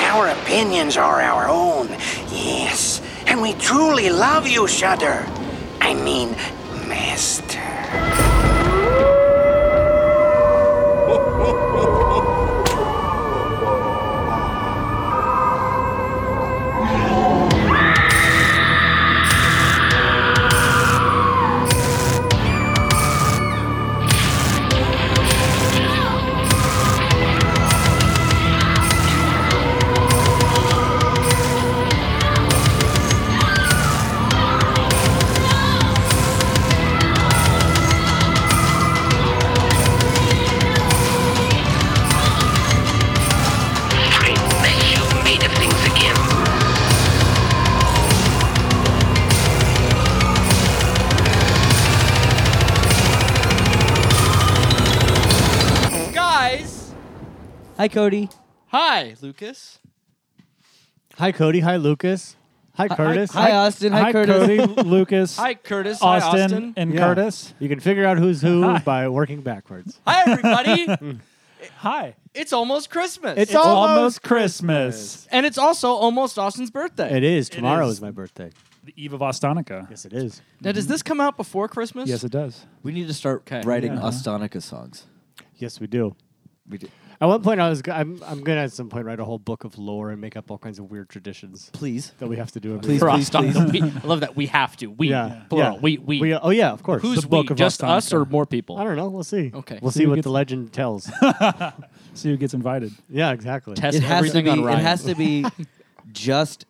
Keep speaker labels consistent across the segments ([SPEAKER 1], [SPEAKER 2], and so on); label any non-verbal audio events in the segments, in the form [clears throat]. [SPEAKER 1] Our opinions are our own, yes. And we truly love you, Shudder. I mean, Master.
[SPEAKER 2] Afraid that you made of things again.
[SPEAKER 3] Guys!
[SPEAKER 4] Hi, Cody.
[SPEAKER 3] Hi, Lucas.
[SPEAKER 5] Hi, Cody. Hi, Lucas. Hi, Curtis.
[SPEAKER 4] hi,
[SPEAKER 6] uh,
[SPEAKER 4] Austin. Hi, Curtis.
[SPEAKER 5] Cody, Lucas.
[SPEAKER 3] Hi, Curtis.
[SPEAKER 5] Austin,
[SPEAKER 3] Hi, Austin.
[SPEAKER 7] [laughs]
[SPEAKER 8] and
[SPEAKER 5] Yeah.
[SPEAKER 8] Curtis.
[SPEAKER 5] You can figure out who's who
[SPEAKER 8] Hi.
[SPEAKER 5] by working backwards.
[SPEAKER 3] Hi,
[SPEAKER 8] [laughs]
[SPEAKER 3] everybody.
[SPEAKER 8] Hmm. Hi.
[SPEAKER 3] it's almost Christmas.
[SPEAKER 5] It's all-
[SPEAKER 8] almost,
[SPEAKER 5] almost
[SPEAKER 8] Christmas.
[SPEAKER 3] and it's also almost Austin's birthday.
[SPEAKER 5] It is. Tomorrow
[SPEAKER 8] is.
[SPEAKER 5] is my birthday.
[SPEAKER 8] The Eve of Ostonica.
[SPEAKER 5] Yes, it is.
[SPEAKER 3] Now, does this come out before Christmas?
[SPEAKER 8] Yes, it does.
[SPEAKER 6] We need to start
[SPEAKER 3] Okay.
[SPEAKER 6] writing Ostonica songs.
[SPEAKER 5] Yes, we do.
[SPEAKER 6] We do.
[SPEAKER 5] At one point, I was. g- I'm. I'm gonna at some point write a whole book of lore and make up all kinds of weird traditions
[SPEAKER 6] Please.
[SPEAKER 5] that we have to do. every
[SPEAKER 6] Please,
[SPEAKER 5] year.
[SPEAKER 6] please.
[SPEAKER 7] Frost on the we. I love that we have to. We
[SPEAKER 5] Yeah.
[SPEAKER 7] plural.
[SPEAKER 5] yeah.
[SPEAKER 7] We we.
[SPEAKER 5] Oh yeah. Of course.
[SPEAKER 7] Who's
[SPEAKER 8] the book
[SPEAKER 7] we?
[SPEAKER 8] of
[SPEAKER 7] Just us
[SPEAKER 8] Ostonica.
[SPEAKER 7] or more people?
[SPEAKER 5] I don't know. We'll see.
[SPEAKER 7] Okay.
[SPEAKER 5] We'll
[SPEAKER 8] See
[SPEAKER 5] see
[SPEAKER 8] who
[SPEAKER 5] what
[SPEAKER 8] gets-
[SPEAKER 5] the legend tells.
[SPEAKER 8] See who gets invited.
[SPEAKER 5] yeah. Exactly.
[SPEAKER 7] Test
[SPEAKER 6] It has to
[SPEAKER 7] everything
[SPEAKER 6] be.
[SPEAKER 7] on Ryan.
[SPEAKER 6] It has to be just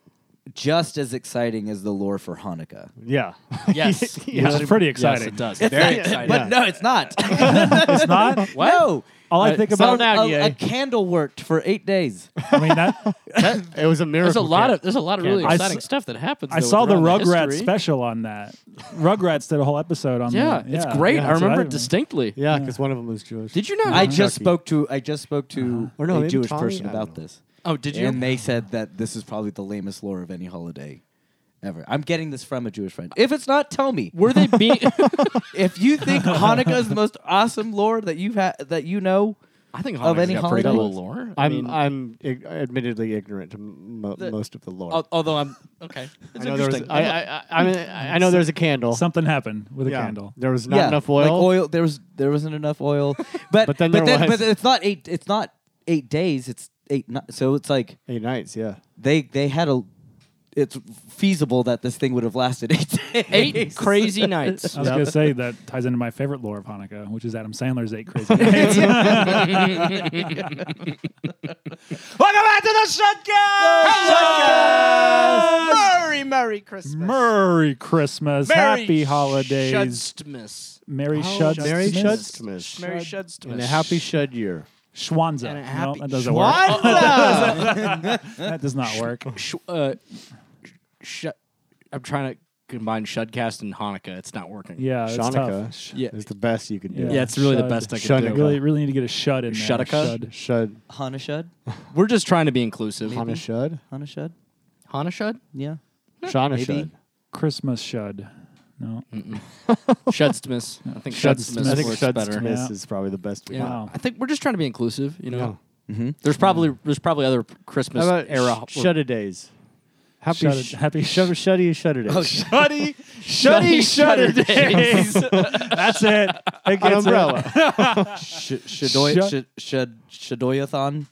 [SPEAKER 6] just as exciting as the lore for Hanukkah.
[SPEAKER 5] Yeah. [laughs]
[SPEAKER 7] Yes.
[SPEAKER 5] Yeah.
[SPEAKER 8] Which is pretty
[SPEAKER 7] Yes,
[SPEAKER 8] exciting.
[SPEAKER 7] it does. Very exciting.
[SPEAKER 6] But no, it's not.
[SPEAKER 8] it's not.
[SPEAKER 6] [laughs] No.
[SPEAKER 8] All I
[SPEAKER 7] Uh,
[SPEAKER 8] think
[SPEAKER 6] So
[SPEAKER 8] about. oh,
[SPEAKER 5] down,
[SPEAKER 6] a,
[SPEAKER 5] yay.
[SPEAKER 6] a candle worked for eight days.
[SPEAKER 8] I mean, that,
[SPEAKER 5] It was a miracle.
[SPEAKER 7] There's a lot
[SPEAKER 5] kid.
[SPEAKER 7] of there's a lot of really
[SPEAKER 8] I
[SPEAKER 7] exciting
[SPEAKER 8] s-
[SPEAKER 7] stuff that happens.
[SPEAKER 8] I
[SPEAKER 7] though,
[SPEAKER 8] saw the
[SPEAKER 7] throughout
[SPEAKER 8] Rugrats
[SPEAKER 7] history.
[SPEAKER 8] special on that. Rugrats did a whole episode on
[SPEAKER 7] Yeah,
[SPEAKER 8] that.
[SPEAKER 7] it's great.
[SPEAKER 8] yeah,
[SPEAKER 7] I
[SPEAKER 8] that's
[SPEAKER 7] remember
[SPEAKER 8] what
[SPEAKER 7] it
[SPEAKER 8] remember.
[SPEAKER 7] distinctly.
[SPEAKER 5] Yeah, because one of them was Jewish.
[SPEAKER 7] Did you know?
[SPEAKER 6] I just
[SPEAKER 5] Chucky.
[SPEAKER 6] spoke to I just spoke to
[SPEAKER 5] Or no,
[SPEAKER 6] a
[SPEAKER 5] maybe
[SPEAKER 6] Jewish
[SPEAKER 5] Tommy?
[SPEAKER 6] person
[SPEAKER 5] I don't
[SPEAKER 6] about
[SPEAKER 5] know.
[SPEAKER 6] this,
[SPEAKER 7] oh, did you?
[SPEAKER 6] and they said that this is probably the lamest lore of any holiday ever. I'm getting this from a Jewish friend. If it's not, tell me.
[SPEAKER 7] Were
[SPEAKER 8] [laughs]
[SPEAKER 7] they being? [laughs]
[SPEAKER 6] If you
[SPEAKER 5] [laughs]
[SPEAKER 6] think Hanukkah is the most awesome lore that you've had that you know,
[SPEAKER 7] I think
[SPEAKER 6] Of
[SPEAKER 7] Hanukkah's
[SPEAKER 6] any
[SPEAKER 7] got pretty
[SPEAKER 6] holiday?
[SPEAKER 7] cool lore. I
[SPEAKER 5] I'm
[SPEAKER 7] mean,
[SPEAKER 5] I'm ig- admittedly ignorant to mo most of the lore.
[SPEAKER 7] al- although I'm okay.
[SPEAKER 5] I
[SPEAKER 7] Oh, It's
[SPEAKER 5] know there was
[SPEAKER 7] interesting.
[SPEAKER 5] I, I, I, I, mean, I I know there's a candle.
[SPEAKER 8] Something happened with
[SPEAKER 5] Yeah.
[SPEAKER 8] a candle.
[SPEAKER 5] There was not
[SPEAKER 6] yeah,
[SPEAKER 5] enough oil.
[SPEAKER 6] Like oil, there was there wasn't enough
[SPEAKER 5] [laughs]
[SPEAKER 6] oil, but
[SPEAKER 5] But then
[SPEAKER 6] but,
[SPEAKER 5] there was.
[SPEAKER 6] but it's not eight. It's not eight days. It's eight. ni- So it's like
[SPEAKER 5] Eight nights, yeah.
[SPEAKER 6] they they had a. It's feasible that this thing would have lasted [laughs] eight days.
[SPEAKER 7] [laughs] Eight crazy nights.
[SPEAKER 8] [laughs] I was going to say that ties into my favorite lore of Hanukkah, which is Adam Sandler's Eight Crazy Nights.
[SPEAKER 3] Welcome back to the Shutcast! Merry, Merry Christmas.
[SPEAKER 8] Merry Christmas.
[SPEAKER 3] Merry
[SPEAKER 8] Happy holidays.
[SPEAKER 3] Shudstmas.
[SPEAKER 8] Merry
[SPEAKER 3] Oh,
[SPEAKER 8] Shud.
[SPEAKER 3] Shudstmas.
[SPEAKER 5] Merry
[SPEAKER 8] Schwanza.
[SPEAKER 5] Shudstmas.
[SPEAKER 3] Merry Shudstmas.
[SPEAKER 5] And a happy Shud year.
[SPEAKER 8] Schwanza.
[SPEAKER 3] And a happy
[SPEAKER 8] no, that doesn't work.
[SPEAKER 3] Schwanza!
[SPEAKER 8] [laughs] That does not work.
[SPEAKER 7] Sh- uh, sh- I'm trying to combine Shudcast and Hanukkah. It's not working.
[SPEAKER 8] Yeah, it's tough.
[SPEAKER 5] Shanika sh-
[SPEAKER 7] Yeah.
[SPEAKER 5] is the best you can do.
[SPEAKER 7] Yeah, it's really the
[SPEAKER 8] Shud.
[SPEAKER 7] best I can
[SPEAKER 5] Shud.
[SPEAKER 7] do.
[SPEAKER 8] Really, really need to get a shut in there.
[SPEAKER 7] Shutica?
[SPEAKER 8] Shud.
[SPEAKER 5] Shud.
[SPEAKER 6] Hanushud,
[SPEAKER 7] We're just trying to be inclusive.
[SPEAKER 5] Hana Shud?
[SPEAKER 6] Hanushud,
[SPEAKER 7] Hanushud?
[SPEAKER 6] yeah.
[SPEAKER 5] Shana
[SPEAKER 6] Maybe.
[SPEAKER 5] Shud.
[SPEAKER 8] Christmas shud. No.
[SPEAKER 7] Mm. Shudstmas. I think
[SPEAKER 8] Shudstmas.
[SPEAKER 7] Shudstmas
[SPEAKER 5] I
[SPEAKER 8] This
[SPEAKER 5] think
[SPEAKER 7] works
[SPEAKER 5] Shudstmas
[SPEAKER 7] better.
[SPEAKER 8] Yeah.
[SPEAKER 5] is probably the best we
[SPEAKER 7] Yeah.
[SPEAKER 5] got.
[SPEAKER 8] Wow.
[SPEAKER 7] I think we're just trying to be inclusive, you know.
[SPEAKER 5] Yeah.
[SPEAKER 3] Mm-hmm.
[SPEAKER 7] There's probably there's probably other Christmas
[SPEAKER 5] How about
[SPEAKER 7] era
[SPEAKER 5] era
[SPEAKER 7] [laughs]
[SPEAKER 5] Shud a days? Happy
[SPEAKER 8] Shudda-
[SPEAKER 5] sh-
[SPEAKER 8] happy
[SPEAKER 5] shud- Shuddy Shudder
[SPEAKER 7] [laughs]
[SPEAKER 5] days.
[SPEAKER 7] Shuddy
[SPEAKER 8] Shuddy Shudder Days. [laughs] That's it. It
[SPEAKER 5] An
[SPEAKER 8] gets it.
[SPEAKER 5] umbrella. [laughs]
[SPEAKER 6] Sh- Shadoy,
[SPEAKER 8] Shud-
[SPEAKER 6] sh- shud- Shadoyathon.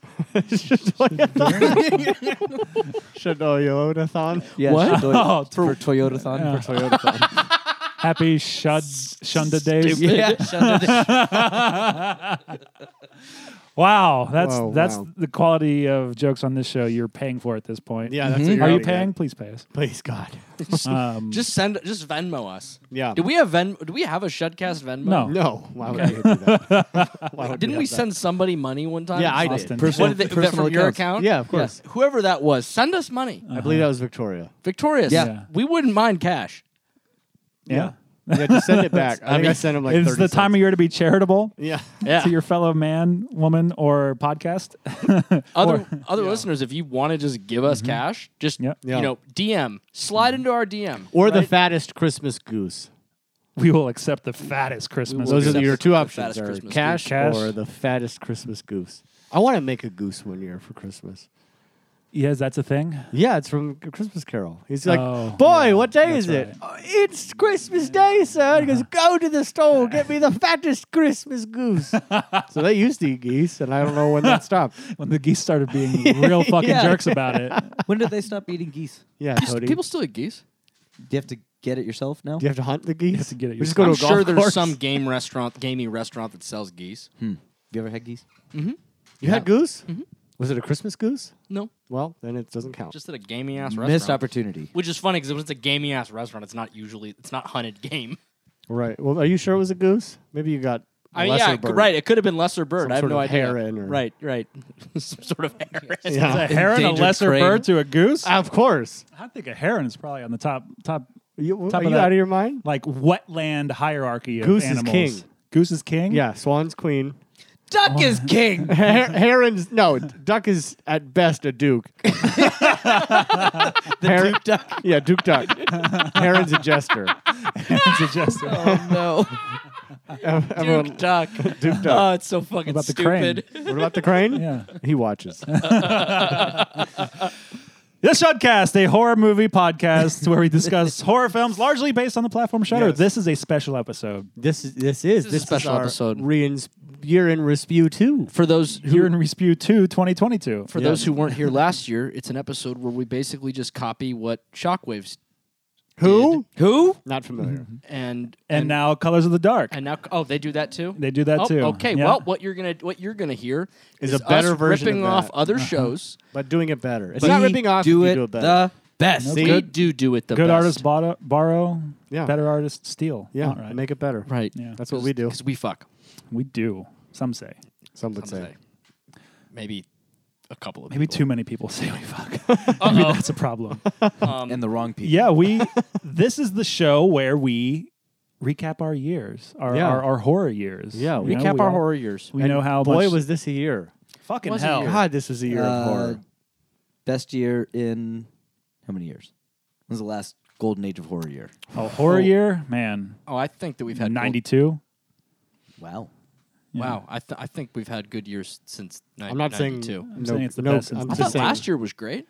[SPEAKER 5] Shadoyodathon.
[SPEAKER 6] Yeah,
[SPEAKER 7] What?
[SPEAKER 5] [laughs]
[SPEAKER 6] Shadoy-
[SPEAKER 8] Oh,
[SPEAKER 6] for Toyotathon. For Toyotathon.
[SPEAKER 8] Happy shud shunda days.
[SPEAKER 7] [laughs]
[SPEAKER 6] yeah, Shudda-
[SPEAKER 8] Wow, that's
[SPEAKER 5] Whoa,
[SPEAKER 8] that's
[SPEAKER 5] wow.
[SPEAKER 8] the quality of jokes on this show. You're paying for at this point.
[SPEAKER 5] Yeah, that's what you're
[SPEAKER 8] Mm-hmm. Are you
[SPEAKER 5] gonna get.
[SPEAKER 8] paying? Please pay us.
[SPEAKER 5] Please God.
[SPEAKER 8] Um,
[SPEAKER 7] Just send just Venmo us.
[SPEAKER 5] Yeah.
[SPEAKER 7] Do we have Ven do we have a Shudcast Venmo?
[SPEAKER 8] No.
[SPEAKER 5] No. Why would we do that? Why would
[SPEAKER 7] Didn't
[SPEAKER 5] have
[SPEAKER 7] we
[SPEAKER 5] that?
[SPEAKER 7] send somebody money one time?
[SPEAKER 5] Yeah, I did.
[SPEAKER 8] Austin.
[SPEAKER 7] What did they, that
[SPEAKER 6] Personal
[SPEAKER 7] from your
[SPEAKER 6] accounts.
[SPEAKER 7] account?
[SPEAKER 5] Yeah, of course.
[SPEAKER 7] Whoever that was, send us money.
[SPEAKER 5] I believe that was Victoria.
[SPEAKER 7] Victorious.
[SPEAKER 6] Yeah.
[SPEAKER 8] Yeah.
[SPEAKER 7] We wouldn't mind cash.
[SPEAKER 8] Yeah.
[SPEAKER 7] [laughs]
[SPEAKER 5] Yeah, just send it back. I, think
[SPEAKER 7] mean,
[SPEAKER 5] I sent him like
[SPEAKER 8] it's
[SPEAKER 5] 30
[SPEAKER 8] the time of year to be charitable
[SPEAKER 5] cents. Yeah.
[SPEAKER 7] Yeah.
[SPEAKER 8] to your fellow man, woman, or podcast. [laughs]
[SPEAKER 7] other other listeners, if you want to just give us cash, just
[SPEAKER 8] Yep.
[SPEAKER 5] Mm-hmm. Yeah.
[SPEAKER 7] you know, DM, slide into our DM.
[SPEAKER 5] Or the fattest Christmas goose.
[SPEAKER 8] we will accept the fattest Christmas.
[SPEAKER 5] Those are
[SPEAKER 7] accept
[SPEAKER 5] your
[SPEAKER 7] the-
[SPEAKER 5] two
[SPEAKER 7] the
[SPEAKER 5] options:
[SPEAKER 7] fattest
[SPEAKER 5] are
[SPEAKER 7] Christmas
[SPEAKER 5] cash,
[SPEAKER 8] goose. Cash.
[SPEAKER 5] or the fattest Christmas goose. I want to make a goose one year for Christmas.
[SPEAKER 8] Yes, that's a thing.
[SPEAKER 5] Yeah, it's from A Christmas Carol. He's like,
[SPEAKER 8] Oh,
[SPEAKER 5] boy,
[SPEAKER 8] yeah,
[SPEAKER 5] what day
[SPEAKER 8] that's
[SPEAKER 5] is it? "Oh, It's Christmas Day, sir. And He goes,
[SPEAKER 7] Uh-huh.
[SPEAKER 5] go to the store, get me the fattest
[SPEAKER 7] [laughs]
[SPEAKER 5] Christmas goose. so they used to eat geese, and I don't know when that stopped.
[SPEAKER 8] When the geese started
[SPEAKER 5] [laughs]
[SPEAKER 8] being real fucking
[SPEAKER 5] Yeah.
[SPEAKER 8] jerks
[SPEAKER 5] [laughs]
[SPEAKER 8] about it.
[SPEAKER 6] [laughs] When did they stop eating geese?
[SPEAKER 5] Yeah, Cody.
[SPEAKER 7] People still eat geese.
[SPEAKER 6] Do you have to get it yourself now?
[SPEAKER 5] Do you have to hunt the geese?
[SPEAKER 8] have to get
[SPEAKER 5] We
[SPEAKER 8] it
[SPEAKER 5] just go to a
[SPEAKER 8] yourself. I'm
[SPEAKER 5] golf course.
[SPEAKER 8] sure
[SPEAKER 5] Hmm.
[SPEAKER 8] there's
[SPEAKER 7] some game restaurant, gamey restaurant that sells geese.
[SPEAKER 6] You ever had geese?
[SPEAKER 5] [laughs] You had goose? Was it a Christmas goose?
[SPEAKER 7] No,
[SPEAKER 5] Well, then it doesn't count.
[SPEAKER 7] just at a gamey ass restaurant.
[SPEAKER 6] Missed opportunity.
[SPEAKER 7] Which is funny because when it's a gamey ass restaurant, it's not usually it's not hunted game.
[SPEAKER 5] right. Well, are you sure it was a goose? Maybe you got. a
[SPEAKER 7] I mean,
[SPEAKER 5] lesser
[SPEAKER 7] yeah,
[SPEAKER 5] bird.
[SPEAKER 7] right. It could have been lesser bird.
[SPEAKER 5] Some
[SPEAKER 7] I have
[SPEAKER 5] sort
[SPEAKER 7] no
[SPEAKER 5] of
[SPEAKER 7] idea.
[SPEAKER 5] heron or-
[SPEAKER 7] Right, right. [laughs] Some sort of heron.
[SPEAKER 5] [laughs] Yeah.
[SPEAKER 8] Is a heron a
[SPEAKER 6] Endangered
[SPEAKER 8] lesser
[SPEAKER 6] crane.
[SPEAKER 8] bird to a goose?
[SPEAKER 5] [laughs]
[SPEAKER 8] I,
[SPEAKER 5] Of course.
[SPEAKER 8] think a heron is probably on the top top
[SPEAKER 5] You,
[SPEAKER 8] Top
[SPEAKER 5] are
[SPEAKER 8] of
[SPEAKER 5] you
[SPEAKER 8] that. Mm-hmm.
[SPEAKER 5] out of your mind?
[SPEAKER 8] like wetland hierarchy of
[SPEAKER 5] Goose is
[SPEAKER 8] animals.
[SPEAKER 5] king.
[SPEAKER 8] Goose is king. [laughs]
[SPEAKER 5] Yeah, swan's queen. [laughs]
[SPEAKER 6] Duck is king.
[SPEAKER 5] Her- herons, no, duck is at best a duke. the duke duck? Yeah, duke duck. heron's a jester.
[SPEAKER 8] It's a
[SPEAKER 5] [laughs]
[SPEAKER 8] jester.
[SPEAKER 5] Oh,
[SPEAKER 6] no.
[SPEAKER 5] Ev- Everyone,
[SPEAKER 7] Duke duck.
[SPEAKER 5] [laughs] duke
[SPEAKER 7] Oh,
[SPEAKER 5] duck.
[SPEAKER 7] it's so fucking
[SPEAKER 8] about the crane?
[SPEAKER 7] stupid.
[SPEAKER 5] [laughs] what about the crane?
[SPEAKER 8] [laughs] Yeah.
[SPEAKER 5] He watches.
[SPEAKER 8] This Shudcast, a horror movie podcast
[SPEAKER 5] [laughs]
[SPEAKER 8] where we discuss horror films largely based on the platform Shudder.
[SPEAKER 5] Yes.
[SPEAKER 8] This is a special episode.
[SPEAKER 5] This is this is this,
[SPEAKER 7] a special
[SPEAKER 5] our
[SPEAKER 7] episode.
[SPEAKER 5] Re- year in respew too.
[SPEAKER 7] For those who
[SPEAKER 8] Here in Respew 2, 2022.
[SPEAKER 7] [laughs] for those who weren't here last year, it's an episode where we basically just copy what Shockwaves
[SPEAKER 5] Who?
[SPEAKER 7] who
[SPEAKER 5] Not familiar.
[SPEAKER 7] and
[SPEAKER 8] and now Colors of the Dark.
[SPEAKER 7] and now oh they do that too.
[SPEAKER 8] They do that
[SPEAKER 7] Oh,
[SPEAKER 8] too.
[SPEAKER 7] Okay,
[SPEAKER 8] Yeah.
[SPEAKER 7] well what you're gonna what you're gonna hear
[SPEAKER 5] Is
[SPEAKER 7] is,
[SPEAKER 5] a better
[SPEAKER 7] us
[SPEAKER 5] version
[SPEAKER 7] ripping
[SPEAKER 5] of
[SPEAKER 7] off
[SPEAKER 5] that.
[SPEAKER 7] other shows.
[SPEAKER 5] but doing it better. It's
[SPEAKER 6] We
[SPEAKER 5] not ripping off.
[SPEAKER 6] Do it
[SPEAKER 5] if you do it better.
[SPEAKER 6] the best.
[SPEAKER 5] See?
[SPEAKER 7] We do do it the
[SPEAKER 8] Good
[SPEAKER 7] best.
[SPEAKER 8] artists borrow, borrow
[SPEAKER 5] Yeah.
[SPEAKER 8] better artists steal.
[SPEAKER 5] yeah,
[SPEAKER 8] All right.
[SPEAKER 5] make it better.
[SPEAKER 7] right?
[SPEAKER 8] Yeah.
[SPEAKER 5] That's what we do.
[SPEAKER 7] because we fuck.
[SPEAKER 8] we do. Some say.
[SPEAKER 5] Some would say.
[SPEAKER 7] Say. Maybe a couple of
[SPEAKER 8] Maybe
[SPEAKER 7] people.
[SPEAKER 8] too many people say we fuck. [laughs] Maybe that's a problem.
[SPEAKER 6] and the wrong people.
[SPEAKER 5] [laughs]
[SPEAKER 8] yeah, we. This is the show where we recap our years, our
[SPEAKER 5] Yeah.
[SPEAKER 8] our, our horror years.
[SPEAKER 5] Yeah,
[SPEAKER 8] You know,
[SPEAKER 7] recap
[SPEAKER 8] we
[SPEAKER 7] our
[SPEAKER 8] all-
[SPEAKER 7] horror years.
[SPEAKER 8] We know how
[SPEAKER 5] Boy,
[SPEAKER 8] much
[SPEAKER 5] was this a year.
[SPEAKER 8] fucking
[SPEAKER 7] was a
[SPEAKER 8] hell.
[SPEAKER 7] year.
[SPEAKER 5] God, this was a year
[SPEAKER 6] Uh,
[SPEAKER 5] of horror.
[SPEAKER 6] Best year in how many years? When was the last golden age of horror year?
[SPEAKER 8] A horror year, man.
[SPEAKER 7] Oh, I think that we've had gold-
[SPEAKER 8] Ninety-two.
[SPEAKER 6] Wow.
[SPEAKER 7] Wow, I, th- I think we've had good years since. Ni-
[SPEAKER 5] I'm not saying
[SPEAKER 7] 92.
[SPEAKER 5] no,
[SPEAKER 8] saying it's the
[SPEAKER 5] no,
[SPEAKER 8] best since
[SPEAKER 5] I'm
[SPEAKER 8] the
[SPEAKER 7] I
[SPEAKER 5] just
[SPEAKER 7] thought
[SPEAKER 5] saying
[SPEAKER 7] last year was great.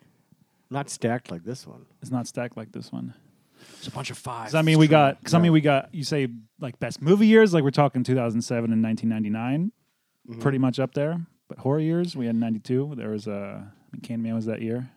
[SPEAKER 5] not stacked like this one.
[SPEAKER 8] It's not stacked like this one.
[SPEAKER 7] It's a bunch of fives.
[SPEAKER 8] Because I mean, we got. Because I mean, we got. You say like best movie years, like we're talking 2007 and 1999,
[SPEAKER 5] Mm-hmm.
[SPEAKER 8] pretty much up there. But horror years, we had 92. There was a I mean, Candyman was that year.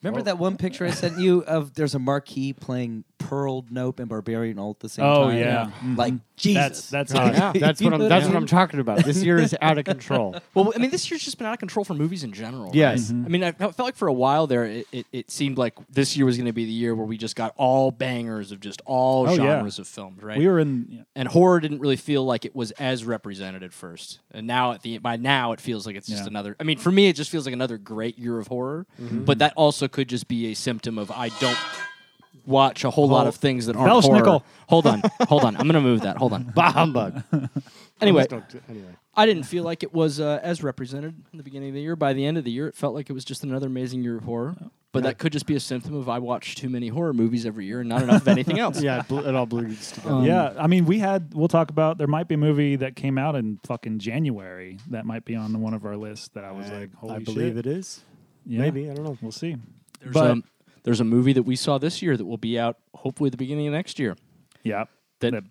[SPEAKER 6] Remember that one picture I sent you of there's a marquee playing Pearl, Nope, and Barbarian all at the same
[SPEAKER 8] Oh,
[SPEAKER 6] time? Mm-hmm.
[SPEAKER 8] yeah.
[SPEAKER 6] Like Jesus.
[SPEAKER 8] That's that's hot.
[SPEAKER 5] Oh, [laughs]
[SPEAKER 8] [laughs]
[SPEAKER 5] that's what I'm. That's what I'm talking about. This year is out of [laughs] control.
[SPEAKER 7] Well, I mean, this year's just been out of control for movies in general. right?
[SPEAKER 5] Yes.
[SPEAKER 7] I mean, I felt felt like for a while there, it, it, it seemed like this year was going to be the year where we just got all bangers of just all
[SPEAKER 8] Oh, yeah.
[SPEAKER 7] genres of films, right?
[SPEAKER 8] We were in. yeah.
[SPEAKER 7] and horror didn't really feel like it was as represented at first. And now at the by now it feels like it's just
[SPEAKER 8] Yeah.
[SPEAKER 7] another. I mean, for me, it just feels like another great year of horror. But that also could just be a symptom of I don't watch a whole lot of things that aren't horror.
[SPEAKER 8] Belschnickel.
[SPEAKER 7] Hold on, hold on. I'm gonna move that. Hold on.
[SPEAKER 5] Bah humbug.
[SPEAKER 7] Anyway,
[SPEAKER 5] [laughs] anyway.
[SPEAKER 7] I didn't feel like it was uh, as represented in the beginning of the year. By the end of the year, it felt like it was just another amazing year of horror. But that could just be a symptom of I watch too many horror movies every year and not enough of anything else.
[SPEAKER 5] Yeah, it, bl- it all bleeds together.
[SPEAKER 8] yeah, I mean, we had. We'll talk about. There might be a movie that came out in fucking January that might be on one of our lists. That I was like, holy
[SPEAKER 5] I believe it
[SPEAKER 8] shit.
[SPEAKER 5] is.
[SPEAKER 8] Yeah.
[SPEAKER 5] Maybe I don't know.
[SPEAKER 8] We'll see.
[SPEAKER 7] There's,
[SPEAKER 8] but
[SPEAKER 7] um, there's a movie that we saw this year that will be out hopefully at the beginning of next year.
[SPEAKER 8] yeah.
[SPEAKER 7] that
[SPEAKER 8] That-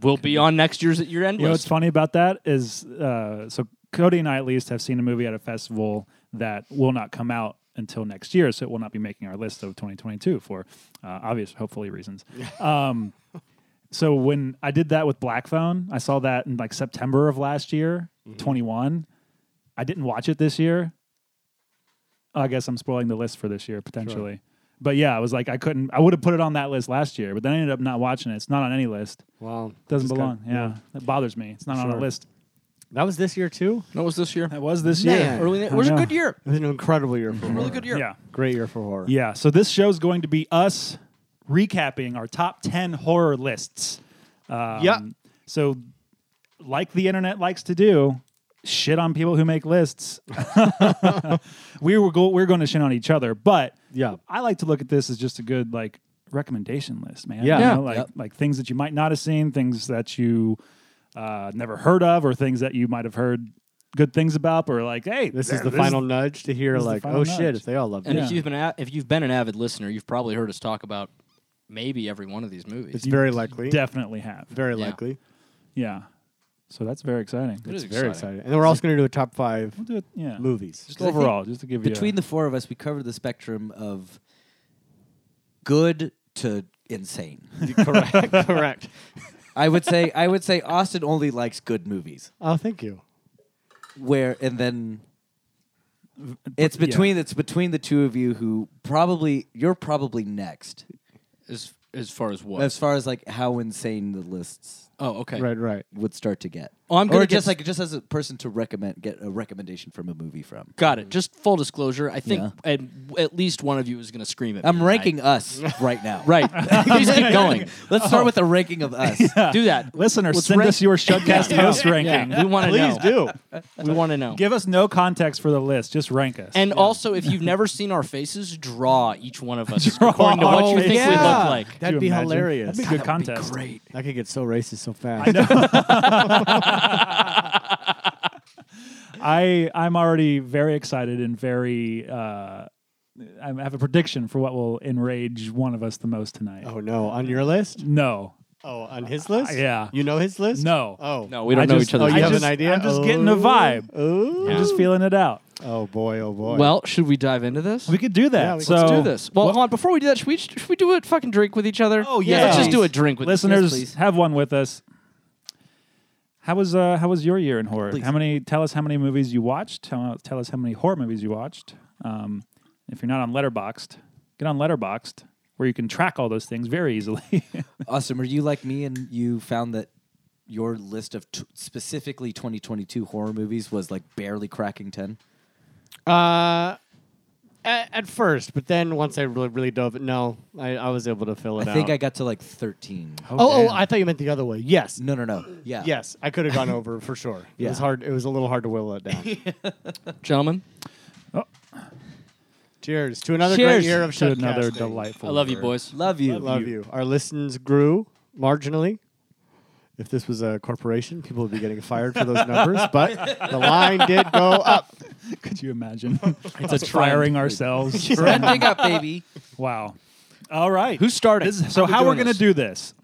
[SPEAKER 7] will be on next year's at your end
[SPEAKER 8] You know what's
[SPEAKER 7] list.
[SPEAKER 8] funny about that is uh, so Cody and I at least have seen a movie at a festival that will not come out until next year, so it will not be making our list of 2022 for uh, obvious, hopefully reasons. um, so when I did that with Black Phone, I saw that in like September of last year, 21. I didn't watch it this year. I guess I'm spoiling the list for this year potentially. But yeah, I was like, I couldn't. I would have put it on that list last year, but then I ended up not watching it. It's not on any list.
[SPEAKER 5] Wow,
[SPEAKER 8] Doesn't
[SPEAKER 5] Just
[SPEAKER 8] belong.
[SPEAKER 5] got-
[SPEAKER 8] yeah. that bothers me. It's not on
[SPEAKER 5] Sure.
[SPEAKER 8] a list.
[SPEAKER 5] that was this year too.
[SPEAKER 7] That was this year.
[SPEAKER 8] That was this
[SPEAKER 5] Man.
[SPEAKER 8] year.
[SPEAKER 7] Early, it
[SPEAKER 8] I
[SPEAKER 7] was a
[SPEAKER 8] know.
[SPEAKER 7] good year.
[SPEAKER 5] It was an incredible year for horror.
[SPEAKER 7] Really good year.
[SPEAKER 8] Yeah,
[SPEAKER 5] Great year for horror.
[SPEAKER 8] yeah. So this show is going to be us recapping our top ten horror lists. Um,
[SPEAKER 5] Yeah.
[SPEAKER 8] So, like the internet likes to do, shit on people who make lists. [laughs] we were go- we're going to shit on each other, but
[SPEAKER 5] Yeah.
[SPEAKER 8] I like to look at this as just a good like recommendation list, man.
[SPEAKER 5] Yeah.
[SPEAKER 8] You
[SPEAKER 5] Yeah.
[SPEAKER 8] know, like
[SPEAKER 6] Yep.
[SPEAKER 8] like things that you might not have seen, things that you uh, never heard of, or things that you might have heard good things about, but we're like, hey,
[SPEAKER 5] This is the final nudge to hear,
[SPEAKER 8] is the
[SPEAKER 5] like,
[SPEAKER 8] final
[SPEAKER 5] oh shit,
[SPEAKER 8] nudge.
[SPEAKER 5] if they all love
[SPEAKER 7] And
[SPEAKER 5] it.
[SPEAKER 8] Yeah.
[SPEAKER 7] if you've been a- if you've been an avid listener, you've probably heard us talk about maybe every one of these movies.
[SPEAKER 5] It's
[SPEAKER 8] You
[SPEAKER 5] very likely.
[SPEAKER 8] Definitely have.
[SPEAKER 5] Very
[SPEAKER 7] Yeah.
[SPEAKER 5] likely.
[SPEAKER 8] Yeah. So that's very exciting.
[SPEAKER 7] It is
[SPEAKER 5] Very
[SPEAKER 7] exciting.
[SPEAKER 5] excited. And then we're also going to do a top five
[SPEAKER 8] We'll do it. Yeah.
[SPEAKER 5] movies.
[SPEAKER 8] Just [laughs] overall, just to give you
[SPEAKER 6] Between the four of us, we covered the spectrum of good to insane.
[SPEAKER 5] [laughs] correct. correct.
[SPEAKER 6] [laughs] I would say I would say Austin only likes good movies.
[SPEAKER 5] Oh, thank you.
[SPEAKER 6] Where and then it's between it's between the two of you who probably you're probably next
[SPEAKER 7] As as far as what?
[SPEAKER 6] as far as like how insane the lists
[SPEAKER 7] oh, okay.
[SPEAKER 5] Right, right.
[SPEAKER 6] would start to get.
[SPEAKER 7] Oh, I'm gonna
[SPEAKER 6] or
[SPEAKER 7] get
[SPEAKER 6] just
[SPEAKER 7] s-
[SPEAKER 6] like just as a person to recommend get a recommendation from a movie from.
[SPEAKER 7] Got it. Just full disclosure. I think
[SPEAKER 6] Yeah.
[SPEAKER 7] at, at least one of you is going to scream at me.
[SPEAKER 6] I'm
[SPEAKER 7] tonight. [laughs]
[SPEAKER 6] ranking us right now. [laughs]
[SPEAKER 8] [laughs]
[SPEAKER 7] Right. Oh. Please keep going. [laughs]
[SPEAKER 6] Let's start with a ranking of us.
[SPEAKER 7] Do that.
[SPEAKER 8] listeners,
[SPEAKER 7] Let's
[SPEAKER 8] send
[SPEAKER 7] rank-
[SPEAKER 8] us your showcast host
[SPEAKER 7] [laughs]
[SPEAKER 8] ranking.
[SPEAKER 7] Yeah, we want to know.
[SPEAKER 5] Please
[SPEAKER 8] [laughs]
[SPEAKER 5] do.
[SPEAKER 7] We want to know.
[SPEAKER 8] Give us no context for the list. Just rank us.
[SPEAKER 7] and also, if you've never seen our faces, draw each one of us according to what
[SPEAKER 8] our
[SPEAKER 7] you think we
[SPEAKER 8] faces.
[SPEAKER 7] look like.
[SPEAKER 5] That'd
[SPEAKER 8] you
[SPEAKER 5] be
[SPEAKER 8] imagine?
[SPEAKER 5] hilarious.
[SPEAKER 8] That'd be good contest.
[SPEAKER 7] Great.
[SPEAKER 5] I could get so racist so fast.
[SPEAKER 8] I I'm already very excited and very. Uh, I have a prediction for what will enrage one of us the most tonight.
[SPEAKER 5] Oh no, on your
[SPEAKER 8] [laughs]
[SPEAKER 5] list?
[SPEAKER 8] No,
[SPEAKER 5] Oh, on his list?
[SPEAKER 8] Uh, yeah.
[SPEAKER 5] You know his list?
[SPEAKER 8] No.
[SPEAKER 5] Oh
[SPEAKER 7] No, we don't
[SPEAKER 8] I
[SPEAKER 7] know
[SPEAKER 8] just-
[SPEAKER 7] each other.
[SPEAKER 5] Oh, you
[SPEAKER 8] I
[SPEAKER 5] have
[SPEAKER 8] just-
[SPEAKER 5] an idea?
[SPEAKER 8] I'm just getting a
[SPEAKER 5] Oh.
[SPEAKER 8] vibe.
[SPEAKER 5] Ooh.
[SPEAKER 8] I'm just feeling it out.
[SPEAKER 5] Oh boy. Oh boy.
[SPEAKER 7] Well, should we dive into this?
[SPEAKER 8] We could do that.
[SPEAKER 5] Yeah, we could-
[SPEAKER 8] so
[SPEAKER 7] Let's do this. Well, hold on. Before we do that, should we, should we do a fucking drink with each other? Oh,
[SPEAKER 8] yeah.
[SPEAKER 7] Let's just do a
[SPEAKER 8] please.
[SPEAKER 7] drink with
[SPEAKER 8] listeners,
[SPEAKER 7] Yes, please.
[SPEAKER 8] have one with us. How was uh, how was your year in horror?
[SPEAKER 6] Please.
[SPEAKER 8] How many? Tell us how many movies you watched. Tell, tell us how many horror movies you watched. Um, if you're not on Letterboxd, get on Letterboxd where you can track all those things very easily. [laughs]
[SPEAKER 6] Austin, were you like me and you found that your list of t- specifically 2022 horror movies was like barely cracking 10?
[SPEAKER 5] Uh, at, at first, but then once I really, really dove, no, I, I was able to fill
[SPEAKER 6] I
[SPEAKER 5] it out.
[SPEAKER 6] think I got to like 13.
[SPEAKER 5] Oh, oh, I thought you meant the other way. Yes.
[SPEAKER 6] No, no, no. Yeah.
[SPEAKER 5] Yes, I could have gone over for sure. It was
[SPEAKER 6] Yeah.
[SPEAKER 5] hard. It was a little hard to whittle it
[SPEAKER 6] [laughs]
[SPEAKER 5] down.
[SPEAKER 7] Gentlemen,
[SPEAKER 5] Cheers to another
[SPEAKER 7] Cheers
[SPEAKER 5] great year of
[SPEAKER 8] to another
[SPEAKER 5] shotcasting.
[SPEAKER 8] delightful.
[SPEAKER 7] I love you,
[SPEAKER 8] year.
[SPEAKER 7] boys.
[SPEAKER 6] Love you.
[SPEAKER 5] Love you. Our listens grew marginally. If this was a corporation, people would be getting fired
[SPEAKER 6] [laughs]
[SPEAKER 5] for those numbers. But the line did go up.
[SPEAKER 8] Could you imagine? [laughs] it's a firing ourselves. [laughs]
[SPEAKER 6] Trending up, baby.
[SPEAKER 8] Wow. All right.
[SPEAKER 7] Who's starting?
[SPEAKER 8] This is- so how
[SPEAKER 7] we
[SPEAKER 8] we're
[SPEAKER 7] doing
[SPEAKER 8] going to
[SPEAKER 7] this?
[SPEAKER 8] do this?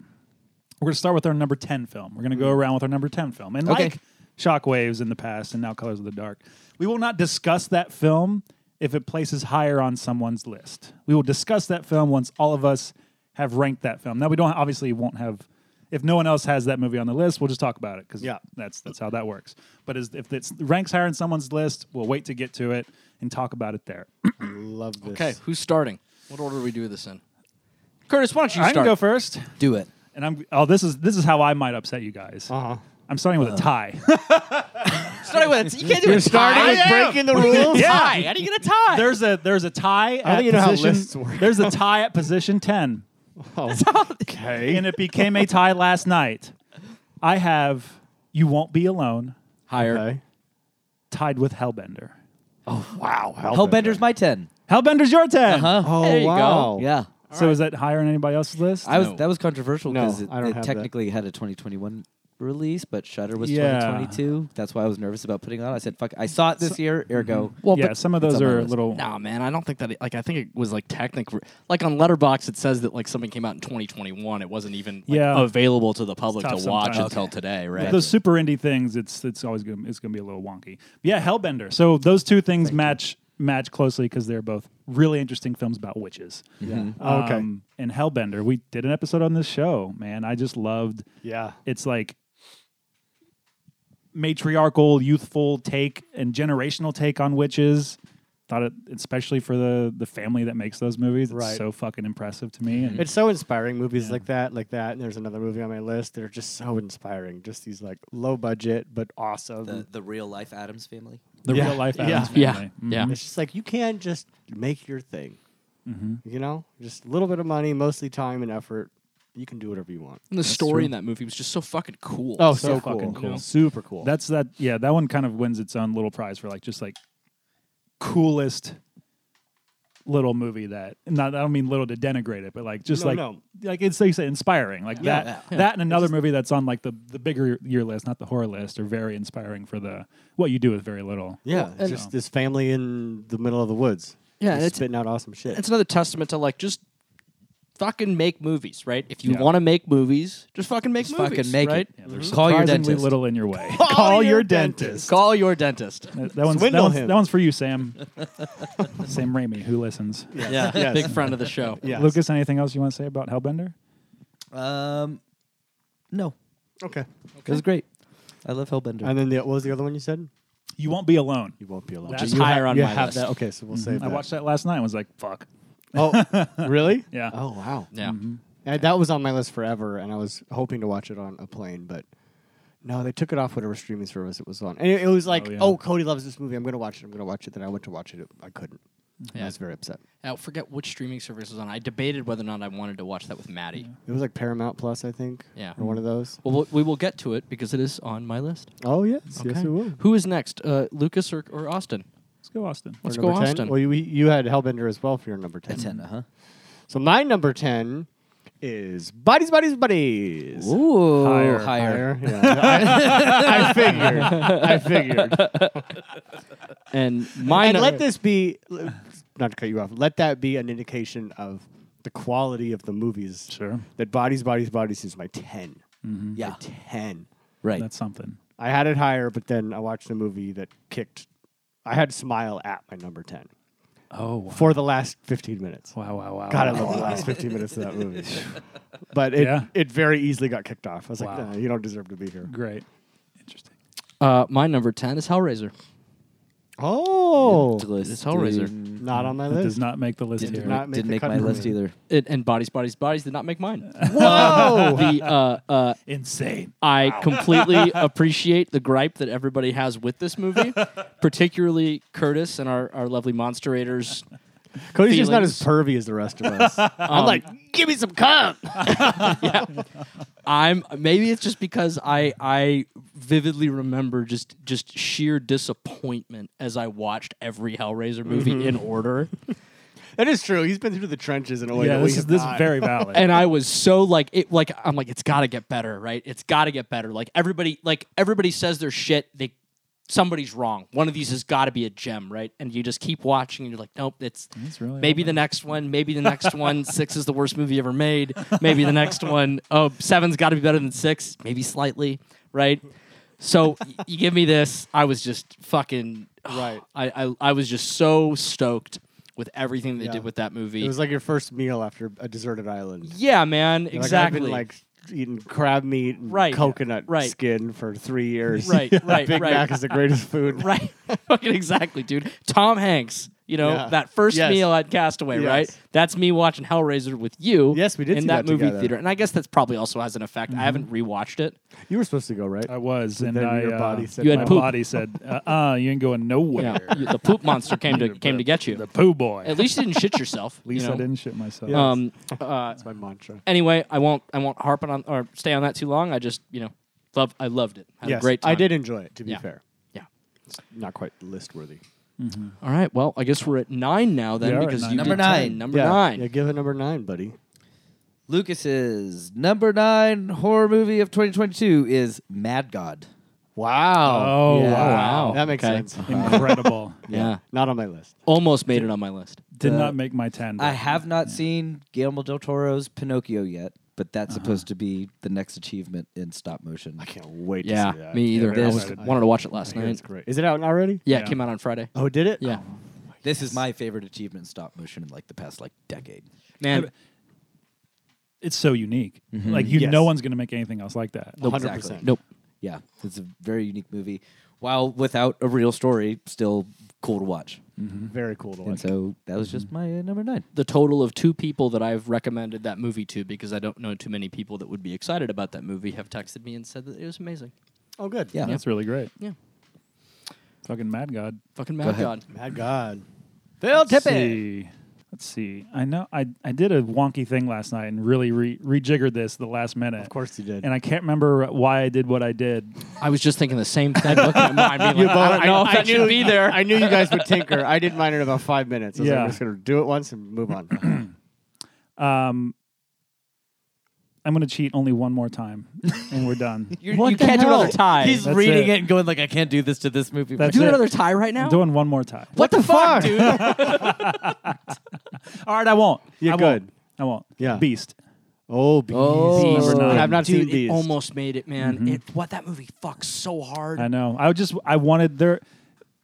[SPEAKER 8] We're going to start with our number ten film. We're going to go around with our number ten film, and
[SPEAKER 6] Okay.
[SPEAKER 8] like Shockwaves in the past, and now Colors of the Dark, we will not discuss that film if it places higher on someone's list. We will discuss that film once all of us have ranked that film. Now we don't obviously won't have. If no one else has that movie on the list, we'll just talk about it because
[SPEAKER 5] Yeah.
[SPEAKER 8] that's that's how that works. But as, if it ranks higher on someone's list, we'll wait to get to it and talk about it there.
[SPEAKER 5] Love this.
[SPEAKER 7] Okay, who's starting? What order do we do this in? Curtis, why don't you
[SPEAKER 8] I can
[SPEAKER 7] start?
[SPEAKER 8] go first.
[SPEAKER 6] Do it.
[SPEAKER 8] and I'm oh this is this is how I might upset you guys.
[SPEAKER 5] Uh huh.
[SPEAKER 8] I'm starting with
[SPEAKER 6] [laughs]
[SPEAKER 8] a tie.
[SPEAKER 7] Starting with you can't do
[SPEAKER 5] You're
[SPEAKER 7] a
[SPEAKER 5] starting
[SPEAKER 7] tie.
[SPEAKER 5] with breaking
[SPEAKER 6] [laughs]
[SPEAKER 5] the rules.
[SPEAKER 7] Tie. How do you get a tie?
[SPEAKER 8] there's a there's a tie.
[SPEAKER 5] don't
[SPEAKER 8] at
[SPEAKER 5] even know how
[SPEAKER 8] position,
[SPEAKER 5] lists work. Oh,
[SPEAKER 8] There's a tie at position ten,
[SPEAKER 5] [laughs] Okay.
[SPEAKER 8] and it became a tie last night. I have "You Won't Be Alone"
[SPEAKER 7] higher.
[SPEAKER 5] Okay.
[SPEAKER 8] tied with Hellbender.
[SPEAKER 5] Wow.
[SPEAKER 6] Hellbender's my 10.
[SPEAKER 8] Hellbender's your 10
[SPEAKER 6] Huh?
[SPEAKER 5] Oh
[SPEAKER 7] There you go.
[SPEAKER 5] wow.
[SPEAKER 6] Yeah.
[SPEAKER 8] So is that higher on anybody else's list?
[SPEAKER 6] I was
[SPEAKER 7] No.
[SPEAKER 6] that was controversial
[SPEAKER 5] No,
[SPEAKER 6] because it,
[SPEAKER 5] I don't
[SPEAKER 6] it
[SPEAKER 5] have that.
[SPEAKER 6] technically had a 2021 release, but Shutter was
[SPEAKER 8] Yeah.
[SPEAKER 6] 2022. That's why I was nervous about putting it on. I said, "Fuck, I saw it this year."
[SPEAKER 5] Mm-hmm.
[SPEAKER 6] Ergo,
[SPEAKER 7] Well,
[SPEAKER 8] yeah,
[SPEAKER 7] but-
[SPEAKER 8] some of those
[SPEAKER 6] on my
[SPEAKER 8] are a
[SPEAKER 6] list.
[SPEAKER 8] little.
[SPEAKER 7] Nah, man, I don't think that. It, like, I think it was like technically, like on Letterbox, it says that like something came out in 2021. It wasn't even like,
[SPEAKER 8] Yeah.
[SPEAKER 7] available to the public to
[SPEAKER 8] tough
[SPEAKER 7] watch
[SPEAKER 8] sometimes.
[SPEAKER 7] until today, right?
[SPEAKER 8] Those super indie things, it's it's always gonna, it's going to be a little wonky. But yeah, Hellbender. So those two things match match closely because they're both really interesting films about witches.
[SPEAKER 5] Oh, okay.
[SPEAKER 8] Um, and Hellbender, we did an episode on this show, man. I just loved
[SPEAKER 5] yeah.
[SPEAKER 8] it's like matriarchal, youthful take and generational take on witches. Thought it especially for the the family that makes those movies. It's
[SPEAKER 5] Right.
[SPEAKER 8] so fucking impressive to me. And
[SPEAKER 5] It's so inspiring. Movies like that, like that, and there's another movie on my list that are just so inspiring. Just these like low budget but awesome.
[SPEAKER 6] the,
[SPEAKER 8] Mm-hmm.
[SPEAKER 6] the real life Adams family.
[SPEAKER 8] the
[SPEAKER 5] Mm-hmm. Yeah.
[SPEAKER 8] real life
[SPEAKER 5] Yeah.
[SPEAKER 8] Addams
[SPEAKER 7] Yeah,
[SPEAKER 8] family. Mm-hmm.
[SPEAKER 7] yeah.
[SPEAKER 5] it's just like you can just make your thing. You know, just a little bit of money, mostly time and effort. You can do whatever you want.
[SPEAKER 7] And the story in that movie was just so fucking cool.
[SPEAKER 5] Oh,
[SPEAKER 8] so
[SPEAKER 5] so,
[SPEAKER 8] fucking cool.
[SPEAKER 5] super cool.
[SPEAKER 8] That's that. Yeah, that one kind of wins its own little prize for like just like coolest little movie that not I don't mean little to denigrate it, but like just
[SPEAKER 5] No,
[SPEAKER 8] like
[SPEAKER 5] no.
[SPEAKER 8] like it's like you say inspiring. Like that that and another movie that's on like the the bigger your list, not the horror list, are very inspiring for the what you do with very little.
[SPEAKER 5] Yeah,
[SPEAKER 7] and-
[SPEAKER 5] just this family in the middle of the woods.
[SPEAKER 7] Yeah,
[SPEAKER 5] Just
[SPEAKER 7] and it's-
[SPEAKER 5] spitting out awesome shit.
[SPEAKER 7] It's another testament to like just fucking make movies, right? If you
[SPEAKER 8] Yeah.
[SPEAKER 7] want to make movies, just fucking make
[SPEAKER 6] Just
[SPEAKER 7] movies,
[SPEAKER 6] fucking make
[SPEAKER 7] right?
[SPEAKER 6] it.
[SPEAKER 5] Mm-hmm.
[SPEAKER 6] Call your
[SPEAKER 8] Surprisingly
[SPEAKER 6] dentist.
[SPEAKER 8] little in your way.
[SPEAKER 5] Call your
[SPEAKER 7] Call your dentist.
[SPEAKER 8] That, that one's, that,
[SPEAKER 5] Swindle
[SPEAKER 8] one's,
[SPEAKER 5] him.
[SPEAKER 8] that one's for
[SPEAKER 5] [laughs]
[SPEAKER 8] you, Sam. Sam Raimi, who listens.
[SPEAKER 7] Yeah,
[SPEAKER 5] Yes.
[SPEAKER 7] big friend of the show.
[SPEAKER 5] Yes.
[SPEAKER 8] Lucas, anything else you want to say about Hellbender?
[SPEAKER 6] Um, no,
[SPEAKER 5] Okay.
[SPEAKER 6] it was great. I love Hellbender.
[SPEAKER 5] And then the, what was the other one you said?
[SPEAKER 8] You won't be alone.
[SPEAKER 5] You won't be alone.
[SPEAKER 8] That's
[SPEAKER 5] you
[SPEAKER 7] higher on
[SPEAKER 5] you
[SPEAKER 7] my
[SPEAKER 5] have
[SPEAKER 7] list.
[SPEAKER 5] That. Okay, so we'll save that.
[SPEAKER 8] I watched that last night and was like, fuck.
[SPEAKER 5] Oh, really?
[SPEAKER 8] Yeah.
[SPEAKER 5] Oh, wow.
[SPEAKER 7] Yeah.
[SPEAKER 5] And that was on my list forever, and I was hoping to watch it on a plane, but no, they took it off whatever streaming service it was on. And it, it was like, oh,
[SPEAKER 8] yeah.
[SPEAKER 5] Cody loves this movie. I'm going to watch it. I'm going to watch it. Then I went to watch it. I couldn't. I
[SPEAKER 7] Yeah.
[SPEAKER 5] was very upset.
[SPEAKER 7] I forget which streaming service was on. I debated whether or not I wanted to watch that with Maddie.
[SPEAKER 5] It was like Paramount Plus, I think.
[SPEAKER 7] Yeah.
[SPEAKER 5] Or one of those.
[SPEAKER 7] Well, we'll- we will get to it because it is on my list.
[SPEAKER 5] Oh, yes. Yes, it will.
[SPEAKER 7] Who is next, uh, Lucas or, or Austin?
[SPEAKER 8] Let's go, Austin.
[SPEAKER 7] Let's
[SPEAKER 5] For
[SPEAKER 7] go,
[SPEAKER 5] number 10?
[SPEAKER 7] Austin.
[SPEAKER 5] Well, you, you had Hellbender as well for your number 10.
[SPEAKER 6] Ten, uh-huh. huh?
[SPEAKER 5] So my number 10 is Bodies, Bodies, Bodies.
[SPEAKER 6] Ooh,
[SPEAKER 8] Higher.
[SPEAKER 5] Higher. Yeah. I, I figured. [laughs] I figured.
[SPEAKER 7] And mine.
[SPEAKER 5] and let this be not to cut you off. Let that be an indication of the quality of the movies.
[SPEAKER 8] Sure. Mm-hmm.
[SPEAKER 5] That bodies, bodies, bodies is my 10
[SPEAKER 6] Yeah,
[SPEAKER 5] Ten.
[SPEAKER 6] right.
[SPEAKER 8] [laughs] That's something.
[SPEAKER 5] I had it higher, but then I watched a movie that kicked. I had smile at my number ten
[SPEAKER 8] Oh, wow.
[SPEAKER 5] for the last fifteen minutes.
[SPEAKER 8] Wow, wow, wow.
[SPEAKER 5] God, I love the last fifteen minutes of that
[SPEAKER 8] [laughs]
[SPEAKER 5] movie. But it
[SPEAKER 8] Yeah.
[SPEAKER 5] it very easily got kicked off. I was
[SPEAKER 8] Wow.
[SPEAKER 5] like, nah, you don't deserve to be here.
[SPEAKER 8] Great. Interesting.
[SPEAKER 7] uh, my number ten is Hellraiser.
[SPEAKER 5] Oh,
[SPEAKER 7] It's Hellraiser.
[SPEAKER 6] Didn't,
[SPEAKER 5] not on my
[SPEAKER 8] That does
[SPEAKER 5] list.
[SPEAKER 8] not make the list
[SPEAKER 5] did
[SPEAKER 8] here.
[SPEAKER 5] not make
[SPEAKER 6] didn't
[SPEAKER 5] the
[SPEAKER 6] make
[SPEAKER 5] cut
[SPEAKER 6] my
[SPEAKER 5] for
[SPEAKER 6] list
[SPEAKER 5] me.
[SPEAKER 6] either.
[SPEAKER 7] It, and bodies, bodies, bodies did not make mine.
[SPEAKER 5] [laughs] Whoa!
[SPEAKER 7] [laughs] the uh, uh,
[SPEAKER 8] Insane.
[SPEAKER 7] I
[SPEAKER 5] [laughs]
[SPEAKER 7] completely appreciate the gripe that everybody has with this movie, particularly Curtis and our, our lovely monsterators.
[SPEAKER 5] Cody's just not as
[SPEAKER 7] feelings.
[SPEAKER 5] pervy as the rest of
[SPEAKER 8] [laughs]
[SPEAKER 5] us. I'm
[SPEAKER 8] Um,
[SPEAKER 5] like, give me some cum.
[SPEAKER 7] I'm maybe it's just because I I vividly remember just just sheer disappointment as I watched every Hellraiser movie
[SPEAKER 5] Mm-hmm.
[SPEAKER 7] in order,
[SPEAKER 5] That is true. He's been through the trenches in a way
[SPEAKER 8] yeah,
[SPEAKER 5] that Oh, we
[SPEAKER 8] this is,
[SPEAKER 5] have
[SPEAKER 8] this is
[SPEAKER 5] not.
[SPEAKER 8] very
[SPEAKER 5] [laughs]
[SPEAKER 8] valid.
[SPEAKER 7] and I was so like it like I'm like it's got to get better, right? It's got to get better. Like everybody like everybody says their shit. They somebody's wrong. One of these has got to be a gem, right? And you just keep watching, and you're like, nope, it's
[SPEAKER 8] It's really
[SPEAKER 7] Maybe the next one. Maybe the next
[SPEAKER 5] [laughs]
[SPEAKER 7] one. Six is the worst movie ever made. Maybe the next one. Oh, seven's got to be better than six. Maybe slightly, right? So y- you give me this. I was just fucking [sighs] right. I I, I was just so stoked with everything they
[SPEAKER 5] Yeah.
[SPEAKER 7] did with that movie.
[SPEAKER 5] It was like your first meal after a deserted island.
[SPEAKER 7] yeah, man,
[SPEAKER 5] Like,
[SPEAKER 7] exactly.
[SPEAKER 5] I've been like eating crab meat and
[SPEAKER 7] Right,
[SPEAKER 5] coconut
[SPEAKER 7] right.
[SPEAKER 5] skin for three years. [laughs]
[SPEAKER 7] Right, right,
[SPEAKER 5] Big
[SPEAKER 7] right.
[SPEAKER 5] Mac is the greatest
[SPEAKER 8] [laughs]
[SPEAKER 5] food.
[SPEAKER 7] [laughs] right, fucking exactly, dude. Tom Hanks. You know
[SPEAKER 5] Yeah.
[SPEAKER 7] that first
[SPEAKER 5] Yes.
[SPEAKER 7] meal at Castaway,
[SPEAKER 5] Yes.
[SPEAKER 7] right? That's me watching Hellraiser with you.
[SPEAKER 5] Yes, we did
[SPEAKER 7] in
[SPEAKER 5] see
[SPEAKER 7] that,
[SPEAKER 5] that
[SPEAKER 7] movie
[SPEAKER 5] together. Mm-hmm.
[SPEAKER 7] theater, and I guess that's probably also has an effect. I haven't rewatched it.
[SPEAKER 5] You were supposed to go, right?
[SPEAKER 8] I was, and
[SPEAKER 5] then
[SPEAKER 8] I,
[SPEAKER 5] your
[SPEAKER 8] uh,
[SPEAKER 5] body said
[SPEAKER 7] You had
[SPEAKER 8] my
[SPEAKER 7] poop.
[SPEAKER 8] body said,
[SPEAKER 7] [laughs]
[SPEAKER 8] uh, uh, you ain't going
[SPEAKER 7] Yeah,
[SPEAKER 8] nowhere.
[SPEAKER 7] you- the poop monster came to came to get you.
[SPEAKER 8] [laughs] The poo boy.
[SPEAKER 7] At least you didn't shit yourself.
[SPEAKER 8] At least
[SPEAKER 7] you know?
[SPEAKER 8] I didn't shit myself.
[SPEAKER 7] Um, uh,
[SPEAKER 5] That's my mantra.
[SPEAKER 7] anyway, I won't I won't harp on or stay on that too long. I just you know love I loved it. Had
[SPEAKER 5] yes,
[SPEAKER 7] a great time.
[SPEAKER 5] I did enjoy it. To be
[SPEAKER 7] Yeah.
[SPEAKER 5] fair,
[SPEAKER 7] Yeah.
[SPEAKER 5] it's not quite list worthy.
[SPEAKER 7] All right. Well, I guess we're at nine now
[SPEAKER 8] We
[SPEAKER 7] then
[SPEAKER 8] are at
[SPEAKER 7] because
[SPEAKER 8] nine.
[SPEAKER 7] you
[SPEAKER 6] Number
[SPEAKER 7] did 10.
[SPEAKER 6] nine.
[SPEAKER 7] Number
[SPEAKER 5] yeah.
[SPEAKER 7] nine.
[SPEAKER 5] Yeah, give it number nine, buddy.
[SPEAKER 6] Lucas's number nine horror movie of 2022 is Mad God.
[SPEAKER 5] Wow.
[SPEAKER 8] oh,
[SPEAKER 6] Yeah.
[SPEAKER 8] wow.
[SPEAKER 5] That makes
[SPEAKER 7] Okay.
[SPEAKER 5] sense. [laughs]
[SPEAKER 8] Incredible.
[SPEAKER 7] Yeah.
[SPEAKER 5] Not on my list.
[SPEAKER 7] Almost made it on my list.
[SPEAKER 8] Did
[SPEAKER 6] Uh,
[SPEAKER 8] not make my 10.
[SPEAKER 6] I have not seen Guillermo del Toro's Pinocchio yet, but that's supposed to be the next achievement in stop motion.
[SPEAKER 5] I can't wait
[SPEAKER 7] Yeah.
[SPEAKER 5] to see that.
[SPEAKER 7] Me either.
[SPEAKER 8] very
[SPEAKER 7] I was-
[SPEAKER 8] excited.
[SPEAKER 7] wanted to watch it last
[SPEAKER 5] I hear
[SPEAKER 7] night.
[SPEAKER 5] It's great. Is it out already?
[SPEAKER 7] Yeah,
[SPEAKER 8] Yeah.
[SPEAKER 7] It came out on Friday.
[SPEAKER 5] Oh, did it?
[SPEAKER 7] Yeah.
[SPEAKER 6] This is my favorite achievement in stop motion in like the past like decade.
[SPEAKER 7] Man.
[SPEAKER 8] It's so unique.
[SPEAKER 7] Mm-hmm.
[SPEAKER 8] Like, you,
[SPEAKER 5] Yes.
[SPEAKER 8] no one's going to make anything else like that.
[SPEAKER 5] Nope. 100%.
[SPEAKER 6] Exactly.
[SPEAKER 7] Nope.
[SPEAKER 6] Yeah, it's a very unique movie. While without a real story, still cool to watch.
[SPEAKER 5] Very cool to
[SPEAKER 6] And
[SPEAKER 5] watch.
[SPEAKER 6] so that was just my uh, number nine.
[SPEAKER 7] the total of two people that I've recommended that movie to because I don't know too many people that would be excited about that movie have texted me and said that it was amazing.
[SPEAKER 5] Oh, good.
[SPEAKER 6] Yeah.
[SPEAKER 8] That's really great.
[SPEAKER 7] Yeah.
[SPEAKER 8] Fucking Mad God.
[SPEAKER 7] Fucking mad
[SPEAKER 6] ahead.
[SPEAKER 7] god.
[SPEAKER 5] Mad God.
[SPEAKER 6] Phil
[SPEAKER 8] Let's see. Let's see. I know I, I did a wonky thing last night and really re- rejiggered this the last minute. Of
[SPEAKER 5] course you did.
[SPEAKER 8] And I can't remember why I did what I did.
[SPEAKER 7] I was just thinking the same thing. Looking at mine, being like, I don't know if I, knew
[SPEAKER 5] knew
[SPEAKER 7] be there.
[SPEAKER 5] I knew you guys
[SPEAKER 8] [laughs]
[SPEAKER 5] would tinker. I did mine in about five minutes. I was like,
[SPEAKER 8] Yeah.
[SPEAKER 5] I'm just gonna do it once and move on.
[SPEAKER 8] I'm going to cheat only one more time and we're done.
[SPEAKER 7] [laughs] You're,
[SPEAKER 4] What
[SPEAKER 7] you
[SPEAKER 4] the
[SPEAKER 7] can't do another
[SPEAKER 4] hell?
[SPEAKER 7] tie.
[SPEAKER 6] He's
[SPEAKER 8] That's
[SPEAKER 6] reading
[SPEAKER 8] it.
[SPEAKER 6] it. and going like, I can't do this to this movie.
[SPEAKER 8] That's
[SPEAKER 7] doing
[SPEAKER 8] it.
[SPEAKER 7] another tie right now.
[SPEAKER 8] I'm doing one more time.
[SPEAKER 7] what the fuck, dude?
[SPEAKER 8] All right, I won't.
[SPEAKER 5] You're
[SPEAKER 8] I won't.
[SPEAKER 5] good.
[SPEAKER 8] I won't.
[SPEAKER 5] Yeah.
[SPEAKER 8] Beast.
[SPEAKER 5] oh, beast.
[SPEAKER 8] Number nine. Mm-hmm.
[SPEAKER 5] I've not
[SPEAKER 7] Dude,
[SPEAKER 5] seen
[SPEAKER 7] it
[SPEAKER 5] beast.
[SPEAKER 7] almost made it, man. It, what that movie fucks so hard.
[SPEAKER 8] I know. I just I wanted there.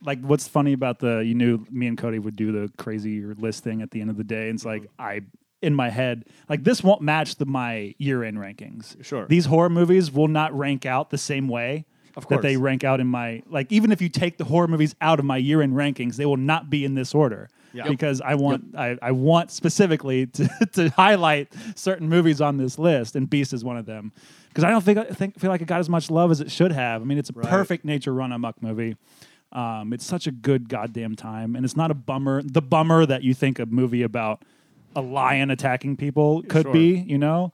[SPEAKER 8] Like, what's funny about the you knew me and Cody would do the crazy list thing at the end of the day. And it's like I in my head like this won't match the my year end rankings.
[SPEAKER 5] Sure.
[SPEAKER 8] these horror movies will not rank out the same way. Of
[SPEAKER 5] course.
[SPEAKER 8] That they rank out in my like even if you take the horror movies out of my year end rankings, they will not be in this order.
[SPEAKER 5] Yep.
[SPEAKER 8] Because I want I, I want specifically [laughs] to, to highlight certain movies on this list, and Beast is one of them. Because I don't think I think feel like it got as much love as it should have. I mean, it's a perfect nature run amok movie. Um, it's such a good goddamn time, and it's not a bummer. The bummer that you think a movie about a lion attacking people could
[SPEAKER 5] Sure.
[SPEAKER 8] be, you know.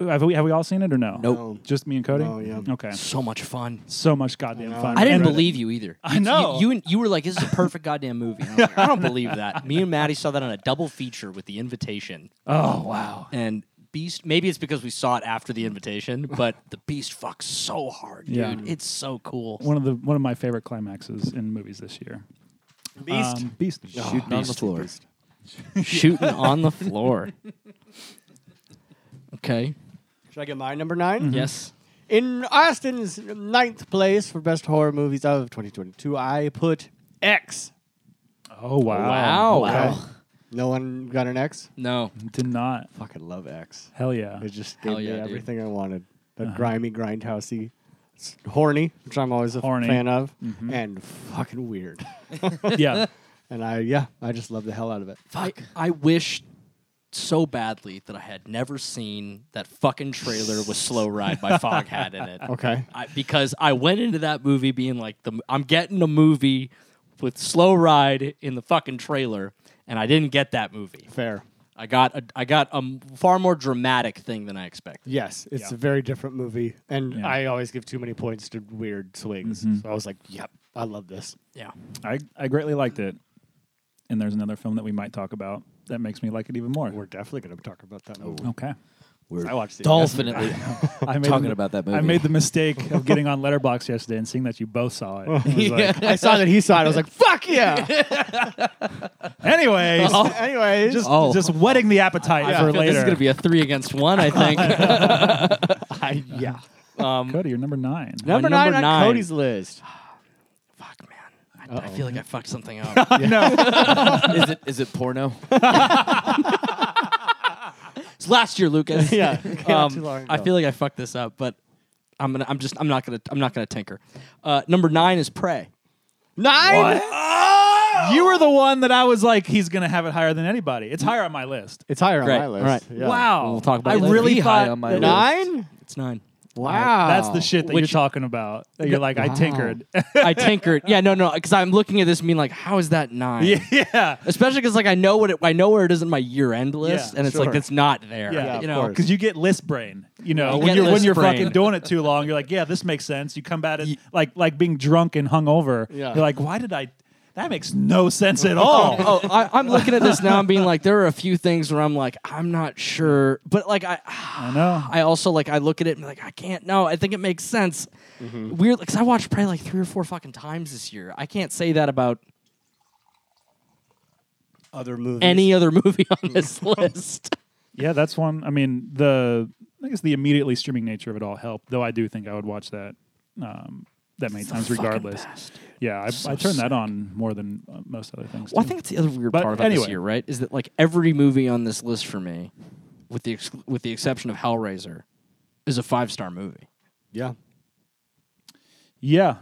[SPEAKER 8] Have we have we all seen it or no?
[SPEAKER 6] Nope.
[SPEAKER 5] No.
[SPEAKER 8] Just me and Cody.
[SPEAKER 5] No, yeah.
[SPEAKER 8] Okay.
[SPEAKER 7] so much fun.
[SPEAKER 8] So much goddamn fun.
[SPEAKER 7] I didn't
[SPEAKER 8] And-
[SPEAKER 7] believe you either.
[SPEAKER 8] I know.
[SPEAKER 7] you, you. You were like, "This is a perfect goddamn movie." And I, was like, I don't believe
[SPEAKER 8] [laughs]
[SPEAKER 7] that. Me and Maddie saw that on a double feature with The Invitation
[SPEAKER 8] Oh wow.
[SPEAKER 7] and Beast. Maybe it's because we saw it after The Invitation,
[SPEAKER 8] [laughs]
[SPEAKER 7] but The Beast fucks so hard, dude.
[SPEAKER 8] Yeah.
[SPEAKER 7] It's so cool.
[SPEAKER 8] [laughs] One of the one of my favorite climaxes in movies this year.
[SPEAKER 5] Oh, Beast.
[SPEAKER 8] Um, Beast.
[SPEAKER 6] Shooting on the floor.
[SPEAKER 8] [laughs]
[SPEAKER 7] Shooting on the floor. Okay.
[SPEAKER 5] Should I get my number 9
[SPEAKER 8] Mm-hmm.
[SPEAKER 7] Yes.
[SPEAKER 5] In Austin's ninth place for best horror movies of 2022, I put X.
[SPEAKER 8] Oh wow.
[SPEAKER 7] Wow.
[SPEAKER 5] Okay. No one got an X.
[SPEAKER 7] No.
[SPEAKER 8] Did not.
[SPEAKER 5] Fucking love X.
[SPEAKER 8] Hell yeah.
[SPEAKER 5] It just
[SPEAKER 7] Hell
[SPEAKER 5] gave
[SPEAKER 7] yeah,
[SPEAKER 5] me
[SPEAKER 7] dude. Uh-huh.
[SPEAKER 5] everything I wanted. That grimy, grindhousey, s- horny, which I'm always a
[SPEAKER 8] Horny.
[SPEAKER 5] fan of,
[SPEAKER 7] Mm-hmm.
[SPEAKER 5] and fucking weird. [laughs]
[SPEAKER 8] yeah.
[SPEAKER 5] and I, yeah, I just love the hell out of it.
[SPEAKER 7] Fuck. I, I wish so badly that I had never seen that fucking trailer with Slow Ride
[SPEAKER 8] [laughs]
[SPEAKER 7] by Foghat in it.
[SPEAKER 5] Okay.
[SPEAKER 7] I, because I went into that movie being like, the, I'm getting a movie with Slow Ride in the fucking trailer, and I didn't get that movie.
[SPEAKER 5] Fair.
[SPEAKER 7] I got a, I got a m- far more dramatic thing than I expected.
[SPEAKER 5] Yes, it's
[SPEAKER 8] Yeah.
[SPEAKER 5] a very different movie. And
[SPEAKER 8] Yeah.
[SPEAKER 5] I always give too many points to weird swings.
[SPEAKER 7] Mm-hmm.
[SPEAKER 5] So I was like, yep, I love this.
[SPEAKER 7] Yeah.
[SPEAKER 8] I, I greatly liked it. And there's another film that we might talk about that makes me like it even more.
[SPEAKER 5] We're definitely going to talk about that movie.
[SPEAKER 7] Oh.
[SPEAKER 8] Okay.
[SPEAKER 5] I watched it.
[SPEAKER 6] Dolphinitely.
[SPEAKER 8] I made
[SPEAKER 6] Talking
[SPEAKER 8] the-
[SPEAKER 6] about that
[SPEAKER 8] I
[SPEAKER 6] movie.
[SPEAKER 8] made the mistake of getting on Letterbox yesterday and seeing that you both saw it. I was
[SPEAKER 5] [laughs]
[SPEAKER 8] like,
[SPEAKER 5] I saw that he saw it. I was
[SPEAKER 7] [laughs]
[SPEAKER 5] like, fuck yeah.
[SPEAKER 8] Anyways,
[SPEAKER 5] Anyways,
[SPEAKER 8] just
[SPEAKER 6] Oh.
[SPEAKER 8] just whetting the appetite
[SPEAKER 5] Yeah.
[SPEAKER 8] for
[SPEAKER 7] But This is
[SPEAKER 8] later.
[SPEAKER 7] going to be a three against one, I
[SPEAKER 5] [laughs]
[SPEAKER 7] think. [laughs]
[SPEAKER 5] I,
[SPEAKER 8] [laughs]
[SPEAKER 5] yeah.
[SPEAKER 8] Cody, you're number nine.
[SPEAKER 5] Oh, Number,
[SPEAKER 7] number
[SPEAKER 5] nine on
[SPEAKER 7] nine. [laughs]
[SPEAKER 5] Cody's list.
[SPEAKER 7] Fuck, man. I, I feel like I fucked something up.
[SPEAKER 5] [laughs]
[SPEAKER 7] [laughs]
[SPEAKER 6] is it is it porno?
[SPEAKER 7] It's last year, Lucas.
[SPEAKER 5] [laughs] Yeah.
[SPEAKER 7] [laughs] Um, I feel like I fucked this up, but I'm gonna. I'm just. I'm not gonna. I'm not gonna tinker. Uh, number nine is Prey.
[SPEAKER 5] nine.
[SPEAKER 8] You were the one that I was like, he's going to have it higher than anybody. It's higher on my list.
[SPEAKER 5] It's higher
[SPEAKER 7] Great.
[SPEAKER 5] on my list.
[SPEAKER 7] All right.
[SPEAKER 5] Yeah.
[SPEAKER 8] Wow.
[SPEAKER 7] We'll talk about
[SPEAKER 8] I
[SPEAKER 7] it later.
[SPEAKER 8] really
[SPEAKER 6] Be
[SPEAKER 8] thought
[SPEAKER 6] high on my
[SPEAKER 8] that-
[SPEAKER 6] list.
[SPEAKER 5] Nine?
[SPEAKER 7] It's nine.
[SPEAKER 5] Wow.
[SPEAKER 8] That's the shit that
[SPEAKER 7] Which-
[SPEAKER 8] you're talking about. That you're like, I tinkered.
[SPEAKER 7] [laughs]
[SPEAKER 8] [laughs]
[SPEAKER 7] I tinkered. Yeah, no, no, because I'm looking at this and being like, how is that nine?
[SPEAKER 8] yeah.
[SPEAKER 7] Especially because like I know what it, I know where it is in my year end list,
[SPEAKER 8] Yeah,
[SPEAKER 7] and it's like
[SPEAKER 5] sure.
[SPEAKER 7] it's not there.
[SPEAKER 8] Yeah,
[SPEAKER 7] you
[SPEAKER 5] of
[SPEAKER 7] know.
[SPEAKER 5] course.
[SPEAKER 8] Because you get list brain, you know,
[SPEAKER 7] You
[SPEAKER 8] when
[SPEAKER 7] get
[SPEAKER 8] you're when
[SPEAKER 7] list
[SPEAKER 8] you're
[SPEAKER 7] brain.
[SPEAKER 8] fucking doing it too long, you're like, yeah, this makes sense. You come at it like like being drunk and hungover.
[SPEAKER 5] Yeah.
[SPEAKER 8] You're like, why did I? That makes no sense at all.
[SPEAKER 7] [laughs] Oh, I, I'm looking at this now and being like, there are a few things where I'm like, I'm not sure, but like I,
[SPEAKER 8] I know.
[SPEAKER 7] I also like I look at it and be like I can't no I think it makes sense.
[SPEAKER 8] Mm-hmm.
[SPEAKER 7] Weird because I watched Prey like three or four fucking times this year. I can't say that about
[SPEAKER 5] Other movies.
[SPEAKER 7] any other [laughs] movie on
[SPEAKER 8] [laughs]
[SPEAKER 7] this list.
[SPEAKER 8] Yeah, that's one. I mean, the I guess the immediately streaming nature of it all helped. Though I do think I would watch that um, that many times, regardless. yeah, I, I turn that on more than uh, most other things.
[SPEAKER 7] Well, I
[SPEAKER 8] too.
[SPEAKER 7] think that's the other weird
[SPEAKER 8] But
[SPEAKER 7] part about this
[SPEAKER 8] anyway.
[SPEAKER 7] year, right? Is that like every movie on this list for me, with the ex- with the exception of Hellraiser, is a five star movie
[SPEAKER 5] Yeah.
[SPEAKER 8] yeah,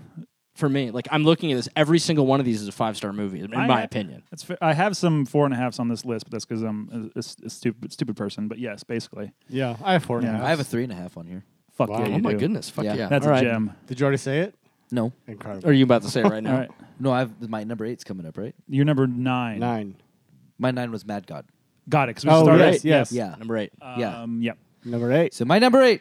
[SPEAKER 7] for me. Like I'm looking at this, every single one of these is a five star movie in
[SPEAKER 8] I
[SPEAKER 7] my
[SPEAKER 8] ha-
[SPEAKER 7] opinion.
[SPEAKER 8] that's fair. I have some four and a halves on this list, but that's because I'm a, a- a stupid stupid person. But yes, basically,
[SPEAKER 5] Yeah. I have four and a half.
[SPEAKER 6] I have a three and a half on here.
[SPEAKER 8] fuck
[SPEAKER 5] Wow.
[SPEAKER 8] yeah, you
[SPEAKER 7] oh my
[SPEAKER 8] do.
[SPEAKER 7] goodness, fuck yeah!
[SPEAKER 6] Yeah.
[SPEAKER 8] that's
[SPEAKER 7] All
[SPEAKER 8] a
[SPEAKER 7] right.
[SPEAKER 8] gem.
[SPEAKER 5] Did you already say it?
[SPEAKER 6] No,
[SPEAKER 5] Incredible.
[SPEAKER 8] [laughs]
[SPEAKER 7] Are you about to say it right now?
[SPEAKER 8] All right,
[SPEAKER 6] no, I've my number eight's coming up, right?
[SPEAKER 8] you're number nine.
[SPEAKER 5] Nine.
[SPEAKER 6] My nine was Mad God.
[SPEAKER 8] Got it. 'cause we
[SPEAKER 5] Oh,
[SPEAKER 8] started.
[SPEAKER 5] right, yes.
[SPEAKER 6] Yeah.
[SPEAKER 7] Number eight.
[SPEAKER 6] yeah.
[SPEAKER 8] Um, yep.
[SPEAKER 5] Number eight.
[SPEAKER 6] So my number eight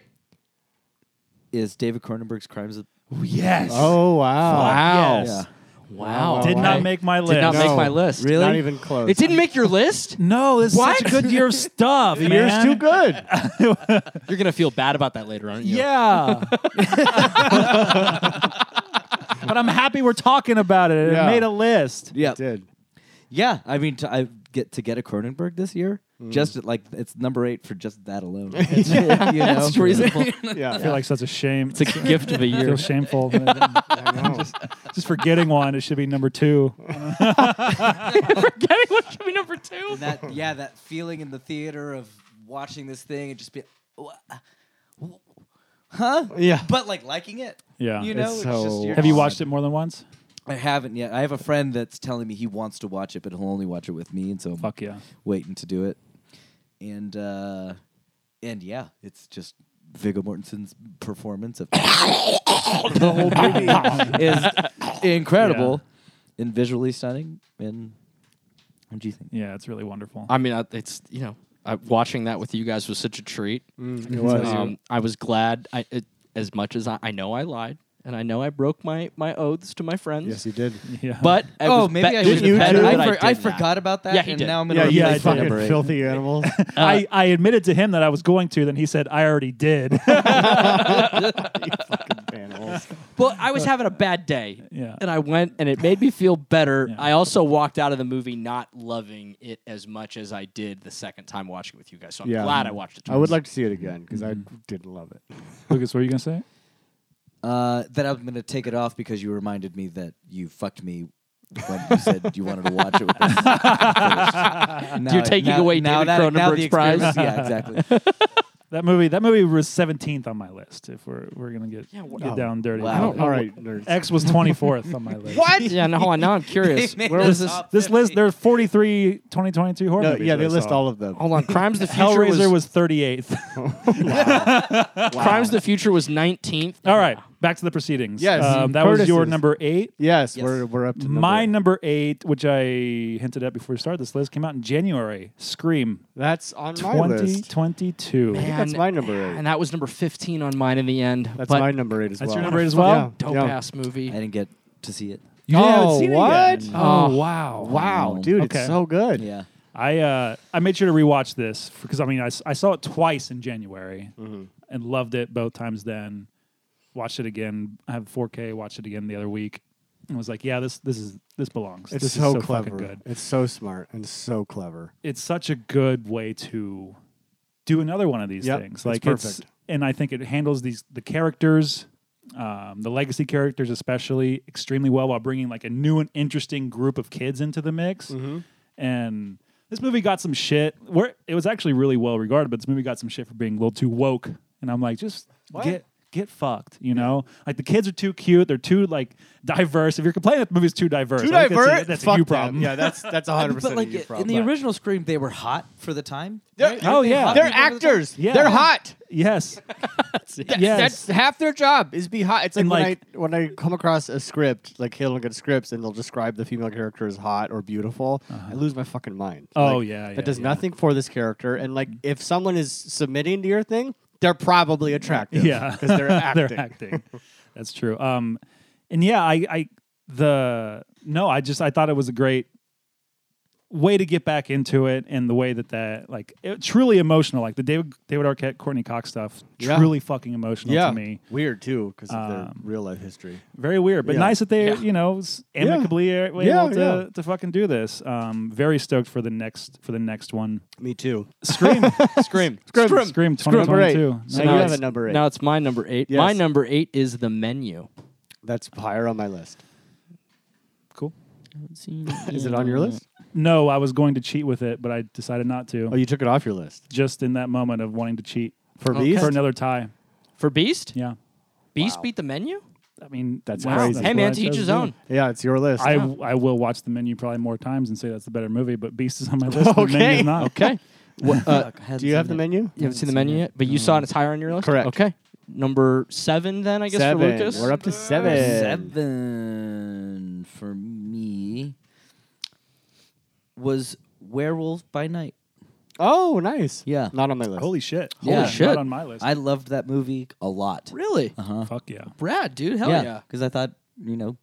[SPEAKER 6] is David Cronenberg's Crimes of.
[SPEAKER 8] Yes.
[SPEAKER 5] Oh wow!
[SPEAKER 7] wow.
[SPEAKER 6] Yeah.
[SPEAKER 7] Wow.
[SPEAKER 8] Did not
[SPEAKER 7] Okay.
[SPEAKER 8] make my list.
[SPEAKER 7] Did not
[SPEAKER 5] No.
[SPEAKER 7] make my list.
[SPEAKER 6] Really?
[SPEAKER 5] Not even close.
[SPEAKER 7] It didn't make your list?
[SPEAKER 8] No, this is such a good year of stuff. man.
[SPEAKER 5] Yours too good.
[SPEAKER 7] [laughs] You're going to feel bad about that later, aren't you?
[SPEAKER 8] Yeah. but I'm happy we're talking about it.
[SPEAKER 5] Yeah.
[SPEAKER 8] I made a list.
[SPEAKER 6] Yeah.
[SPEAKER 5] Did
[SPEAKER 6] Yeah. I mean, to, I get to get a Cronenberg this year.
[SPEAKER 8] Mm.
[SPEAKER 6] Just like it's number eight for just that
[SPEAKER 8] [laughs]
[SPEAKER 6] alone. [laughs] You know?
[SPEAKER 7] That's reasonable.
[SPEAKER 5] yeah.
[SPEAKER 8] I [laughs] feel like such a shame.
[SPEAKER 7] it's a gift of a
[SPEAKER 8] [laughs] I
[SPEAKER 7] year. [laughs]
[SPEAKER 8] feel shameful. [laughs] just, just for getting one, it should be number two.
[SPEAKER 7] Getting what should be number two?
[SPEAKER 6] that yeah, that feeling in the theater of watching this thing and just be, "Wha- wha- huh?
[SPEAKER 5] Yeah. [laughs]
[SPEAKER 6] But like liking it.
[SPEAKER 8] Yeah.
[SPEAKER 6] You know,
[SPEAKER 8] It's
[SPEAKER 6] it's
[SPEAKER 5] so-
[SPEAKER 6] just you're
[SPEAKER 8] Have you
[SPEAKER 6] just-
[SPEAKER 8] watched it more than once?
[SPEAKER 6] I haven't yet. I have a friend that's telling me he wants to watch it, but he'll only watch it with me, and so I'm
[SPEAKER 8] Fuck yeah.
[SPEAKER 6] waiting to do it. And uh and yeah, it's just Viggo Mortensen's
[SPEAKER 7] [laughs]
[SPEAKER 6] performance of the whole movie is incredible and visually stunning. And what do you think?
[SPEAKER 8] Yeah, it's really wonderful.
[SPEAKER 7] I mean, I- it's, you know, I, watching that with you guys was such a treat.
[SPEAKER 6] Mm.
[SPEAKER 5] it was.
[SPEAKER 7] Um, I was glad. I, it, as much as I, I know I lied and I know I broke my, my oaths to my friends.
[SPEAKER 5] yes, you did.
[SPEAKER 8] yeah.
[SPEAKER 7] But I
[SPEAKER 6] oh,
[SPEAKER 7] was
[SPEAKER 6] maybe
[SPEAKER 7] be-
[SPEAKER 6] I
[SPEAKER 7] it was
[SPEAKER 6] should have
[SPEAKER 7] better
[SPEAKER 6] had it.
[SPEAKER 7] that
[SPEAKER 6] I, for- I
[SPEAKER 7] did that.
[SPEAKER 6] forgot about that,
[SPEAKER 7] Yeah, he
[SPEAKER 6] and
[SPEAKER 7] did.
[SPEAKER 6] now I'm gonna
[SPEAKER 5] Yeah,
[SPEAKER 6] replace
[SPEAKER 5] yeah.
[SPEAKER 8] I
[SPEAKER 5] I
[SPEAKER 8] did.
[SPEAKER 6] my
[SPEAKER 5] fucking
[SPEAKER 6] number eight.
[SPEAKER 5] filthy animals.
[SPEAKER 8] I, I admitted to him that I was going to, then he said, I already did. [laughs]
[SPEAKER 5] animals.
[SPEAKER 7] Well, I was having a bad day.
[SPEAKER 8] Yeah.
[SPEAKER 7] And I went and it made me feel better. I also walked out of the movie not loving it as much as I did the second time watching it with you guys. So I'm
[SPEAKER 5] Yeah.
[SPEAKER 7] glad I watched it twice.
[SPEAKER 5] I would like to see it again because I didn't love it.
[SPEAKER 8] Lucas, what were you gonna say?
[SPEAKER 6] Uh, then I'm gonna take it off because you reminded me that you fucked me when you said you wanted to watch it. With us first.
[SPEAKER 7] [laughs]
[SPEAKER 6] Now-
[SPEAKER 7] You're taking away David
[SPEAKER 6] that- now the
[SPEAKER 7] Cronenberg's prize?
[SPEAKER 6] experience- Yeah, exactly.
[SPEAKER 7] [laughs]
[SPEAKER 8] That movie that movie was seventeenth on my list if we're we're gonna get, get down dirty.
[SPEAKER 6] Wow. I don't
[SPEAKER 5] All right, nerds.
[SPEAKER 8] X was twenty fourth on my list.
[SPEAKER 7] What? Yeah, no, hold on, now I'm
[SPEAKER 6] [laughs]
[SPEAKER 7] curious.
[SPEAKER 6] They made
[SPEAKER 8] Where
[SPEAKER 6] the
[SPEAKER 8] was this?
[SPEAKER 6] top
[SPEAKER 8] This list,
[SPEAKER 6] 50.
[SPEAKER 8] there are 43 2022 horror
[SPEAKER 5] No,
[SPEAKER 8] movies.
[SPEAKER 5] yeah,
[SPEAKER 8] that
[SPEAKER 5] they
[SPEAKER 8] I
[SPEAKER 5] list
[SPEAKER 8] saw.
[SPEAKER 5] all of them.
[SPEAKER 9] Oh.
[SPEAKER 7] Hold on, Crimes
[SPEAKER 8] [laughs]
[SPEAKER 7] of the Future was,
[SPEAKER 8] Hellraiser
[SPEAKER 5] [laughs]
[SPEAKER 8] was 38th.
[SPEAKER 7] Crimes of the Future was 19th.
[SPEAKER 8] [laughs] all right, back to the proceedings.
[SPEAKER 5] Yes,
[SPEAKER 8] um, that was
[SPEAKER 5] Curtis's.
[SPEAKER 8] your number eight.
[SPEAKER 5] Yes,
[SPEAKER 6] Yes.
[SPEAKER 5] we're we're up to number
[SPEAKER 8] My
[SPEAKER 5] eight.
[SPEAKER 8] number eight, which I hinted at before we started this list, came out in January. Scream
[SPEAKER 5] That's on my list.
[SPEAKER 8] 2022.
[SPEAKER 7] Man,
[SPEAKER 5] that's my number eight.
[SPEAKER 7] And that was number 15 on mine in the end.
[SPEAKER 5] That's
[SPEAKER 7] but
[SPEAKER 5] my number eight as well.
[SPEAKER 8] That's your number eight as well?
[SPEAKER 5] Yeah,
[SPEAKER 7] dope
[SPEAKER 5] yeah.
[SPEAKER 7] ass movie.
[SPEAKER 6] I didn't get to see it.
[SPEAKER 8] You haven't
[SPEAKER 5] Oh,
[SPEAKER 8] seen it yet.
[SPEAKER 5] what?
[SPEAKER 8] Oh,
[SPEAKER 7] Oh.
[SPEAKER 8] wow.
[SPEAKER 5] Wow, dude,
[SPEAKER 8] Okay.
[SPEAKER 5] it's so good.
[SPEAKER 6] Yeah.
[SPEAKER 8] I uh, I made sure to rewatch this because I mean I, s- I saw it twice in January and loved it both times. Then watched it again. I have 4K. Watched it again the other week and was like, yeah, this this is this belongs.
[SPEAKER 5] It's
[SPEAKER 8] this
[SPEAKER 5] so,
[SPEAKER 8] is so
[SPEAKER 5] clever.
[SPEAKER 8] fucking Good.
[SPEAKER 5] It's so smart and so clever.
[SPEAKER 8] It's such a good way to do another one of these
[SPEAKER 5] Yep,
[SPEAKER 8] things.
[SPEAKER 5] it's
[SPEAKER 8] Like
[SPEAKER 5] perfect.
[SPEAKER 8] and I think it handles these the characters. Um, the legacy characters, especially, extremely well, while bringing like a new and interesting group of kids into the mix
[SPEAKER 5] Mm-hmm.
[SPEAKER 8] and this movie got some shit. Where it was actually really well regarded, but this movie got some shit for being a little too woke. And I'm like, just get get fucked, you know? Like the kids are too cute. They're too like diverse. If you're complaining that the movie's too diverse, I think that's a, that's a
[SPEAKER 5] Fuck
[SPEAKER 8] you
[SPEAKER 5] them.
[SPEAKER 8] problem.
[SPEAKER 5] Yeah, that's that's hundred
[SPEAKER 6] [laughs]
[SPEAKER 5] percent
[SPEAKER 6] But like
[SPEAKER 5] a you
[SPEAKER 6] in
[SPEAKER 5] problem.
[SPEAKER 6] the original Scream, they were hot for the time.
[SPEAKER 5] They're-
[SPEAKER 8] Oh yeah.
[SPEAKER 5] They're actors.
[SPEAKER 8] Yeah.
[SPEAKER 5] They're hot.
[SPEAKER 8] yes.
[SPEAKER 7] That's-
[SPEAKER 8] yes.
[SPEAKER 5] [laughs] That's half their job is be hot. It's like,
[SPEAKER 8] And,
[SPEAKER 5] when
[SPEAKER 8] like-
[SPEAKER 5] I when I come across a script, like Halo good scripts, and they'll describe the female character as hot or beautiful. I lose my fucking mind.
[SPEAKER 8] Uh-huh. Oh,
[SPEAKER 5] Like,
[SPEAKER 8] yeah, yeah,
[SPEAKER 5] that does
[SPEAKER 8] yeah. Mm.
[SPEAKER 5] nothing for this character. And like, if someone is submitting to your thing, they're probably attractive. [laughs]
[SPEAKER 8] Yeah,
[SPEAKER 5] because
[SPEAKER 8] [laughs]
[SPEAKER 5] they're acting.
[SPEAKER 8] acting. That's true. Um, and yeah, I, I, the no, I just I thought it was a great way to get back into it, and the way that that like it, truly emotional, like the David David Arquette, Courtney Cox stuff,
[SPEAKER 5] Yeah.
[SPEAKER 8] truly fucking emotional
[SPEAKER 5] yeah,
[SPEAKER 8] to me. Um,
[SPEAKER 5] weird too because of their real life history.
[SPEAKER 8] Very weird, but
[SPEAKER 5] Yeah.
[SPEAKER 8] nice that they
[SPEAKER 7] Yeah.
[SPEAKER 8] you know s- amicably are able
[SPEAKER 5] Yeah,
[SPEAKER 8] to,
[SPEAKER 5] yeah.
[SPEAKER 8] to fucking do this. Um, very stoked for the next for the next one.
[SPEAKER 5] Me too. [laughs]
[SPEAKER 8] Scream,
[SPEAKER 7] Scream.
[SPEAKER 8] [laughs] Scream, Scream,
[SPEAKER 5] Scream.
[SPEAKER 8] twenty
[SPEAKER 5] Number
[SPEAKER 8] twenty
[SPEAKER 5] eight.
[SPEAKER 8] two.
[SPEAKER 7] now
[SPEAKER 5] So you
[SPEAKER 7] it's-
[SPEAKER 5] have a number eight.
[SPEAKER 7] Now it's my number eight.
[SPEAKER 5] Yes.
[SPEAKER 7] My number eight is The Menu.
[SPEAKER 5] That's higher on my list.
[SPEAKER 8] Cool.
[SPEAKER 5] Is it on your list?
[SPEAKER 8] No, I was going to cheat with it, but I decided not to.
[SPEAKER 5] Oh, you took it off your list
[SPEAKER 8] just in that moment of wanting to cheat
[SPEAKER 5] for
[SPEAKER 7] Okay.
[SPEAKER 5] Beast.
[SPEAKER 8] for another tie.
[SPEAKER 7] For Beast?
[SPEAKER 8] Yeah.
[SPEAKER 7] Beast beat The Menu?
[SPEAKER 8] I mean,
[SPEAKER 5] That's
[SPEAKER 8] wow,
[SPEAKER 5] crazy.
[SPEAKER 7] Hey,
[SPEAKER 8] what I
[SPEAKER 7] man, to each
[SPEAKER 8] chose
[SPEAKER 7] his
[SPEAKER 8] do.
[SPEAKER 7] own.
[SPEAKER 5] Yeah, it's your list.
[SPEAKER 8] I, I will watch the menu probably more times and say that's the better movie, but Beast is on my list. The
[SPEAKER 5] Okay.
[SPEAKER 8] menu's not.
[SPEAKER 7] Okay. What, uh,
[SPEAKER 5] Do you have the menu?
[SPEAKER 7] you haven't seen the menu yet, but you saw it. It's higher on your list.
[SPEAKER 5] Correct.
[SPEAKER 7] Okay. Number seven, then I guess for Lucas.
[SPEAKER 5] We're up to seven.
[SPEAKER 6] Seven for me was Werewolves by Night.
[SPEAKER 5] Oh, nice.
[SPEAKER 6] Yeah.
[SPEAKER 5] Not on my list.
[SPEAKER 8] [laughs] Holy shit!
[SPEAKER 6] Yeah.
[SPEAKER 8] Holy
[SPEAKER 7] Shit.
[SPEAKER 8] Not on my list.
[SPEAKER 6] I loved that movie a lot.
[SPEAKER 7] Really?
[SPEAKER 6] Uh-huh.
[SPEAKER 8] Fuck yeah!
[SPEAKER 7] Brad, dude, hell yeah.
[SPEAKER 6] Because I thought, you know,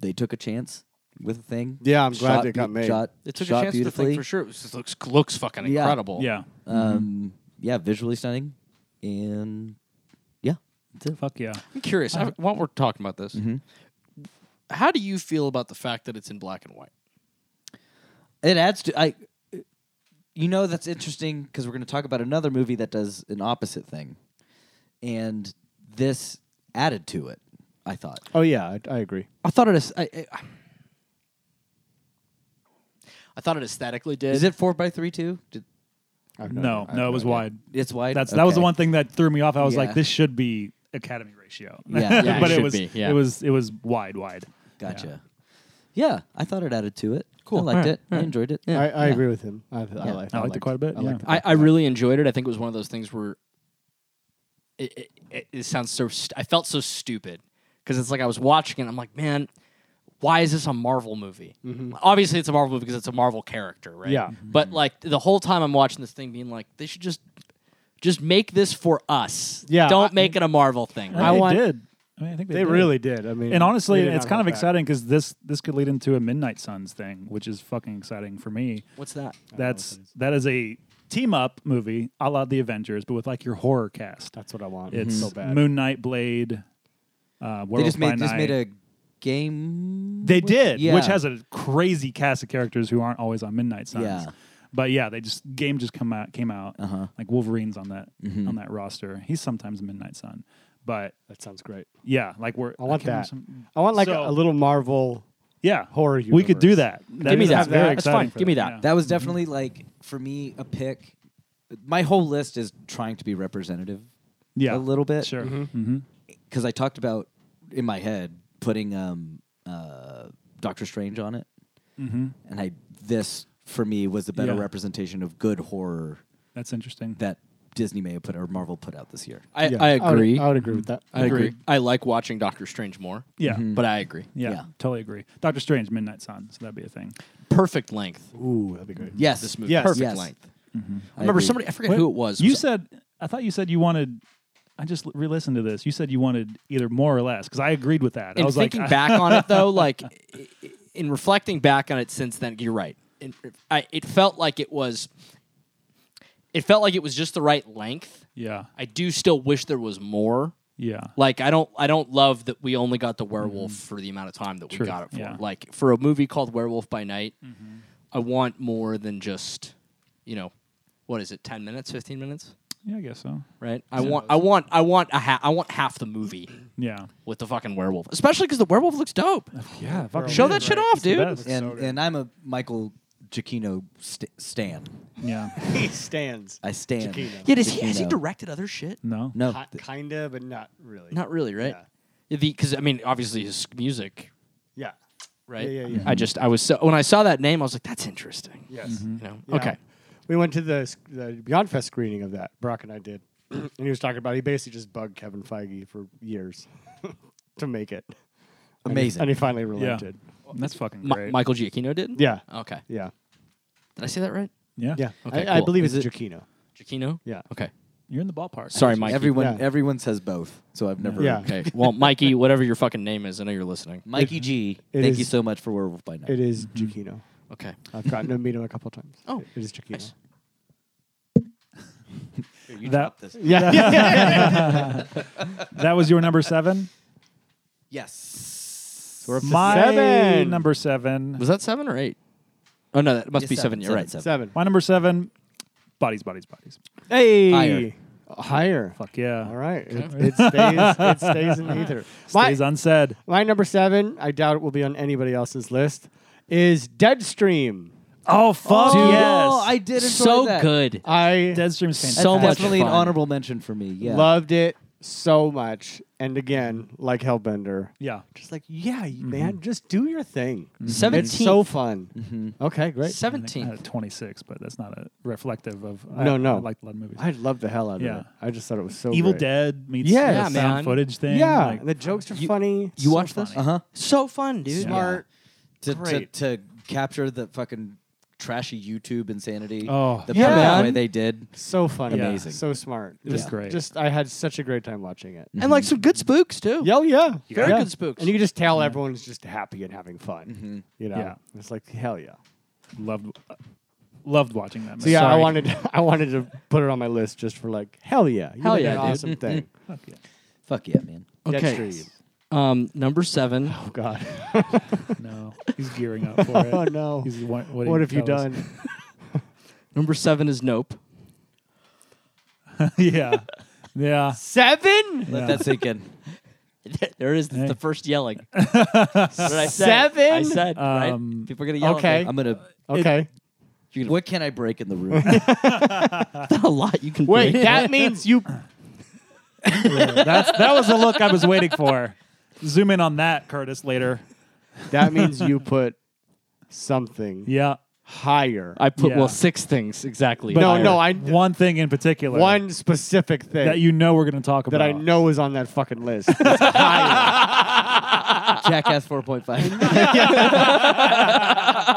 [SPEAKER 6] they took a chance with the thing.
[SPEAKER 5] Yeah, I'm glad
[SPEAKER 6] Shot
[SPEAKER 5] they got
[SPEAKER 6] be-
[SPEAKER 5] made.
[SPEAKER 6] Shot,
[SPEAKER 7] It took
[SPEAKER 6] shot
[SPEAKER 7] a chance to
[SPEAKER 6] beautifully.
[SPEAKER 7] think for sure. It was just looks looks fucking
[SPEAKER 6] Yeah.
[SPEAKER 7] incredible.
[SPEAKER 8] Yeah,
[SPEAKER 6] Um, yeah, visually stunning. And yeah, that's it.
[SPEAKER 8] fuck yeah.
[SPEAKER 7] I'm curious.
[SPEAKER 6] Uh-huh.
[SPEAKER 7] I, while we're talking about this,
[SPEAKER 6] Mm-hmm.
[SPEAKER 7] how do you feel about the fact that it's in black and white?
[SPEAKER 6] It adds to I. You know that's interesting because we're going to talk about another movie that does an opposite thing, and this added to it. I thought.
[SPEAKER 5] Oh yeah, I, I agree.
[SPEAKER 6] I thought it is. I, I,
[SPEAKER 7] I thought it aesthetically did.
[SPEAKER 6] is it four by three too? Did,
[SPEAKER 5] I've no
[SPEAKER 8] No,
[SPEAKER 5] idea.
[SPEAKER 8] no, it was wide.
[SPEAKER 6] it's wide.
[SPEAKER 8] That's that was the
[SPEAKER 6] Okay.
[SPEAKER 8] one thing that threw me off. I was
[SPEAKER 6] Yeah.
[SPEAKER 8] like, this should be Academy ratio.
[SPEAKER 6] Yeah. Yeah,
[SPEAKER 7] it
[SPEAKER 8] [laughs] but it,
[SPEAKER 7] should
[SPEAKER 8] was
[SPEAKER 7] be, yeah.
[SPEAKER 8] it was it was wide, wide.
[SPEAKER 6] Gotcha. Yeah. I thought it added to it. Cool. I liked
[SPEAKER 7] Alright,
[SPEAKER 6] it. I enjoyed it.
[SPEAKER 5] I, I agree with him. I, I,
[SPEAKER 6] I
[SPEAKER 5] liked,
[SPEAKER 8] I liked it quite a bit.
[SPEAKER 5] I
[SPEAKER 8] yeah.
[SPEAKER 5] liked it.
[SPEAKER 7] I, I really enjoyed it. I think it was one of those things where it, it, it, it sounds so. St- I felt so stupid because it's like I was watching it. I'm like, man, why is this a Marvel movie? Obviously, it's a Marvel movie because it's a Marvel character, right?
[SPEAKER 5] Mm-hmm. Yeah.
[SPEAKER 7] But like the whole time I'm watching this thing, being like, they should just just make this for us.
[SPEAKER 5] Yeah,
[SPEAKER 7] Don't
[SPEAKER 5] I-
[SPEAKER 7] make it a Marvel thing.
[SPEAKER 8] I,
[SPEAKER 7] Right?
[SPEAKER 8] think
[SPEAKER 5] want-
[SPEAKER 8] they did. I mean, I think they,
[SPEAKER 5] They
[SPEAKER 8] did.
[SPEAKER 5] really did. I mean,
[SPEAKER 8] And honestly,
[SPEAKER 5] they did
[SPEAKER 8] it's
[SPEAKER 5] Mm. not
[SPEAKER 8] kind of
[SPEAKER 5] hold back.
[SPEAKER 8] exciting because this this could lead into a Midnight Suns thing, which is fucking exciting for me.
[SPEAKER 7] What's that?
[SPEAKER 8] That's that is a team up movie, a la the Avengers, but with like your horror cast.
[SPEAKER 5] That's what I want.
[SPEAKER 8] It's
[SPEAKER 5] so bad.
[SPEAKER 8] Moon Knight, Blade. Uh,
[SPEAKER 6] They just made just made a game.
[SPEAKER 8] They did,
[SPEAKER 6] Yeah.
[SPEAKER 8] which has a crazy cast of characters who aren't always on Midnight Suns.
[SPEAKER 6] Yeah. Uh-huh.
[SPEAKER 8] But yeah, they just game just come out came out like Wolverine's on that
[SPEAKER 6] Mm-hmm.
[SPEAKER 8] on that roster. He's sometimes Midnight Sun, but
[SPEAKER 5] that sounds great.
[SPEAKER 8] yeah, like we're
[SPEAKER 5] I want
[SPEAKER 8] can't remember
[SPEAKER 5] that.
[SPEAKER 8] some-
[SPEAKER 5] I want like
[SPEAKER 8] So-
[SPEAKER 5] a, a little Marvel.
[SPEAKER 8] yeah
[SPEAKER 5] Horror
[SPEAKER 8] We could do
[SPEAKER 5] universe.
[SPEAKER 8] that.
[SPEAKER 7] Give me
[SPEAKER 8] is-
[SPEAKER 7] that.
[SPEAKER 8] that's very
[SPEAKER 7] That's
[SPEAKER 8] exciting
[SPEAKER 7] fine.
[SPEAKER 8] for
[SPEAKER 7] Give me
[SPEAKER 8] them,
[SPEAKER 7] that.
[SPEAKER 8] yeah. Mm-hmm.
[SPEAKER 6] That was definitely like for me a pick. My whole list is trying to be representative.
[SPEAKER 8] Yeah. Mm-hmm.
[SPEAKER 6] a little bit.
[SPEAKER 8] Sure.
[SPEAKER 6] because I talked about in my head putting um, uh, Doctor Strange on it, mm-hmm. and I this for me was the better
[SPEAKER 8] Yeah.
[SPEAKER 6] representation of good horror
[SPEAKER 8] That's interesting.
[SPEAKER 6] that Disney may have put or Marvel put out this year.
[SPEAKER 7] I,
[SPEAKER 5] Yeah,
[SPEAKER 7] I
[SPEAKER 5] would-
[SPEAKER 7] agree.
[SPEAKER 5] I would, agree with that.
[SPEAKER 7] I agree. I like watching Doctor Strange more,
[SPEAKER 8] yeah.
[SPEAKER 7] but I agree.
[SPEAKER 8] yeah.
[SPEAKER 6] Yeah.
[SPEAKER 8] Totally agree. Doctor Strange, Midnight Sun. So that'd be a thing.
[SPEAKER 7] Perfect length.
[SPEAKER 5] Ooh, that'd be great.
[SPEAKER 6] Yes,
[SPEAKER 7] This movie.
[SPEAKER 5] Yes.
[SPEAKER 7] Perfect
[SPEAKER 6] Yes.
[SPEAKER 7] length.
[SPEAKER 5] Mm-hmm.
[SPEAKER 7] I remember
[SPEAKER 6] agree.
[SPEAKER 7] somebody. I forget
[SPEAKER 8] Wait,
[SPEAKER 7] who it was.
[SPEAKER 8] You
[SPEAKER 7] was-
[SPEAKER 8] said I thought you said you wanted. I just re-listened to this. You said you wanted either more or less because I agreed with that. I
[SPEAKER 7] and
[SPEAKER 8] was
[SPEAKER 7] thinking
[SPEAKER 8] like,
[SPEAKER 7] back on it
[SPEAKER 8] [laughs]
[SPEAKER 7] though, like i- i- in reflecting back on it since then, you're right. In- I, it felt like it was, it felt like it was just the right length.
[SPEAKER 8] yeah,
[SPEAKER 7] I do still wish there was more.
[SPEAKER 8] yeah,
[SPEAKER 7] Like I don't, I don't love that we only got the werewolf for the amount of time that
[SPEAKER 8] Mm-hmm. True,
[SPEAKER 7] we got it for.
[SPEAKER 8] yeah. Mm-hmm.
[SPEAKER 7] Like for a movie called Werewolf by Night, I want more than just, you know, what is it? Ten minutes, fifteen minutes,
[SPEAKER 8] yeah. I guess so.
[SPEAKER 7] right? I want, I want, I want a ha- I want half the movie
[SPEAKER 8] Yeah,
[SPEAKER 7] with the fucking werewolf, especially because the werewolf looks dope.
[SPEAKER 8] yeah.
[SPEAKER 7] Show that shit off, dude.
[SPEAKER 6] and
[SPEAKER 5] [laughs]
[SPEAKER 6] and I'm a Michael Giacchino st- stan.
[SPEAKER 8] yeah,
[SPEAKER 5] He stands.
[SPEAKER 6] I stan.
[SPEAKER 5] Giacchino.
[SPEAKER 7] Yeah, does he, has he
[SPEAKER 6] Giacchino.
[SPEAKER 7] directed other shit?
[SPEAKER 8] no,
[SPEAKER 6] No,
[SPEAKER 5] Ki-
[SPEAKER 6] th-
[SPEAKER 5] kinda, but not really.
[SPEAKER 7] Not really, right?
[SPEAKER 5] Yeah.
[SPEAKER 7] Because I mean, obviously his music,
[SPEAKER 5] Yeah.
[SPEAKER 7] right?
[SPEAKER 5] Yeah, yeah, yeah.
[SPEAKER 7] I just I was so when I saw that name, I was like, that's interesting.
[SPEAKER 5] Yes.
[SPEAKER 8] Mm-hmm.
[SPEAKER 7] You know?
[SPEAKER 5] Yeah.
[SPEAKER 7] Okay.
[SPEAKER 5] We went to the, sc- the Beyond Fest screening of that. Brock and
[SPEAKER 7] [clears throat]
[SPEAKER 5] I did, and he was talking about he basically just bugged Kevin Feige for years [laughs] to make it.
[SPEAKER 6] amazing.
[SPEAKER 5] And he finally
[SPEAKER 8] yeah.
[SPEAKER 5] relented.
[SPEAKER 8] That's fucking
[SPEAKER 7] Mi-
[SPEAKER 8] great.
[SPEAKER 7] Michael Giacchino did.
[SPEAKER 5] Yeah.
[SPEAKER 7] Okay.
[SPEAKER 5] Yeah.
[SPEAKER 7] Did I say that right?
[SPEAKER 8] yeah,
[SPEAKER 5] Yeah.
[SPEAKER 7] Oh. Okay,
[SPEAKER 5] I, I
[SPEAKER 7] cool.
[SPEAKER 5] believe
[SPEAKER 7] Is
[SPEAKER 5] it's
[SPEAKER 7] it-
[SPEAKER 5] Giacchino.
[SPEAKER 7] Giacchino.
[SPEAKER 5] Yeah.
[SPEAKER 7] Okay.
[SPEAKER 8] You're in the ballpark.
[SPEAKER 7] Sorry, Mikey.
[SPEAKER 6] everyone
[SPEAKER 5] Yeah.
[SPEAKER 6] everyone says both, so I've never.
[SPEAKER 5] Yeah.
[SPEAKER 7] Okay. Well,
[SPEAKER 5] [laughs]
[SPEAKER 7] Mikey, whatever your fucking name is, I know you're listening.
[SPEAKER 6] Mikey G,
[SPEAKER 5] it
[SPEAKER 6] thank
[SPEAKER 5] is-
[SPEAKER 6] you so much for Werewolf by Night.
[SPEAKER 5] It is Giacchino.
[SPEAKER 7] Okay.
[SPEAKER 5] I've gotten to meet him a couple times.
[SPEAKER 7] Mm-hmm. Oh,
[SPEAKER 5] it is Giacchino.
[SPEAKER 7] nice.
[SPEAKER 8] That
[SPEAKER 5] Yeah. yeah,
[SPEAKER 8] that was your
[SPEAKER 7] [laughs]
[SPEAKER 8] number seven.
[SPEAKER 6] Yes.
[SPEAKER 8] My
[SPEAKER 5] seven.
[SPEAKER 8] number seven.
[SPEAKER 7] Was that seven or eight? Oh no, that must
[SPEAKER 6] Yes,
[SPEAKER 7] be seven.
[SPEAKER 6] seven,
[SPEAKER 7] You're right.
[SPEAKER 6] seven,
[SPEAKER 5] Seven.
[SPEAKER 8] My number seven. Bodies, bodies, bodies.
[SPEAKER 5] Hey.
[SPEAKER 6] Higher.
[SPEAKER 5] Higher.
[SPEAKER 8] Fuck yeah.
[SPEAKER 5] All right. It, it stays.
[SPEAKER 7] [laughs]
[SPEAKER 5] It stays in the ether.
[SPEAKER 8] Stays
[SPEAKER 5] my,
[SPEAKER 8] unsaid.
[SPEAKER 5] my number seven. I doubt it will be on anybody else's list. Is Deadstream.
[SPEAKER 8] Oh fuck
[SPEAKER 6] Dude,
[SPEAKER 8] yes.
[SPEAKER 6] oh, I did enjoy
[SPEAKER 7] So
[SPEAKER 6] that.
[SPEAKER 7] good.
[SPEAKER 5] I
[SPEAKER 8] Deadstream's fantastic.
[SPEAKER 7] So much
[SPEAKER 6] Definitely an
[SPEAKER 7] fun.
[SPEAKER 6] honorable mention for me. Yeah.
[SPEAKER 5] loved it so much. And again, like Hellbender,
[SPEAKER 8] Yeah.
[SPEAKER 5] just like yeah,
[SPEAKER 7] Mm-hmm.
[SPEAKER 5] you man, just do your thing. It's
[SPEAKER 7] 17th.
[SPEAKER 5] so fun.
[SPEAKER 7] Mm-hmm.
[SPEAKER 5] Okay, great.
[SPEAKER 8] I had
[SPEAKER 7] Seventeen.
[SPEAKER 8] a 26, but that's not a reflective of.
[SPEAKER 5] No,
[SPEAKER 8] I,
[SPEAKER 5] no.
[SPEAKER 8] I liked a lot of movies.
[SPEAKER 5] I loved the hell out of
[SPEAKER 8] Yeah.
[SPEAKER 5] it. I just thought it was so
[SPEAKER 8] Evil
[SPEAKER 5] great.
[SPEAKER 8] Dead meets
[SPEAKER 5] Yeah,
[SPEAKER 8] the
[SPEAKER 5] yeah,
[SPEAKER 8] found
[SPEAKER 7] man.
[SPEAKER 8] footage thing.
[SPEAKER 5] Yeah,
[SPEAKER 8] like-
[SPEAKER 5] and the jokes are funny.
[SPEAKER 7] You watched this?
[SPEAKER 6] Uh huh.
[SPEAKER 7] So fun, dude.
[SPEAKER 8] Smart.
[SPEAKER 6] To, to
[SPEAKER 5] Great.
[SPEAKER 6] to capture the fucking trashy YouTube insanity.
[SPEAKER 8] Oh.
[SPEAKER 6] the
[SPEAKER 5] Yeah,
[SPEAKER 6] perfect way
[SPEAKER 5] man.
[SPEAKER 6] they did.
[SPEAKER 5] So funny.
[SPEAKER 8] Yeah.
[SPEAKER 6] Amazing.
[SPEAKER 5] So smart.
[SPEAKER 8] It was
[SPEAKER 5] Just-
[SPEAKER 8] great.
[SPEAKER 5] Just I had such a great time watching it.
[SPEAKER 7] and like some good spooks too.
[SPEAKER 5] Yeah, oh, yeah.
[SPEAKER 7] Mm-hmm. Very
[SPEAKER 5] yeah.
[SPEAKER 7] good spooks. Mm-hmm.
[SPEAKER 5] And you can just tell everyone's just happy and having fun. You know?
[SPEAKER 8] Yeah.
[SPEAKER 5] It's like hell yeah.
[SPEAKER 8] loved loved watching that.
[SPEAKER 5] So yeah, I
[SPEAKER 8] Sorry.
[SPEAKER 5] wanted I wanted to [laughs] put it on my list just for like hell yeah. You
[SPEAKER 7] Hell
[SPEAKER 5] did
[SPEAKER 7] yeah,
[SPEAKER 5] an
[SPEAKER 7] dude.
[SPEAKER 5] awesome thing.
[SPEAKER 6] Fuck yeah, man.
[SPEAKER 7] Okay.
[SPEAKER 5] Jetstream.
[SPEAKER 7] Um, number seven.
[SPEAKER 5] Oh god. [laughs]
[SPEAKER 8] No, he's gearing up for it.
[SPEAKER 5] Oh [laughs] no.
[SPEAKER 8] He's wa- waiting
[SPEAKER 5] What
[SPEAKER 8] to
[SPEAKER 5] have you
[SPEAKER 8] tell us.
[SPEAKER 5] done?
[SPEAKER 7] Number seven is Nope.
[SPEAKER 8] yeah, yeah.
[SPEAKER 5] Seven?
[SPEAKER 6] Let
[SPEAKER 8] Yeah.
[SPEAKER 6] that sink in.
[SPEAKER 7] [laughs] there is
[SPEAKER 8] Hey.
[SPEAKER 7] the first yelling. what did I say? I
[SPEAKER 5] Seven?
[SPEAKER 7] said
[SPEAKER 8] Um,
[SPEAKER 7] right. People are gonna yell.
[SPEAKER 5] okay.
[SPEAKER 6] I'm gonna.
[SPEAKER 5] [laughs] Okay.
[SPEAKER 6] You're gonna what can I break in the room?
[SPEAKER 7] At me. a lot you can.
[SPEAKER 5] Wait,
[SPEAKER 7] do.
[SPEAKER 5] [laughs] that means you
[SPEAKER 8] That's that was the look I was waiting for. Zoom in on that, Curtis. Later.
[SPEAKER 5] that means you put something
[SPEAKER 8] Yeah.
[SPEAKER 5] higher.
[SPEAKER 7] I put
[SPEAKER 8] Yeah.
[SPEAKER 7] well six things exactly.
[SPEAKER 5] no,
[SPEAKER 7] higher.
[SPEAKER 5] Oh, no, I
[SPEAKER 8] One thing in particular.
[SPEAKER 5] one specific thing
[SPEAKER 8] that you know we're going to talk
[SPEAKER 5] that
[SPEAKER 8] about.
[SPEAKER 5] I know is on that fucking list. It's higher.
[SPEAKER 6] Jackass 4.5.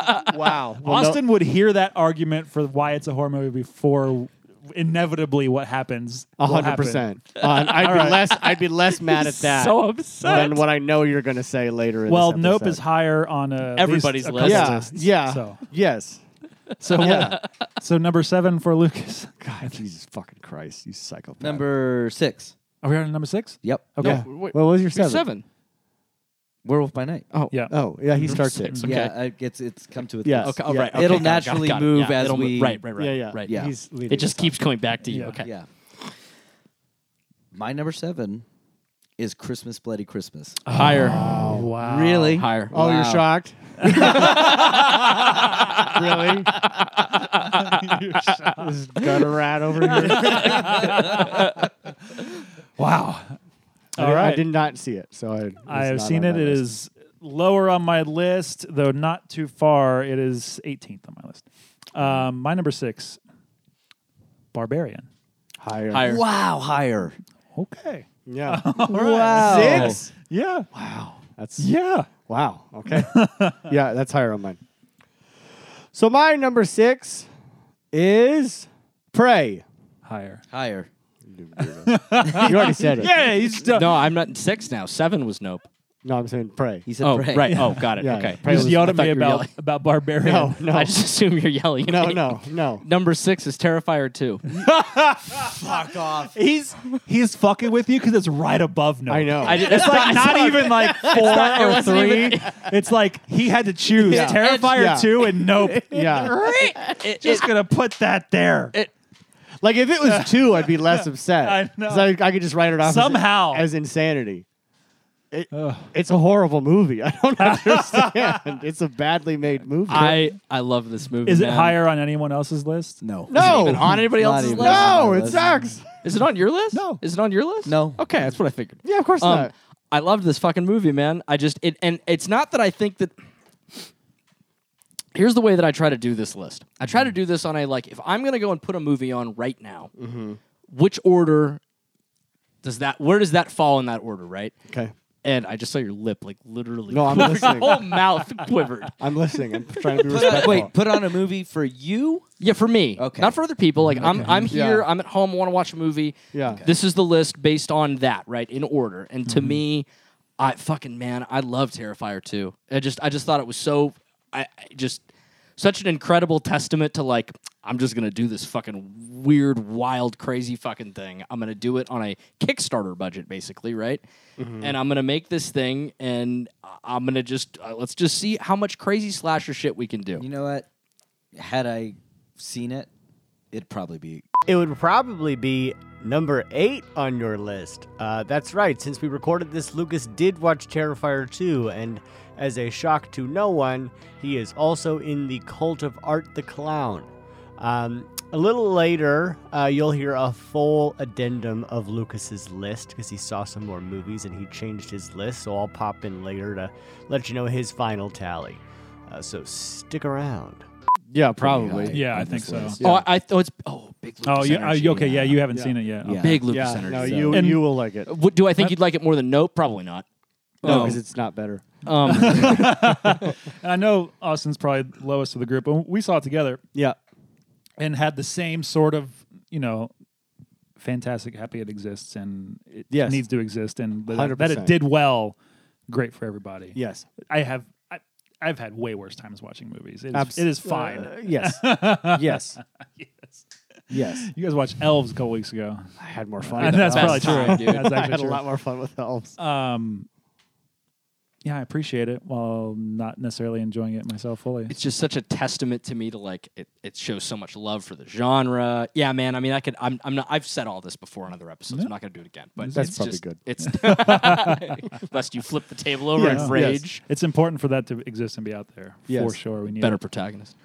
[SPEAKER 5] wow. [laughs] Well, no-
[SPEAKER 8] Austin would hear that argument for why it's a horror movie before inevitably what happens.
[SPEAKER 5] A
[SPEAKER 8] will
[SPEAKER 5] hundred
[SPEAKER 8] happen.
[SPEAKER 5] percent. On- I'd be less. I'd be less mad at that
[SPEAKER 7] So upset.
[SPEAKER 5] than what I know you're going to say later. In
[SPEAKER 8] Well,
[SPEAKER 5] this
[SPEAKER 8] Nope
[SPEAKER 5] episode.
[SPEAKER 8] is higher on uh, a at
[SPEAKER 7] Everybody's
[SPEAKER 8] least a
[SPEAKER 7] list.
[SPEAKER 8] couple
[SPEAKER 5] Yeah,
[SPEAKER 8] lists.
[SPEAKER 5] yeah,
[SPEAKER 8] So,
[SPEAKER 5] yes.
[SPEAKER 8] so
[SPEAKER 5] Yeah.
[SPEAKER 8] so number seven for Lucas. [laughs]
[SPEAKER 5] God, Jesus fucking Christ, you psychopath.
[SPEAKER 6] Number six.
[SPEAKER 8] Are we on number six?
[SPEAKER 6] Yep.
[SPEAKER 8] Okay.
[SPEAKER 5] Yeah. what was your seven?
[SPEAKER 7] Seven. seven.
[SPEAKER 6] Werewolf by Night.
[SPEAKER 7] Oh
[SPEAKER 8] Yeah.
[SPEAKER 5] Oh, yeah, he starts it.
[SPEAKER 7] six. Okay.
[SPEAKER 6] Yeah, I, it's it's come to it.
[SPEAKER 5] Yeah.
[SPEAKER 7] [laughs] Okay. Oh,
[SPEAKER 5] Yeah.
[SPEAKER 7] right. okay,
[SPEAKER 6] It'll
[SPEAKER 7] got it, got it,
[SPEAKER 6] naturally
[SPEAKER 7] got it,
[SPEAKER 6] move
[SPEAKER 7] yeah,
[SPEAKER 6] as
[SPEAKER 7] it'll-
[SPEAKER 6] we-
[SPEAKER 7] Right. Right. Right.
[SPEAKER 5] Yeah, yeah,
[SPEAKER 7] Right.
[SPEAKER 6] Yeah.
[SPEAKER 5] He's leading
[SPEAKER 7] It just keeps going back to you.
[SPEAKER 8] Yeah.
[SPEAKER 7] Okay.
[SPEAKER 6] Yeah. My number seven is Christmas Bloody Christmas.
[SPEAKER 7] Higher.
[SPEAKER 8] Wow.
[SPEAKER 6] really?
[SPEAKER 7] Higher.
[SPEAKER 5] Oh, you're
[SPEAKER 6] Wow.
[SPEAKER 5] shocked. really? this gutter rat over here.
[SPEAKER 8] [laughs] Wow.
[SPEAKER 5] I,
[SPEAKER 8] All right.
[SPEAKER 5] I did not see it, so I.
[SPEAKER 8] I have seen it. It is lower on my list, though not too far. It is 18th on my list. Um, my number six, Barbarian.
[SPEAKER 5] higher.
[SPEAKER 7] Higher.
[SPEAKER 6] Wow, higher.
[SPEAKER 8] Okay.
[SPEAKER 5] Yeah.
[SPEAKER 6] Wow.
[SPEAKER 5] Six.
[SPEAKER 8] Yeah.
[SPEAKER 5] That's
[SPEAKER 8] Yeah.
[SPEAKER 5] Wow. Okay. [laughs] yeah, that's higher on mine. So my number six is [laughs] Prey.
[SPEAKER 8] Higher.
[SPEAKER 6] Higher.
[SPEAKER 5] You already said it.
[SPEAKER 8] Yeah. He's still.
[SPEAKER 7] No, I'm not six now. Seven was Nope.
[SPEAKER 5] No, I'm saying Prey.
[SPEAKER 6] He said
[SPEAKER 7] Oh,
[SPEAKER 6] pray.
[SPEAKER 7] right. [laughs] Oh, got it.
[SPEAKER 5] Yeah.
[SPEAKER 7] Okay.
[SPEAKER 5] Pray
[SPEAKER 8] He just
[SPEAKER 5] was-
[SPEAKER 8] yelled
[SPEAKER 7] I
[SPEAKER 8] at
[SPEAKER 7] thought
[SPEAKER 8] me
[SPEAKER 7] you were
[SPEAKER 8] about
[SPEAKER 7] yelling.
[SPEAKER 8] about Barbarian. [laughs]
[SPEAKER 5] No, no,
[SPEAKER 7] I just [laughs] assume you're yelling. [laughs] at
[SPEAKER 5] no,
[SPEAKER 7] me.
[SPEAKER 5] no, no.
[SPEAKER 7] Number six is Terrifier [laughs] 2.
[SPEAKER 8] He's he's fucking with you because it's right above no.
[SPEAKER 5] I know.
[SPEAKER 7] [laughs] I did,
[SPEAKER 8] It's like not even like four
[SPEAKER 7] not- it
[SPEAKER 8] or
[SPEAKER 7] wasn't
[SPEAKER 8] three.
[SPEAKER 7] even-
[SPEAKER 8] it's like he had to choose
[SPEAKER 5] Yeah.
[SPEAKER 8] Terrifier
[SPEAKER 5] Yeah.
[SPEAKER 8] two
[SPEAKER 7] [laughs]
[SPEAKER 8] and Nope. [laughs]
[SPEAKER 5] yeah.
[SPEAKER 7] it,
[SPEAKER 8] Just
[SPEAKER 7] it-
[SPEAKER 8] gonna put that there.
[SPEAKER 5] Like if it
[SPEAKER 7] [laughs]
[SPEAKER 5] was two, I'd be less upset.
[SPEAKER 8] I know.
[SPEAKER 5] 'Cause I, I could just write it off as-
[SPEAKER 8] Somehow.
[SPEAKER 5] as, insanity. It, it's a horrible movie. [laughs] I don't understand. it's a badly made movie.
[SPEAKER 7] I, I love this movie.
[SPEAKER 8] Is it
[SPEAKER 7] man.
[SPEAKER 8] higher on anyone's else's list?
[SPEAKER 6] No.
[SPEAKER 5] no,
[SPEAKER 7] on anybody
[SPEAKER 6] Not
[SPEAKER 7] else's
[SPEAKER 6] even.
[SPEAKER 7] list?
[SPEAKER 5] no,
[SPEAKER 6] No,
[SPEAKER 5] it
[SPEAKER 6] that's-
[SPEAKER 5] sucks.
[SPEAKER 7] Is it on your list?
[SPEAKER 5] No.
[SPEAKER 7] Is it on your list?
[SPEAKER 6] No.
[SPEAKER 7] Okay, that's what I figured.
[SPEAKER 5] Yeah, of course
[SPEAKER 7] Um,
[SPEAKER 5] not.
[SPEAKER 7] I loved this fucking movie, man. I just it and it's not that I think that Here's the way that I try to do this list. I try to do this on a like if I'm going to go and put a movie on right now,
[SPEAKER 5] Mm-hmm.
[SPEAKER 7] which order does that where does that fall in that order, right?
[SPEAKER 5] Okay.
[SPEAKER 7] And I just saw your lip like literally
[SPEAKER 5] No, I'm
[SPEAKER 7] quiver.
[SPEAKER 5] listening.
[SPEAKER 7] [laughs] Your whole mouth [laughs] quivered.
[SPEAKER 5] I'm listening. I'm trying to
[SPEAKER 9] [laughs]
[SPEAKER 5] be
[SPEAKER 6] Put on-
[SPEAKER 5] respectful.
[SPEAKER 6] wait, put on a movie for you?
[SPEAKER 7] Yeah, for me.
[SPEAKER 6] Okay.
[SPEAKER 7] Not for other people. Like I'm I'm here,
[SPEAKER 5] Yeah.
[SPEAKER 7] I'm at home, want to watch a movie.
[SPEAKER 5] Yeah. Mm-hmm. Okay.
[SPEAKER 7] This is the list based on that, right? In order. And to me, I fucking man, I love Terrifier 2. I just I just thought it was so I, I just such an incredible testament to like I'm just going to do this fucking weird, wild, crazy fucking thing. I'm going to do it on a Kickstarter budget basically, right?
[SPEAKER 5] Mm-hmm.
[SPEAKER 7] And I'm going to make this thing and I- I'm going to just uh, let's just see how much crazy slasher shit we can do.
[SPEAKER 6] You know what? Had I seen it, it'd probably be
[SPEAKER 9] It would probably be number eight on your list. Uh, that's right. Since we recorded this, Lucas did watch Terrifier 2, and as a shock to no one, he is also in the cult of Art the Clown. Um, a little later, uh, you'll hear a full addendum of Lucas's list because he saw some more movies and he changed his list. So I'll pop in later to let you know his final tally. Uh, so stick around.
[SPEAKER 5] yeah, probably.
[SPEAKER 8] Yeah, I think so.
[SPEAKER 7] Oh, I, I oh, it's oh big. Lucas
[SPEAKER 8] Oh, you, uh,
[SPEAKER 7] energy.
[SPEAKER 8] okay, yeah, you haven't seen it yet.
[SPEAKER 6] Yeah.
[SPEAKER 7] Big Lucas
[SPEAKER 5] Yeah,
[SPEAKER 7] energy.
[SPEAKER 5] no,
[SPEAKER 6] so-
[SPEAKER 5] you
[SPEAKER 8] And- Oh.
[SPEAKER 5] you will like it.
[SPEAKER 7] What- do I think you'd like it more than Nope? Probably not.
[SPEAKER 5] No,
[SPEAKER 7] Um,
[SPEAKER 5] because it's not better.
[SPEAKER 7] Um,
[SPEAKER 8] And I know Austin's probably lowest of the group, but we saw it together
[SPEAKER 5] Yeah.
[SPEAKER 8] and had the same sort of, you know, fantastic, happy it exists and it
[SPEAKER 5] Yes.
[SPEAKER 8] needs to exist and that, that
[SPEAKER 5] 100%.
[SPEAKER 8] it did well, great for everybody. [laughs]
[SPEAKER 5] Yes.
[SPEAKER 8] I have. I, I've had way worse times watching movies. It is,
[SPEAKER 5] Abs-
[SPEAKER 8] it is fine.
[SPEAKER 5] Uh, yes. yes. Yes.
[SPEAKER 8] you guys watched Elves a couple weeks ago.
[SPEAKER 5] I had more fun.
[SPEAKER 8] And
[SPEAKER 5] with
[SPEAKER 8] [laughs] that's
[SPEAKER 5] elves.
[SPEAKER 8] probably true.
[SPEAKER 7] time, dude.
[SPEAKER 8] That's
[SPEAKER 5] I
[SPEAKER 8] actually
[SPEAKER 5] had
[SPEAKER 8] true.
[SPEAKER 5] a lot more fun with elves.
[SPEAKER 8] Um, yeah, I appreciate it while not necessarily enjoying it myself fully.
[SPEAKER 7] it's just such a testament to me to like it, it shows so much love for the genre. Yeah, man. I mean, I could. I'm. I'm not. I've said all this before on other episodes. I'm not going to do it again. But
[SPEAKER 5] That's
[SPEAKER 7] it's
[SPEAKER 5] probably
[SPEAKER 7] just-
[SPEAKER 5] good.
[SPEAKER 7] [laughs] It's lest you flip the table over
[SPEAKER 8] Yes,
[SPEAKER 7] in
[SPEAKER 8] yes.
[SPEAKER 7] rage.
[SPEAKER 8] It's important for that to exist and be out there
[SPEAKER 5] Yes.
[SPEAKER 8] for sure. We need
[SPEAKER 7] Better
[SPEAKER 8] it.
[SPEAKER 7] protagonist.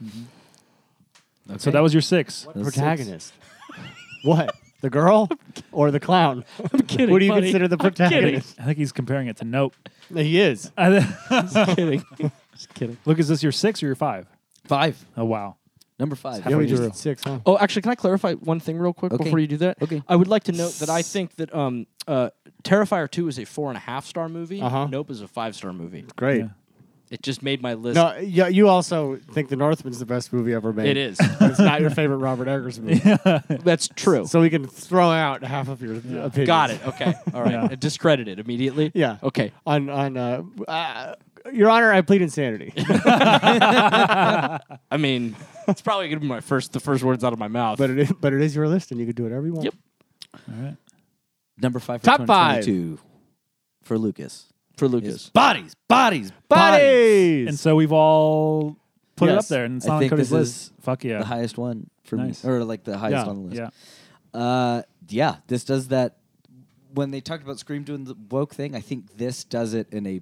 [SPEAKER 8] So that was your six.
[SPEAKER 5] protagonist. [laughs] what? The girl or the clown? I'm kidding. What do you
[SPEAKER 7] buddy.
[SPEAKER 5] consider the protagonist?
[SPEAKER 8] I think he's comparing it to Nope.
[SPEAKER 5] He is.
[SPEAKER 8] Look,
[SPEAKER 4] kidding. Just kidding.
[SPEAKER 8] is this your six or your five?
[SPEAKER 6] Five.
[SPEAKER 8] Oh wow.
[SPEAKER 6] Number five.
[SPEAKER 5] Yeah, we just
[SPEAKER 8] Drew.
[SPEAKER 5] did six, huh?
[SPEAKER 7] Oh, actually, can I clarify one thing real quick
[SPEAKER 6] Okay.
[SPEAKER 7] before you do that?
[SPEAKER 6] Okay.
[SPEAKER 7] I would like to note that I think that um, uh, Terrifier 2 is a four and a half star movie.
[SPEAKER 5] Uh-huh.
[SPEAKER 7] Nope is a five star movie.
[SPEAKER 5] Great.
[SPEAKER 8] Yeah.
[SPEAKER 7] It just made my list.
[SPEAKER 5] No, you, you also think The Northman's the best movie ever made.
[SPEAKER 7] It is.
[SPEAKER 5] [laughs] it's not your favorite Robert Eggers movie.
[SPEAKER 7] That's true.
[SPEAKER 5] So we can throw out half of your opinion.
[SPEAKER 7] Got it. Okay. All right.
[SPEAKER 8] Yeah.
[SPEAKER 7] Uh, Discredited immediately.
[SPEAKER 5] Yeah.
[SPEAKER 7] Okay.
[SPEAKER 5] On on uh, uh, Your Honor, I plead insanity. [laughs]
[SPEAKER 7] I mean, it's probably gonna be my first, the first words out of my mouth.
[SPEAKER 5] but it is, but it is your list, and you can do whatever you want.
[SPEAKER 7] Yep.
[SPEAKER 6] Number five. For
[SPEAKER 5] Top five.
[SPEAKER 6] 2022 for Lucas.
[SPEAKER 7] for
[SPEAKER 6] Is
[SPEAKER 7] Lucas,
[SPEAKER 6] bodies, bodies,
[SPEAKER 5] Bodies.
[SPEAKER 8] And so we've all put it
[SPEAKER 6] Yes.
[SPEAKER 8] up there, and it's
[SPEAKER 6] I
[SPEAKER 8] not on
[SPEAKER 6] think
[SPEAKER 8] Cody's
[SPEAKER 6] this
[SPEAKER 8] list.
[SPEAKER 6] is
[SPEAKER 8] Fuck yeah.
[SPEAKER 6] The highest one for
[SPEAKER 8] Nice.
[SPEAKER 6] me, or like the highest
[SPEAKER 8] yeah,
[SPEAKER 6] on the list.
[SPEAKER 8] yeah.
[SPEAKER 6] Uh, yeah, this does that. When they talked about Scream doing the woke thing, I think this does it in a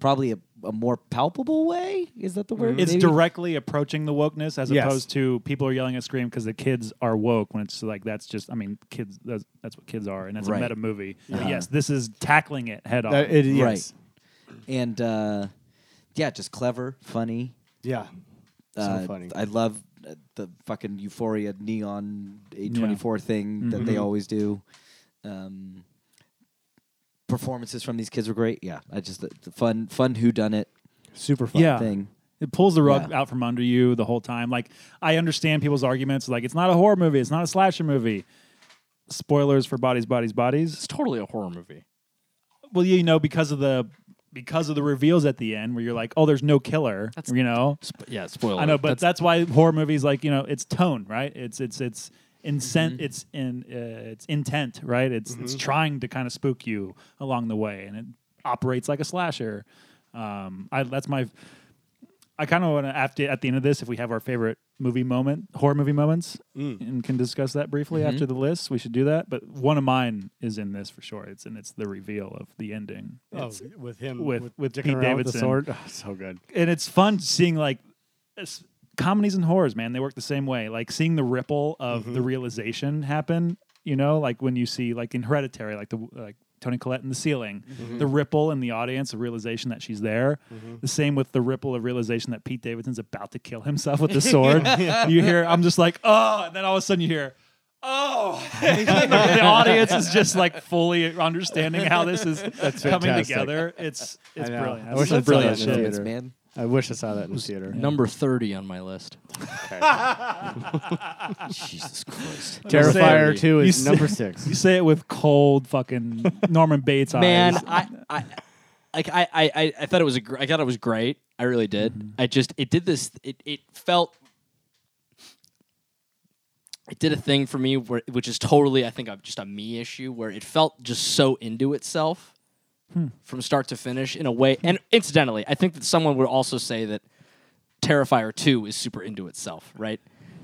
[SPEAKER 6] probably a, a more palpable way. Is that the word?
[SPEAKER 8] It's
[SPEAKER 6] Maybe?
[SPEAKER 8] directly approaching the wokeness as
[SPEAKER 5] Yes.
[SPEAKER 8] opposed to people are yelling at Scream because the kids are woke when it's like that's just I mean kids that's, that's what kids are and that's a
[SPEAKER 6] Right.
[SPEAKER 8] meta movie. But
[SPEAKER 6] Uh-huh.
[SPEAKER 8] yes, this is tackling it head on.
[SPEAKER 5] Uh, it- yes.
[SPEAKER 6] Right. and uh, yeah, just clever, funny.
[SPEAKER 5] Yeah.
[SPEAKER 6] uh,
[SPEAKER 5] so funny.
[SPEAKER 6] I love uh, the fucking Euphoria neon A24 thing that
[SPEAKER 5] Mm-hmm.
[SPEAKER 6] they always do. Um, performances from these kids were great. Yeah, I just the, the fun, fun who done it
[SPEAKER 5] Super fun.
[SPEAKER 8] yeah.
[SPEAKER 6] thing.
[SPEAKER 8] It pulls the rug
[SPEAKER 6] Yeah.
[SPEAKER 8] out from under you the whole time. Like I understand people's arguments. Like it's not a horror movie. It's not a slasher movie. Spoilers for bodies, bodies,
[SPEAKER 7] it's
[SPEAKER 8] bodies.
[SPEAKER 7] totally a horror movie.
[SPEAKER 8] Well, you know because of the because of the reveals at the end where you're like, oh, there's no killer. you know,
[SPEAKER 7] Sp- yeah, spoiler.
[SPEAKER 8] I know, but that's,
[SPEAKER 7] That's-
[SPEAKER 8] why horror movies like you know it's tone, right? It's it's it's incent, it's in uh, it's intent, right? It's it's trying to kind of spook you along the way, and it operates like a slasher. Um, I that's my. I kind of want to after at the end of this, if we have our favorite movie moment, horror movie moments, and can discuss that briefly after the list. We should do that. But one of mine is in this for sure. It's and it's the reveal of the ending.
[SPEAKER 5] Oh,
[SPEAKER 8] It's-
[SPEAKER 5] with him
[SPEAKER 8] with- with
[SPEAKER 5] dicking
[SPEAKER 8] Pete
[SPEAKER 5] around with the
[SPEAKER 8] Davidson.
[SPEAKER 5] sword. Oh, [laughs] so good.
[SPEAKER 8] and it's fun seeing like s- comedies and horrors man they work the same way like seeing the ripple of the realization happen you know like when you see like in hereditary like the like tony collette in the ceiling the ripple in the audience of realization that she's there the same with the ripple of realization that pete davidson's about to kill himself with the sword you hear i'm just like oh and then all of a sudden you hear oh [laughs] the audience is just like fully understanding how this is coming
[SPEAKER 5] fantastic.
[SPEAKER 8] together it's it's
[SPEAKER 5] know.
[SPEAKER 8] brilliant
[SPEAKER 5] I wish I
[SPEAKER 8] It's
[SPEAKER 5] saw
[SPEAKER 8] brilliant
[SPEAKER 5] that in the
[SPEAKER 8] shit.
[SPEAKER 5] theater.
[SPEAKER 6] It's man.
[SPEAKER 5] I wish I saw that in the theater.
[SPEAKER 7] number thirty on my list. [laughs]
[SPEAKER 6] Jesus Christ.
[SPEAKER 5] Terrifier
[SPEAKER 8] Say-
[SPEAKER 5] two
[SPEAKER 8] you
[SPEAKER 5] is
[SPEAKER 8] say-
[SPEAKER 5] number [laughs] six.
[SPEAKER 8] You say it with cold fucking Norman Bates
[SPEAKER 7] Man,
[SPEAKER 8] eyes.
[SPEAKER 7] I, I, like I, I, I- I thought it was a, gr- I thought it was great. I really did. I just, it did this. It, it felt. It did a thing for me, where, which is totally, I think, a- just a me issue, where it felt just so into itself from start to finish in a way. And incidentally, I think that someone would also say that Terrifier 2 is super into itself, right?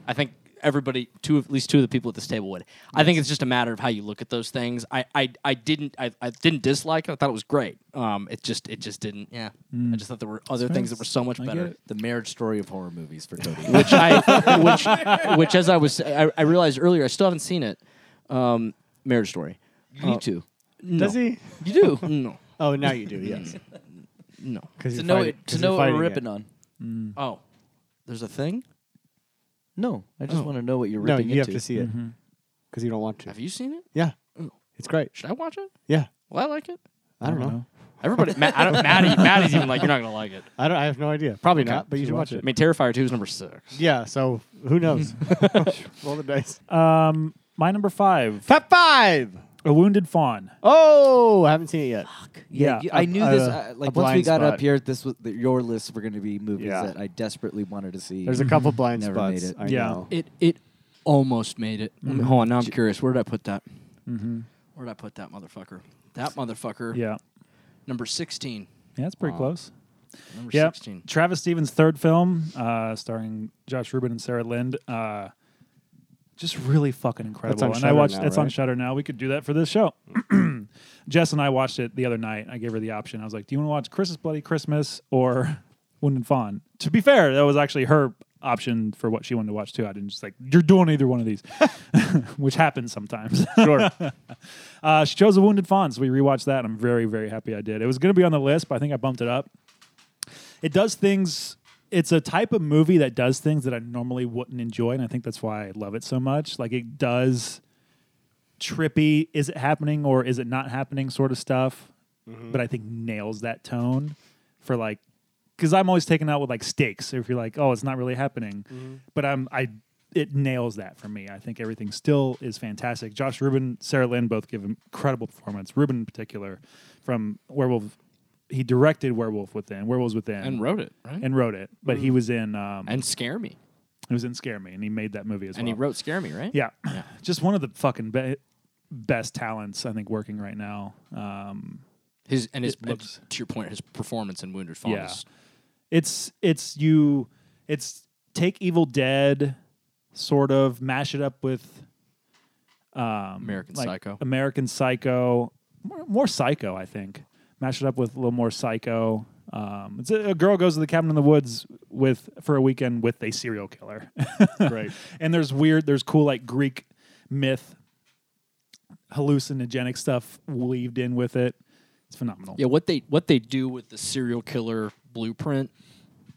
[SPEAKER 7] I think everybody, two of- at least two of the people at this table would. I think it's just a matter of how you look at those things. I, I, I didn't I, I didn't dislike it. I thought it was great. Um, it just it just didn't. Yeah, I just thought there were other things that were so much better.
[SPEAKER 6] The marriage story of horror movies for [laughs] Cody.
[SPEAKER 7] Which I which which as I was I, I realized earlier, I still haven't seen it. Um, Marriage Story.
[SPEAKER 6] you too.
[SPEAKER 7] No.
[SPEAKER 5] Does he?
[SPEAKER 7] You do? No.
[SPEAKER 5] Oh, now you do. [laughs] Yes.
[SPEAKER 7] No.
[SPEAKER 5] Because
[SPEAKER 6] To know it, to know what we're ripping on.
[SPEAKER 7] Oh, there's a thing.
[SPEAKER 6] No, I just want to know what you're
[SPEAKER 5] Oh. No,
[SPEAKER 6] ripping
[SPEAKER 5] you
[SPEAKER 6] into.
[SPEAKER 5] have to see it because Mm-hmm. you don't want to.
[SPEAKER 7] Have you seen it?
[SPEAKER 5] Yeah,
[SPEAKER 7] Oh.
[SPEAKER 5] it's great.
[SPEAKER 7] Should I watch it?
[SPEAKER 5] Yeah,
[SPEAKER 7] Will I like it?
[SPEAKER 5] I don't know.
[SPEAKER 7] Everybody, Ma- I don't, Maddie,
[SPEAKER 8] [laughs]
[SPEAKER 7] Maddie's even like, you're not gonna like it.
[SPEAKER 5] I don't. I have no idea.
[SPEAKER 7] Probably
[SPEAKER 5] Okay.
[SPEAKER 7] not,
[SPEAKER 5] but you should watch
[SPEAKER 7] I
[SPEAKER 5] it.
[SPEAKER 7] mean, Terrifier Two is number six.
[SPEAKER 5] Yeah. So
[SPEAKER 6] Mm-hmm.
[SPEAKER 5] who knows?
[SPEAKER 6] [laughs]
[SPEAKER 5] [laughs] Roll the dice.
[SPEAKER 8] Um, my number five,
[SPEAKER 5] Top five.
[SPEAKER 8] A Wounded Fawn.
[SPEAKER 5] Oh, I haven't seen it yet.
[SPEAKER 8] Yeah,
[SPEAKER 6] Yeah, you- I
[SPEAKER 8] a-
[SPEAKER 6] knew this.
[SPEAKER 8] a-
[SPEAKER 6] uh,
[SPEAKER 8] a
[SPEAKER 6] like once we
[SPEAKER 8] blind
[SPEAKER 6] got
[SPEAKER 8] spot.
[SPEAKER 6] up here, this was the, your lists were going to be movies
[SPEAKER 5] Yeah.
[SPEAKER 6] that I desperately wanted to see.
[SPEAKER 5] There's
[SPEAKER 6] [laughs]
[SPEAKER 5] a couple blind
[SPEAKER 6] Never
[SPEAKER 5] spots.
[SPEAKER 6] made it.
[SPEAKER 5] I
[SPEAKER 8] Yeah.
[SPEAKER 5] know.
[SPEAKER 7] It it almost made it.
[SPEAKER 8] Mm-hmm.
[SPEAKER 7] Let me- Hold on, now I'm curious. Where did I put that? Where did I put that motherfucker? That motherfucker.
[SPEAKER 8] Yeah,
[SPEAKER 7] Number sixteen.
[SPEAKER 8] yeah, it's pretty close.
[SPEAKER 7] Number
[SPEAKER 8] Yeah,
[SPEAKER 7] sixteen.
[SPEAKER 8] Travis Stevens' third film, uh, starring Josh Rubin and Sarah Lind. Uh, just really fucking incredible.
[SPEAKER 5] on
[SPEAKER 8] and I
[SPEAKER 5] Shudder
[SPEAKER 8] watched
[SPEAKER 5] now,
[SPEAKER 8] it's on
[SPEAKER 5] right?
[SPEAKER 8] Shutter now. We could do that for this show. [clears throat] Jess and I watched it the other night. I gave her the option. I was like, "Do you want to watch Christmas Bloody Christmas or [laughs] Wounded Fawn?" To be fair, that was actually her option for what she wanted to watch too. I didn't just like, "You're doing either one of these," [laughs] which happens sometimes. [laughs] Sure. uh, she chose a Wounded Fawn, so we rewatched that. And I'm very, very happy I did. It was going to be on the list, but I think I bumped it up. It does things. It's a type of movie that does things that I normally wouldn't enjoy, and I think that's why I love it so much. Like it does trippy is it happening or is it not happening sort of stuff
[SPEAKER 7] Mm-hmm.
[SPEAKER 8] but i think nails that tone for like because i'm always taken out with like stakes if you're like oh it's not really happening
[SPEAKER 7] Mm-hmm.
[SPEAKER 8] but i'm i it nails that for me i think everything still is fantastic josh rubin sarah lynn both give incredible performance rubin in particular from werewolf he directed werewolf within werewolves within
[SPEAKER 7] And wrote it right. Mm-hmm. And,
[SPEAKER 8] and wrote it but he was in um
[SPEAKER 7] scare me.
[SPEAKER 8] he was in scare me and he made that movie as well
[SPEAKER 7] And he wrote scare me right.
[SPEAKER 8] yeah. Just one of the fucking be- best talents I think working right now. Um,
[SPEAKER 7] His and his
[SPEAKER 8] It looks-
[SPEAKER 7] to your point, his performance in Wounded Fawn.
[SPEAKER 8] Yeah.
[SPEAKER 7] Is,
[SPEAKER 8] it's it's you it's take Evil Dead sort of mash it up with
[SPEAKER 7] American
[SPEAKER 8] Um, like
[SPEAKER 7] Psycho.
[SPEAKER 8] American Psycho, more, more Psycho, I think. Mash it up with a little more Psycho. Um, it's a, a girl goes to the cabin in the woods with for a weekend with a serial killer. [laughs] right. And there's weird, there's cool like Greek myth, hallucinogenic stuff weaved in with it. It's phenomenal.
[SPEAKER 7] Yeah, what they what they do with the serial killer blueprint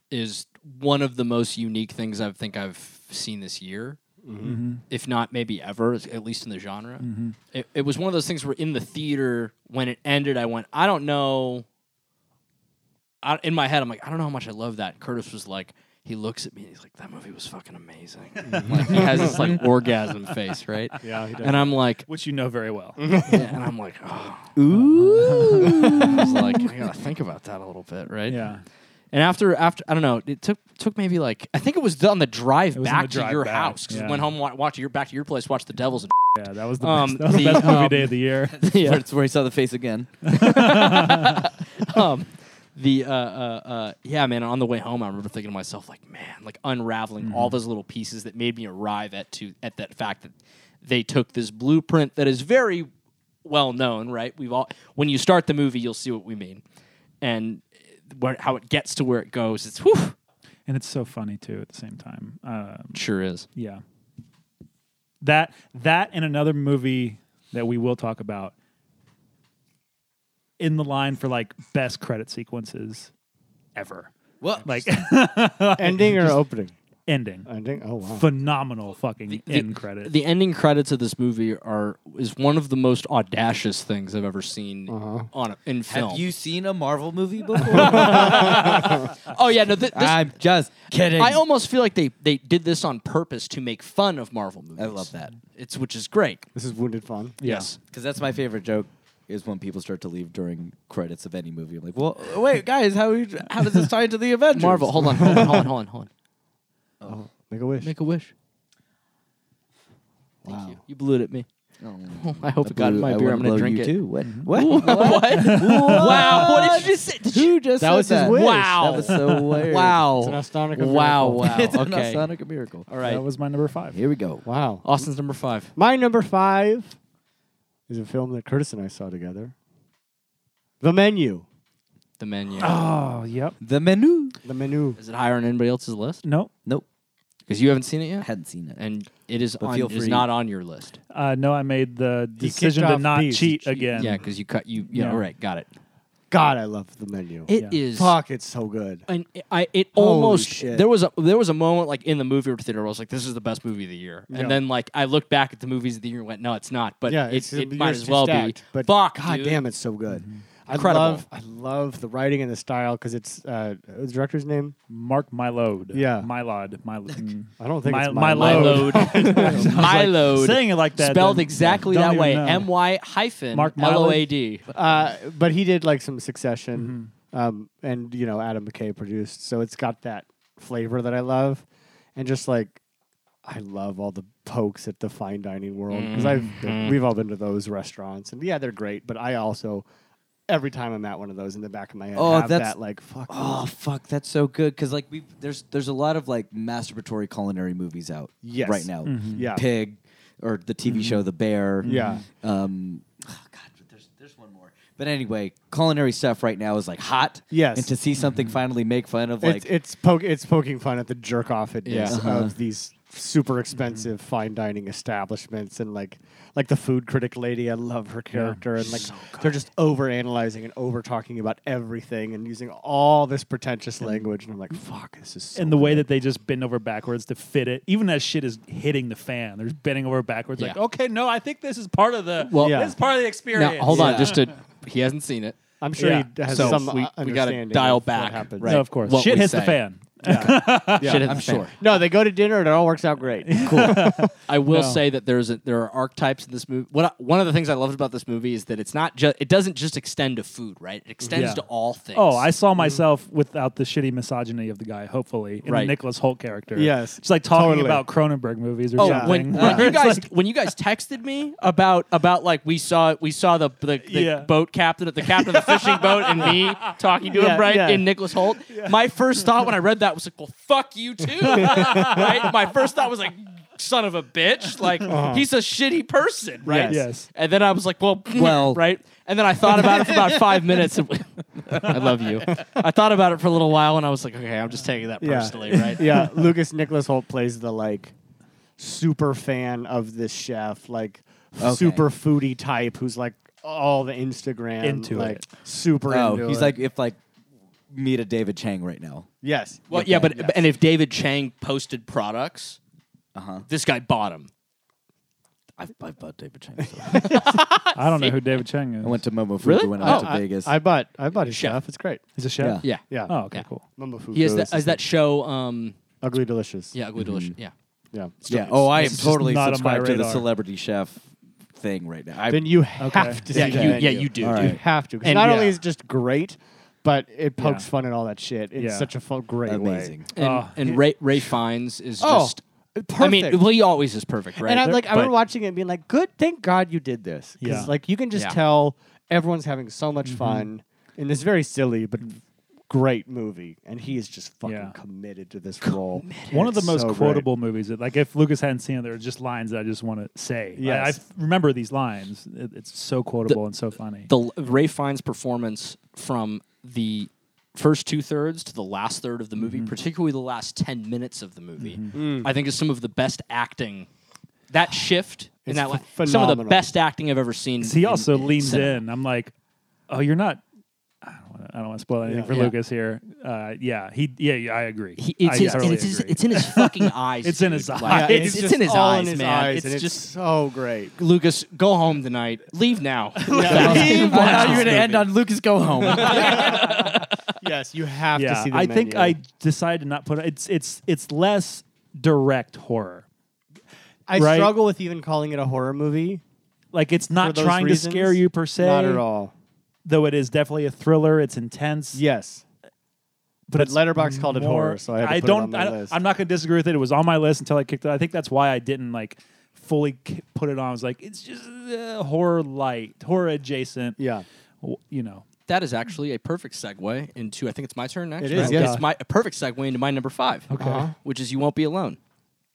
[SPEAKER 7] is one of the most unique things I think I've seen this year, if not maybe ever, as- at least in the genre. It, it was one of those things where in the theater when it ended, I went, I don't know. I, in my head, I'm like, I don't know how much I love that. Curtis was like, he looks at me, and he's like, that movie was fucking amazing. like, he has this like [laughs] orgasm face, right? Mm-hmm. Yeah, he does. And I'm like,
[SPEAKER 8] Which you know very well.
[SPEAKER 5] Mm-hmm.
[SPEAKER 7] yeah, and I'm like, oh. ooh. I was like, I gotta think about that a little bit, right?
[SPEAKER 8] yeah.
[SPEAKER 7] And after, after, I don't know, it took took maybe like I think it was on the drive
[SPEAKER 8] was on
[SPEAKER 7] back
[SPEAKER 8] the
[SPEAKER 7] to
[SPEAKER 8] drive
[SPEAKER 7] your
[SPEAKER 8] back,
[SPEAKER 7] house. 'cause we
[SPEAKER 8] yeah.
[SPEAKER 7] went home, wa- watched your back to your place, watched the Devils. And
[SPEAKER 8] Yeah, that was the
[SPEAKER 7] Um,
[SPEAKER 8] best, that was the,
[SPEAKER 7] the,
[SPEAKER 8] best movie
[SPEAKER 7] um,
[SPEAKER 8] day of
[SPEAKER 7] [laughs]
[SPEAKER 8] the year.
[SPEAKER 7] yeah.
[SPEAKER 6] Where, it's where he saw the face again.
[SPEAKER 7] um, the uh, uh, uh, yeah, man. On the way home, I remember thinking to myself, like, man, like unraveling all those little pieces that made me arrive at to at that fact that they took this blueprint that is very well known, right? We've all when you start the movie, you'll see what we mean, and where, how it gets to where it goes. It's whew,
[SPEAKER 8] and it's so funny too at the same time. Uh,
[SPEAKER 7] sure is.
[SPEAKER 8] Yeah. That that and another movie that we will talk about in the line for like best credit sequences ever.
[SPEAKER 7] What
[SPEAKER 8] Like
[SPEAKER 5] Ending
[SPEAKER 6] [laughs]
[SPEAKER 5] or opening?
[SPEAKER 8] ending.
[SPEAKER 5] Ending. Oh wow.
[SPEAKER 8] Phenomenal fucking end credit.
[SPEAKER 7] The ending credits of this movie are is one of the most audacious things I've ever seen on a, in film.
[SPEAKER 6] Have you seen a Marvel movie before?
[SPEAKER 7] oh yeah, no, th- this,
[SPEAKER 6] [laughs] I'm just kidding.
[SPEAKER 7] I almost feel like they they did this on purpose to make fun of Marvel movies.
[SPEAKER 6] I love that
[SPEAKER 7] It's which is great.
[SPEAKER 5] This is wounded fawn.
[SPEAKER 7] Yes.
[SPEAKER 6] because that's my favorite joke. Is when people start to leave during credits of any movie. I'm like, well, wait, guys, how we, how does this tie into the Avengers?
[SPEAKER 7] Marvel, hold on, hold on, hold on, hold on,
[SPEAKER 6] [laughs]
[SPEAKER 7] hold on.
[SPEAKER 5] Make a wish.
[SPEAKER 7] Make a wish. Thank you. You blew it at me.
[SPEAKER 6] Oh,
[SPEAKER 7] [laughs] I hope
[SPEAKER 6] I
[SPEAKER 7] it got in
[SPEAKER 6] blew-
[SPEAKER 7] my
[SPEAKER 6] I
[SPEAKER 7] beer.
[SPEAKER 6] wanna
[SPEAKER 7] I'm gonna
[SPEAKER 6] blow
[SPEAKER 7] drink
[SPEAKER 6] you
[SPEAKER 7] it.
[SPEAKER 6] Too. What?
[SPEAKER 7] What? [laughs] wow! What did you say? Did you-
[SPEAKER 6] Who just
[SPEAKER 5] That
[SPEAKER 6] said
[SPEAKER 5] was his
[SPEAKER 6] that?
[SPEAKER 5] wish.
[SPEAKER 7] Wow!
[SPEAKER 6] That was [laughs] so weird.
[SPEAKER 7] Wow!
[SPEAKER 5] an astronomic
[SPEAKER 7] wow!
[SPEAKER 5] miracle.
[SPEAKER 7] Wow!
[SPEAKER 6] [laughs] It's an
[SPEAKER 7] okay.
[SPEAKER 6] Sonic miracle.
[SPEAKER 7] All
[SPEAKER 8] that
[SPEAKER 7] right.
[SPEAKER 8] was my number five.
[SPEAKER 6] Here we go.
[SPEAKER 5] Wow.
[SPEAKER 7] Austin's number five.
[SPEAKER 5] My number five is a film that Curtis and I saw together. The menu.
[SPEAKER 7] The menu.
[SPEAKER 8] Oh, yep.
[SPEAKER 6] The menu.
[SPEAKER 5] The menu.
[SPEAKER 7] Is it higher on anybody else's list?
[SPEAKER 8] Nope.
[SPEAKER 6] Nope,
[SPEAKER 7] Because you haven't seen it yet,
[SPEAKER 6] hadn't seen it.
[SPEAKER 7] and it is
[SPEAKER 6] But
[SPEAKER 7] on,
[SPEAKER 6] feel
[SPEAKER 7] it is
[SPEAKER 6] free.
[SPEAKER 7] not on your list.
[SPEAKER 8] Uh, no, I made the
[SPEAKER 5] kicked
[SPEAKER 8] decision to
[SPEAKER 5] off
[SPEAKER 8] not
[SPEAKER 5] these.
[SPEAKER 8] cheat E, again.
[SPEAKER 7] yeah, because you cut you. Yeah,
[SPEAKER 8] Yeah.
[SPEAKER 7] all right, got it.
[SPEAKER 5] God, I love the menu.
[SPEAKER 7] It
[SPEAKER 8] Yeah.
[SPEAKER 7] is.
[SPEAKER 5] Fuck, it's so good.
[SPEAKER 7] and it- I it
[SPEAKER 5] Holy
[SPEAKER 7] almost
[SPEAKER 5] shit.
[SPEAKER 7] there was a there was a moment like in the movie or theater where I was like this is the best movie of the year
[SPEAKER 8] Yeah.
[SPEAKER 7] and then like I looked back at the movies of the year and went no it's not but
[SPEAKER 5] yeah,
[SPEAKER 7] it,
[SPEAKER 5] it's,
[SPEAKER 7] it
[SPEAKER 5] yours
[SPEAKER 7] might as
[SPEAKER 5] is
[SPEAKER 7] well
[SPEAKER 5] stacked,
[SPEAKER 7] be
[SPEAKER 5] But
[SPEAKER 7] fuck
[SPEAKER 5] God
[SPEAKER 7] dude. Mm-hmm.
[SPEAKER 5] damn, it's so good. I
[SPEAKER 7] Incredible.
[SPEAKER 5] love I love the writing and the style because it's uh, the director's name.
[SPEAKER 8] Mark Mylod.
[SPEAKER 5] Yeah.
[SPEAKER 8] Mylod. [laughs] My,
[SPEAKER 7] [laughs]
[SPEAKER 8] mm.
[SPEAKER 5] I don't think it's
[SPEAKER 8] My-
[SPEAKER 5] Milo.
[SPEAKER 8] [laughs] Milo.
[SPEAKER 7] Mylode. Mylode.
[SPEAKER 8] saying it like that
[SPEAKER 7] Spelled
[SPEAKER 8] then-
[SPEAKER 7] exactly
[SPEAKER 8] don't
[SPEAKER 7] that
[SPEAKER 8] even
[SPEAKER 7] way.
[SPEAKER 8] know.
[SPEAKER 7] M Y hyphen
[SPEAKER 8] Mark Mylode?
[SPEAKER 7] L O A D.
[SPEAKER 5] uh, but he did like some Succession,
[SPEAKER 6] Mm-hmm.
[SPEAKER 5] um, and you know Adam McKay produced, so it's got that flavor that I love, and just like I love all the pokes at the fine dining world because
[SPEAKER 6] Mm-hmm.
[SPEAKER 5] I've we've all been to those restaurants, and yeah, they're great, but I also. Every time I'm at one of those, in the back of my head,
[SPEAKER 6] Oh,
[SPEAKER 5] have
[SPEAKER 6] that's-
[SPEAKER 5] that like fuck.
[SPEAKER 6] Oh fuck, that's so good because like we there's there's a lot of like masturbatory culinary movies out
[SPEAKER 5] Yes. Mm-hmm.
[SPEAKER 6] right now.
[SPEAKER 5] Yeah. Mm-hmm.
[SPEAKER 6] Pig, or the TV show The Bear.
[SPEAKER 5] Yeah.
[SPEAKER 6] Um, oh, God, but there's there's one more. But anyway, culinary stuff right now is like hot.
[SPEAKER 5] Yes. Mm-hmm.
[SPEAKER 6] and to see something finally make fun of
[SPEAKER 5] It's-
[SPEAKER 6] like
[SPEAKER 5] it's poke, it's poking fun at the jerk off
[SPEAKER 7] Yeah. Uh-huh. Mm-hmm.
[SPEAKER 5] of these super expensive fine dining establishments and like like the food critic lady. I love her character and like they're just over analyzing and over talking about everything and using all this pretentious language. And I'm like, fuck, this is. So
[SPEAKER 8] and the way that they just bend over backwards to fit it, even as shit is hitting the fan, they're just bending over backwards. Like,
[SPEAKER 7] Yeah.
[SPEAKER 8] okay, no, I think this is part of the
[SPEAKER 7] Well-
[SPEAKER 8] this is part of the experience.
[SPEAKER 7] Now, hold on,
[SPEAKER 6] Yeah.
[SPEAKER 7] just to he hasn't seen it.
[SPEAKER 5] I'm sure
[SPEAKER 8] Yeah.
[SPEAKER 5] he has
[SPEAKER 7] So
[SPEAKER 5] some
[SPEAKER 7] we-
[SPEAKER 5] uh,
[SPEAKER 7] we
[SPEAKER 5] understanding.
[SPEAKER 7] gotta dial
[SPEAKER 5] of what
[SPEAKER 7] back,
[SPEAKER 5] happens.
[SPEAKER 7] right?
[SPEAKER 8] no, of course,
[SPEAKER 7] What
[SPEAKER 8] shit
[SPEAKER 7] we
[SPEAKER 8] hits the
[SPEAKER 7] say.
[SPEAKER 8] fan.
[SPEAKER 5] Yeah.
[SPEAKER 7] Shit hit
[SPEAKER 6] I'm
[SPEAKER 7] the fan.
[SPEAKER 6] sure.
[SPEAKER 5] No, they go to dinner and it all works
[SPEAKER 7] [laughs]
[SPEAKER 5] out great. Cool.
[SPEAKER 7] I will say that there's a, there are archetypes in this movie. What I- one of the things I loved about this movie is that it's not just it doesn't just extend to food, right? It extends
[SPEAKER 8] Yeah.
[SPEAKER 7] to all things.
[SPEAKER 8] Oh, I saw myself without the shitty misogyny of the guy, hopefully, in
[SPEAKER 7] Right.
[SPEAKER 8] the Nicholas Holt character.
[SPEAKER 5] Yes,
[SPEAKER 8] It's like talking
[SPEAKER 5] totally.
[SPEAKER 8] about Cronenberg movies or
[SPEAKER 7] Oh, when,
[SPEAKER 5] [laughs]
[SPEAKER 8] something.
[SPEAKER 7] when you guys when you guys texted me about about like we saw we saw the the, the
[SPEAKER 8] Yeah.
[SPEAKER 7] boat captain the captain of the fishing boat and me talking to
[SPEAKER 5] [laughs] Yeah,
[SPEAKER 7] him right
[SPEAKER 5] yeah.
[SPEAKER 7] in Nicholas Holt. My first thought when I read that was like, well, fuck you too. [laughs] right? My first thought was like, son of a bitch, like
[SPEAKER 5] Uh-huh.
[SPEAKER 7] he's a shitty person, right?
[SPEAKER 8] Yes. Yes.
[SPEAKER 7] And then I was like, well,
[SPEAKER 6] Well-
[SPEAKER 7] [laughs] right? And then I thought about it for about five minutes. [laughs] I love you. I thought about it for a little while and I was like, okay, I'm just taking that
[SPEAKER 5] Yeah.
[SPEAKER 7] personally, right? [laughs]
[SPEAKER 5] [laughs] yeah, Lucas Nicholas Holt plays the like super fan of this chef, like
[SPEAKER 6] Okay.
[SPEAKER 5] super foodie type who's like all the Instagram
[SPEAKER 8] Into
[SPEAKER 5] like
[SPEAKER 8] it.
[SPEAKER 5] super
[SPEAKER 6] oh,
[SPEAKER 5] into
[SPEAKER 6] he's
[SPEAKER 5] it.
[SPEAKER 6] like if like meet a David Chang right now.
[SPEAKER 5] yes.
[SPEAKER 7] Well, yeah, but and if David Chang posted products,
[SPEAKER 5] Uh-huh.
[SPEAKER 7] this guy bought them.
[SPEAKER 6] I've, I've bought David Chang. so-
[SPEAKER 8] I don't know who David Chang is.
[SPEAKER 6] I went to
[SPEAKER 5] [laughs]
[SPEAKER 6] Momo Food
[SPEAKER 7] Really?
[SPEAKER 6] when I went
[SPEAKER 5] Oh,
[SPEAKER 6] to Vegas.
[SPEAKER 5] I, I bought I bought his
[SPEAKER 7] Chef.
[SPEAKER 5] chef. It's great.
[SPEAKER 8] He's a chef.
[SPEAKER 6] Yeah.
[SPEAKER 5] Yeah.
[SPEAKER 8] Oh, okay,
[SPEAKER 7] Yeah.
[SPEAKER 8] cool.
[SPEAKER 5] Mumbo Fuku
[SPEAKER 7] He has
[SPEAKER 5] is Mm-hmm.
[SPEAKER 7] that,
[SPEAKER 5] his
[SPEAKER 7] has that show. Um,
[SPEAKER 5] ugly delicious.
[SPEAKER 7] yeah, Ugly Delicious. Yeah,
[SPEAKER 5] Yeah.
[SPEAKER 6] yeah. Oh, I am
[SPEAKER 8] just
[SPEAKER 6] totally
[SPEAKER 8] not on my
[SPEAKER 6] subscribed to the
[SPEAKER 8] radar.
[SPEAKER 6] celebrity chef thing right now. I,
[SPEAKER 5] Then you have to
[SPEAKER 7] yeah,
[SPEAKER 5] see
[SPEAKER 7] you,
[SPEAKER 5] that
[SPEAKER 7] yeah,
[SPEAKER 5] menu.
[SPEAKER 7] you do.
[SPEAKER 6] All
[SPEAKER 7] dude.
[SPEAKER 5] You
[SPEAKER 6] right.
[SPEAKER 5] have to. 'cause
[SPEAKER 7] And
[SPEAKER 5] not
[SPEAKER 7] yeah.
[SPEAKER 5] only is it just great, but it pokes
[SPEAKER 8] Yeah.
[SPEAKER 5] fun at all that shit in
[SPEAKER 8] Yeah.
[SPEAKER 5] such a fun, great way.
[SPEAKER 6] amazing.
[SPEAKER 7] And,
[SPEAKER 8] Oh,
[SPEAKER 7] and Ray, Ray Fiennes is just.
[SPEAKER 5] Uh, Oh, perfect.
[SPEAKER 7] I mean, well, he always is perfect, right?
[SPEAKER 5] And I'm like, I remember
[SPEAKER 7] But-
[SPEAKER 5] watching it and being like, good, thank God you did this. Because
[SPEAKER 8] Yeah.
[SPEAKER 5] like you can just
[SPEAKER 7] Yeah.
[SPEAKER 5] tell everyone's having so much fun in this very silly but great movie. And he is just fucking
[SPEAKER 8] Yeah.
[SPEAKER 5] committed to this role.
[SPEAKER 8] One of the
[SPEAKER 5] It's
[SPEAKER 8] most
[SPEAKER 5] so great.
[SPEAKER 8] quotable movies. That, like if Lucas hadn't seen it, there are just lines that I just want to say. Yeah, I,
[SPEAKER 5] Yes.
[SPEAKER 8] f- remember these lines. It, it's so quotable and so funny.
[SPEAKER 7] the Ray Fiennes performance from the first two thirds to the last third of the
[SPEAKER 5] Mm-hmm.
[SPEAKER 7] movie, particularly the last ten minutes of the movie,
[SPEAKER 5] Mm.
[SPEAKER 7] I think is some of the best acting. That shift in
[SPEAKER 5] It's
[SPEAKER 7] that la-
[SPEAKER 5] ph-
[SPEAKER 7] some of the
[SPEAKER 5] phenomenal.
[SPEAKER 7] best acting I've ever seen.
[SPEAKER 8] he also
[SPEAKER 7] in, in
[SPEAKER 8] leans
[SPEAKER 7] cinema.
[SPEAKER 8] in. I'm like, oh, you're not. I don't wanna- I don't want to spoil anything
[SPEAKER 5] Yeah.
[SPEAKER 8] for
[SPEAKER 7] Yeah.
[SPEAKER 8] Lucas here. Uh, yeah, he. Yeah, yeah, I agree.
[SPEAKER 7] He, it's,
[SPEAKER 8] I
[SPEAKER 7] his,
[SPEAKER 8] totally
[SPEAKER 7] and it's, his,
[SPEAKER 8] agree.
[SPEAKER 7] it's in his fucking eyes.
[SPEAKER 8] It's in
[SPEAKER 7] dude.
[SPEAKER 8] his
[SPEAKER 7] Like,
[SPEAKER 8] eyes.
[SPEAKER 7] it's, it's, in his
[SPEAKER 5] all
[SPEAKER 7] eyes,
[SPEAKER 5] in his
[SPEAKER 7] man.
[SPEAKER 5] eyes,
[SPEAKER 7] it's
[SPEAKER 5] and
[SPEAKER 7] just
[SPEAKER 5] so great.
[SPEAKER 7] Lucas, go home tonight. Leave now.
[SPEAKER 8] [laughs]
[SPEAKER 6] I thought you were going to end on Lucas Go Home.
[SPEAKER 5] yes, you have to
[SPEAKER 8] yeah,
[SPEAKER 5] see the
[SPEAKER 8] I think
[SPEAKER 5] menu.
[SPEAKER 8] I decided to not put it. It's it's it's less direct horror.
[SPEAKER 5] I
[SPEAKER 8] right?
[SPEAKER 5] struggle with even calling it a horror movie.
[SPEAKER 8] Like it's
[SPEAKER 5] for
[SPEAKER 8] not
[SPEAKER 5] those
[SPEAKER 8] trying
[SPEAKER 5] reasons.
[SPEAKER 8] to scare you per se.
[SPEAKER 5] Not at all.
[SPEAKER 8] Though it is definitely a thriller. It's intense.
[SPEAKER 5] Yes. But,
[SPEAKER 8] it's
[SPEAKER 5] Letterbox called it
[SPEAKER 8] more-
[SPEAKER 5] horror, so I, had to put it
[SPEAKER 8] don't.
[SPEAKER 5] on my
[SPEAKER 8] I don't-
[SPEAKER 5] list.
[SPEAKER 8] I'm not going to disagree with it. It was on my list until I kicked it. I think that's why I didn't like fully k- put it on. I was like, it's just uh, horror light, horror adjacent.
[SPEAKER 5] yeah.
[SPEAKER 8] w- you know.
[SPEAKER 7] that is actually a perfect segue into. I think it's my turn next.
[SPEAKER 5] It is,
[SPEAKER 7] right?
[SPEAKER 5] yeah.
[SPEAKER 7] It's my a perfect segue into my number five. Okay, which is you won't be alone.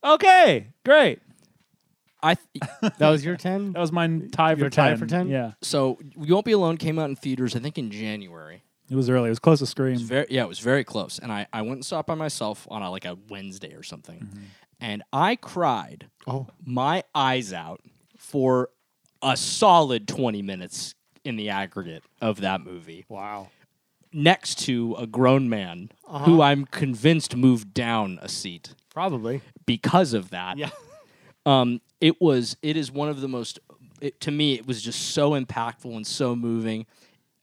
[SPEAKER 8] Okay, great.
[SPEAKER 7] I th- [laughs]
[SPEAKER 5] [laughs] That was your 10?
[SPEAKER 8] That was mine. Tie for
[SPEAKER 5] Your
[SPEAKER 8] ten.
[SPEAKER 5] tie for 10?
[SPEAKER 8] Yeah,
[SPEAKER 7] so you won't be alone came out in theaters. I think in January.
[SPEAKER 8] it was early. It was close to Scream.
[SPEAKER 7] Very, yeah, it was very close. And I, I went and saw it by myself on a, like a Wednesday or something, and I cried my eyes out for a solid twenty minutes in the aggregate of that movie.
[SPEAKER 5] Wow.
[SPEAKER 7] next to a grown man who I'm convinced moved down a seat
[SPEAKER 5] Probably.
[SPEAKER 7] because of that.
[SPEAKER 5] Yeah.
[SPEAKER 7] Um, it was. It is one of the most. It, to me, it was just so impactful and so moving.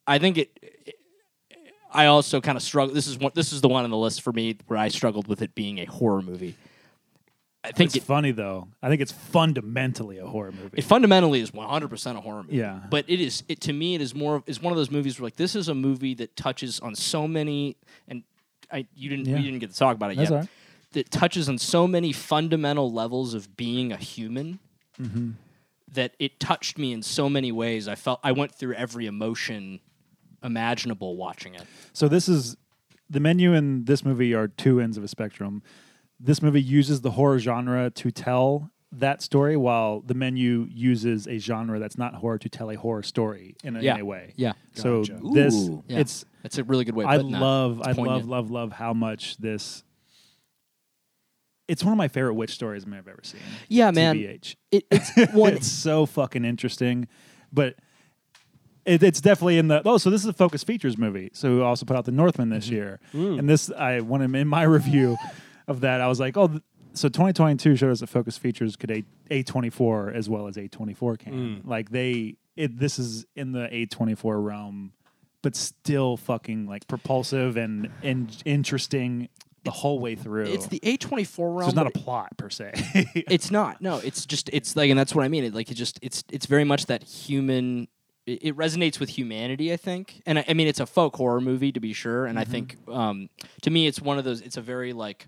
[SPEAKER 7] I think it. I also kind of struggle. This is one. This is the one on the list for me where I struggled with it being a horror movie. I think
[SPEAKER 8] It's
[SPEAKER 7] it,
[SPEAKER 8] funny though. I think it's fundamentally a horror movie.
[SPEAKER 7] it fundamentally is 100% a horror movie.
[SPEAKER 8] Yeah.
[SPEAKER 7] But it is it to me it is more is one of those movies where like this is a movie that touches on so many and I you didn't
[SPEAKER 8] Yeah.
[SPEAKER 7] we didn't get to talk about it
[SPEAKER 8] That's
[SPEAKER 7] yet.
[SPEAKER 8] all right.
[SPEAKER 7] That touches on so many fundamental levels of being a human.
[SPEAKER 8] Mm-hmm.
[SPEAKER 7] That it touched me in so many ways. I felt I went through every emotion imaginable watching it.
[SPEAKER 8] So this is the menu in this movie are two ends of a spectrum. This movie uses the horror genre to tell that story, while the menu uses a genre that's not horror to tell a horror story in
[SPEAKER 7] Yeah.
[SPEAKER 8] any way.
[SPEAKER 7] Yeah.
[SPEAKER 8] So this
[SPEAKER 6] Ooh.
[SPEAKER 7] Yeah.
[SPEAKER 8] it's
[SPEAKER 7] That's a really good way. Of
[SPEAKER 8] I
[SPEAKER 7] putting that.
[SPEAKER 8] love
[SPEAKER 7] It's
[SPEAKER 8] I love
[SPEAKER 7] poignant.
[SPEAKER 8] love love how much this. It's one of my favorite witch stories I may have ever seen.
[SPEAKER 7] Yeah, man.
[SPEAKER 8] TBH.
[SPEAKER 7] It, it's one.
[SPEAKER 8] it's so fucking interesting, but it, it's definitely in the oh. So this is a Focus Features movie. So who also put out The Northman this
[SPEAKER 7] Mm-hmm.
[SPEAKER 8] year,
[SPEAKER 7] Mm.
[SPEAKER 8] and this I when I'm in my [laughs] review of that, I was like, oh, th- so 2022 showed us that Focus Features could a A24 as well as A24 can.
[SPEAKER 7] Mm.
[SPEAKER 8] Like they, it, this is in the A24 realm, but still fucking like propulsive and and interesting the whole way through. [laughs]
[SPEAKER 7] it's the A24 realm.
[SPEAKER 8] so it's
[SPEAKER 7] but
[SPEAKER 8] not a plot per se. [laughs]
[SPEAKER 7] it's not no it's just it's like and that's what i mean it like it just it's it's very much that human it, it resonates with humanity i think and I, I mean it's a folk horror movie to be sure and i think um to me it's one of those it's a very like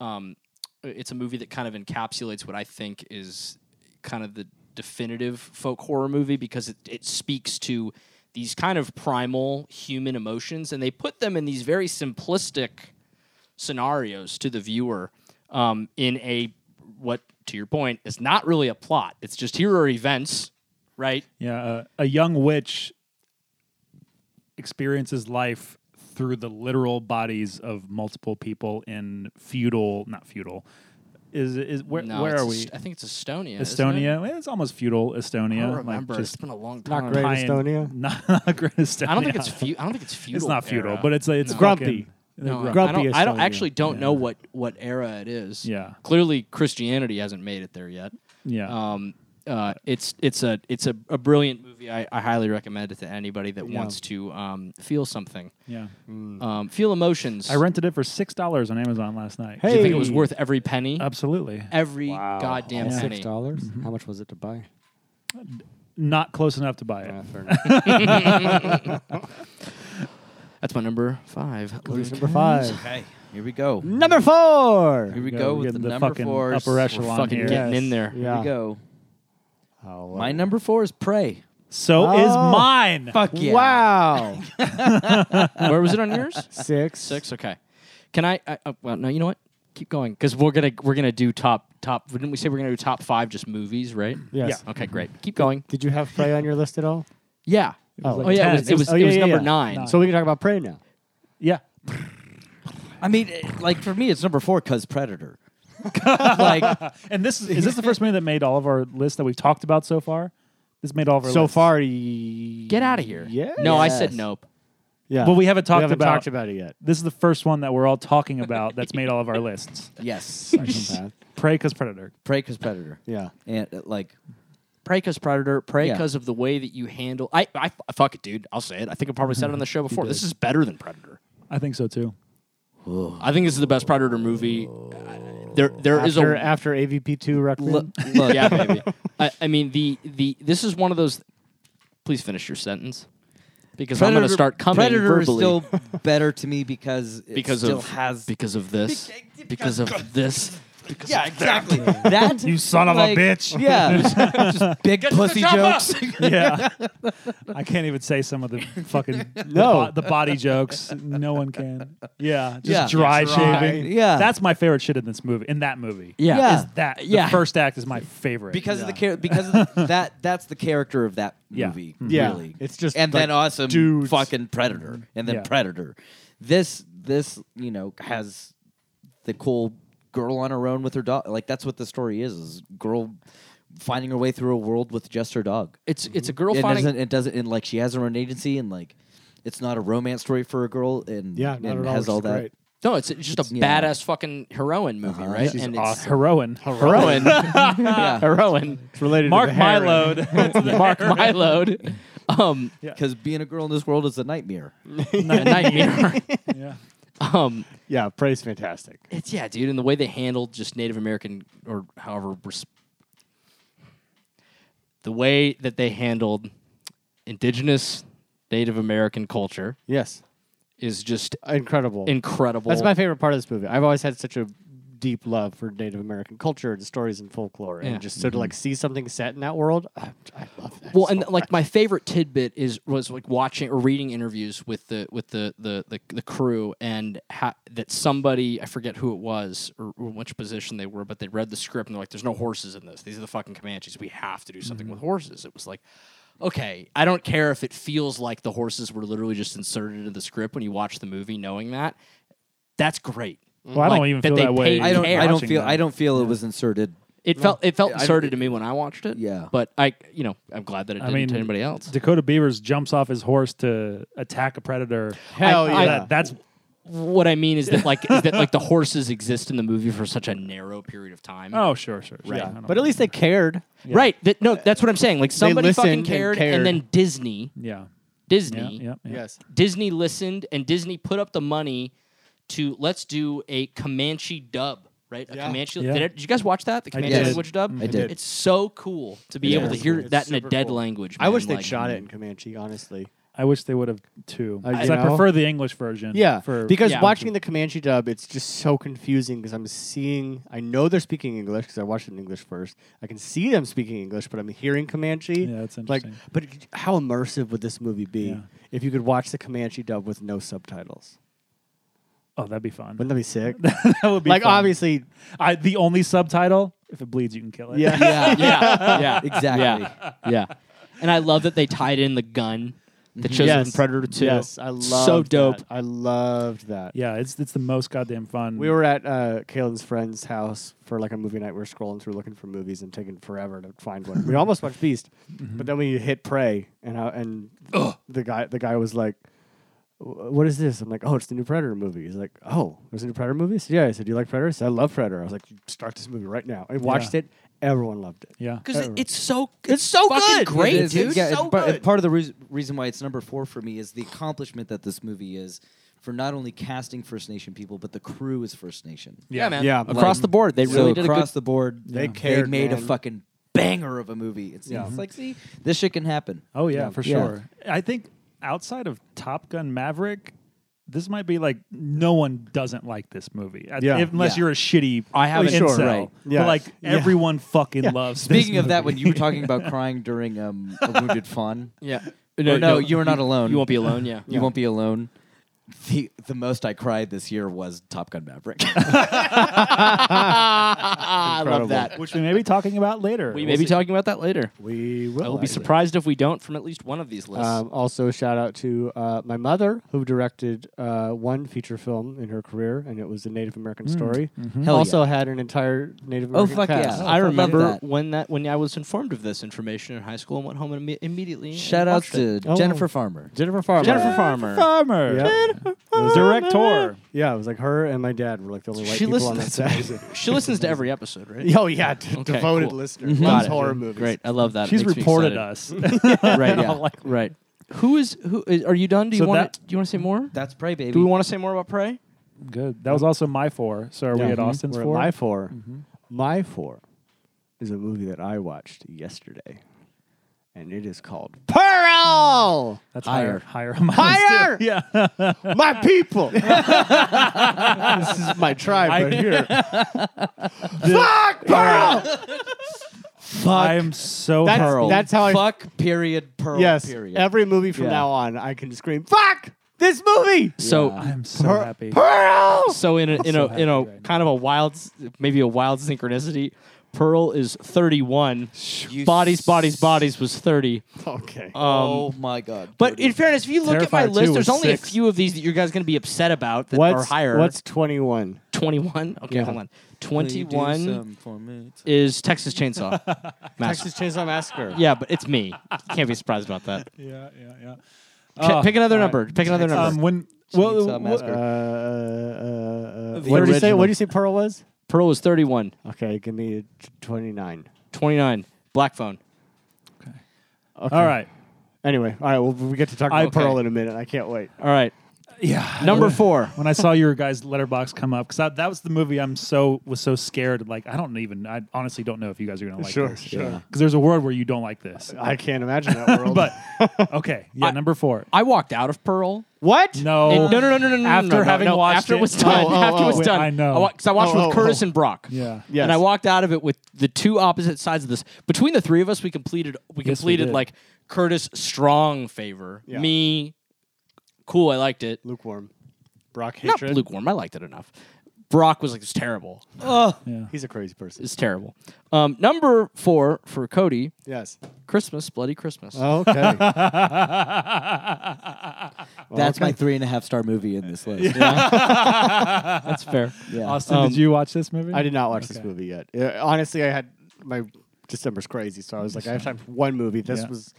[SPEAKER 7] um it's a movie that kind of encapsulates what i think is kind of the definitive folk horror movie because it, it speaks to these kind of primal human emotions and they put them in these very simplistic scenarios to the viewer um, in a what to your point is not really a plot. It's just here are events, right?
[SPEAKER 8] Yeah, uh, a young witch experiences life through the literal bodies of multiple people in feudal, not feudal. is is where
[SPEAKER 7] No,
[SPEAKER 8] where
[SPEAKER 7] it's
[SPEAKER 8] are
[SPEAKER 7] a
[SPEAKER 8] we?
[SPEAKER 7] Est- I think it's Estonia. isn't it?
[SPEAKER 8] Estonia. Well, It's almost feudal
[SPEAKER 7] I
[SPEAKER 8] Estonia.
[SPEAKER 7] don't
[SPEAKER 8] like,
[SPEAKER 7] remember.
[SPEAKER 8] just
[SPEAKER 7] it's been a long
[SPEAKER 5] Not
[SPEAKER 7] time.
[SPEAKER 5] great.
[SPEAKER 8] high-end-
[SPEAKER 5] Estonia?
[SPEAKER 8] [laughs] Not, not great Estonia.
[SPEAKER 7] I don't
[SPEAKER 8] [laughs]
[SPEAKER 7] think it's feudal. I don't think it's feudal.
[SPEAKER 8] It's not feudal,
[SPEAKER 7] era.
[SPEAKER 8] but it's it's
[SPEAKER 7] No.
[SPEAKER 5] Grumpy.
[SPEAKER 8] fucking-
[SPEAKER 7] No, I- I,
[SPEAKER 5] Grumpy
[SPEAKER 7] don't, I don't
[SPEAKER 5] Estonia.
[SPEAKER 7] actually don't know what what era it is.
[SPEAKER 8] Yeah.
[SPEAKER 7] Clearly, Christianity hasn't made it there yet.
[SPEAKER 8] Yeah.
[SPEAKER 7] Um, uh, it's it's a it's a, a brilliant movie. I, I highly recommend it to anybody that wants to um, feel something,
[SPEAKER 8] yeah.
[SPEAKER 7] um, feel emotions.
[SPEAKER 8] Mm. I rented it for six dollars on Amazon last night.
[SPEAKER 7] Do you think it
[SPEAKER 5] Hey.
[SPEAKER 7] was worth every penny?
[SPEAKER 8] Absolutely.
[SPEAKER 7] every goddamn
[SPEAKER 5] All
[SPEAKER 7] penny.
[SPEAKER 5] Six dollars? How much was it to buy?
[SPEAKER 8] Not close enough to buy it.
[SPEAKER 5] Yeah, fair [laughs] enough.
[SPEAKER 7] That's my number five.
[SPEAKER 5] Clues
[SPEAKER 7] Luke.
[SPEAKER 5] number five.
[SPEAKER 6] Okay, here we go.
[SPEAKER 5] Number four.
[SPEAKER 6] Here we
[SPEAKER 8] Yeah,
[SPEAKER 6] go
[SPEAKER 8] we're
[SPEAKER 6] with the,
[SPEAKER 8] getting the
[SPEAKER 6] number
[SPEAKER 8] fucking
[SPEAKER 6] fours.
[SPEAKER 8] upper
[SPEAKER 7] We're
[SPEAKER 8] echelon. Echelon
[SPEAKER 7] fucking
[SPEAKER 8] here.
[SPEAKER 7] getting in there.
[SPEAKER 6] Here
[SPEAKER 5] Yeah.
[SPEAKER 6] we go.
[SPEAKER 5] Oh,
[SPEAKER 6] My number four is Prey.
[SPEAKER 8] So is
[SPEAKER 5] Oh.
[SPEAKER 8] mine.
[SPEAKER 6] Fuck yeah!
[SPEAKER 5] Wow.
[SPEAKER 7] [laughs] Where was it on yours?
[SPEAKER 5] Six.
[SPEAKER 7] Six. Okay. Can I? I uh, well, no. You know what? Keep going because we're gonna we're gonna do top top. Didn't we say we're gonna do top five just movies? Right.
[SPEAKER 5] Yes.
[SPEAKER 7] Okay. Great. Keep going.
[SPEAKER 5] Did you have Prey on your list at all?
[SPEAKER 7] Yeah.
[SPEAKER 5] Oh,
[SPEAKER 7] oh yeah. It was it was,
[SPEAKER 5] Oh,
[SPEAKER 7] it
[SPEAKER 5] yeah,
[SPEAKER 7] was
[SPEAKER 5] yeah,
[SPEAKER 7] number
[SPEAKER 5] yeah.
[SPEAKER 7] nine.
[SPEAKER 5] So we can talk about Prey now.
[SPEAKER 8] Yeah.
[SPEAKER 6] I mean, it- like for me, it's number four because Predator. like
[SPEAKER 7] [laughs]
[SPEAKER 8] And this is, is this the first movie that made all of our lists that we've talked about so far? This made all of our
[SPEAKER 5] So
[SPEAKER 8] lists.
[SPEAKER 5] far,
[SPEAKER 7] Get
[SPEAKER 5] get
[SPEAKER 7] out of here.
[SPEAKER 5] Yes.
[SPEAKER 7] No, I said
[SPEAKER 6] Yes.
[SPEAKER 7] nope.
[SPEAKER 5] Yeah.
[SPEAKER 8] But we haven't talked
[SPEAKER 5] we haven't
[SPEAKER 8] about-
[SPEAKER 5] talked about it yet.
[SPEAKER 8] This is the first one that we're all talking about that's made all of our lists.
[SPEAKER 6] yes,
[SPEAKER 8] Prey because Predator.
[SPEAKER 6] Prey because Predator.
[SPEAKER 5] Uh, yeah.
[SPEAKER 6] And uh, like
[SPEAKER 7] Pray because predator. Pray
[SPEAKER 6] Yeah.
[SPEAKER 7] because of the way that you handle. I, I fuck it, dude. I'll say it. I think I probably said it on the show before. This is better than predator.
[SPEAKER 8] I think so too.
[SPEAKER 7] I think this is the best Predator movie. Uh, There, there is
[SPEAKER 5] After,
[SPEAKER 7] a
[SPEAKER 5] after AVP two Requiem.
[SPEAKER 6] look, look
[SPEAKER 7] yeah,
[SPEAKER 6] [laughs]
[SPEAKER 7] maybe. I, I mean, the the this is one of those. Please finish your sentence, because I'm going to start coming
[SPEAKER 6] Predator
[SPEAKER 7] verbally
[SPEAKER 6] is still better to me because it
[SPEAKER 7] because
[SPEAKER 6] still
[SPEAKER 7] of
[SPEAKER 6] has
[SPEAKER 7] because of this because
[SPEAKER 6] Because-
[SPEAKER 7] of this.
[SPEAKER 6] yeah exactly that
[SPEAKER 8] You son of a bitch.
[SPEAKER 6] yeah just big pussy jokes [laughs]
[SPEAKER 8] Yeah. [laughs] I can't even say some of the fucking
[SPEAKER 5] No.
[SPEAKER 8] the, bo- the body jokes. No one can. Yeah. Just
[SPEAKER 6] Yeah.
[SPEAKER 8] dry,
[SPEAKER 6] Dry.
[SPEAKER 8] shaving.
[SPEAKER 6] Yeah.
[SPEAKER 8] That's my favorite shit in this movie. In that movie.
[SPEAKER 7] Yeah.
[SPEAKER 6] Yeah.
[SPEAKER 8] Is that the
[SPEAKER 7] Yeah.
[SPEAKER 8] first act is my favorite.
[SPEAKER 6] because of the char- because of the, that that's the character of that
[SPEAKER 8] Yeah.
[SPEAKER 6] movie
[SPEAKER 5] Yeah.
[SPEAKER 6] really
[SPEAKER 5] It's just
[SPEAKER 6] and
[SPEAKER 5] like
[SPEAKER 6] then awesome
[SPEAKER 5] dudes.
[SPEAKER 6] fucking predator and then
[SPEAKER 8] Yeah.
[SPEAKER 6] predator this this you know has the cool girl on her own with her dog like that's what the story is is girl finding her way through a world with just her dog
[SPEAKER 7] It's it's a girl
[SPEAKER 6] it
[SPEAKER 7] finding
[SPEAKER 6] doesn't it doesn't and like she has her own agency and like it's not a romance story for a girl and
[SPEAKER 5] Yeah, not
[SPEAKER 6] and
[SPEAKER 5] at all.
[SPEAKER 6] has all
[SPEAKER 5] It's
[SPEAKER 6] that
[SPEAKER 5] great.
[SPEAKER 7] no. It's, it's just a
[SPEAKER 6] yeah. Uh-huh.
[SPEAKER 7] badass fucking heroine movie, right?
[SPEAKER 8] She's
[SPEAKER 7] and
[SPEAKER 8] awesome. Heroin.
[SPEAKER 6] [laughs]
[SPEAKER 7] it's [laughs] heroin,
[SPEAKER 6] yeah
[SPEAKER 7] heroin.
[SPEAKER 5] It's related
[SPEAKER 7] [laughs]
[SPEAKER 8] Mark
[SPEAKER 5] to the hair.
[SPEAKER 8] Milo.
[SPEAKER 7] Mark Mylode. um,
[SPEAKER 6] Because being a girl in this world is a [laughs] nightmare.
[SPEAKER 7] a nightmare.
[SPEAKER 6] [laughs]
[SPEAKER 8] Yeah.
[SPEAKER 7] um,
[SPEAKER 5] Yeah, Prey's fantastic.
[SPEAKER 7] it's yeah, dude, and the way they handled just Native American or however res- the way that they handled indigenous Native American culture
[SPEAKER 5] Yes,
[SPEAKER 7] is just
[SPEAKER 5] incredible.
[SPEAKER 7] incredible.
[SPEAKER 5] That's my favorite part of this movie. I've always had such a deep love for Native American culture and stories and folklore,
[SPEAKER 7] Yeah.
[SPEAKER 5] and just so to like see something set in that world, I, I love that.
[SPEAKER 7] well,
[SPEAKER 5] so
[SPEAKER 7] and like my favorite tidbit is was like watching or reading interviews with the with the the the, the crew and ha- that somebody I forget who it was or, or which position they were, but they read the script and they're like, "There's no horses in this. These are the fucking Comanches. We have to do something
[SPEAKER 8] Mm-hmm.
[SPEAKER 7] with horses." It was like. Okay, I don't care if it feels like the horses were literally just inserted into the script when you watch the movie, knowing that. That's great.
[SPEAKER 8] Well, I don't even feel
[SPEAKER 7] they
[SPEAKER 8] that way.
[SPEAKER 7] paid
[SPEAKER 8] I
[SPEAKER 6] I don't.
[SPEAKER 7] care.
[SPEAKER 6] I don't
[SPEAKER 8] watching
[SPEAKER 6] feel.
[SPEAKER 8] that.
[SPEAKER 6] I don't feel it was inserted.
[SPEAKER 7] It felt it felt
[SPEAKER 6] I don't-
[SPEAKER 7] inserted to me when I watched it.
[SPEAKER 6] Yeah.
[SPEAKER 7] but I, you know, I'm glad that it
[SPEAKER 8] I
[SPEAKER 7] didn't
[SPEAKER 8] mean,
[SPEAKER 7] to anybody else.
[SPEAKER 8] Dakota Beavers jumps off his horse to attack a predator.
[SPEAKER 5] Hell
[SPEAKER 7] I-
[SPEAKER 5] yeah.
[SPEAKER 8] That- that's
[SPEAKER 7] what I mean is that like is that like
[SPEAKER 5] [laughs]
[SPEAKER 7] the horses exist in the movie for such a narrow period of time.
[SPEAKER 8] oh sure sure, sure.
[SPEAKER 7] Right.
[SPEAKER 8] Yeah, I don't
[SPEAKER 5] but
[SPEAKER 8] know.
[SPEAKER 5] at least they cared.
[SPEAKER 7] Right. That, no, that's what I'm saying. Like somebody
[SPEAKER 5] listened
[SPEAKER 7] fucking
[SPEAKER 5] and
[SPEAKER 7] cared and,
[SPEAKER 5] cared.
[SPEAKER 7] then Disney,
[SPEAKER 8] yeah yeah
[SPEAKER 7] Disney,
[SPEAKER 8] yeah, yeah.
[SPEAKER 5] Yes.
[SPEAKER 7] Disney listened and Disney put up the money to let's do a Comanche dub, right? A Comanche
[SPEAKER 8] Yeah.
[SPEAKER 7] did, it- did you guys watch that? The Comanche
[SPEAKER 6] did.
[SPEAKER 7] language dub?
[SPEAKER 5] Mm-hmm.
[SPEAKER 6] I did.
[SPEAKER 7] It's so cool to be
[SPEAKER 5] Yeah.
[SPEAKER 7] able to
[SPEAKER 5] It's
[SPEAKER 7] hear
[SPEAKER 5] cool.
[SPEAKER 7] that
[SPEAKER 5] It's
[SPEAKER 7] in a
[SPEAKER 5] super
[SPEAKER 7] dead
[SPEAKER 5] cool.
[SPEAKER 7] language.
[SPEAKER 5] I wish
[SPEAKER 7] man,
[SPEAKER 5] they'd
[SPEAKER 7] like-
[SPEAKER 5] shot it in Comanche, honestly.
[SPEAKER 8] I wish they would have too
[SPEAKER 5] Uh,
[SPEAKER 8] because
[SPEAKER 5] you
[SPEAKER 8] I,
[SPEAKER 5] know?
[SPEAKER 8] prefer the English version
[SPEAKER 5] Yeah,
[SPEAKER 8] for
[SPEAKER 5] because
[SPEAKER 7] Yeah.
[SPEAKER 5] watching the Comanche dub, it's just so confusing because I'm seeing, I know they're speaking English because I watched it in English first. I can see them speaking English, but I'm hearing Comanche.
[SPEAKER 8] Yeah, that's
[SPEAKER 5] Like,
[SPEAKER 8] interesting.
[SPEAKER 5] but how immersive would this movie be if you could watch the Comanche dub with no subtitles?
[SPEAKER 8] oh that'd be fun
[SPEAKER 5] Wouldn't [laughs] that be sick?
[SPEAKER 8] that would be
[SPEAKER 5] like,
[SPEAKER 8] fun.
[SPEAKER 5] obviously,
[SPEAKER 8] I, the only subtitle if it bleeds you can kill it
[SPEAKER 5] yeah.
[SPEAKER 7] Yeah, yeah, yeah.
[SPEAKER 6] [laughs] Exactly.
[SPEAKER 7] Yeah, yeah. And I love that they tied in the gun that shows up in
[SPEAKER 5] Mm-hmm. Yes.
[SPEAKER 7] Predator Two.
[SPEAKER 5] Yes, I love
[SPEAKER 7] so dope.
[SPEAKER 5] I loved that.
[SPEAKER 8] yeah it's it's the most goddamn fun
[SPEAKER 5] We were at uh, Kaylin's friend's house for like a movie night. We were scrolling through looking for movies and taking forever to find one. We almost watched Beast,
[SPEAKER 8] Mm-hmm.
[SPEAKER 5] but then we hit Prey, and I, and the guy the guy was like, "Wh- "What is this?" I'm like, "Oh, it's the new Predator movie." He's like, "Oh, there's a new Predator movie." I said, yeah, I said, "Do you like Predator?" I said, "I love Predator." I was like, "Start this movie right now." I watched it. Everyone loved it.
[SPEAKER 8] yeah
[SPEAKER 7] Because it, it's so it's, so good, great,
[SPEAKER 6] It is-
[SPEAKER 7] dude.
[SPEAKER 6] yeah,
[SPEAKER 7] so
[SPEAKER 6] and par- and
[SPEAKER 7] good.
[SPEAKER 6] Part of the reas- reason why it's number four for me is the accomplishment that this movie is for not only casting First Nation people, but the crew is First Nation.
[SPEAKER 7] yeah, man.
[SPEAKER 5] Yeah,
[SPEAKER 7] across
[SPEAKER 5] like-
[SPEAKER 7] the board, they
[SPEAKER 6] So
[SPEAKER 7] really did a good.
[SPEAKER 6] across the board.
[SPEAKER 5] They cared,
[SPEAKER 6] made a
[SPEAKER 5] man.
[SPEAKER 6] fucking banger of a movie. It's, it's like, see, this shit can happen.
[SPEAKER 8] oh yeah for
[SPEAKER 6] Yeah.
[SPEAKER 8] sure I think outside of Top Gun Maverick this might be like no one doesn't like this movie I-
[SPEAKER 5] Yeah.
[SPEAKER 8] unless
[SPEAKER 6] Yeah.
[SPEAKER 8] you're a shitty
[SPEAKER 7] I haven't-
[SPEAKER 8] incel.
[SPEAKER 7] Sure, right.
[SPEAKER 5] Yeah.
[SPEAKER 8] but like everyone fucking loves
[SPEAKER 6] Speaking
[SPEAKER 8] this
[SPEAKER 6] of that,
[SPEAKER 8] [laughs] movie.
[SPEAKER 6] when you were
[SPEAKER 7] [laughs]
[SPEAKER 6] talking about crying during um, a wounded fawn,
[SPEAKER 7] Yeah.
[SPEAKER 6] no, you are not alone.
[SPEAKER 7] You won't be alone. Yeah.
[SPEAKER 6] you won't be alone. The the most I cried this year was Top Gun
[SPEAKER 7] [laughs]
[SPEAKER 6] Maverick. [laughs]
[SPEAKER 7] I love that.
[SPEAKER 8] which we may be talking about later
[SPEAKER 7] We
[SPEAKER 8] We'll
[SPEAKER 7] may be
[SPEAKER 8] see.
[SPEAKER 7] talking about that later.
[SPEAKER 5] We will.
[SPEAKER 7] I will be
[SPEAKER 5] actually.
[SPEAKER 7] surprised if we don't from at least one of these lists.
[SPEAKER 5] Um, also, shout out to uh, my mother, who directed uh, one feature film in her career, and it was a Native American
[SPEAKER 7] Mm.
[SPEAKER 5] story.
[SPEAKER 7] Mm-hmm.
[SPEAKER 6] Hell
[SPEAKER 5] also had an entire Native American
[SPEAKER 6] fuck
[SPEAKER 5] cast.
[SPEAKER 6] yeah.
[SPEAKER 7] I
[SPEAKER 6] fuck
[SPEAKER 7] remember
[SPEAKER 6] yeah.
[SPEAKER 7] when that when I was informed of this information in high school and went home and imme- immediately.
[SPEAKER 6] Shout out to
[SPEAKER 5] Oh.
[SPEAKER 6] Jennifer Farmer.
[SPEAKER 5] Jennifer Farmer.
[SPEAKER 7] Jennifer Farmer.
[SPEAKER 8] Farmer
[SPEAKER 5] Yeah.
[SPEAKER 8] director
[SPEAKER 5] yeah, it was like her and my dad were like the only white
[SPEAKER 7] She
[SPEAKER 5] people on that
[SPEAKER 7] listens-
[SPEAKER 5] set. [laughs]
[SPEAKER 7] She listens to every episode, [laughs] right?
[SPEAKER 5] oh yeah, d-
[SPEAKER 7] Okay,
[SPEAKER 5] devoted
[SPEAKER 7] cool.
[SPEAKER 5] listener.
[SPEAKER 7] Got
[SPEAKER 5] Loves
[SPEAKER 7] it.
[SPEAKER 5] horror movies.
[SPEAKER 7] Great. I love that. It
[SPEAKER 8] she's
[SPEAKER 7] makes me
[SPEAKER 8] reported
[SPEAKER 7] excited.
[SPEAKER 8] us
[SPEAKER 7] [laughs] Right. Yeah.
[SPEAKER 8] Like-
[SPEAKER 7] right. Who is who? Is, are you done? Do you
[SPEAKER 8] So
[SPEAKER 7] want?
[SPEAKER 8] that-
[SPEAKER 7] to Do you want to say more?
[SPEAKER 6] That's Prey, baby.
[SPEAKER 7] Do we want to say more about Prey?
[SPEAKER 8] Good. That was also my four. So are
[SPEAKER 5] Yeah. Mm-hmm.
[SPEAKER 8] we at Austin's
[SPEAKER 5] We're at
[SPEAKER 8] four?
[SPEAKER 5] my 4
[SPEAKER 7] Mm-hmm.
[SPEAKER 5] My four is a movie that I watched yesterday, and it is called
[SPEAKER 7] Mm.
[SPEAKER 5] Pearl.
[SPEAKER 8] That's
[SPEAKER 6] Higher.
[SPEAKER 8] Higher. on my
[SPEAKER 5] Higher!
[SPEAKER 8] list, too. [laughs] Yeah.
[SPEAKER 5] my people. this is my tribe right here. Fuck Pearl.
[SPEAKER 8] I am so
[SPEAKER 5] That's,
[SPEAKER 8] hurt.
[SPEAKER 5] that's how I.
[SPEAKER 6] Fuck, period, Pearl,
[SPEAKER 5] yes.
[SPEAKER 6] period.
[SPEAKER 5] Every movie from
[SPEAKER 6] Yeah.
[SPEAKER 5] now on, I can scream "Fuck this movie."
[SPEAKER 7] So,
[SPEAKER 8] I'm so happy.
[SPEAKER 6] [laughs]
[SPEAKER 5] Pearl.
[SPEAKER 7] so in a in
[SPEAKER 8] so
[SPEAKER 7] a in a
[SPEAKER 8] happy right
[SPEAKER 7] kind of a wild, s- maybe a wild synchronicity. Pearl is 31.
[SPEAKER 6] You
[SPEAKER 7] Bodies, bodies, bodies was 30.
[SPEAKER 5] Okay.
[SPEAKER 7] Um,
[SPEAKER 6] oh my god.
[SPEAKER 7] but in fairness, if you look at
[SPEAKER 8] Terrifier
[SPEAKER 7] my
[SPEAKER 8] 2
[SPEAKER 7] list,
[SPEAKER 8] was
[SPEAKER 7] there's only a
[SPEAKER 8] six.
[SPEAKER 7] few of these that you guys are going to be upset about that are
[SPEAKER 5] what's
[SPEAKER 7] higher.
[SPEAKER 5] what's twenty one?
[SPEAKER 7] 21? Okay,
[SPEAKER 5] Yeah.
[SPEAKER 7] hold on.
[SPEAKER 6] Will you do
[SPEAKER 7] 21
[SPEAKER 6] some for me?
[SPEAKER 7] is Texas Chainsaw. Massacre.
[SPEAKER 5] Texas Chainsaw Massacre.
[SPEAKER 7] Yeah, but it's me. Can't be surprised about
[SPEAKER 8] [laughs]
[SPEAKER 7] that.
[SPEAKER 8] yeah, yeah, yeah.
[SPEAKER 7] Pick- pick another number. Pick another number.
[SPEAKER 8] Oh, Um, when well,
[SPEAKER 6] Chainsaw
[SPEAKER 8] wh-
[SPEAKER 5] Uh,
[SPEAKER 6] Massacre.
[SPEAKER 5] uh, uh,
[SPEAKER 7] The
[SPEAKER 5] what did you say?
[SPEAKER 7] original.
[SPEAKER 5] What did you say? Pearl was
[SPEAKER 7] Pearl is 31.
[SPEAKER 5] okay. Give me twenty nine.
[SPEAKER 7] 29. Black Phone.
[SPEAKER 8] all right.
[SPEAKER 5] Anyway, all right. Well, we get to talk about
[SPEAKER 7] Okay.
[SPEAKER 5] Pearl in a minute. I can't wait.
[SPEAKER 7] All right.
[SPEAKER 8] Yeah. [laughs]
[SPEAKER 7] Number four.
[SPEAKER 8] when I saw your guys' letterbox come up, because that was the movie I'm so was so scared. Like I don't even. I honestly don't know if you guys are gonna like
[SPEAKER 5] Sure,
[SPEAKER 8] this.
[SPEAKER 5] sure. Yeah.
[SPEAKER 8] Because there's a world where you don't like
[SPEAKER 5] [laughs]
[SPEAKER 8] this.
[SPEAKER 5] I can't imagine
[SPEAKER 7] [laughs]
[SPEAKER 5] that world.
[SPEAKER 8] But okay, yeah. number four.
[SPEAKER 7] I walked out of Pearl.
[SPEAKER 5] what?
[SPEAKER 8] No.
[SPEAKER 7] And- no, no, no, no, no, no.
[SPEAKER 8] After
[SPEAKER 7] no, no,
[SPEAKER 8] having
[SPEAKER 7] no,
[SPEAKER 8] watched
[SPEAKER 7] after
[SPEAKER 8] it.
[SPEAKER 7] it was done,
[SPEAKER 5] Oh, oh,
[SPEAKER 7] after it was
[SPEAKER 5] oh.
[SPEAKER 7] done,
[SPEAKER 8] I know.
[SPEAKER 7] Because I, watched
[SPEAKER 5] Oh,
[SPEAKER 7] with
[SPEAKER 5] oh,
[SPEAKER 7] Curtis
[SPEAKER 5] oh.
[SPEAKER 7] and Brock.
[SPEAKER 8] Yeah.
[SPEAKER 5] Yes.
[SPEAKER 7] And I walked out of it with the two opposite sides of this. Between the three of us, we completed we
[SPEAKER 8] Yes, we
[SPEAKER 7] completed
[SPEAKER 8] did.
[SPEAKER 7] like Curtis strong favor.
[SPEAKER 5] Yeah.
[SPEAKER 7] Me, cool. I liked it.
[SPEAKER 5] Lukewarm. Brock
[SPEAKER 7] Not
[SPEAKER 5] hatred.
[SPEAKER 7] lukewarm. I liked it enough. Brock was like, "It's terrible.
[SPEAKER 5] He's a crazy person.
[SPEAKER 7] It's terrible." Um, number four for Cody,
[SPEAKER 5] Yes.
[SPEAKER 7] Christmas, Bloody Christmas.
[SPEAKER 5] Okay.
[SPEAKER 6] That's my three and a half star movie in this list. [laughs]
[SPEAKER 7] That's fair.
[SPEAKER 6] Yeah.
[SPEAKER 8] Austin,
[SPEAKER 7] Um,
[SPEAKER 8] did you watch this movie?
[SPEAKER 5] I did not watch this movie yet. Uh, honestly, I had my December's crazy, so I was like, I have time for one movie. This
[SPEAKER 8] Yeah.
[SPEAKER 5] was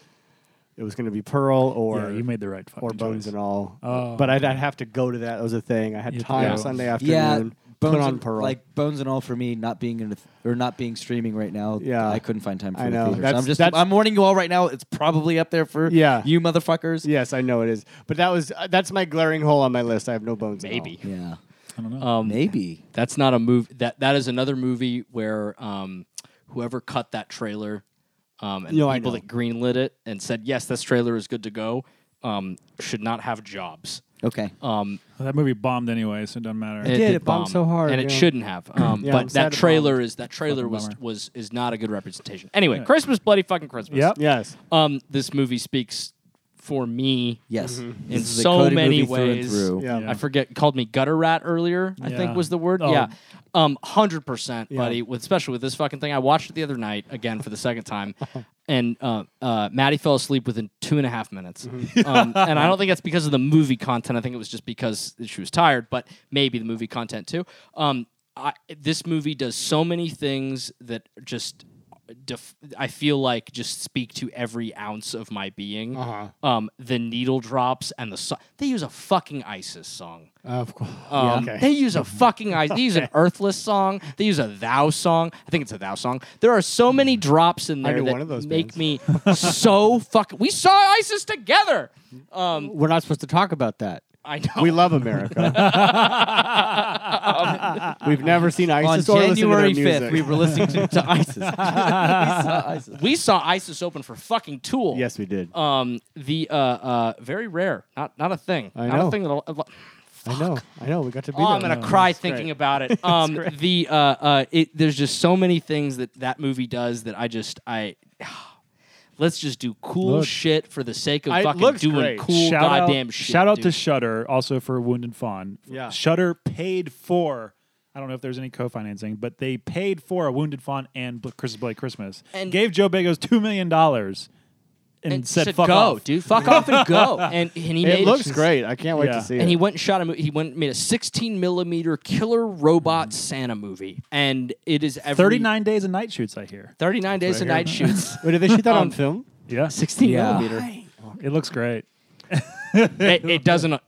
[SPEAKER 5] it was going to be Pearl or
[SPEAKER 8] yeah, you made the right fucking
[SPEAKER 5] or Bones
[SPEAKER 8] choice.
[SPEAKER 5] and All.
[SPEAKER 8] Oh,
[SPEAKER 5] but I'd, I'd have to go to that. That was a thing. I had
[SPEAKER 8] You have to
[SPEAKER 5] time
[SPEAKER 8] go.
[SPEAKER 5] Sunday
[SPEAKER 6] yeah,
[SPEAKER 5] afternoon.
[SPEAKER 6] bones
[SPEAKER 5] put on
[SPEAKER 6] and,
[SPEAKER 5] Pearl.
[SPEAKER 6] like bones and all for me not being in a th- or not being streaming right now.
[SPEAKER 5] Yeah.
[SPEAKER 6] I couldn't find time for
[SPEAKER 5] I
[SPEAKER 6] the
[SPEAKER 5] know.
[SPEAKER 6] theater. so
[SPEAKER 5] That's-
[SPEAKER 6] I'm just
[SPEAKER 5] that's-
[SPEAKER 6] I'm warning you all right now. It's probably up there for
[SPEAKER 5] Yeah.
[SPEAKER 6] you motherfuckers.
[SPEAKER 5] yes, I know it is. but that was uh, that's my glaring hole on my list. I have no Bones. and All.
[SPEAKER 7] Maybe.
[SPEAKER 6] Yeah,
[SPEAKER 8] I don't know.
[SPEAKER 7] Um,
[SPEAKER 6] maybe.
[SPEAKER 7] That's not a movie. That that is another movie where um, whoever cut that trailer um, and
[SPEAKER 5] No,
[SPEAKER 7] the
[SPEAKER 5] I
[SPEAKER 7] people
[SPEAKER 5] know.
[SPEAKER 7] that greenlit it and said yes, this trailer is good to go, um, should not have jobs.
[SPEAKER 6] Okay.
[SPEAKER 7] Um,
[SPEAKER 8] Well, that movie bombed anyway, so it doesn't matter.
[SPEAKER 7] and
[SPEAKER 5] did, it bombed
[SPEAKER 7] bomb,
[SPEAKER 5] so hard,
[SPEAKER 7] and it
[SPEAKER 5] yeah.
[SPEAKER 7] shouldn't
[SPEAKER 5] [clears throat]
[SPEAKER 7] have. Um,
[SPEAKER 5] Yeah, I'm
[SPEAKER 7] but
[SPEAKER 5] sad it
[SPEAKER 7] that trailer
[SPEAKER 5] bombed.
[SPEAKER 7] is that trailer
[SPEAKER 8] Fucking
[SPEAKER 7] was
[SPEAKER 8] bummer.
[SPEAKER 7] was is not a good representation. Anyway, Christmas, bloody fucking Christmas.
[SPEAKER 8] Yep.
[SPEAKER 5] Yes.
[SPEAKER 7] Um, this movie speaks for me
[SPEAKER 6] yes.
[SPEAKER 7] in
[SPEAKER 6] This is a
[SPEAKER 7] so
[SPEAKER 6] Cody
[SPEAKER 7] many
[SPEAKER 6] movie through and
[SPEAKER 7] ways.
[SPEAKER 6] through.
[SPEAKER 5] Yeah.
[SPEAKER 7] I forget you called me gutter rat earlier. I
[SPEAKER 8] Yeah.
[SPEAKER 7] think was the word.
[SPEAKER 8] Oh.
[SPEAKER 7] Yeah, um, hundred percent,
[SPEAKER 5] Yeah.
[SPEAKER 7] buddy. With especially with this fucking thing, I watched it the other night again for the second time, and uh, uh, Maddie fell asleep within two and a half minutes. um, and I don't think that's because of the movie content. I think it was just because she was tired, but maybe the movie content too. Um, I, this movie does so many things that just. Def- I feel like just speak to every ounce of my being. Uh-huh. Um, the needle drops and the so- they use a fucking ISIS song.
[SPEAKER 8] Uh,
[SPEAKER 5] Of course.
[SPEAKER 7] Um,
[SPEAKER 5] okay.
[SPEAKER 7] They use a fucking I. They use
[SPEAKER 5] [laughs]
[SPEAKER 7] an Earthless song. They use a Thou song. I think it's a Thou song. There are so many drops in there
[SPEAKER 5] knew
[SPEAKER 7] that
[SPEAKER 5] Hmm. one of those
[SPEAKER 7] make
[SPEAKER 5] [laughs]
[SPEAKER 7] me so fucking. We saw ISIS together. Um,
[SPEAKER 5] We're not supposed to talk about that.
[SPEAKER 7] I know.
[SPEAKER 5] We love
[SPEAKER 8] [laughs]
[SPEAKER 5] America. We've never seen
[SPEAKER 6] On
[SPEAKER 5] ISIS or listened to their
[SPEAKER 6] January 5th,
[SPEAKER 5] music.
[SPEAKER 6] we were listening to, to ISIS. We saw ISIS.
[SPEAKER 7] we saw ISIS open for fucking Tool.
[SPEAKER 5] yes, we
[SPEAKER 8] Oh,
[SPEAKER 5] did.
[SPEAKER 7] Um, the uh, uh, very rare. Not not a thing.
[SPEAKER 5] I
[SPEAKER 7] not
[SPEAKER 5] know.
[SPEAKER 7] a thing that. will
[SPEAKER 5] I know. I know. We got to be
[SPEAKER 7] Oh,
[SPEAKER 5] there.
[SPEAKER 7] I'm gonna cry thinking about it. Um, the uh, uh, it, there's just so many things that that movie does that I just I. [sighs] Let's just do cool
[SPEAKER 8] Look.
[SPEAKER 7] shit for the sake of
[SPEAKER 5] I- it
[SPEAKER 7] fucking
[SPEAKER 5] looks
[SPEAKER 7] doing
[SPEAKER 5] great.
[SPEAKER 7] cool
[SPEAKER 8] shout
[SPEAKER 7] goddamn
[SPEAKER 8] out,
[SPEAKER 7] shit.
[SPEAKER 8] Shout out to
[SPEAKER 7] dude.
[SPEAKER 8] Shutter also for Wounded Fawn.
[SPEAKER 5] Yeah.
[SPEAKER 8] Shutter paid for. I don't know if there's any co-financing, but they paid for a Wounded Fawn and Bl- Christmas Bloody Christmas.
[SPEAKER 7] And-
[SPEAKER 8] gave Joe Bagos two million dollars, and,
[SPEAKER 7] and
[SPEAKER 8] said,
[SPEAKER 7] said,
[SPEAKER 8] "Fuck
[SPEAKER 7] go,
[SPEAKER 8] off."
[SPEAKER 7] dude. Fuck off and go. And, and he made
[SPEAKER 5] It looks
[SPEAKER 7] just-
[SPEAKER 5] great. I can't wait
[SPEAKER 8] Yeah.
[SPEAKER 5] to see
[SPEAKER 7] And he
[SPEAKER 5] it.
[SPEAKER 7] went and shot a movie. He went and made a 16 millimeter killer robot Santa movie, and it is every
[SPEAKER 8] Thirty-nine days and night shoots. I hear.
[SPEAKER 7] 39 days a night shoots.
[SPEAKER 5] Wait, did they shoot that
[SPEAKER 7] Um, uh,
[SPEAKER 5] on film?
[SPEAKER 8] Yeah,
[SPEAKER 7] 16
[SPEAKER 6] Yeah.
[SPEAKER 7] millimeter.
[SPEAKER 8] it looks great.
[SPEAKER 7] It, it doesn't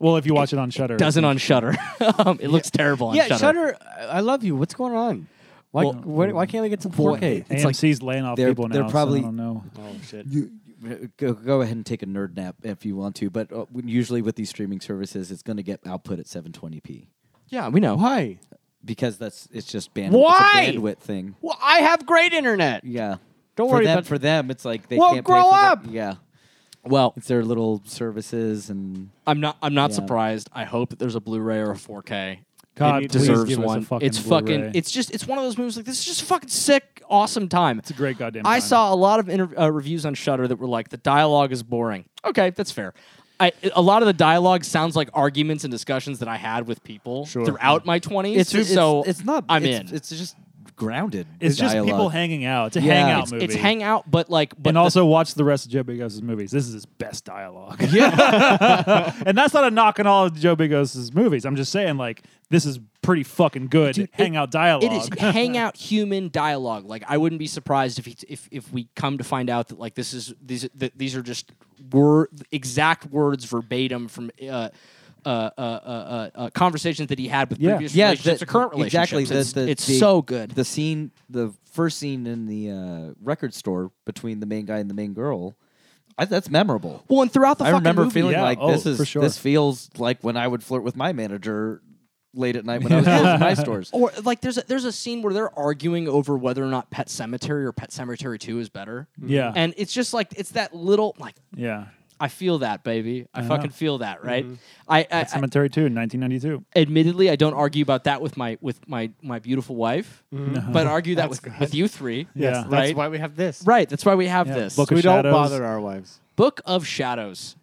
[SPEAKER 8] Well, if you watch it on Shutter, [laughs]
[SPEAKER 7] doesn't on Shutter. [laughs] um, it looks terrible on
[SPEAKER 5] Yeah,
[SPEAKER 7] Shutter.
[SPEAKER 5] Shutter. I love you. What's going on? Why,
[SPEAKER 7] Well-
[SPEAKER 5] why, why can't we get some 4K?
[SPEAKER 6] it's like
[SPEAKER 8] AMC's laying off
[SPEAKER 6] they're-
[SPEAKER 8] people now.
[SPEAKER 6] they're probably-
[SPEAKER 8] so I don't know.
[SPEAKER 5] Oh shit!
[SPEAKER 6] You, you- go, go ahead and take a nerd nap if you want to, but uh, usually with these streaming services, it's going to get output at 720p
[SPEAKER 7] Yeah, we know.
[SPEAKER 5] Why?
[SPEAKER 6] because that's it's just band,
[SPEAKER 5] Why?
[SPEAKER 6] It's a bandwidth thing.
[SPEAKER 5] Well, I have great internet.
[SPEAKER 6] Yeah.
[SPEAKER 5] Don't
[SPEAKER 6] for
[SPEAKER 5] worry
[SPEAKER 6] them,
[SPEAKER 5] about-
[SPEAKER 6] for them. It's like they
[SPEAKER 5] Well,
[SPEAKER 6] can't
[SPEAKER 5] grow
[SPEAKER 6] pay for the-
[SPEAKER 5] up!
[SPEAKER 6] yeah,
[SPEAKER 7] Well,
[SPEAKER 6] it's their little services and
[SPEAKER 7] I'm not. I'm not
[SPEAKER 6] Yeah.
[SPEAKER 7] surprised. I hope that there's a Blu-ray or a 4K.
[SPEAKER 8] God,
[SPEAKER 7] it
[SPEAKER 8] please
[SPEAKER 7] deserves
[SPEAKER 8] give us a
[SPEAKER 7] one.
[SPEAKER 8] fucking
[SPEAKER 7] it's fucking.
[SPEAKER 8] Blu-ray.
[SPEAKER 7] It's just. It's one of those movies. Like this is just a fucking sick, awesome time.
[SPEAKER 8] It's a great goddamn.
[SPEAKER 7] I
[SPEAKER 8] time.
[SPEAKER 7] saw a lot of inter- uh, reviews on Shutter that were like, the dialogue is boring. Okay, that's fair. I, a lot of the dialogue sounds like arguments and discussions that I had with people throughout my 20s.
[SPEAKER 6] it's
[SPEAKER 7] so
[SPEAKER 6] it's, it's not.
[SPEAKER 7] I'm
[SPEAKER 6] it's,
[SPEAKER 7] in.
[SPEAKER 6] It's just grounded.
[SPEAKER 8] It's just
[SPEAKER 6] dialogue.
[SPEAKER 8] people hanging out. It's a
[SPEAKER 6] Yeah.
[SPEAKER 8] hangout
[SPEAKER 6] It's-
[SPEAKER 8] movie.
[SPEAKER 7] It's hang out, but like, but
[SPEAKER 8] and
[SPEAKER 7] the-
[SPEAKER 8] also watch the rest of Joe Bigos' movies. This is his best dialogue. Yeah. [laughs] and that's not a knock on all of Joe Bigos' movies. I'm just saying, like, this is pretty fucking good
[SPEAKER 7] Dude, it-
[SPEAKER 8] hangout dialogue.
[SPEAKER 7] it is
[SPEAKER 6] [laughs]
[SPEAKER 7] hangout human dialogue. Like I wouldn't be surprised if he, if if we come to find out that like this is these that these are just word exact words verbatim from. Uh, uh, uh, uh, uh, uh, conversations that he had with
[SPEAKER 8] Yeah.
[SPEAKER 7] previous
[SPEAKER 6] Yeah,
[SPEAKER 7] relationships
[SPEAKER 6] the-
[SPEAKER 7] or current relationships.
[SPEAKER 6] Exactly. The,
[SPEAKER 7] it's
[SPEAKER 6] the-
[SPEAKER 7] it's
[SPEAKER 6] the-
[SPEAKER 7] so good.
[SPEAKER 6] The scene, the first scene in the uh, record store between the main guy and the main girl. I, that's memorable.
[SPEAKER 7] Well, and throughout the
[SPEAKER 6] I
[SPEAKER 7] fucking
[SPEAKER 6] remember
[SPEAKER 7] movie,
[SPEAKER 6] feeling
[SPEAKER 8] yeah,
[SPEAKER 6] like
[SPEAKER 8] oh,
[SPEAKER 6] this is
[SPEAKER 8] for sure.
[SPEAKER 6] this feels like when I would flirt with my manager late at night when I was closing my stores.
[SPEAKER 7] or like there's a, there's a scene where they're arguing over whether or not Pet Cemetery or Pet Cemetery Two is better,
[SPEAKER 8] Yeah.
[SPEAKER 7] and it's just like it's that little like
[SPEAKER 8] yeah.
[SPEAKER 7] I feel that baby, I, fucking feel that right.
[SPEAKER 6] Mm-hmm.
[SPEAKER 7] I, I, I
[SPEAKER 8] Cemetery 2 in 1992.
[SPEAKER 7] admittedly I don't argue about that with my with my my beautiful wife, but argue that with, with you three.
[SPEAKER 8] Mm-hmm. Yeah.
[SPEAKER 5] That's
[SPEAKER 7] right.
[SPEAKER 5] why we have this.
[SPEAKER 7] Right, that's why we have
[SPEAKER 8] Yeah,
[SPEAKER 7] this
[SPEAKER 8] Book
[SPEAKER 5] We
[SPEAKER 8] of
[SPEAKER 5] don't
[SPEAKER 8] Shadows.
[SPEAKER 5] bother our wives.
[SPEAKER 7] Book of Shadows.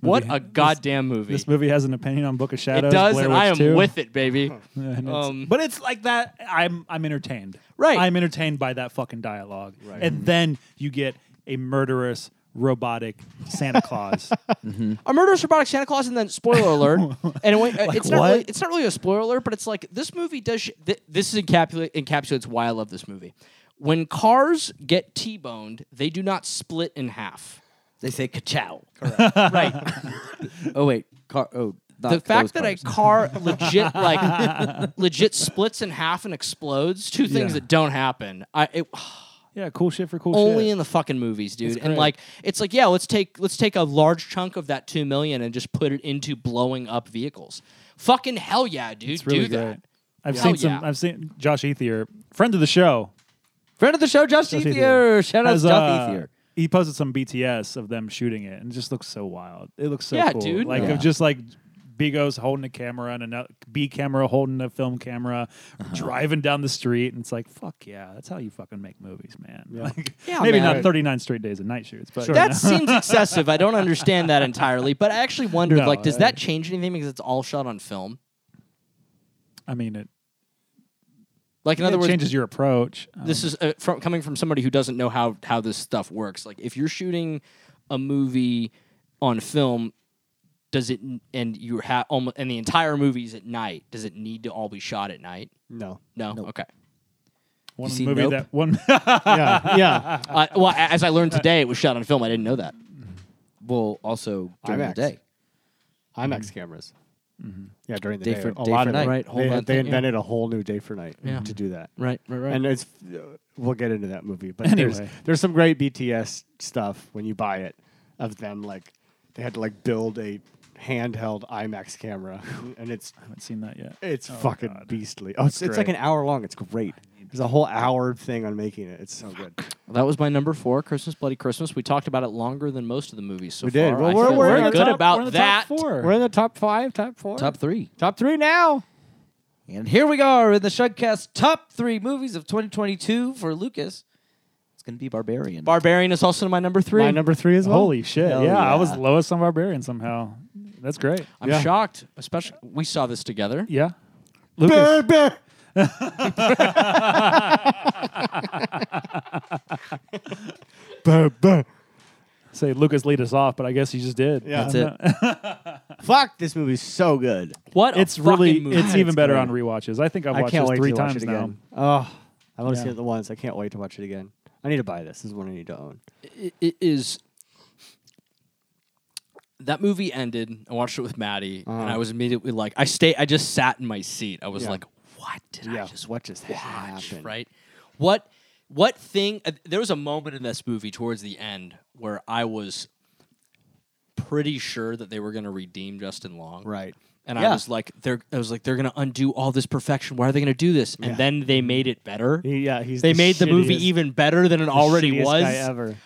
[SPEAKER 7] What
[SPEAKER 8] movie-
[SPEAKER 7] a goddamn movie!
[SPEAKER 8] This movie has an opinion on Book of
[SPEAKER 7] it
[SPEAKER 8] Shadows.
[SPEAKER 7] does,
[SPEAKER 8] Blair
[SPEAKER 7] and I am
[SPEAKER 8] Witch 2,
[SPEAKER 7] with it,
[SPEAKER 8] [laughs]
[SPEAKER 7] baby.
[SPEAKER 8] and it's-
[SPEAKER 7] um,
[SPEAKER 8] but it's like that. I'm I'm entertained.
[SPEAKER 7] Right.
[SPEAKER 8] I'm entertained by that fucking dialogue. Right. Mm-hmm. And then you get a murderous robotic Santa Claus.
[SPEAKER 7] a murderous robotic Santa Claus, and then spoiler
[SPEAKER 8] [laughs]
[SPEAKER 7] alert. and it, went- uh, it's not
[SPEAKER 8] what?
[SPEAKER 7] really, it's not really a spoiler alert, but it's like this movie does. Sh- th- this is encapsula- encapsulates why I love this movie. When cars get T-boned, they do not split in half.
[SPEAKER 6] They say ka-chow.
[SPEAKER 7] Right.
[SPEAKER 6] Oh wait, car. Oh, not
[SPEAKER 7] the fact
[SPEAKER 6] those
[SPEAKER 7] that
[SPEAKER 6] cars.
[SPEAKER 7] a
[SPEAKER 6] [laughs]
[SPEAKER 7] car legit like legit splits in half and explodes, two things
[SPEAKER 8] Yeah.
[SPEAKER 7] that don't happen. I it,
[SPEAKER 8] [laughs]
[SPEAKER 6] Oh,
[SPEAKER 8] yeah, cool shit for cool
[SPEAKER 7] only
[SPEAKER 8] shit.
[SPEAKER 7] in the fucking movies, dude. And like it's like, yeah, let's take let's take a large chunk of that two million and just put it into blowing up vehicles. Fucking hell yeah, dude.
[SPEAKER 8] it's really
[SPEAKER 7] Do
[SPEAKER 8] great.
[SPEAKER 7] that.
[SPEAKER 8] I've
[SPEAKER 7] Yeah.
[SPEAKER 8] seen
[SPEAKER 7] Oh,
[SPEAKER 8] some.
[SPEAKER 7] yeah.
[SPEAKER 8] I've seen Josh Ethier, friend of the show.
[SPEAKER 6] friend of the show, Josh
[SPEAKER 8] Josh
[SPEAKER 6] Ethier. Shout out
[SPEAKER 8] has,
[SPEAKER 6] to
[SPEAKER 8] uh,
[SPEAKER 6] Josh Ethier.
[SPEAKER 8] He posted some BTS of them shooting it, and it just looks so wild. It looks so
[SPEAKER 7] Yeah,
[SPEAKER 8] cool.
[SPEAKER 7] dude.
[SPEAKER 8] Like
[SPEAKER 6] Yeah.
[SPEAKER 8] of just like Bigos holding a camera and another B camera holding a film camera,
[SPEAKER 6] Uh-huh.
[SPEAKER 8] driving down the street, and it's like fuck yeah, that's how you fucking make movies, man. Like,
[SPEAKER 7] Yeah,
[SPEAKER 8] maybe
[SPEAKER 7] man.
[SPEAKER 8] not 39 straight days and night shoots, but [laughs]
[SPEAKER 7] That seems excessive. I don't understand that entirely, but I actually wondered,
[SPEAKER 8] No,
[SPEAKER 7] like, does
[SPEAKER 8] I-
[SPEAKER 7] that change anything because it's all shot on film?
[SPEAKER 8] I mean it.
[SPEAKER 7] Like, in other
[SPEAKER 8] it
[SPEAKER 7] words,
[SPEAKER 8] changes your approach. Um,
[SPEAKER 7] this is uh, from coming from somebody who doesn't know how how this stuff works. Like if you're shooting a movie on film, does it and you have almost and the entire movie is at night? Does it need to all be shot at night?
[SPEAKER 5] No.
[SPEAKER 7] No. Okay.
[SPEAKER 8] one
[SPEAKER 6] seen
[SPEAKER 8] movie
[SPEAKER 6] Nope?
[SPEAKER 8] that one.
[SPEAKER 5] [laughs]
[SPEAKER 8] [laughs]
[SPEAKER 5] yeah. Yeah.
[SPEAKER 7] Uh, well, a- as I learned today, it was shot on film. I didn't know that.
[SPEAKER 6] Well, also during
[SPEAKER 5] IMAX.
[SPEAKER 6] the day.
[SPEAKER 5] IMAX cameras. Mm-hmm. Yeah, during the
[SPEAKER 6] Day
[SPEAKER 5] day.
[SPEAKER 6] for-
[SPEAKER 5] a
[SPEAKER 6] day
[SPEAKER 5] lot
[SPEAKER 6] for night.
[SPEAKER 5] of them.
[SPEAKER 7] Right, hold
[SPEAKER 5] they,
[SPEAKER 7] on,
[SPEAKER 5] they
[SPEAKER 7] yeah.
[SPEAKER 5] invented a whole new day for night
[SPEAKER 7] Yeah.
[SPEAKER 5] to do that.
[SPEAKER 7] Right. Right. Right.
[SPEAKER 5] And it's we'll get into that movie, but
[SPEAKER 8] Anyway.
[SPEAKER 5] there's there's some great BTS stuff when you buy it of them like they had to like build a handheld IMAX camera [laughs] and it's
[SPEAKER 8] I haven't seen that yet.
[SPEAKER 5] it's
[SPEAKER 7] Oh,
[SPEAKER 5] fucking beastly. Oh, it's, it's like an hour long. It's great. There's a whole hour thing on making it. It's so good.
[SPEAKER 7] Well, that was my number four, Christmas Bloody Christmas. We talked about it longer than most of the movies so
[SPEAKER 5] We did.
[SPEAKER 7] far.
[SPEAKER 5] Well,
[SPEAKER 7] I
[SPEAKER 5] we're-
[SPEAKER 7] feel
[SPEAKER 5] we're
[SPEAKER 7] very
[SPEAKER 5] in the
[SPEAKER 7] good
[SPEAKER 5] top-
[SPEAKER 7] about
[SPEAKER 8] We're in the
[SPEAKER 7] that.
[SPEAKER 8] top four.
[SPEAKER 5] We're in the top five, top four,
[SPEAKER 6] Top three.
[SPEAKER 5] top three now.
[SPEAKER 6] And here we are in the Shugcast top three movies of 2022 for Lucas. It's going to be Barbarian.
[SPEAKER 7] Barbarian is also my number three.
[SPEAKER 5] My number three as well.
[SPEAKER 8] Holy shit! Yeah,
[SPEAKER 6] Hell
[SPEAKER 8] I was
[SPEAKER 6] yeah.
[SPEAKER 8] lowest on Barbarian somehow. That's great.
[SPEAKER 7] I'm shocked, especially we saw this together.
[SPEAKER 8] Yeah, Lucas. Say Lucas lead us off, but I guess he just did.
[SPEAKER 5] Yeah.
[SPEAKER 6] That's it.
[SPEAKER 5] Fuck, this movie's so good.
[SPEAKER 7] What a
[SPEAKER 8] [laughs] It's really
[SPEAKER 7] fucking movie.
[SPEAKER 8] it's even better on rewatches. I think I've
[SPEAKER 5] I
[SPEAKER 8] watched
[SPEAKER 5] can't
[SPEAKER 8] this
[SPEAKER 5] wait
[SPEAKER 8] three
[SPEAKER 5] to watch
[SPEAKER 8] times
[SPEAKER 5] it
[SPEAKER 8] now.
[SPEAKER 5] again. Oh, I've only
[SPEAKER 8] Yeah.
[SPEAKER 5] seen it the once. I can't wait to watch it again. I need to buy this. This is one I need to own.
[SPEAKER 7] it, it is that movie ended. I watched it with Maddie,
[SPEAKER 6] Uh-huh.
[SPEAKER 7] and I was immediately like, I stay. I just sat in my seat. I was like, what did I just
[SPEAKER 5] what just
[SPEAKER 7] watch?
[SPEAKER 5] happened?
[SPEAKER 7] Right? What what thing? Uh, there was a moment in this movie towards the end where I was pretty sure that they were going to redeem Justin Long.
[SPEAKER 5] Right.
[SPEAKER 7] And I
[SPEAKER 6] Yeah.
[SPEAKER 7] was like, they're. I was like, they're going to undo all this perfection. Why are they going to do this? And then they made it better.
[SPEAKER 5] He- yeah, he's
[SPEAKER 7] They
[SPEAKER 5] the
[SPEAKER 7] made the movie
[SPEAKER 5] shittiest-
[SPEAKER 7] even better than it already
[SPEAKER 5] shittiest
[SPEAKER 7] was.
[SPEAKER 5] guy ever.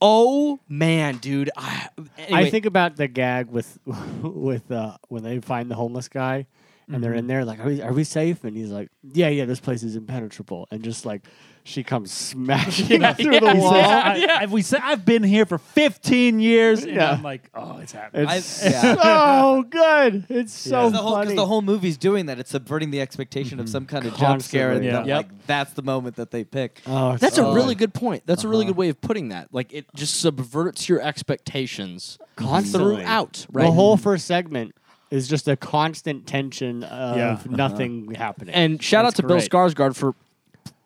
[SPEAKER 7] Oh man, dude. I, anyway,
[SPEAKER 5] I think about the gag with [laughs] with uh, when they find the homeless guy and they're
[SPEAKER 6] Mm-hmm.
[SPEAKER 5] in there like are we, are we safe and he's like yeah yeah this place is impenetrable and just like she
[SPEAKER 6] [laughs]
[SPEAKER 5] comes smashing [laughs]
[SPEAKER 8] [laughs]
[SPEAKER 5] through the wall
[SPEAKER 8] I, I've, we said I've been here for 15 years, and
[SPEAKER 5] Yeah.
[SPEAKER 8] I'm like, oh, it's happening.
[SPEAKER 5] it's
[SPEAKER 6] I- yeah.
[SPEAKER 5] so good it's so
[SPEAKER 6] the whole, 'cause
[SPEAKER 5] funny
[SPEAKER 6] the whole movie's doing that. It's subverting the expectation of some kind of jump scare. And
[SPEAKER 5] Constantly.
[SPEAKER 6] then,
[SPEAKER 8] Yeah.
[SPEAKER 6] like, that's the moment that they pick.
[SPEAKER 5] oh, it's
[SPEAKER 7] that's
[SPEAKER 5] so Uh-huh.
[SPEAKER 7] a really
[SPEAKER 5] good.
[SPEAKER 7] good point. That's a really good way of putting that. Like it just subverts your expectations
[SPEAKER 5] Constantly.
[SPEAKER 7] throughout, right?
[SPEAKER 5] the whole first segment is just a constant tension of
[SPEAKER 8] Yeah.
[SPEAKER 5] nothing happening
[SPEAKER 7] and shout out
[SPEAKER 5] That's
[SPEAKER 7] to Bill
[SPEAKER 5] great.
[SPEAKER 7] Skarsgård for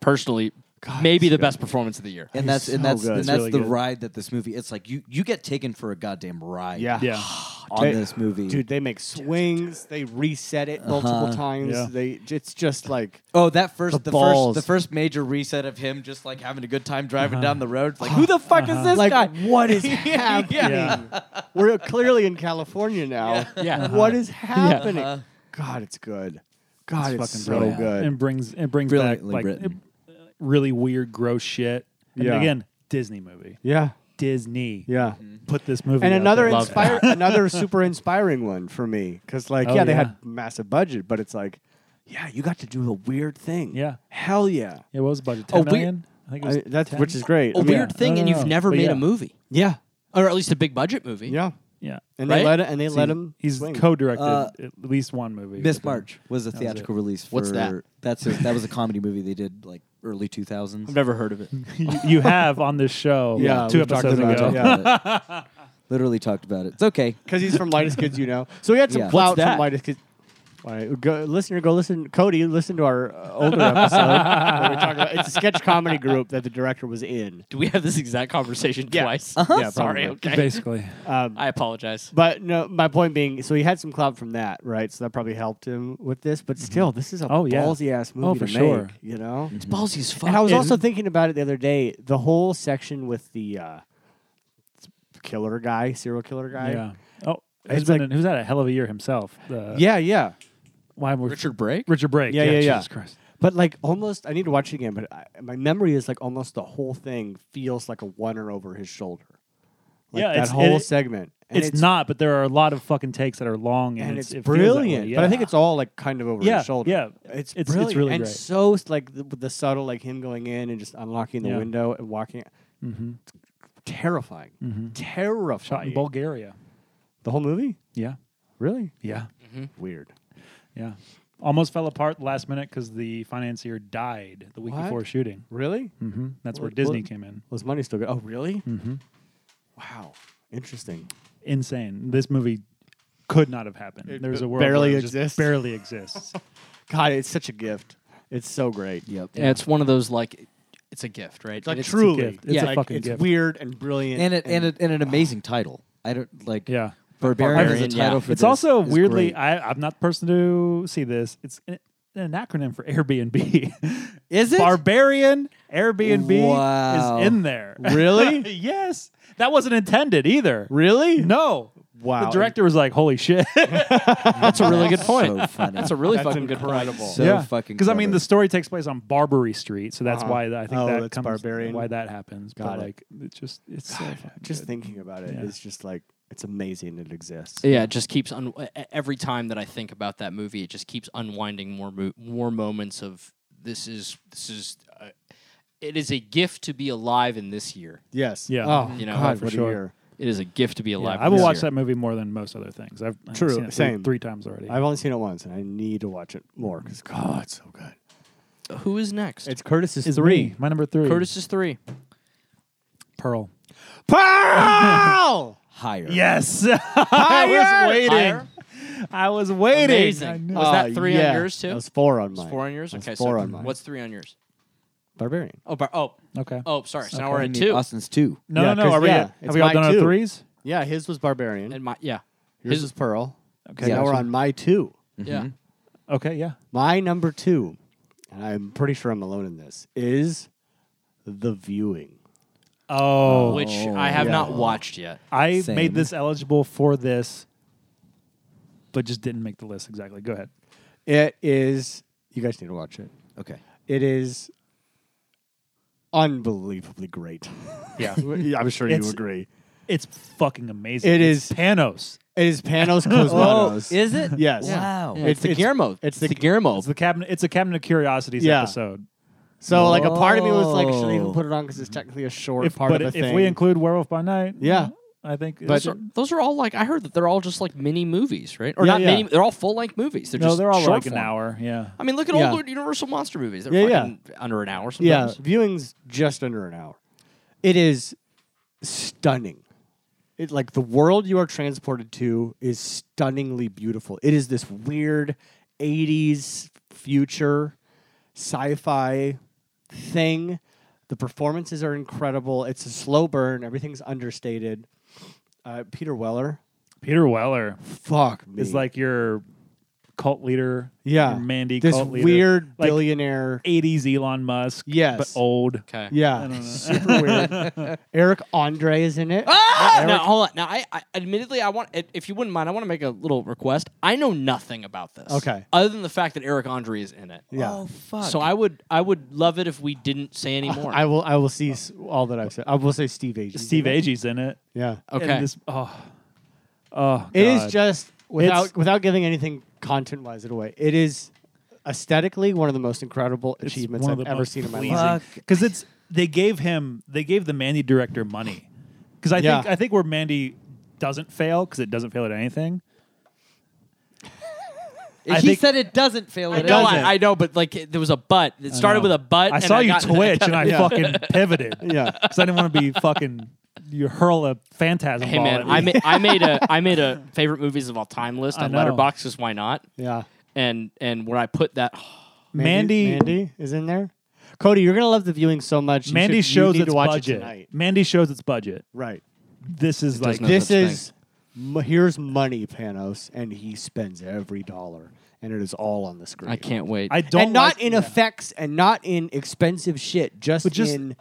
[SPEAKER 7] personally maybe the best performance of the year.
[SPEAKER 6] and that's and that's
[SPEAKER 5] good.
[SPEAKER 6] and
[SPEAKER 5] It's
[SPEAKER 6] that's
[SPEAKER 8] really
[SPEAKER 6] the
[SPEAKER 8] good.
[SPEAKER 6] ride that this movie. It's like you you get taken for a goddamn ride.
[SPEAKER 5] Yeah. [sighs]
[SPEAKER 8] Yeah.
[SPEAKER 6] [sighs] on
[SPEAKER 5] Dude.
[SPEAKER 6] this movie,
[SPEAKER 5] Dude, they make swings. They reset it multiple
[SPEAKER 6] Uh-huh.
[SPEAKER 5] times.
[SPEAKER 8] Yeah.
[SPEAKER 5] They, it's just like
[SPEAKER 6] Oh, that first
[SPEAKER 5] The
[SPEAKER 6] the,
[SPEAKER 5] balls.
[SPEAKER 6] first the first major reset of him just like having a good time driving down the road. It's Like who the fuck is this
[SPEAKER 5] Uh-huh. like
[SPEAKER 6] guy?
[SPEAKER 5] what is happening?
[SPEAKER 8] Yeah.
[SPEAKER 6] [laughs]
[SPEAKER 5] We're clearly in California now.
[SPEAKER 7] Yeah.
[SPEAKER 5] [laughs] What is happening?
[SPEAKER 6] Uh-huh.
[SPEAKER 5] God, it's good. God, it's,
[SPEAKER 8] fucking
[SPEAKER 5] so
[SPEAKER 8] brilliant.
[SPEAKER 5] good.
[SPEAKER 8] and brings it brings back
[SPEAKER 6] Brilliantly
[SPEAKER 8] like
[SPEAKER 6] written.
[SPEAKER 8] uh, really weird, gross shit. And
[SPEAKER 5] Yeah.
[SPEAKER 8] again, Disney movie.
[SPEAKER 5] yeah,
[SPEAKER 8] Disney.
[SPEAKER 5] yeah.
[SPEAKER 8] Put this movie
[SPEAKER 5] And
[SPEAKER 8] out
[SPEAKER 5] another
[SPEAKER 8] there.
[SPEAKER 5] inspire, another super inspiring one for me because like
[SPEAKER 8] Oh,
[SPEAKER 5] yeah, they had
[SPEAKER 8] yeah.
[SPEAKER 5] massive budget, but it's like yeah, you got to do a weird thing.
[SPEAKER 8] Yeah.
[SPEAKER 5] hell yeah.
[SPEAKER 8] It was a budget
[SPEAKER 7] A
[SPEAKER 6] Oh,
[SPEAKER 7] weird-
[SPEAKER 8] ten million. I think it was
[SPEAKER 5] I, that's
[SPEAKER 8] 10?
[SPEAKER 5] which is great.
[SPEAKER 7] A
[SPEAKER 5] I mean,
[SPEAKER 7] weird thing,
[SPEAKER 8] no,
[SPEAKER 7] and
[SPEAKER 8] no,
[SPEAKER 7] you've
[SPEAKER 8] no,
[SPEAKER 7] never
[SPEAKER 8] but
[SPEAKER 7] made
[SPEAKER 8] yeah.
[SPEAKER 7] a movie,
[SPEAKER 5] yeah,
[SPEAKER 7] or at least a big budget movie.
[SPEAKER 5] yeah.
[SPEAKER 8] yeah.
[SPEAKER 5] And they
[SPEAKER 7] Right?
[SPEAKER 5] let it, and they let
[SPEAKER 8] See,
[SPEAKER 5] him.
[SPEAKER 8] He's
[SPEAKER 5] swing.
[SPEAKER 8] co-directed
[SPEAKER 6] Uh,
[SPEAKER 8] at least one movie.
[SPEAKER 6] Miss
[SPEAKER 8] with him.
[SPEAKER 6] March was a
[SPEAKER 8] That was
[SPEAKER 6] theatrical release. For,
[SPEAKER 7] What's that?
[SPEAKER 6] That's a, that was a comedy movie they did like early two thousands.
[SPEAKER 7] never heard of it.
[SPEAKER 8] You- you have on this show.
[SPEAKER 5] [laughs] Yeah,
[SPEAKER 8] two
[SPEAKER 5] we've talked
[SPEAKER 8] episodes
[SPEAKER 5] about
[SPEAKER 8] ago.
[SPEAKER 5] it.
[SPEAKER 6] [laughs] Literally talked about it. It's okay.
[SPEAKER 5] because he's from Lightest Kids, you know. So we had some
[SPEAKER 6] Yeah.
[SPEAKER 5] clout
[SPEAKER 6] What's
[SPEAKER 5] from
[SPEAKER 6] that?
[SPEAKER 5] Lightest Kids. All right, go, listener, go listen. Cody, listen to our uh,
[SPEAKER 7] [laughs]
[SPEAKER 5] older episode. where we talked about, it's a sketch comedy group that the director was in.
[SPEAKER 7] Do we have this exact conversation twice?
[SPEAKER 5] Yeah,
[SPEAKER 7] Sorry.
[SPEAKER 5] probably.
[SPEAKER 7] [laughs] Okay.
[SPEAKER 8] Basically,
[SPEAKER 7] I apologize.
[SPEAKER 5] But no, my point being, so he had some clout from that, right? So that probably helped him with this.
[SPEAKER 7] Mm-hmm.
[SPEAKER 5] But still, this is a
[SPEAKER 8] Oh, yeah.
[SPEAKER 5] ballsy ass movie
[SPEAKER 8] Oh,
[SPEAKER 5] to
[SPEAKER 8] for sure.
[SPEAKER 5] make, you know.
[SPEAKER 7] It's ballsy as fuck.
[SPEAKER 5] And I was
[SPEAKER 8] It-
[SPEAKER 5] also thinking about it the other day. The whole section with the uh, killer guy, serial killer guy.
[SPEAKER 8] yeah. Oh,
[SPEAKER 5] It's
[SPEAKER 8] it's been
[SPEAKER 5] like-
[SPEAKER 8] a, who's had a hell of a year himself. Uh,
[SPEAKER 5] yeah, yeah.
[SPEAKER 8] Why were
[SPEAKER 7] Richard Brake.
[SPEAKER 8] Richard Brake.
[SPEAKER 5] Yeah, yeah, yeah.
[SPEAKER 8] Jesus Christ.
[SPEAKER 5] But like almost, I need to watch it again. But I, my memory is like almost the whole thing feels like a oneer over his shoulder. Like
[SPEAKER 8] Yeah,
[SPEAKER 5] that
[SPEAKER 8] it's-
[SPEAKER 5] whole
[SPEAKER 8] it-
[SPEAKER 5] segment. And
[SPEAKER 8] It's, not, but there are a lot of fucking takes that are long and,
[SPEAKER 5] and it's,
[SPEAKER 8] it feels that way,
[SPEAKER 5] brilliant. But I think
[SPEAKER 8] yeah.
[SPEAKER 5] it's all like kind of over
[SPEAKER 8] Yeah,
[SPEAKER 5] his shoulder.
[SPEAKER 8] yeah.
[SPEAKER 5] it's
[SPEAKER 8] It's- it's
[SPEAKER 5] brilliant.
[SPEAKER 8] really
[SPEAKER 5] and
[SPEAKER 8] great.
[SPEAKER 5] so like the, the subtle, like him going in and just unlocking the
[SPEAKER 8] Yeah. Mm-hmm.
[SPEAKER 5] window and walking. Terrifying, terrifying.
[SPEAKER 8] shot in Bulgaria.
[SPEAKER 5] The whole movie,
[SPEAKER 8] Yeah,
[SPEAKER 5] really
[SPEAKER 8] yeah,
[SPEAKER 5] weird.
[SPEAKER 8] yeah. Almost fell apart last minute because the financier died the week
[SPEAKER 5] What?
[SPEAKER 8] before shooting.
[SPEAKER 5] Really,
[SPEAKER 8] hmm That's where
[SPEAKER 5] What-
[SPEAKER 8] Disney
[SPEAKER 5] what-
[SPEAKER 8] came in.
[SPEAKER 5] was money still good? Oh, really? Mm-hmm. Wow, interesting.
[SPEAKER 8] Insane. This movie could not have happened.
[SPEAKER 5] It
[SPEAKER 8] There's
[SPEAKER 5] b-
[SPEAKER 8] a world
[SPEAKER 5] barely
[SPEAKER 8] where it just
[SPEAKER 5] exists.
[SPEAKER 8] barely exists.
[SPEAKER 5] God, it's such a gift. It's so great.
[SPEAKER 6] Yep.
[SPEAKER 7] And it's one of those like, it's a gift, right?
[SPEAKER 5] It's like
[SPEAKER 7] And it's-
[SPEAKER 5] truly,
[SPEAKER 8] gift. It's
[SPEAKER 7] Yeah. a
[SPEAKER 8] fucking
[SPEAKER 5] it's
[SPEAKER 8] gift.
[SPEAKER 5] weird and brilliant,
[SPEAKER 6] And it and, it, and an amazing title. I don't like.
[SPEAKER 8] yeah.
[SPEAKER 6] Barbarian is a
[SPEAKER 7] Barbarian, yeah.
[SPEAKER 6] title for
[SPEAKER 8] It's
[SPEAKER 6] this
[SPEAKER 8] also
[SPEAKER 6] is
[SPEAKER 8] weirdly,
[SPEAKER 6] great.
[SPEAKER 8] I, I'm not the person to see this. It's an, an acronym for Airbnb. [laughs]
[SPEAKER 6] Is it?
[SPEAKER 8] Barbarian Airbnb
[SPEAKER 6] Wow.
[SPEAKER 8] is in there. [laughs]
[SPEAKER 5] Really?
[SPEAKER 8] yes. That wasn't intended either.
[SPEAKER 5] really?
[SPEAKER 8] No.
[SPEAKER 5] Wow.
[SPEAKER 8] The director was like, "Holy shit!"
[SPEAKER 7] That's a really good point.
[SPEAKER 6] So funny.
[SPEAKER 7] That's a really fucking good
[SPEAKER 5] incredible.
[SPEAKER 7] point.
[SPEAKER 8] [laughs]
[SPEAKER 6] so fucking.
[SPEAKER 8] Because I mean,
[SPEAKER 6] clever.
[SPEAKER 8] the story takes place on Barbary Street, so that's
[SPEAKER 5] Uh-huh.
[SPEAKER 8] why I think
[SPEAKER 5] Oh,
[SPEAKER 8] that
[SPEAKER 5] that's
[SPEAKER 8] comes,
[SPEAKER 5] Barbarian.
[SPEAKER 8] why that happens.
[SPEAKER 5] Got
[SPEAKER 8] but
[SPEAKER 5] it.
[SPEAKER 8] like, it just it's so fucking
[SPEAKER 5] [sighs] Just
[SPEAKER 8] good.
[SPEAKER 5] thinking about it,
[SPEAKER 8] Yeah.
[SPEAKER 5] it's just like it's amazing it exists.
[SPEAKER 7] Yeah, it just keeps un- e- every time that I think about that movie, it just keeps unwinding more mo- more moments of this is this is uh, it is a gift to be alive in this year.
[SPEAKER 5] yes.
[SPEAKER 8] Yeah.
[SPEAKER 5] Oh,
[SPEAKER 7] You know,
[SPEAKER 5] God,
[SPEAKER 8] for
[SPEAKER 5] what a
[SPEAKER 8] sure.
[SPEAKER 5] year.
[SPEAKER 7] It is a gift to be
[SPEAKER 8] Yeah,
[SPEAKER 7] alive.
[SPEAKER 8] I will
[SPEAKER 7] this
[SPEAKER 8] watch
[SPEAKER 7] year.
[SPEAKER 8] that movie more than most other things. I've, I've
[SPEAKER 5] True,
[SPEAKER 8] seen it
[SPEAKER 5] same.
[SPEAKER 8] Three, three times already.
[SPEAKER 5] I've only seen it once, and I need to watch it more because God, it's so good.
[SPEAKER 7] Who is next?
[SPEAKER 5] It's Curtis's
[SPEAKER 8] Is
[SPEAKER 5] three.
[SPEAKER 8] me, my number three.
[SPEAKER 7] Curtis is three.
[SPEAKER 8] Pearl.
[SPEAKER 5] Pearl.
[SPEAKER 6] higher.
[SPEAKER 8] Yes, [laughs]
[SPEAKER 5] Higher!
[SPEAKER 8] I was waiting.
[SPEAKER 7] Higher?
[SPEAKER 8] I was waiting. I
[SPEAKER 7] Amazing.
[SPEAKER 8] knew-
[SPEAKER 7] Was that
[SPEAKER 5] Uh,
[SPEAKER 7] three
[SPEAKER 5] yeah.
[SPEAKER 7] on yours too?
[SPEAKER 5] That was four on
[SPEAKER 7] It's
[SPEAKER 5] mine.
[SPEAKER 7] four on yours.
[SPEAKER 5] That was
[SPEAKER 7] Okay,
[SPEAKER 5] four
[SPEAKER 7] so
[SPEAKER 5] on mine.
[SPEAKER 7] what's three on yours?
[SPEAKER 5] Barbarian?
[SPEAKER 7] Oh, bar- oh,
[SPEAKER 8] Okay.
[SPEAKER 7] oh, sorry. So now
[SPEAKER 8] Okay.
[SPEAKER 7] we're
[SPEAKER 6] I
[SPEAKER 7] at
[SPEAKER 6] need
[SPEAKER 7] two.
[SPEAKER 6] Austin's two.
[SPEAKER 8] No,
[SPEAKER 5] Yeah,
[SPEAKER 8] no, no.
[SPEAKER 5] 'cause-
[SPEAKER 8] Are we?
[SPEAKER 5] yeah,
[SPEAKER 8] at-
[SPEAKER 5] it's
[SPEAKER 8] have we all
[SPEAKER 5] mine
[SPEAKER 8] done our
[SPEAKER 5] too.
[SPEAKER 8] threes?
[SPEAKER 5] Yeah, his was Barbarian.
[SPEAKER 7] And my yeah,
[SPEAKER 5] yours
[SPEAKER 7] his-
[SPEAKER 5] was Pearl.
[SPEAKER 8] Okay.
[SPEAKER 5] Okay, now we're on my two.
[SPEAKER 7] yeah.
[SPEAKER 8] Okay. Yeah.
[SPEAKER 5] My number two, and I'm pretty sure I'm alone in this, is the viewing.
[SPEAKER 8] Oh,
[SPEAKER 7] Which I have not watched yet.
[SPEAKER 8] I
[SPEAKER 6] Same.
[SPEAKER 8] made this eligible for this, but just didn't make the list exactly. Go ahead.
[SPEAKER 5] It is. You guys need to watch it.
[SPEAKER 6] Okay.
[SPEAKER 5] It is unbelievably great.
[SPEAKER 8] Yeah.
[SPEAKER 5] I'm sure you
[SPEAKER 8] It's-
[SPEAKER 5] agree.
[SPEAKER 8] [laughs] it's fucking amazing.
[SPEAKER 5] It
[SPEAKER 8] It's
[SPEAKER 5] is-
[SPEAKER 8] Panos.
[SPEAKER 5] It is Panos Cosmatos.
[SPEAKER 6] Oh, is it?
[SPEAKER 5] Yes.
[SPEAKER 6] Wow.
[SPEAKER 7] Yeah, it's, the Guillermo. It's, the, Guillermo.
[SPEAKER 8] It's the cabinet. It's a cabinet of curiosities
[SPEAKER 5] Yeah.
[SPEAKER 8] episode.
[SPEAKER 5] So like a part of me was like, should I even
[SPEAKER 6] Whoa.
[SPEAKER 5] put it on because it's technically a short
[SPEAKER 8] If,
[SPEAKER 5] part
[SPEAKER 8] but
[SPEAKER 5] of a
[SPEAKER 8] if
[SPEAKER 5] thing.
[SPEAKER 8] we include Werewolf by Night,
[SPEAKER 5] Yeah.
[SPEAKER 8] I think.
[SPEAKER 5] But-
[SPEAKER 8] it's-
[SPEAKER 7] So those are all like I heard that they're all just like mini movies, right? Or
[SPEAKER 5] Yeah,
[SPEAKER 7] not
[SPEAKER 5] yeah.
[SPEAKER 7] mini. They're all full length movies. They're
[SPEAKER 8] no,
[SPEAKER 7] just
[SPEAKER 8] they're all
[SPEAKER 7] short
[SPEAKER 8] like an
[SPEAKER 7] form.
[SPEAKER 8] hour. Yeah.
[SPEAKER 7] I mean, look at
[SPEAKER 5] Yeah.
[SPEAKER 7] all the Universal monster movies. They're
[SPEAKER 5] Yeah, yeah.
[SPEAKER 7] fucking under an hour
[SPEAKER 5] yeah,
[SPEAKER 7] sometimes.
[SPEAKER 5] viewing's just under an hour. It is stunning. It like the world you are transported to is stunningly beautiful. It is this weird '80s future sci-fi thing The performances are incredible. It's a slow burn. Everything's understated. Uh, Peter Weller,
[SPEAKER 8] Peter Weller
[SPEAKER 5] fuck me,
[SPEAKER 8] is like your cult leader.
[SPEAKER 5] yeah,
[SPEAKER 8] your Mandy
[SPEAKER 5] this
[SPEAKER 8] cult leader.
[SPEAKER 5] weird
[SPEAKER 8] Like
[SPEAKER 5] billionaire.
[SPEAKER 8] 80s Elon Musk.
[SPEAKER 5] Yes.
[SPEAKER 8] But old.
[SPEAKER 7] Okay.
[SPEAKER 5] Yeah, super weird.
[SPEAKER 8] [laughs]
[SPEAKER 5] Eric Andre is in it.
[SPEAKER 7] Ah! Now hold on. Now I, I admittedly I want if you wouldn't mind I want to make a little request. I know nothing about this.
[SPEAKER 5] Okay.
[SPEAKER 7] Other than the fact that Eric Andre is in it.
[SPEAKER 5] Yeah.
[SPEAKER 6] fuck.
[SPEAKER 7] So I would I would love it if we didn't say Oh,
[SPEAKER 5] [laughs]
[SPEAKER 7] any more.
[SPEAKER 5] I will. I will see s- all that I've said. I will say Steve Agee.
[SPEAKER 8] Steve Agee's in it.
[SPEAKER 5] Yeah,
[SPEAKER 7] okay.
[SPEAKER 8] And this, oh. Oh,
[SPEAKER 5] it is
[SPEAKER 8] God.
[SPEAKER 5] just without
[SPEAKER 8] It's-
[SPEAKER 5] without giving anything content wise it away. It is aesthetically one of the most incredible
[SPEAKER 8] It's
[SPEAKER 5] achievements
[SPEAKER 8] one of
[SPEAKER 5] I've
[SPEAKER 8] the
[SPEAKER 5] ever
[SPEAKER 8] most
[SPEAKER 5] seen in my
[SPEAKER 8] pleasing-
[SPEAKER 5] life.
[SPEAKER 8] Because it's they gave him they gave the Mandy director money. Because I think
[SPEAKER 5] Yeah.
[SPEAKER 8] I think where Mandy doesn't fail because it doesn't fail at anything. I
[SPEAKER 4] he
[SPEAKER 8] think-
[SPEAKER 4] said it doesn't fail.
[SPEAKER 7] I
[SPEAKER 4] at
[SPEAKER 7] know,
[SPEAKER 4] all.
[SPEAKER 7] I, I know, but like it- there was a but. It started with a but.
[SPEAKER 8] I
[SPEAKER 7] and
[SPEAKER 8] saw you
[SPEAKER 7] got- [laughs]
[SPEAKER 8] twitch and I
[SPEAKER 5] Yeah.
[SPEAKER 8] fucking pivoted.
[SPEAKER 5] Yeah.
[SPEAKER 8] because I didn't want to be fucking. You hurl a phantasm
[SPEAKER 7] Hey
[SPEAKER 8] ball
[SPEAKER 7] man,
[SPEAKER 8] at me.
[SPEAKER 7] I made
[SPEAKER 8] [laughs]
[SPEAKER 7] I made a I made a favorite movies of all time list
[SPEAKER 8] I
[SPEAKER 7] on
[SPEAKER 8] know.
[SPEAKER 7] Letterboxd because why not?
[SPEAKER 5] Yeah,
[SPEAKER 7] And and where I put that, [sighs]
[SPEAKER 8] Mandy. Mandy
[SPEAKER 5] Mandy is in there. Cody, you're gonna love the viewing so much. You should- you
[SPEAKER 8] shows
[SPEAKER 5] need
[SPEAKER 8] its
[SPEAKER 5] to watch it
[SPEAKER 8] budget.
[SPEAKER 5] tonight.
[SPEAKER 8] Mandy shows its budget.
[SPEAKER 5] Right.
[SPEAKER 8] This is like
[SPEAKER 7] does not-
[SPEAKER 5] this
[SPEAKER 7] such thing.
[SPEAKER 5] is m- here's money, Panos, and he spends every dollar, and it is all on the screen.
[SPEAKER 7] I can't wait.
[SPEAKER 8] I don't
[SPEAKER 5] and not
[SPEAKER 8] like-
[SPEAKER 5] in
[SPEAKER 8] yeah.
[SPEAKER 5] effects and not in expensive shit, just,
[SPEAKER 8] But just-
[SPEAKER 5] in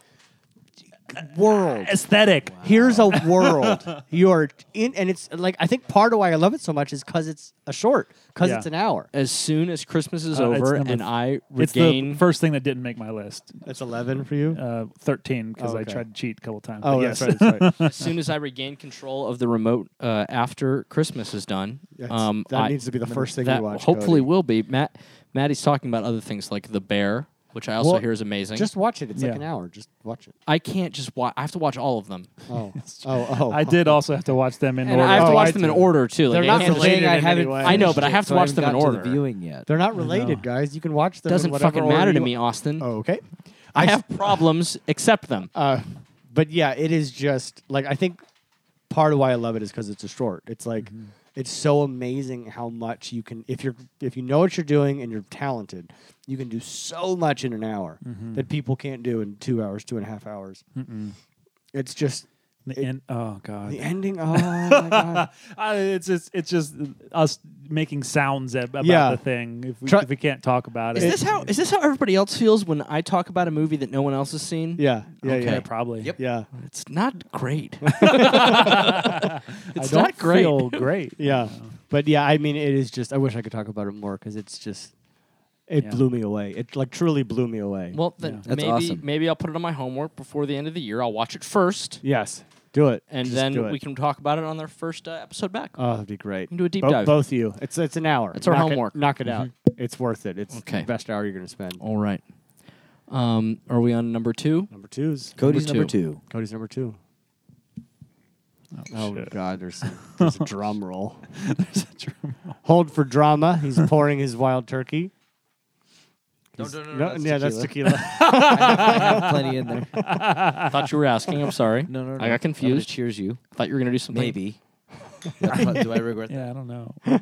[SPEAKER 5] world.
[SPEAKER 8] aesthetic.
[SPEAKER 5] Here's [laughs] a world you are in, and it's like I think part of why I love it so much is because it's a short, because
[SPEAKER 8] Yeah.
[SPEAKER 5] it's an hour.
[SPEAKER 7] as soon as Christmas is
[SPEAKER 8] Uh, it's
[SPEAKER 7] over
[SPEAKER 8] number
[SPEAKER 7] and
[SPEAKER 8] th-
[SPEAKER 7] I
[SPEAKER 8] It's
[SPEAKER 7] regain
[SPEAKER 8] the first thing that didn't make my list.
[SPEAKER 5] It's eleven for you.
[SPEAKER 8] Uh, Thirteen because
[SPEAKER 5] Oh,
[SPEAKER 8] I
[SPEAKER 5] okay.
[SPEAKER 8] tried to cheat a couple times.
[SPEAKER 5] oh,
[SPEAKER 8] but
[SPEAKER 5] that's right. That's right. [laughs]
[SPEAKER 7] as soon as I regain control of the remote uh, after Christmas is done,
[SPEAKER 5] That's-
[SPEAKER 7] um,
[SPEAKER 5] that
[SPEAKER 7] I-
[SPEAKER 5] needs to be the first thing
[SPEAKER 7] that
[SPEAKER 5] you watch.
[SPEAKER 7] Hopefully,
[SPEAKER 5] Cody.
[SPEAKER 7] will be. Matt, Maddie's talking about other things like The Bear, which I also
[SPEAKER 5] Well,
[SPEAKER 7] hear is amazing.
[SPEAKER 5] just watch it. It's
[SPEAKER 8] Yeah.
[SPEAKER 5] like an hour. Just
[SPEAKER 7] [laughs]
[SPEAKER 5] watch it.
[SPEAKER 7] I can't just watch. I have to watch all of them,
[SPEAKER 5] Oh, oh, oh.
[SPEAKER 8] [laughs] I did also have to watch them in
[SPEAKER 7] and
[SPEAKER 8] order.
[SPEAKER 7] I have to
[SPEAKER 5] Oh,
[SPEAKER 7] watch
[SPEAKER 5] I
[SPEAKER 7] them in
[SPEAKER 5] do.
[SPEAKER 7] order too. Like,
[SPEAKER 5] They're
[SPEAKER 7] I
[SPEAKER 5] not
[SPEAKER 7] can't just-
[SPEAKER 5] related
[SPEAKER 6] related
[SPEAKER 5] I
[SPEAKER 6] in
[SPEAKER 5] haven't.
[SPEAKER 6] any way.
[SPEAKER 7] I know, but I
[SPEAKER 6] Shit,
[SPEAKER 7] have to
[SPEAKER 6] so
[SPEAKER 7] watch
[SPEAKER 6] haven't
[SPEAKER 7] them in
[SPEAKER 6] gotten to
[SPEAKER 7] order.
[SPEAKER 6] the viewing yet.
[SPEAKER 5] They're not related, guys. You can watch them. in
[SPEAKER 7] doesn't
[SPEAKER 5] whatever
[SPEAKER 7] fucking
[SPEAKER 5] order
[SPEAKER 7] matter to
[SPEAKER 5] you-
[SPEAKER 7] me, Austin.
[SPEAKER 5] Oh, okay.
[SPEAKER 7] I have problems. Accept them.
[SPEAKER 5] Uh, but yeah, it is just like I think part of why I love it is because it's a short. It's like it's so amazing how much you can if you're if you know what you're doing and you're talented, you can do so much in an hour that people can't do in two hours, two and a half hours. It's just
[SPEAKER 8] The end- oh god.
[SPEAKER 5] the ending. Oh my
[SPEAKER 8] [laughs]
[SPEAKER 5] god!
[SPEAKER 8] Uh, it's just it's just us making sounds ab- about
[SPEAKER 5] Yeah.
[SPEAKER 8] the thing if we,
[SPEAKER 5] Try-
[SPEAKER 8] if we can't talk about
[SPEAKER 7] Is
[SPEAKER 8] it.
[SPEAKER 7] this how is this how everybody else feels when I talk about a movie that no one else has seen?
[SPEAKER 5] Yeah, yeah,
[SPEAKER 8] yeah,
[SPEAKER 5] yeah,
[SPEAKER 8] probably. Yep.
[SPEAKER 5] yeah,
[SPEAKER 7] it's not great. [laughs] it's
[SPEAKER 8] I don't
[SPEAKER 7] not great.
[SPEAKER 5] [laughs]
[SPEAKER 8] feel great.
[SPEAKER 5] yeah. But yeah, I mean, it is just. I wish I could talk about it more because it's just. It
[SPEAKER 8] Yeah.
[SPEAKER 5] blew me away. It like truly blew me away.
[SPEAKER 7] Well, then
[SPEAKER 6] That's
[SPEAKER 7] maybe
[SPEAKER 6] awesome.
[SPEAKER 7] maybe I'll put it on my homework before the end of the year. I'll watch it first,
[SPEAKER 5] yes, do it,
[SPEAKER 7] and
[SPEAKER 5] Just do
[SPEAKER 7] then
[SPEAKER 5] it.
[SPEAKER 7] we can talk about it on our first uh, episode back.
[SPEAKER 5] Oh, that'd be great.
[SPEAKER 7] We can do a deep
[SPEAKER 5] Bo-
[SPEAKER 7] dive.
[SPEAKER 5] Both of you. It's it's an hour.
[SPEAKER 7] It's our
[SPEAKER 5] knock
[SPEAKER 7] homework. Mm-hmm.
[SPEAKER 5] It, knock it out. It's worth it. It's
[SPEAKER 7] Okay. Oh.
[SPEAKER 5] the best hour you're gonna spend.
[SPEAKER 7] All right. Um, are we on number two?
[SPEAKER 5] Number twos.
[SPEAKER 6] Cody's
[SPEAKER 7] Number
[SPEAKER 6] number [laughs] two.
[SPEAKER 5] Cody's number two.
[SPEAKER 8] Oh,
[SPEAKER 5] God,
[SPEAKER 7] [laughs]
[SPEAKER 5] there's, some, there's a drum roll. Hold for drama. He's pouring his wild turkey. He's-
[SPEAKER 6] no, no,
[SPEAKER 5] no,
[SPEAKER 6] that's
[SPEAKER 5] yeah, that's tequila.
[SPEAKER 6] Plenty in there.
[SPEAKER 7] I thought you were asking. I'm sorry.
[SPEAKER 6] No,
[SPEAKER 7] I
[SPEAKER 6] no, no.
[SPEAKER 7] got
[SPEAKER 6] I'm gonna
[SPEAKER 7] confused.
[SPEAKER 6] cheers you.
[SPEAKER 7] I thought you were gonna do something.
[SPEAKER 6] Maybe. [laughs] Do I regret that?
[SPEAKER 8] Yeah, I don't know.
[SPEAKER 5] oh,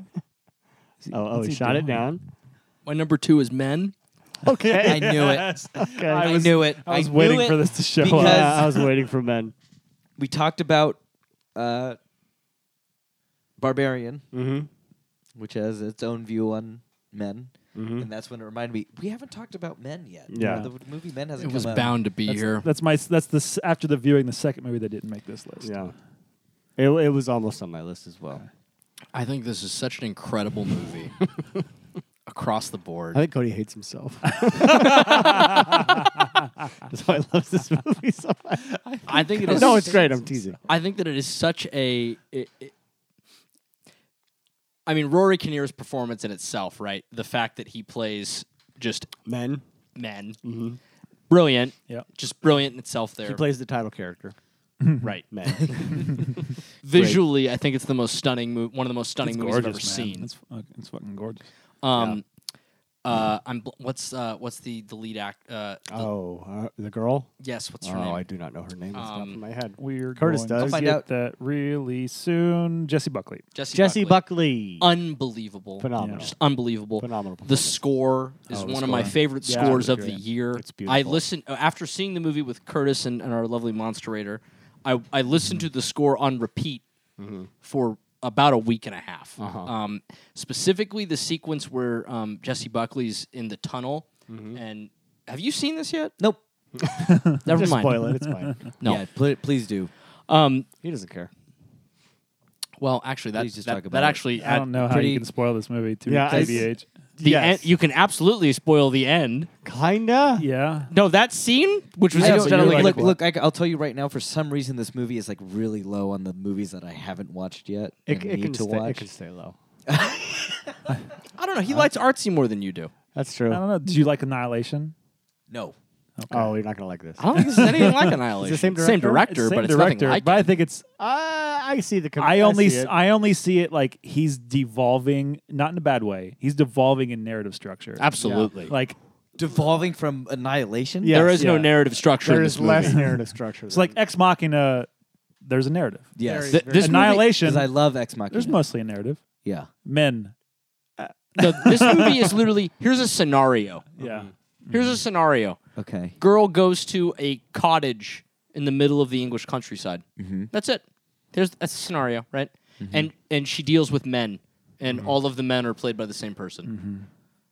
[SPEAKER 5] oh,
[SPEAKER 8] What's
[SPEAKER 5] he
[SPEAKER 8] he
[SPEAKER 5] shot it
[SPEAKER 8] doing?
[SPEAKER 5] down.
[SPEAKER 7] My number two is men.
[SPEAKER 5] [laughs] Okay.
[SPEAKER 6] I knew it.
[SPEAKER 5] I
[SPEAKER 6] I, knew it.
[SPEAKER 8] I was
[SPEAKER 6] knew
[SPEAKER 8] waiting
[SPEAKER 6] it
[SPEAKER 8] for this to show
[SPEAKER 6] because
[SPEAKER 8] up.
[SPEAKER 5] Yeah, [laughs] I was waiting for men.
[SPEAKER 6] We talked about uh, Barbarian,
[SPEAKER 5] Mm-hmm.
[SPEAKER 6] which has its own view on men. And that's when it reminded me we haven't talked about men yet. You know,
[SPEAKER 5] Mm-hmm. Yeah.
[SPEAKER 6] the movie Men hasn't
[SPEAKER 7] It was
[SPEAKER 6] come out.
[SPEAKER 7] bound to be here.
[SPEAKER 8] That's my s- that's the s- after the viewing the second movie that didn't make this list.
[SPEAKER 5] Yeah. It, it was almost on my list as well.
[SPEAKER 7] I think this is such an incredible [laughs] movie across the board.
[SPEAKER 5] I think Cody hates [laughs] himself. That's why I love this movie so much.
[SPEAKER 7] I think it is.
[SPEAKER 5] No, it's great. I'm teasing.
[SPEAKER 7] I think that it is such a. It, it- I mean, Rory Kinnear's performance in itself, right? The fact that he plays just
[SPEAKER 5] Men. Mm-hmm.
[SPEAKER 7] men, brilliant,
[SPEAKER 8] Yeah.
[SPEAKER 7] just brilliant in itself. There,
[SPEAKER 5] He plays the title character.
[SPEAKER 7] right?
[SPEAKER 5] Men.
[SPEAKER 7] Visually, I think it's the most stunning move. One of the most stunning
[SPEAKER 8] uh, It's
[SPEAKER 7] movies
[SPEAKER 8] gorgeous,
[SPEAKER 7] I've ever
[SPEAKER 8] man.
[SPEAKER 7] seen.
[SPEAKER 8] It's, fuck- it's fucking gorgeous.
[SPEAKER 7] Um, Uh, I'm bl- what's uh, what's the the lead act? Uh, the-
[SPEAKER 5] [laughs] Oh, uh, the girl.
[SPEAKER 7] yes, what's her
[SPEAKER 5] Oh,
[SPEAKER 7] name?
[SPEAKER 5] I do not know her name. It's not
[SPEAKER 7] Um,
[SPEAKER 5] in my head.
[SPEAKER 8] We're
[SPEAKER 5] Curtis does.
[SPEAKER 8] going to
[SPEAKER 5] I'll
[SPEAKER 6] find
[SPEAKER 8] get
[SPEAKER 6] out.
[SPEAKER 8] that really soon. Jesse Buckley.
[SPEAKER 7] Jesse,
[SPEAKER 5] Jesse
[SPEAKER 7] Buckley.
[SPEAKER 5] Buckley.
[SPEAKER 7] Oh, Unbelievable,
[SPEAKER 5] Phenomenal.
[SPEAKER 7] just unbelievable.
[SPEAKER 5] Phenomenal.
[SPEAKER 7] The score is
[SPEAKER 5] Oh,
[SPEAKER 7] one
[SPEAKER 5] the
[SPEAKER 7] of my
[SPEAKER 5] score.
[SPEAKER 7] favorite
[SPEAKER 8] Yeah,
[SPEAKER 7] scores
[SPEAKER 8] I
[SPEAKER 7] of
[SPEAKER 8] agree.
[SPEAKER 7] the year.
[SPEAKER 8] It's beautiful.
[SPEAKER 7] I listened after seeing the movie with Curtis and, and our lovely Monsterator. I I listened to the score on repeat for about a week and a half. Um, specifically, the sequence where um, Jesse Buckley's in the tunnel. And have you seen this yet?
[SPEAKER 6] Nope.
[SPEAKER 7] Never
[SPEAKER 5] Just
[SPEAKER 7] mind.
[SPEAKER 5] spoil it. It's [laughs] fine.
[SPEAKER 7] No.
[SPEAKER 6] Yeah, pl- please do.
[SPEAKER 7] Um,
[SPEAKER 5] he doesn't care.
[SPEAKER 7] well, actually, that
[SPEAKER 6] Please just
[SPEAKER 7] that,
[SPEAKER 6] talk about
[SPEAKER 7] that
[SPEAKER 6] it.
[SPEAKER 7] actually
[SPEAKER 8] I don't know how
[SPEAKER 6] pretty-
[SPEAKER 8] you can spoil this movie to
[SPEAKER 5] Yeah, I s-
[SPEAKER 8] KBH.
[SPEAKER 7] the
[SPEAKER 5] Yes.
[SPEAKER 7] end, you can absolutely spoil the end.
[SPEAKER 5] Kinda.
[SPEAKER 8] Yeah.
[SPEAKER 7] No, that scene, which was
[SPEAKER 6] I don't-
[SPEAKER 7] incidentally
[SPEAKER 8] like-
[SPEAKER 6] look, look, I, will tell you right now. For some reason, this movie is like really low on the movies that I haven't watched yet.
[SPEAKER 5] It,
[SPEAKER 6] and
[SPEAKER 5] it
[SPEAKER 6] need
[SPEAKER 5] can
[SPEAKER 6] to
[SPEAKER 5] stay,
[SPEAKER 6] watch.
[SPEAKER 5] It can stay low.
[SPEAKER 7] I don't know. He likes artsy more than you do.
[SPEAKER 5] That's true.
[SPEAKER 8] I don't know. Do you like Annihilation?
[SPEAKER 6] No.
[SPEAKER 5] Oh, you're not gonna like this.
[SPEAKER 7] I don't think this is anything like Annihilation.
[SPEAKER 5] It's the same
[SPEAKER 7] Same
[SPEAKER 5] director?
[SPEAKER 7] director,
[SPEAKER 8] It's
[SPEAKER 7] but
[SPEAKER 8] same
[SPEAKER 7] it's nothing
[SPEAKER 8] director,
[SPEAKER 7] like
[SPEAKER 8] but I
[SPEAKER 7] it.
[SPEAKER 8] think it's
[SPEAKER 5] Uh, I see the. Com-
[SPEAKER 8] I only
[SPEAKER 5] see
[SPEAKER 8] s-
[SPEAKER 5] it.
[SPEAKER 8] I only see it like he's devolving, not in a bad way. He's devolving in narrative structure.
[SPEAKER 7] Absolutely.
[SPEAKER 8] Like
[SPEAKER 6] Devolving from Annihilation.
[SPEAKER 5] Yeah.
[SPEAKER 7] there is no
[SPEAKER 8] yeah.
[SPEAKER 7] narrative structure
[SPEAKER 5] there
[SPEAKER 7] in this
[SPEAKER 5] is
[SPEAKER 7] movie.
[SPEAKER 5] less narrative structure.
[SPEAKER 8] it's like Ex Machina. There's a narrative.
[SPEAKER 6] Yes.
[SPEAKER 7] Th- this movie,
[SPEAKER 8] Annihilation.
[SPEAKER 6] Because I love Ex Machina.
[SPEAKER 8] there's mostly a narrative.
[SPEAKER 6] yeah.
[SPEAKER 8] Men.
[SPEAKER 7] the- this movie is literally here's a scenario.
[SPEAKER 8] Yeah.
[SPEAKER 7] Here's a scenario.
[SPEAKER 6] Okay.
[SPEAKER 7] Girl goes to a cottage in the middle of the English countryside. That's it. There's that's a scenario, right? And and she deals with men, and all of the men are played by the same person.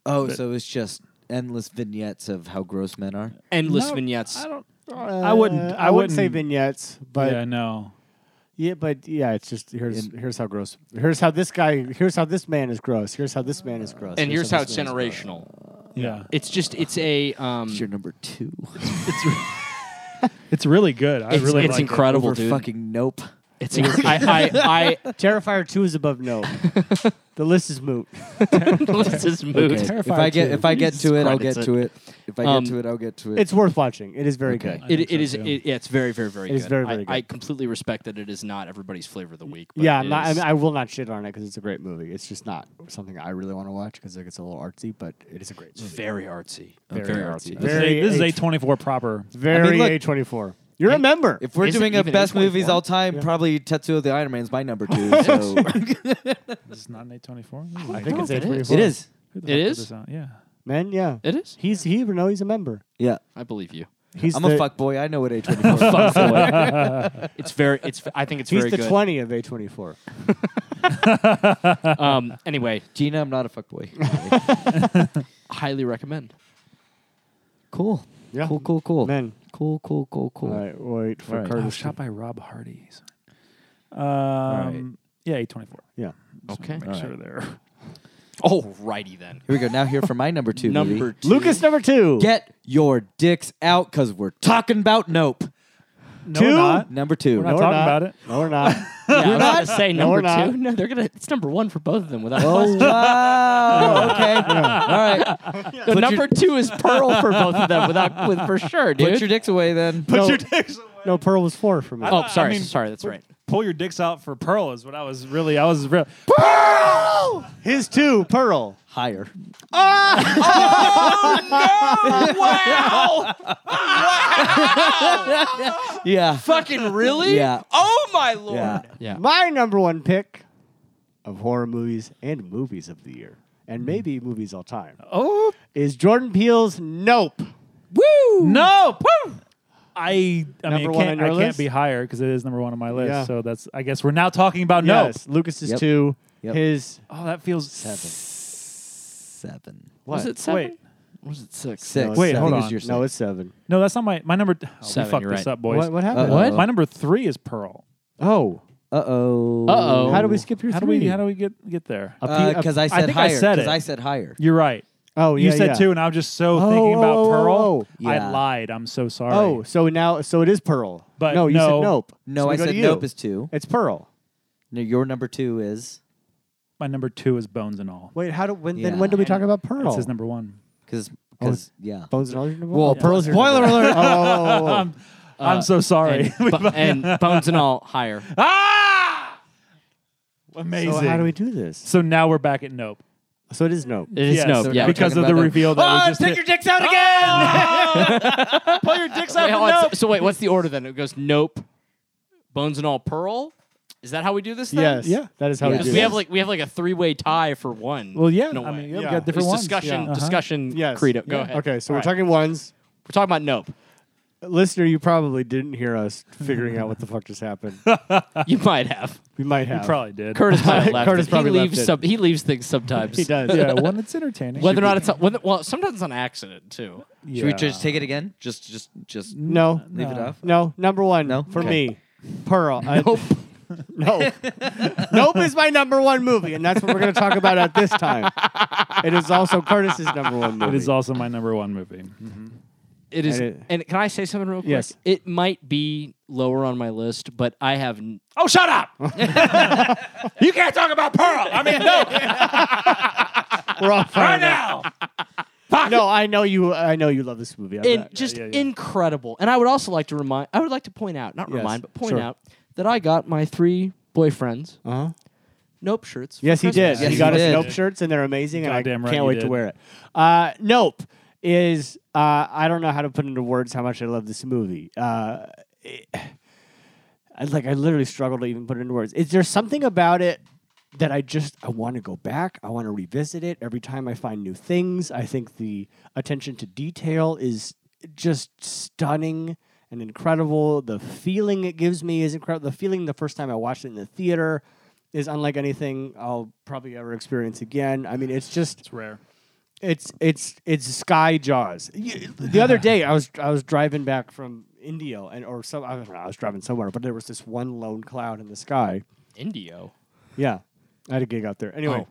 [SPEAKER 6] Oh, so it's just endless vignettes of how gross men are.
[SPEAKER 7] Endless
[SPEAKER 8] No,
[SPEAKER 7] vignettes.
[SPEAKER 8] I don't. I wouldn't.
[SPEAKER 5] Uh,
[SPEAKER 8] I,
[SPEAKER 5] wouldn't say
[SPEAKER 8] vignettes.
[SPEAKER 5] vignettes, but
[SPEAKER 8] Yeah. No.
[SPEAKER 5] Yeah, but yeah, it's just here's here's how gross. Here's how this guy. Here's how this man is gross. Here's how this man is
[SPEAKER 8] [laughs]
[SPEAKER 5] gross.
[SPEAKER 7] and here's how it's
[SPEAKER 5] this man is
[SPEAKER 7] generational.
[SPEAKER 8] Yeah.
[SPEAKER 7] It's just it's a um,
[SPEAKER 6] It's your number two.
[SPEAKER 8] It's really good. I
[SPEAKER 7] it's,
[SPEAKER 8] really.
[SPEAKER 7] it's
[SPEAKER 8] like it.
[SPEAKER 7] incredible,
[SPEAKER 6] Over
[SPEAKER 7] dude.
[SPEAKER 6] fucking nope.
[SPEAKER 7] It's inc- I, I,
[SPEAKER 5] gross. [laughs] Terrifier two is above
[SPEAKER 8] [laughs]
[SPEAKER 5] no. the list is moot.
[SPEAKER 7] I [laughs] this is moot.
[SPEAKER 6] Okay. If
[SPEAKER 8] Terrifier
[SPEAKER 6] I get
[SPEAKER 8] two.
[SPEAKER 6] if I get to it, I'll get
[SPEAKER 7] Christ, it's
[SPEAKER 6] to it. If I get
[SPEAKER 7] Um,
[SPEAKER 6] to it, I'll get to it.
[SPEAKER 5] It's worth watching. It is very
[SPEAKER 6] Okay.
[SPEAKER 5] good.
[SPEAKER 7] It,
[SPEAKER 8] think
[SPEAKER 7] it
[SPEAKER 8] so,
[SPEAKER 7] is.
[SPEAKER 8] too.
[SPEAKER 7] It, yeah, it's very, very, very.
[SPEAKER 5] It
[SPEAKER 7] good.
[SPEAKER 5] is very,
[SPEAKER 7] I,
[SPEAKER 5] very
[SPEAKER 7] I
[SPEAKER 5] good.
[SPEAKER 7] completely respect that it is not everybody's flavor of the week. But
[SPEAKER 5] Yeah,
[SPEAKER 7] it
[SPEAKER 5] I'm not, I,
[SPEAKER 7] is-
[SPEAKER 5] mean, I will not shit on it because it's a great movie. It's just not something I really want to watch because it gets a little artsy, but it is a great
[SPEAKER 7] it's
[SPEAKER 5] movie.
[SPEAKER 7] very artsy.
[SPEAKER 6] Very artsy.
[SPEAKER 8] This is a-
[SPEAKER 5] very
[SPEAKER 8] This is a
[SPEAKER 5] H-
[SPEAKER 8] 24 proper.
[SPEAKER 5] Very
[SPEAKER 6] look-
[SPEAKER 5] A24. You're a member.
[SPEAKER 6] if we're
[SPEAKER 7] Is it
[SPEAKER 6] doing a
[SPEAKER 7] even
[SPEAKER 6] best
[SPEAKER 7] A24?
[SPEAKER 6] movies all time, probably Tetsuo the Iron Man's my
[SPEAKER 7] [laughs]
[SPEAKER 6] number two. So
[SPEAKER 8] This is not an A24.
[SPEAKER 5] I think it's
[SPEAKER 7] it
[SPEAKER 5] A24.
[SPEAKER 7] is.
[SPEAKER 6] it is.
[SPEAKER 8] Who the
[SPEAKER 7] It
[SPEAKER 8] fuck put
[SPEAKER 7] is?
[SPEAKER 8] this out? Yeah.
[SPEAKER 5] Man, yeah.
[SPEAKER 7] It is.
[SPEAKER 5] He's he even though he's a member.
[SPEAKER 6] Yeah.
[SPEAKER 7] I believe you.
[SPEAKER 5] He's
[SPEAKER 6] I'm
[SPEAKER 5] the,
[SPEAKER 6] a fuck boy. I know what
[SPEAKER 7] [laughs]
[SPEAKER 6] A24 is.
[SPEAKER 7] It's very. It's. I think it's
[SPEAKER 5] He's
[SPEAKER 7] very
[SPEAKER 5] the
[SPEAKER 7] good.
[SPEAKER 5] 20 of A24.
[SPEAKER 7] Um. Anyway,
[SPEAKER 6] Gina, I'm not a
[SPEAKER 7] [laughs]
[SPEAKER 6] fuck boy.
[SPEAKER 7] highly recommend.
[SPEAKER 6] cool.
[SPEAKER 5] Yeah.
[SPEAKER 6] Cool, cool, cool.
[SPEAKER 5] Man.
[SPEAKER 6] Cool, cool, cool, cool.
[SPEAKER 5] All right, wait for
[SPEAKER 6] right.
[SPEAKER 8] Oh,
[SPEAKER 5] Curtis.
[SPEAKER 8] shot by Rob Hardy. Um, Yeah, A24.
[SPEAKER 5] Yeah.
[SPEAKER 7] Okay.
[SPEAKER 8] Make sure they're.
[SPEAKER 7] Oh, righty then.
[SPEAKER 6] Here we go. Now here for my number two movie.
[SPEAKER 7] Number two.
[SPEAKER 5] Lucas number two.
[SPEAKER 6] Get your dicks out because we're talking about Nope.
[SPEAKER 8] [laughs] No, we're
[SPEAKER 5] Two?
[SPEAKER 8] not.
[SPEAKER 6] Number two.
[SPEAKER 8] We're not talking about it.
[SPEAKER 5] No,
[SPEAKER 6] [laughs]
[SPEAKER 5] we're not.
[SPEAKER 7] Yeah, I was gonna say number
[SPEAKER 5] we're not.
[SPEAKER 7] two. No, they're gonna. It's number one for both of them
[SPEAKER 6] [laughs]
[SPEAKER 7] without
[SPEAKER 6] Oh,
[SPEAKER 7] question.
[SPEAKER 6] wow. okay. All right.
[SPEAKER 7] The
[SPEAKER 6] Put
[SPEAKER 7] number
[SPEAKER 6] your-
[SPEAKER 7] two is Pearl for both of them without with for sure, dude.
[SPEAKER 6] Put your dicks away then.
[SPEAKER 5] no, No, Pearl was four for me.
[SPEAKER 7] oh, sorry,
[SPEAKER 8] I mean,
[SPEAKER 7] sorry. That's right.
[SPEAKER 8] Pull your dicks out for Pearl is what I was really. I was real.
[SPEAKER 5] His two, Pearl.
[SPEAKER 6] Higher. Oh, no. Wow. wow. yeah.
[SPEAKER 7] Fucking really?
[SPEAKER 6] Yeah.
[SPEAKER 7] Oh my lord.
[SPEAKER 6] Yeah.
[SPEAKER 7] Yeah.
[SPEAKER 5] My number one pick of horror movies and movies of the year,
[SPEAKER 6] Hmm.
[SPEAKER 5] and maybe movies all time,
[SPEAKER 8] Oh,
[SPEAKER 5] is Jordan Peele's Nope.
[SPEAKER 8] woo. Nope. I, I mean,
[SPEAKER 5] Number
[SPEAKER 8] it
[SPEAKER 5] one on
[SPEAKER 8] can't, I
[SPEAKER 5] your
[SPEAKER 8] can't
[SPEAKER 5] list?
[SPEAKER 8] be higher because it is number one on my list.
[SPEAKER 5] Yeah.
[SPEAKER 8] So that's, I guess we're now talking about
[SPEAKER 5] Yes,
[SPEAKER 8] Nope.
[SPEAKER 5] Lucas is
[SPEAKER 6] Yep.
[SPEAKER 5] two.
[SPEAKER 6] Yep.
[SPEAKER 5] His
[SPEAKER 8] Oh, that feels.
[SPEAKER 6] Seven.
[SPEAKER 5] what?
[SPEAKER 7] Was it seven?
[SPEAKER 8] Wait.
[SPEAKER 7] Was it six?
[SPEAKER 6] Six.
[SPEAKER 5] it's Wait,
[SPEAKER 6] I
[SPEAKER 8] hold
[SPEAKER 6] think it's
[SPEAKER 8] on.
[SPEAKER 6] Your
[SPEAKER 5] No,
[SPEAKER 6] six.
[SPEAKER 5] it's seven.
[SPEAKER 8] No, that's not my my number. Oh,
[SPEAKER 7] Seven,
[SPEAKER 8] we fucked
[SPEAKER 7] you're
[SPEAKER 8] this
[SPEAKER 7] right.
[SPEAKER 8] up, boys. Uh,
[SPEAKER 5] What, what happened?
[SPEAKER 6] Uh-oh.
[SPEAKER 8] My number three is Pearl.
[SPEAKER 5] Oh,
[SPEAKER 6] Uh-oh.
[SPEAKER 7] Uh-oh.
[SPEAKER 5] how do we skip your
[SPEAKER 8] Oh. How do
[SPEAKER 5] three?
[SPEAKER 8] we how do we get get there?
[SPEAKER 5] A P- a-
[SPEAKER 6] Because I said
[SPEAKER 8] think I
[SPEAKER 6] higher.
[SPEAKER 8] said it.
[SPEAKER 6] I said higher.
[SPEAKER 8] You're right.
[SPEAKER 5] oh,
[SPEAKER 8] you
[SPEAKER 5] yeah,
[SPEAKER 8] said
[SPEAKER 5] yeah.
[SPEAKER 8] two, and I'm just so
[SPEAKER 5] Oh,
[SPEAKER 8] thinking
[SPEAKER 5] oh,
[SPEAKER 8] about
[SPEAKER 5] oh,
[SPEAKER 8] Pearl.
[SPEAKER 5] oh,
[SPEAKER 6] oh. Yeah.
[SPEAKER 8] I lied. I'm so sorry.
[SPEAKER 5] Oh, so now so it is Pearl.
[SPEAKER 8] But
[SPEAKER 5] no, you
[SPEAKER 8] no.
[SPEAKER 5] said Nope.
[SPEAKER 6] No,
[SPEAKER 5] So we
[SPEAKER 6] I
[SPEAKER 5] go to
[SPEAKER 6] said
[SPEAKER 5] you.
[SPEAKER 6] Nope is two.
[SPEAKER 5] It's Pearl.
[SPEAKER 6] No, your number two is
[SPEAKER 8] My number two is Bones and All.
[SPEAKER 5] Wait, how do when
[SPEAKER 6] Yeah.
[SPEAKER 5] then when do we talk about Pearl?
[SPEAKER 8] That's his number one.
[SPEAKER 6] because yeah.
[SPEAKER 5] Bones and all your number
[SPEAKER 6] Well,
[SPEAKER 5] oh, Pearl's your number
[SPEAKER 6] spoiler
[SPEAKER 5] one. oh, oh, oh, oh.
[SPEAKER 8] I'm so sorry.
[SPEAKER 7] [laughs]
[SPEAKER 8] [laughs]
[SPEAKER 7] And, bu- and bones and all higher.
[SPEAKER 8] ah! Amazing.
[SPEAKER 5] So how do we do this?
[SPEAKER 8] So now we're back at Nope.
[SPEAKER 5] So it is no.
[SPEAKER 7] It is
[SPEAKER 8] Yes,
[SPEAKER 7] no, yeah.
[SPEAKER 8] because
[SPEAKER 7] we're talking
[SPEAKER 8] of the
[SPEAKER 7] about
[SPEAKER 8] reveal that we just
[SPEAKER 3] take
[SPEAKER 8] hit.
[SPEAKER 3] your dicks out again! Pull your dicks out
[SPEAKER 7] Wait,
[SPEAKER 3] for
[SPEAKER 7] hold on. So-
[SPEAKER 3] nope.
[SPEAKER 7] So wait, Oh, what's the order then? It goes nope, bones and all pearl. Is that how we do this? Then?
[SPEAKER 5] Yes.
[SPEAKER 8] Yeah.
[SPEAKER 5] That is how
[SPEAKER 7] Because
[SPEAKER 5] we do
[SPEAKER 7] we
[SPEAKER 5] it.
[SPEAKER 7] have like we have like a three way tie for one.
[SPEAKER 8] Well, yeah.
[SPEAKER 7] No
[SPEAKER 8] I
[SPEAKER 7] way.
[SPEAKER 8] mean, yeah, we
[SPEAKER 5] Yeah.
[SPEAKER 8] got
[SPEAKER 7] It's
[SPEAKER 8] different ones.
[SPEAKER 7] discussion.
[SPEAKER 8] Yeah. Uh-huh.
[SPEAKER 7] Discussion.
[SPEAKER 5] Yes.
[SPEAKER 7] Credo. Go
[SPEAKER 5] Yeah.
[SPEAKER 7] ahead.
[SPEAKER 5] Okay, so
[SPEAKER 7] All
[SPEAKER 5] we're
[SPEAKER 7] right.
[SPEAKER 5] talking ones.
[SPEAKER 7] We're talking about nope.
[SPEAKER 5] Listener, you probably didn't hear us figuring out what the fuck just
[SPEAKER 8] [laughs]
[SPEAKER 5] happened.
[SPEAKER 7] You might have.
[SPEAKER 5] We might have.
[SPEAKER 8] Probably did.
[SPEAKER 7] Curtis might have left.
[SPEAKER 5] Curtis
[SPEAKER 7] it.
[SPEAKER 5] probably
[SPEAKER 7] he
[SPEAKER 5] left
[SPEAKER 7] leaves
[SPEAKER 5] it.
[SPEAKER 7] sub- he leaves things sometimes.
[SPEAKER 5] He does.
[SPEAKER 8] [laughs] [laughs] yeah,
[SPEAKER 7] [laughs]
[SPEAKER 8] one that's entertaining.
[SPEAKER 7] Whether or not it's whether, well, sometimes it's an accident too.
[SPEAKER 8] yeah.
[SPEAKER 6] Should we just take it again? Just, just, just
[SPEAKER 5] No.
[SPEAKER 6] leave it off.
[SPEAKER 5] No. Number one.
[SPEAKER 6] No?
[SPEAKER 5] For
[SPEAKER 6] Okay.
[SPEAKER 5] me. Pearl. Nope. [laughs] no. nope is my number one movie, and that's what we're going to talk about at this time. It is also Curtis's number one movie.
[SPEAKER 8] It is also my number one movie. Mhm.
[SPEAKER 7] It is.
[SPEAKER 5] And it-
[SPEAKER 7] and can I say something real quick?
[SPEAKER 5] Yes.
[SPEAKER 7] It might be lower on my list, but I have. n-
[SPEAKER 3] Oh, shut up! you can't talk about Pearl! I mean, no!
[SPEAKER 5] We're all
[SPEAKER 3] Right
[SPEAKER 5] fine.
[SPEAKER 3] now!
[SPEAKER 5] No, I know you. I know you love this movie. uh, I
[SPEAKER 7] and
[SPEAKER 5] bet.
[SPEAKER 7] just
[SPEAKER 8] yeah, yeah.
[SPEAKER 7] incredible. And I would also like to remind. I would like to point out, not
[SPEAKER 5] Yes,
[SPEAKER 7] remind, but point
[SPEAKER 5] sure.
[SPEAKER 7] out that I got my three boyfriends
[SPEAKER 5] Uh-huh.
[SPEAKER 7] Nope shirts. for
[SPEAKER 5] Yes, he did.
[SPEAKER 7] Christmas.
[SPEAKER 6] Yes,
[SPEAKER 5] he
[SPEAKER 6] he
[SPEAKER 5] got
[SPEAKER 6] did.
[SPEAKER 5] us Nope shirts, and they're amazing, and I
[SPEAKER 8] Goddamn right
[SPEAKER 5] can't
[SPEAKER 8] you
[SPEAKER 5] wait to
[SPEAKER 8] did.
[SPEAKER 5] wear it. Uh, nope is uh, I don't know how to put into words how much I love this movie. Uh, it- I like I literally struggle to even put it into words. Is there something about it that I just I want to go back? I want to revisit it every time I find new things. I think the attention to detail is just stunning and incredible. The feeling it gives me is incredible. The feeling the first time I watched it in the theater is unlike anything I'll probably ever experience again. I mean, it's just
[SPEAKER 8] It's rare.
[SPEAKER 5] it's it's it's sky jaws. Y- The other day, I was I was driving back from India and or some I don't know I was driving somewhere, but there was this one lone cloud in the sky.
[SPEAKER 7] Indio.
[SPEAKER 5] Yeah, I had a gig out there. Anyway,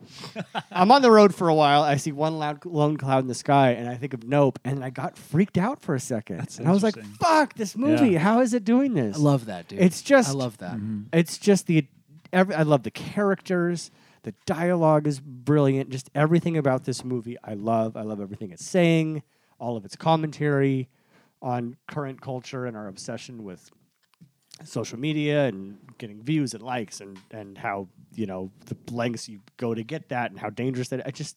[SPEAKER 5] I'm on the road for a while. I see one loud lone cloud in the sky, and I think of Nope, and I got freaked out for a second. and I was like,
[SPEAKER 8] interesting.
[SPEAKER 5] "Fuck this movie! How is it doing this?"
[SPEAKER 7] I love that, dude.
[SPEAKER 5] It's just
[SPEAKER 7] I love that.
[SPEAKER 5] it's just the every, I love the characters. The dialogue is brilliant. Just everything about this movie, I love. I love everything it's saying, all of its commentary on current culture and our obsession with social media and getting views and likes and and how you know the lengths you go to get that and how dangerous that. I just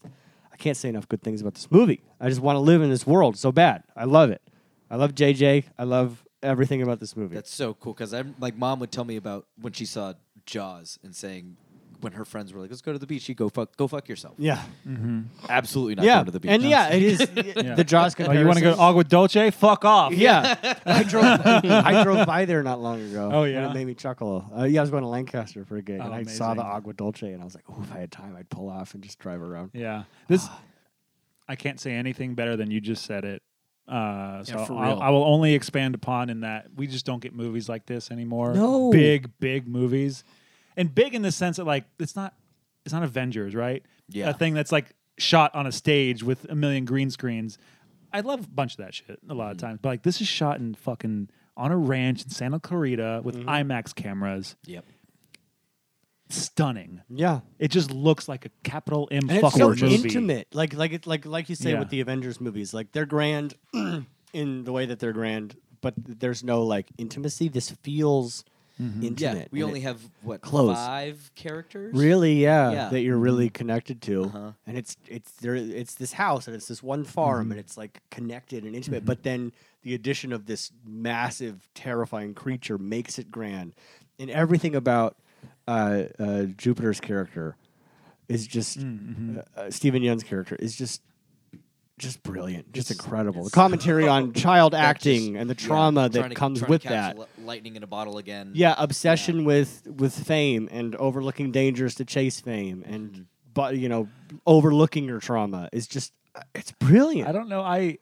[SPEAKER 5] I can't say enough good things about this movie. I just want to live in this world so bad. I love it. I love JJ. I love everything about this movie.
[SPEAKER 6] That's so cool because I'm like, mom would tell me about when she saw Jaws and saying when her friends were like, "Let's go to the beach." She go fuck, go fuck yourself.
[SPEAKER 5] yeah.
[SPEAKER 6] Absolutely not
[SPEAKER 5] yeah,
[SPEAKER 6] going to the beach.
[SPEAKER 5] and yeah, it [laughs] is the Jaws
[SPEAKER 8] Oh,
[SPEAKER 5] comparison.
[SPEAKER 8] you want to go to Agua Dolce? Fuck off.
[SPEAKER 5] yeah, [laughs] I drove. I drove by there not long ago.
[SPEAKER 8] Oh,
[SPEAKER 5] and
[SPEAKER 8] yeah?
[SPEAKER 5] it made me chuckle. Uh, yeah, I was going to Lancaster for a gig,
[SPEAKER 8] Oh,
[SPEAKER 5] and I saw the
[SPEAKER 8] amazing.
[SPEAKER 5] Agua Dolce, and I was like, "Oh, if I had time, I'd pull off and just drive around."
[SPEAKER 8] Yeah. This
[SPEAKER 5] Ah.
[SPEAKER 8] I can't say anything better than you just said it. Uh, so
[SPEAKER 7] Yeah, for
[SPEAKER 8] I'll,
[SPEAKER 7] real.
[SPEAKER 8] I will only expand upon in that we just don't get movies like this anymore.
[SPEAKER 5] No.
[SPEAKER 8] big, big movies, and big in the sense that like it's not it's not Avengers, right?
[SPEAKER 6] Yeah.
[SPEAKER 8] a thing that's like shot on a stage with a million green screens. I love a bunch of that shit a lot of
[SPEAKER 7] Mm-hmm.
[SPEAKER 8] times, but like this is shot in fucking on a ranch in Santa Clarita with
[SPEAKER 7] Mm-hmm.
[SPEAKER 8] IMAX cameras.
[SPEAKER 6] Yep.
[SPEAKER 8] Stunning.
[SPEAKER 5] Yeah,
[SPEAKER 8] It just looks like a capital M
[SPEAKER 5] and it's
[SPEAKER 8] fucking
[SPEAKER 5] so
[SPEAKER 8] movie.
[SPEAKER 5] intimate, like like it, like like you say
[SPEAKER 8] Yeah.
[SPEAKER 5] with the Avengers movies, like they're grand [clears throat] in the way that they're grand, but there's no like intimacy. This feels Mm-hmm.
[SPEAKER 6] Yeah,
[SPEAKER 5] intimate.
[SPEAKER 6] we
[SPEAKER 5] and
[SPEAKER 6] only
[SPEAKER 5] it-
[SPEAKER 6] have what
[SPEAKER 5] Close.
[SPEAKER 6] five characters.
[SPEAKER 5] Really, yeah,
[SPEAKER 6] Yeah.
[SPEAKER 5] that you're really connected to,
[SPEAKER 6] Uh-huh. Mm-hmm.
[SPEAKER 5] and it's it's there. It's this house, and it's this one farm, and it's like connected and intimate. But then the addition of this massive, terrifying creature makes it grand, and everything about uh, uh, Jupiter's character is just
[SPEAKER 6] Mm-hmm.
[SPEAKER 8] Mm-hmm.
[SPEAKER 5] uh, uh, Stephen Young's character is just just brilliant, just incredible. The commentary
[SPEAKER 6] [laughs]
[SPEAKER 5] on child acting and the trauma that comes with that.
[SPEAKER 6] lightning in a bottle again.
[SPEAKER 5] Yeah, obsession with with fame and overlooking dangers to chase fame
[SPEAKER 8] Mm-hmm.
[SPEAKER 5] and but you know overlooking your trauma is just uh, it's brilliant.
[SPEAKER 8] I don't know. I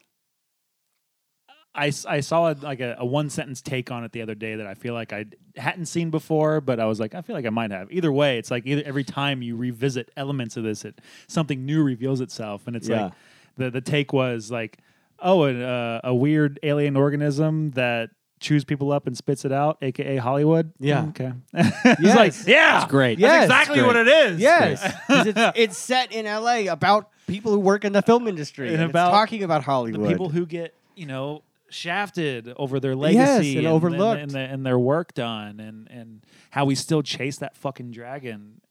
[SPEAKER 8] I, s- I saw a, like a, a one sentence take on it the other day that I feel like I hadn't seen before, but I was like, I feel like I might have. Either way, it's like either every time you revisit elements of this, it something new reveals itself, and it's
[SPEAKER 5] Yeah.
[SPEAKER 8] like the the take was like, oh, an, uh, a weird alien organism that chews people up and spits it out, aka Hollywood.
[SPEAKER 5] Yeah.
[SPEAKER 8] Mm, Okay. [laughs] it's like
[SPEAKER 5] Yes.
[SPEAKER 8] yeah,
[SPEAKER 7] Great.
[SPEAKER 5] Yes,
[SPEAKER 8] exactly what it is.
[SPEAKER 5] Yes, 'cause it's, [laughs] it's set in L.A. about people who work in the film industry
[SPEAKER 8] And
[SPEAKER 5] and, it's
[SPEAKER 8] about
[SPEAKER 5] talking about
[SPEAKER 8] the
[SPEAKER 5] Hollywood.
[SPEAKER 8] people who get you know shafted over their legacy
[SPEAKER 5] and overlooked.
[SPEAKER 8] and, the- and their work done and and how we still chase that fucking dragon.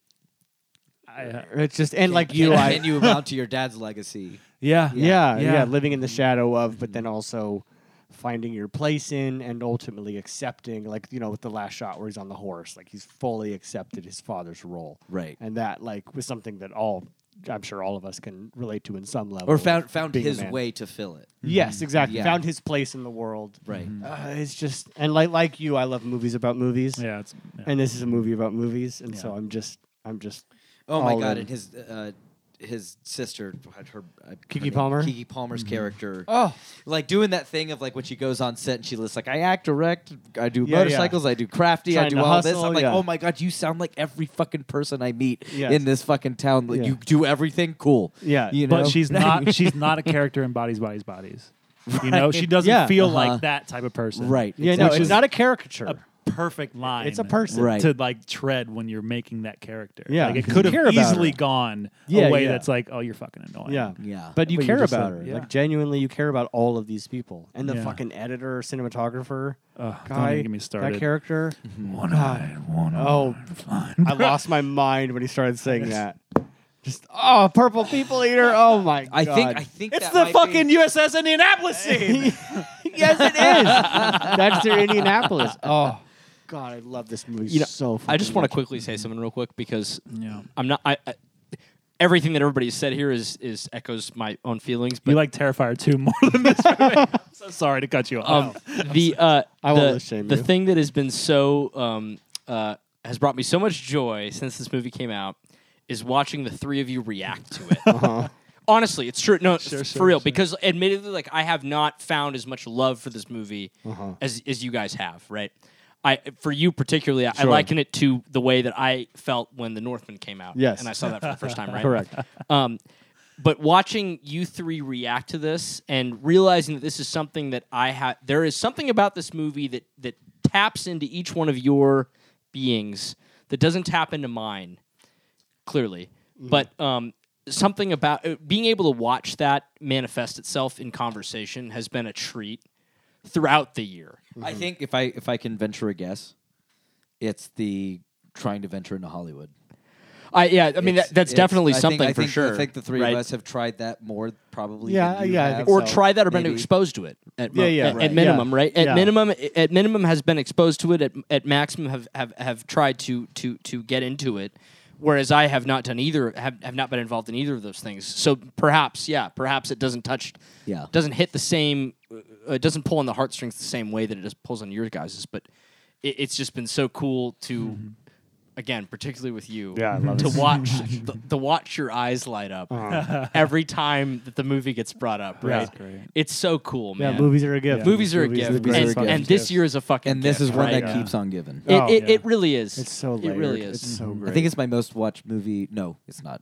[SPEAKER 8] I, I,
[SPEAKER 5] It's just and like
[SPEAKER 6] you
[SPEAKER 7] [laughs]
[SPEAKER 5] you, I
[SPEAKER 6] and you amount to your dad's legacy.
[SPEAKER 8] yeah,
[SPEAKER 5] yeah,
[SPEAKER 8] Yeah.
[SPEAKER 5] yeah, living in the shadow of, but then also finding your place in and ultimately accepting, like you know, with the last shot where he's on the horse, like he's fully accepted his father's role,
[SPEAKER 6] Right.
[SPEAKER 5] And that like was something that all I'm sure all of us can relate to in some level,
[SPEAKER 6] Or
[SPEAKER 5] of
[SPEAKER 6] found found
[SPEAKER 5] being a
[SPEAKER 6] his
[SPEAKER 5] man.
[SPEAKER 6] way to fill it.
[SPEAKER 5] Yes, exactly.
[SPEAKER 6] Yeah.
[SPEAKER 5] Found his place in the world.
[SPEAKER 6] Right.
[SPEAKER 5] Uh, it's just and like like you, I love movies about movies.
[SPEAKER 8] yeah, it's, yeah.
[SPEAKER 5] And this is a movie about movies, and so I'm just I'm just
[SPEAKER 6] Oh my
[SPEAKER 5] all
[SPEAKER 6] god!
[SPEAKER 5] in.
[SPEAKER 6] And his uh, his sister, her, her I-
[SPEAKER 5] Kiki
[SPEAKER 6] her name-
[SPEAKER 5] Palmer?
[SPEAKER 6] Kiki Palmer's
[SPEAKER 7] Mm-hmm.
[SPEAKER 6] character.
[SPEAKER 5] Oh.
[SPEAKER 6] like doing that thing of like when she goes on set and she lists like I act, direct, I do
[SPEAKER 5] Yeah,
[SPEAKER 6] motorcycles, I do crafty, I
[SPEAKER 5] Trying
[SPEAKER 6] do
[SPEAKER 5] to
[SPEAKER 6] all this.
[SPEAKER 5] hustle,
[SPEAKER 6] I'm like,
[SPEAKER 5] yeah.
[SPEAKER 6] oh my god, you sound like every fucking person I meet
[SPEAKER 5] Yes.
[SPEAKER 6] in this fucking town. Like,
[SPEAKER 5] Yeah.
[SPEAKER 6] You do everything, cool.
[SPEAKER 5] Yeah.
[SPEAKER 6] you know.
[SPEAKER 8] but
[SPEAKER 5] [laughs]
[SPEAKER 8] she's not she's not a character in bodies, bodies, bodies. You know, she doesn't
[SPEAKER 5] Yeah.
[SPEAKER 8] feel
[SPEAKER 6] Uh-huh.
[SPEAKER 8] like that type of person.
[SPEAKER 6] right.
[SPEAKER 5] yeah,
[SPEAKER 6] It's
[SPEAKER 5] no,
[SPEAKER 6] like-
[SPEAKER 5] it's not a caricature.
[SPEAKER 8] a perfect line.
[SPEAKER 5] It's a person.
[SPEAKER 6] Right.
[SPEAKER 8] to like tread when you're making that character.
[SPEAKER 5] Yeah,
[SPEAKER 8] like it
[SPEAKER 5] 'cause you
[SPEAKER 8] could
[SPEAKER 5] care
[SPEAKER 8] have
[SPEAKER 5] about
[SPEAKER 8] easily
[SPEAKER 5] her.
[SPEAKER 8] gone
[SPEAKER 5] Yeah,
[SPEAKER 8] a way
[SPEAKER 5] yeah.
[SPEAKER 8] that's like, oh, you're fucking annoying.
[SPEAKER 5] Yeah.
[SPEAKER 6] Yeah.
[SPEAKER 5] But you
[SPEAKER 8] But you
[SPEAKER 5] care
[SPEAKER 8] just
[SPEAKER 5] about
[SPEAKER 8] said-
[SPEAKER 5] her.
[SPEAKER 8] yeah.
[SPEAKER 5] Like genuinely you care about all of these people. And the
[SPEAKER 8] Yeah.
[SPEAKER 5] fucking editor, cinematographer
[SPEAKER 8] Ugh, don't
[SPEAKER 5] guy.
[SPEAKER 8] even get me started.
[SPEAKER 5] That character.
[SPEAKER 6] Mm-hmm.
[SPEAKER 8] One eye, one
[SPEAKER 5] Ah. Oh.
[SPEAKER 8] eye, fine.
[SPEAKER 5] I lost my mind when he started saying that. Just oh, purple people eater. Oh my
[SPEAKER 6] I
[SPEAKER 5] god.
[SPEAKER 6] think I think
[SPEAKER 8] It's
[SPEAKER 6] that
[SPEAKER 8] the
[SPEAKER 6] might
[SPEAKER 8] fucking
[SPEAKER 6] Be,
[SPEAKER 8] USS Indianapolis scene.
[SPEAKER 5] Yes
[SPEAKER 7] [laughs]
[SPEAKER 5] it [laughs] is. That's their Indianapolis. Oh god, I love this movie
[SPEAKER 7] You know,
[SPEAKER 5] so fucking
[SPEAKER 7] I just want to
[SPEAKER 5] much.
[SPEAKER 7] quickly say something real quick because
[SPEAKER 8] [laughs] yeah.
[SPEAKER 7] I'm not. I, I everything that everybody said here is is echoes my own feelings. But
[SPEAKER 8] You like Terrifier 2 more
[SPEAKER 7] [laughs]
[SPEAKER 8] than this movie. [laughs] so sorry to cut you
[SPEAKER 7] um,
[SPEAKER 8] [laughs] off.
[SPEAKER 7] the uh,
[SPEAKER 5] I
[SPEAKER 7] the,
[SPEAKER 5] won't shame
[SPEAKER 7] the
[SPEAKER 5] you.
[SPEAKER 7] thing that has been so um, uh, has brought me so much joy since this movie came out is watching the three of you react to it.
[SPEAKER 5] [laughs]
[SPEAKER 7] Honestly, it's true. No, it's for real. Because admittedly, like I have not found as much love for this movie
[SPEAKER 5] Uh-huh.
[SPEAKER 7] as as you guys have, right? I for you particularly, I, I liken it to the way that I felt when The Northman came out.
[SPEAKER 5] Yes.
[SPEAKER 7] and I saw that for the first
[SPEAKER 5] [laughs]
[SPEAKER 7] time, right?
[SPEAKER 5] Correct.
[SPEAKER 7] Um, but watching you three react to this and realizing that this is something that I have, there is something about this movie that that taps into each one of your beings that doesn't tap into mine, clearly.
[SPEAKER 6] Mm-hmm.
[SPEAKER 7] But um, something about uh, being able to watch that manifest itself in conversation has been a treat throughout the year.
[SPEAKER 6] I think if I if I can venture a guess, it's the trying to venture into Hollywood.
[SPEAKER 7] I yeah, I mean
[SPEAKER 6] It's-
[SPEAKER 7] that, that's
[SPEAKER 6] it's-
[SPEAKER 7] definitely
[SPEAKER 6] I think-
[SPEAKER 7] something
[SPEAKER 6] I
[SPEAKER 7] for
[SPEAKER 6] think-
[SPEAKER 7] sure.
[SPEAKER 6] I think the three
[SPEAKER 7] right?
[SPEAKER 6] of us have tried that more probably.
[SPEAKER 5] Yeah,
[SPEAKER 6] than you
[SPEAKER 5] yeah, I
[SPEAKER 6] have.
[SPEAKER 5] think
[SPEAKER 7] or
[SPEAKER 5] so.
[SPEAKER 7] try that or been
[SPEAKER 6] Maybe.
[SPEAKER 7] exposed to it at, mo-
[SPEAKER 5] Yeah, yeah.
[SPEAKER 7] at, at
[SPEAKER 5] Right.
[SPEAKER 7] minimum
[SPEAKER 5] Yeah.
[SPEAKER 7] right at
[SPEAKER 5] Yeah.
[SPEAKER 7] minimum at minimum has been exposed to it at, at maximum have, have have tried to to to get into it whereas i have not done either have, have not been involved in either of those things so perhaps yeah perhaps it doesn't touch
[SPEAKER 6] Yeah.
[SPEAKER 7] doesn't hit the same uh, it doesn't pull on the heartstrings the same way that it just pulls on your guys's but it, it's just been so cool to
[SPEAKER 5] Mm-hmm.
[SPEAKER 7] Again, particularly with you,
[SPEAKER 5] Yeah, I love
[SPEAKER 7] to
[SPEAKER 5] it.
[SPEAKER 7] watch
[SPEAKER 5] [laughs]
[SPEAKER 7] the, to watch your eyes light up
[SPEAKER 5] Uh-huh.
[SPEAKER 6] [laughs]
[SPEAKER 7] every time that the movie gets brought up,
[SPEAKER 5] Yeah.
[SPEAKER 7] right? It's so cool,
[SPEAKER 5] Yeah,
[SPEAKER 7] man.
[SPEAKER 5] movies are a gift.
[SPEAKER 7] Movies are a gift,
[SPEAKER 5] are
[SPEAKER 7] and,
[SPEAKER 5] a
[SPEAKER 6] gift.
[SPEAKER 7] and this year is a fucking.
[SPEAKER 6] and this
[SPEAKER 7] gift,
[SPEAKER 6] is one
[SPEAKER 7] right?
[SPEAKER 6] that
[SPEAKER 8] Yeah.
[SPEAKER 6] keeps on giving.
[SPEAKER 7] It,
[SPEAKER 5] Oh,
[SPEAKER 7] it,
[SPEAKER 5] yeah.
[SPEAKER 7] it really is.
[SPEAKER 5] It's so
[SPEAKER 7] It
[SPEAKER 5] layered.
[SPEAKER 7] really is.
[SPEAKER 5] It's so great.
[SPEAKER 6] I think it's my most watched movie. No, it's not.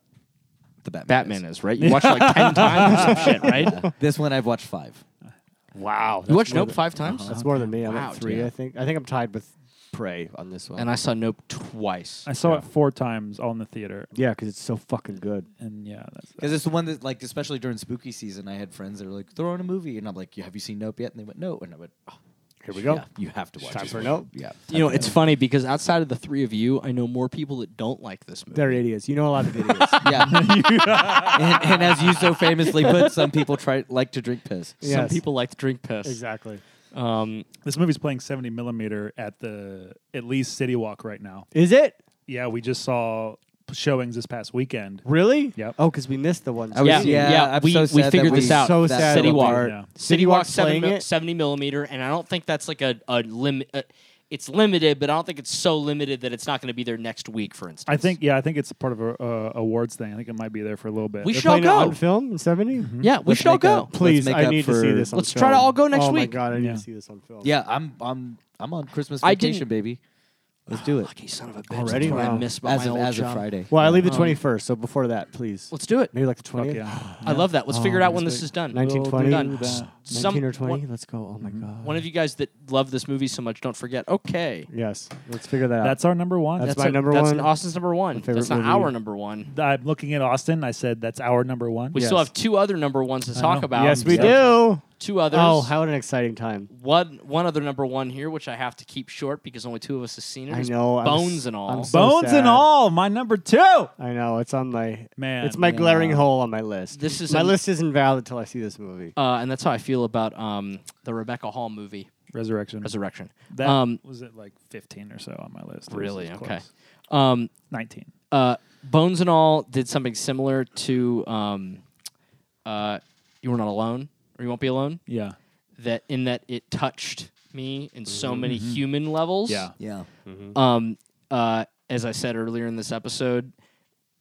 [SPEAKER 6] The Batman.
[SPEAKER 7] Batman is
[SPEAKER 5] [laughs]
[SPEAKER 7] right. You watch like ten times or some shit, right?
[SPEAKER 6] This one I've watched five.
[SPEAKER 5] wow.
[SPEAKER 7] You watched Nope five times,
[SPEAKER 5] Uh-huh. That's more than me. I'm
[SPEAKER 7] Wow,
[SPEAKER 5] at three.
[SPEAKER 7] dude.
[SPEAKER 5] I think. I think I'm tied with Prey on this one.
[SPEAKER 7] and I saw Nope twice.
[SPEAKER 8] I saw it four times all in the theater.
[SPEAKER 5] yeah, because it's so fucking good.
[SPEAKER 8] And yeah, that's
[SPEAKER 6] Because it's the one that, like, especially during spooky season, I had friends that were like, "Throw on a movie," and I'm like, "Yeah, "Have you seen Nope yet?" And they went, "No," and I went, oh,
[SPEAKER 5] Here we go.
[SPEAKER 6] yeah, you have to watch."
[SPEAKER 5] Time
[SPEAKER 6] this
[SPEAKER 5] for
[SPEAKER 6] one."
[SPEAKER 5] Nope.
[SPEAKER 6] Yeah,
[SPEAKER 7] You know, it's funny because outside of the three of you, I know more people that don't like this movie.
[SPEAKER 5] They're idiots. You know a lot of [laughs] idiots.
[SPEAKER 6] [laughs]
[SPEAKER 7] [laughs]
[SPEAKER 6] yeah. and, and as you so famously put, some people try like to drink piss.
[SPEAKER 7] Some
[SPEAKER 5] Yes.
[SPEAKER 7] people like to drink piss.
[SPEAKER 5] exactly.
[SPEAKER 7] Um,
[SPEAKER 8] This movie's playing 70 millimeter at the at least City Walk right now.
[SPEAKER 5] Is it
[SPEAKER 8] Yeah, we just saw showings this past weekend.
[SPEAKER 5] really?
[SPEAKER 8] Yep.
[SPEAKER 5] Oh, because we missed the ones.
[SPEAKER 6] I was-
[SPEAKER 7] yeah,
[SPEAKER 6] yeah,
[SPEAKER 7] yeah,
[SPEAKER 6] I'm
[SPEAKER 7] we,
[SPEAKER 6] so sad
[SPEAKER 7] we
[SPEAKER 6] that
[SPEAKER 7] figured
[SPEAKER 6] we-
[SPEAKER 7] this out.
[SPEAKER 5] So
[SPEAKER 6] That
[SPEAKER 5] sad.
[SPEAKER 7] City
[SPEAKER 6] little
[SPEAKER 7] Walk.
[SPEAKER 6] part.
[SPEAKER 8] Yeah.
[SPEAKER 7] City Walk seven
[SPEAKER 5] playing
[SPEAKER 7] mil-
[SPEAKER 5] it?
[SPEAKER 7] 70 millimeter, and I don't think that's like a, a limit. Uh, it's limited, but I don't think it's so limited that it's not going to be there next week, for instance.
[SPEAKER 8] I think yeah, I think it's part of a uh, awards thing. I think it might be there for a little bit.
[SPEAKER 7] we
[SPEAKER 5] They're
[SPEAKER 7] should all
[SPEAKER 5] playing it
[SPEAKER 7] go.
[SPEAKER 5] on film in 70
[SPEAKER 7] Yeah, we
[SPEAKER 6] Let's
[SPEAKER 7] should all
[SPEAKER 6] make a-
[SPEAKER 7] go.
[SPEAKER 5] Please,
[SPEAKER 6] make
[SPEAKER 5] I
[SPEAKER 6] up
[SPEAKER 5] need to
[SPEAKER 6] for-
[SPEAKER 5] see this. On
[SPEAKER 7] Let's
[SPEAKER 5] film.
[SPEAKER 7] try to all go next
[SPEAKER 5] oh
[SPEAKER 7] week.
[SPEAKER 5] my god, I need
[SPEAKER 8] Yeah.
[SPEAKER 5] to see this on film.
[SPEAKER 6] Yeah, I'm I'm I'm on Christmas
[SPEAKER 7] I
[SPEAKER 6] vacation,
[SPEAKER 7] didn't-
[SPEAKER 6] baby.
[SPEAKER 7] [sighs]
[SPEAKER 6] Let's do it.
[SPEAKER 7] Lucky son of a bitch.
[SPEAKER 5] Already?
[SPEAKER 7] That's what I
[SPEAKER 5] Wow.
[SPEAKER 7] miss about
[SPEAKER 6] As
[SPEAKER 7] my
[SPEAKER 6] of,
[SPEAKER 7] old
[SPEAKER 6] as of
[SPEAKER 7] job.
[SPEAKER 6] Friday.
[SPEAKER 5] Well, I leave the 21st, so before that, please.
[SPEAKER 7] Let's do it.
[SPEAKER 5] Maybe like the 20th.
[SPEAKER 8] yeah.
[SPEAKER 7] I love that. [sighs] Let's figure
[SPEAKER 5] Um,
[SPEAKER 7] it out when this is done.
[SPEAKER 5] 1920.
[SPEAKER 7] We're done.
[SPEAKER 5] Ooh, that.
[SPEAKER 7] Some- Mm-hmm.
[SPEAKER 5] 19 or 20.
[SPEAKER 7] One,
[SPEAKER 5] Let's go. Oh my god.
[SPEAKER 7] one of you guys that love this movie so much, don't forget. Okay.
[SPEAKER 5] Yes. Let's figure that out.
[SPEAKER 8] That's our number one.
[SPEAKER 5] That's
[SPEAKER 8] That's
[SPEAKER 5] my
[SPEAKER 7] a-
[SPEAKER 5] number
[SPEAKER 7] that's
[SPEAKER 5] one.
[SPEAKER 7] an Austin's number one.
[SPEAKER 5] favorite
[SPEAKER 7] That's not
[SPEAKER 5] movie.
[SPEAKER 7] our number one.
[SPEAKER 8] I'm looking at Austin. I said that's our number one.
[SPEAKER 7] We
[SPEAKER 5] Yes.
[SPEAKER 7] still have two other number ones to
[SPEAKER 8] I
[SPEAKER 7] talk
[SPEAKER 8] know.
[SPEAKER 7] about.
[SPEAKER 5] yes, we
[SPEAKER 8] Yeah.
[SPEAKER 5] do.
[SPEAKER 7] two others.
[SPEAKER 5] Oh, how an exciting time!
[SPEAKER 7] one one other number one here, which I have to keep short because only two of us have seen it.
[SPEAKER 5] I
[SPEAKER 7] is
[SPEAKER 5] know, I'm
[SPEAKER 7] bones
[SPEAKER 5] s-
[SPEAKER 7] and all.
[SPEAKER 5] I'm so-
[SPEAKER 8] Bones
[SPEAKER 5] sad.
[SPEAKER 8] and all, my number two.
[SPEAKER 5] I know it's on my
[SPEAKER 8] Man,
[SPEAKER 5] It's my
[SPEAKER 8] yeah.
[SPEAKER 5] glaring hole on my list.
[SPEAKER 7] This is
[SPEAKER 5] my
[SPEAKER 7] an-
[SPEAKER 5] list isn't valid until I see this movie.
[SPEAKER 7] uh, and that's how I feel about um, the Rebecca Hall movie
[SPEAKER 8] Resurrection.
[SPEAKER 7] Resurrection.
[SPEAKER 8] That
[SPEAKER 7] um,
[SPEAKER 8] was at like 15 or so on my list. It was
[SPEAKER 7] really
[SPEAKER 8] close.
[SPEAKER 7] okay. Um,
[SPEAKER 8] 19.
[SPEAKER 7] uh, Bones and all did something similar to um, uh, "You Were Not Alone" or "You Won't Be Alone."
[SPEAKER 8] Yeah.
[SPEAKER 7] That in that it touched me in so many human levels.
[SPEAKER 8] Yeah.
[SPEAKER 6] Yeah.
[SPEAKER 7] Um, uh, as I said earlier in this episode,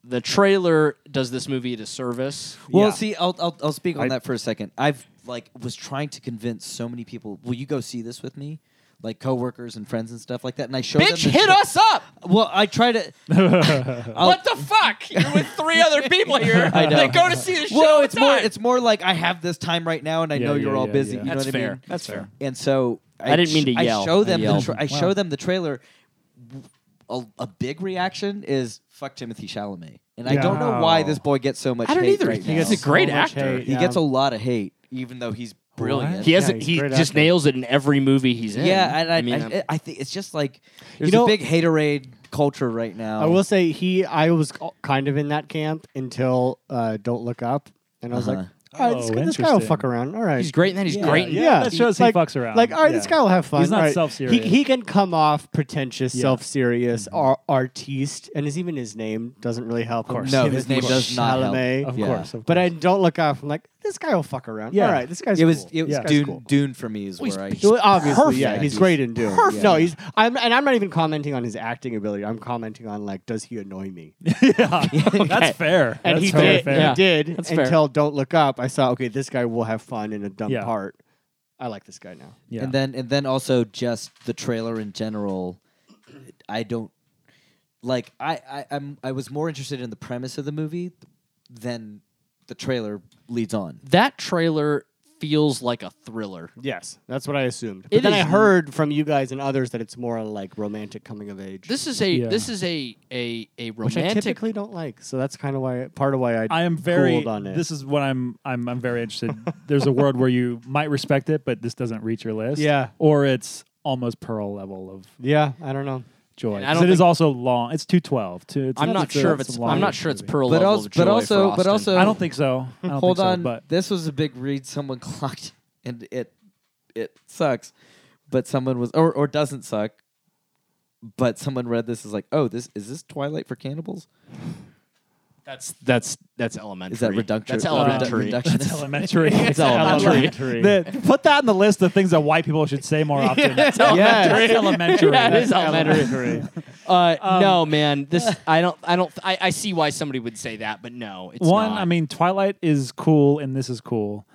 [SPEAKER 7] the trailer does this movie a disservice.
[SPEAKER 6] Well,
[SPEAKER 8] Yeah.
[SPEAKER 6] see, I'll, I'll I'll speak on
[SPEAKER 8] I-
[SPEAKER 6] that for a second. I've like was trying to convince so many people. Will you go see this with me? Like coworkers and friends and stuff like that. And I showed
[SPEAKER 7] Bitch,
[SPEAKER 6] them. the
[SPEAKER 7] hit
[SPEAKER 6] tra-
[SPEAKER 7] us up.
[SPEAKER 6] Well, I
[SPEAKER 7] [laughs]
[SPEAKER 6] try to. [laughs] I'll-
[SPEAKER 7] What the fuck? You're with three other people here. [laughs]
[SPEAKER 6] I know.
[SPEAKER 7] They go to see the show.
[SPEAKER 6] well,
[SPEAKER 7] all
[SPEAKER 6] it's
[SPEAKER 7] the
[SPEAKER 6] more.
[SPEAKER 7] time.
[SPEAKER 6] It's more like I have this time right now, and I
[SPEAKER 8] Yeah,
[SPEAKER 6] know you're
[SPEAKER 8] yeah,
[SPEAKER 6] all
[SPEAKER 8] yeah,
[SPEAKER 6] busy.
[SPEAKER 8] yeah.
[SPEAKER 6] You know
[SPEAKER 7] That's
[SPEAKER 6] what I
[SPEAKER 7] fair.
[SPEAKER 6] mean?
[SPEAKER 7] That's fair.
[SPEAKER 6] And so
[SPEAKER 7] I didn't mean to yell.
[SPEAKER 6] I show
[SPEAKER 7] I
[SPEAKER 6] them. the
[SPEAKER 7] yelled.
[SPEAKER 6] tra- I
[SPEAKER 8] Wow.
[SPEAKER 6] show them the trailer. A, a big reaction is fuck Timothy Chalamet, and I don't know why
[SPEAKER 8] Wow.
[SPEAKER 6] this boy gets so much.
[SPEAKER 7] I don't
[SPEAKER 6] hate
[SPEAKER 7] either.
[SPEAKER 6] Right
[SPEAKER 7] He
[SPEAKER 6] now.
[SPEAKER 7] gets He's a great
[SPEAKER 5] much
[SPEAKER 7] actor.
[SPEAKER 5] hate,
[SPEAKER 6] He
[SPEAKER 5] yeah.
[SPEAKER 6] gets a lot of hate, even though he's brilliant.
[SPEAKER 7] He
[SPEAKER 5] Yeah,
[SPEAKER 7] hasn't.
[SPEAKER 5] he's
[SPEAKER 7] he
[SPEAKER 5] great
[SPEAKER 7] just
[SPEAKER 5] actor.
[SPEAKER 7] nails it in every movie he's in.
[SPEAKER 6] Yeah, and I, I,
[SPEAKER 7] mean,
[SPEAKER 6] I, think it's just like there's
[SPEAKER 5] know-
[SPEAKER 6] a big haterade culture right now.
[SPEAKER 5] I will say he. I was c- kind of in that camp until uh, Don't Look Up, and I was like, all right, this,
[SPEAKER 8] Oh,
[SPEAKER 5] guy- this guy will
[SPEAKER 8] interesting.
[SPEAKER 5] fuck around. All right,
[SPEAKER 7] he's great, and then he's
[SPEAKER 8] Yeah.
[SPEAKER 7] great. in-
[SPEAKER 8] Yeah. that shows he
[SPEAKER 5] like,
[SPEAKER 8] fucks around.
[SPEAKER 5] Like, all right,
[SPEAKER 8] Yeah.
[SPEAKER 5] this guy will have fun.
[SPEAKER 8] He's not
[SPEAKER 5] All right.
[SPEAKER 8] self-serious.
[SPEAKER 5] He, he can come off pretentious,
[SPEAKER 8] Yeah. Mm-hmm.
[SPEAKER 5] self-serious, ar- artiste, and is even his name doesn't really help. Of
[SPEAKER 6] course. No, his name does not help.
[SPEAKER 5] Chalamet.
[SPEAKER 8] Of
[SPEAKER 6] Yeah.
[SPEAKER 8] course. Of
[SPEAKER 5] But I
[SPEAKER 8] course.
[SPEAKER 5] don't look off. I'm like, this guy will fuck around.
[SPEAKER 8] Yeah.
[SPEAKER 5] All right, this guy's.
[SPEAKER 6] it was
[SPEAKER 5] cool.
[SPEAKER 6] it was
[SPEAKER 5] This guy's
[SPEAKER 6] Dune.
[SPEAKER 5] cool.
[SPEAKER 6] Dune for me is where I.
[SPEAKER 5] Well, obviously, yeah,
[SPEAKER 6] perfect.
[SPEAKER 5] he's great in Doom.
[SPEAKER 6] perfect.
[SPEAKER 5] No, he's. I'm, and I'm not even commenting on his acting ability. I'm commenting on like, does he annoy
[SPEAKER 8] [laughs]
[SPEAKER 5] me?
[SPEAKER 8] That's fair.
[SPEAKER 5] And
[SPEAKER 8] That's
[SPEAKER 5] he
[SPEAKER 8] totally
[SPEAKER 5] did.
[SPEAKER 8] fair.
[SPEAKER 5] He did
[SPEAKER 7] That's fair.
[SPEAKER 5] until Don't Look Up. I saw. Okay, this guy will have fun in a dumb
[SPEAKER 8] Yeah.
[SPEAKER 5] part. I like this guy now.
[SPEAKER 8] Yeah.
[SPEAKER 6] And then and then also just the trailer in general. I don't like. I I I'm, I was more interested in the premise of the movie than the trailer leads on.
[SPEAKER 7] That trailer feels like a thriller.
[SPEAKER 5] Yes, that's what I assumed. But
[SPEAKER 7] It
[SPEAKER 5] then I
[SPEAKER 7] is-
[SPEAKER 5] heard from you guys and others that it's more like romantic coming of age,
[SPEAKER 7] This is a
[SPEAKER 8] Yeah.
[SPEAKER 7] this is a a a
[SPEAKER 5] which I
[SPEAKER 7] romantic.
[SPEAKER 5] typically don't like. So that's kind of why part of why I
[SPEAKER 8] I am very.
[SPEAKER 5] cooled on it.
[SPEAKER 8] This is what I'm. I'm. I'm very interested. There's a word where you might respect it, but this doesn't reach your list.
[SPEAKER 5] Yeah.
[SPEAKER 8] Or it's almost pearl level of
[SPEAKER 5] yeah, I don't know.
[SPEAKER 8] joy.
[SPEAKER 7] And I
[SPEAKER 8] 'Cause
[SPEAKER 7] don't
[SPEAKER 8] It is
[SPEAKER 7] think-
[SPEAKER 8] also long. It's two twelve. Two. it's-
[SPEAKER 7] I'm not
[SPEAKER 8] a-
[SPEAKER 7] sure if
[SPEAKER 8] that's
[SPEAKER 7] it's.
[SPEAKER 8] a long
[SPEAKER 7] I'm not sure it's
[SPEAKER 8] movie.
[SPEAKER 7] pearl
[SPEAKER 6] But
[SPEAKER 7] level
[SPEAKER 6] als-
[SPEAKER 7] of
[SPEAKER 6] but
[SPEAKER 7] joy
[SPEAKER 6] also-
[SPEAKER 7] for
[SPEAKER 6] but
[SPEAKER 7] Austin.
[SPEAKER 6] also-
[SPEAKER 8] I don't think so. I don't
[SPEAKER 6] Hold
[SPEAKER 8] think so,
[SPEAKER 6] on. [laughs]
[SPEAKER 8] but
[SPEAKER 6] This was a big read someone [laughs] clocked and it it sucks. But someone was or or doesn't suck. But someone read this is like, "Oh, this is this Twilight for cannibals?"
[SPEAKER 7] that's that's that's elementary.
[SPEAKER 6] Is that reductive?
[SPEAKER 7] That's elementary.
[SPEAKER 6] reductionist.
[SPEAKER 8] That's elementary.
[SPEAKER 6] It's elementary.
[SPEAKER 8] The- put that on the list of things that white people should say more often. That's
[SPEAKER 5] elementary.
[SPEAKER 8] elementary.
[SPEAKER 7] Yeah, it is elementary.
[SPEAKER 5] Elementary.
[SPEAKER 7] Uh, no, man. This [laughs] I don't. I don't. I, I see why somebody would say that, but no. It's
[SPEAKER 8] One,
[SPEAKER 7] not.
[SPEAKER 8] I mean, Twilight is cool and this is cool,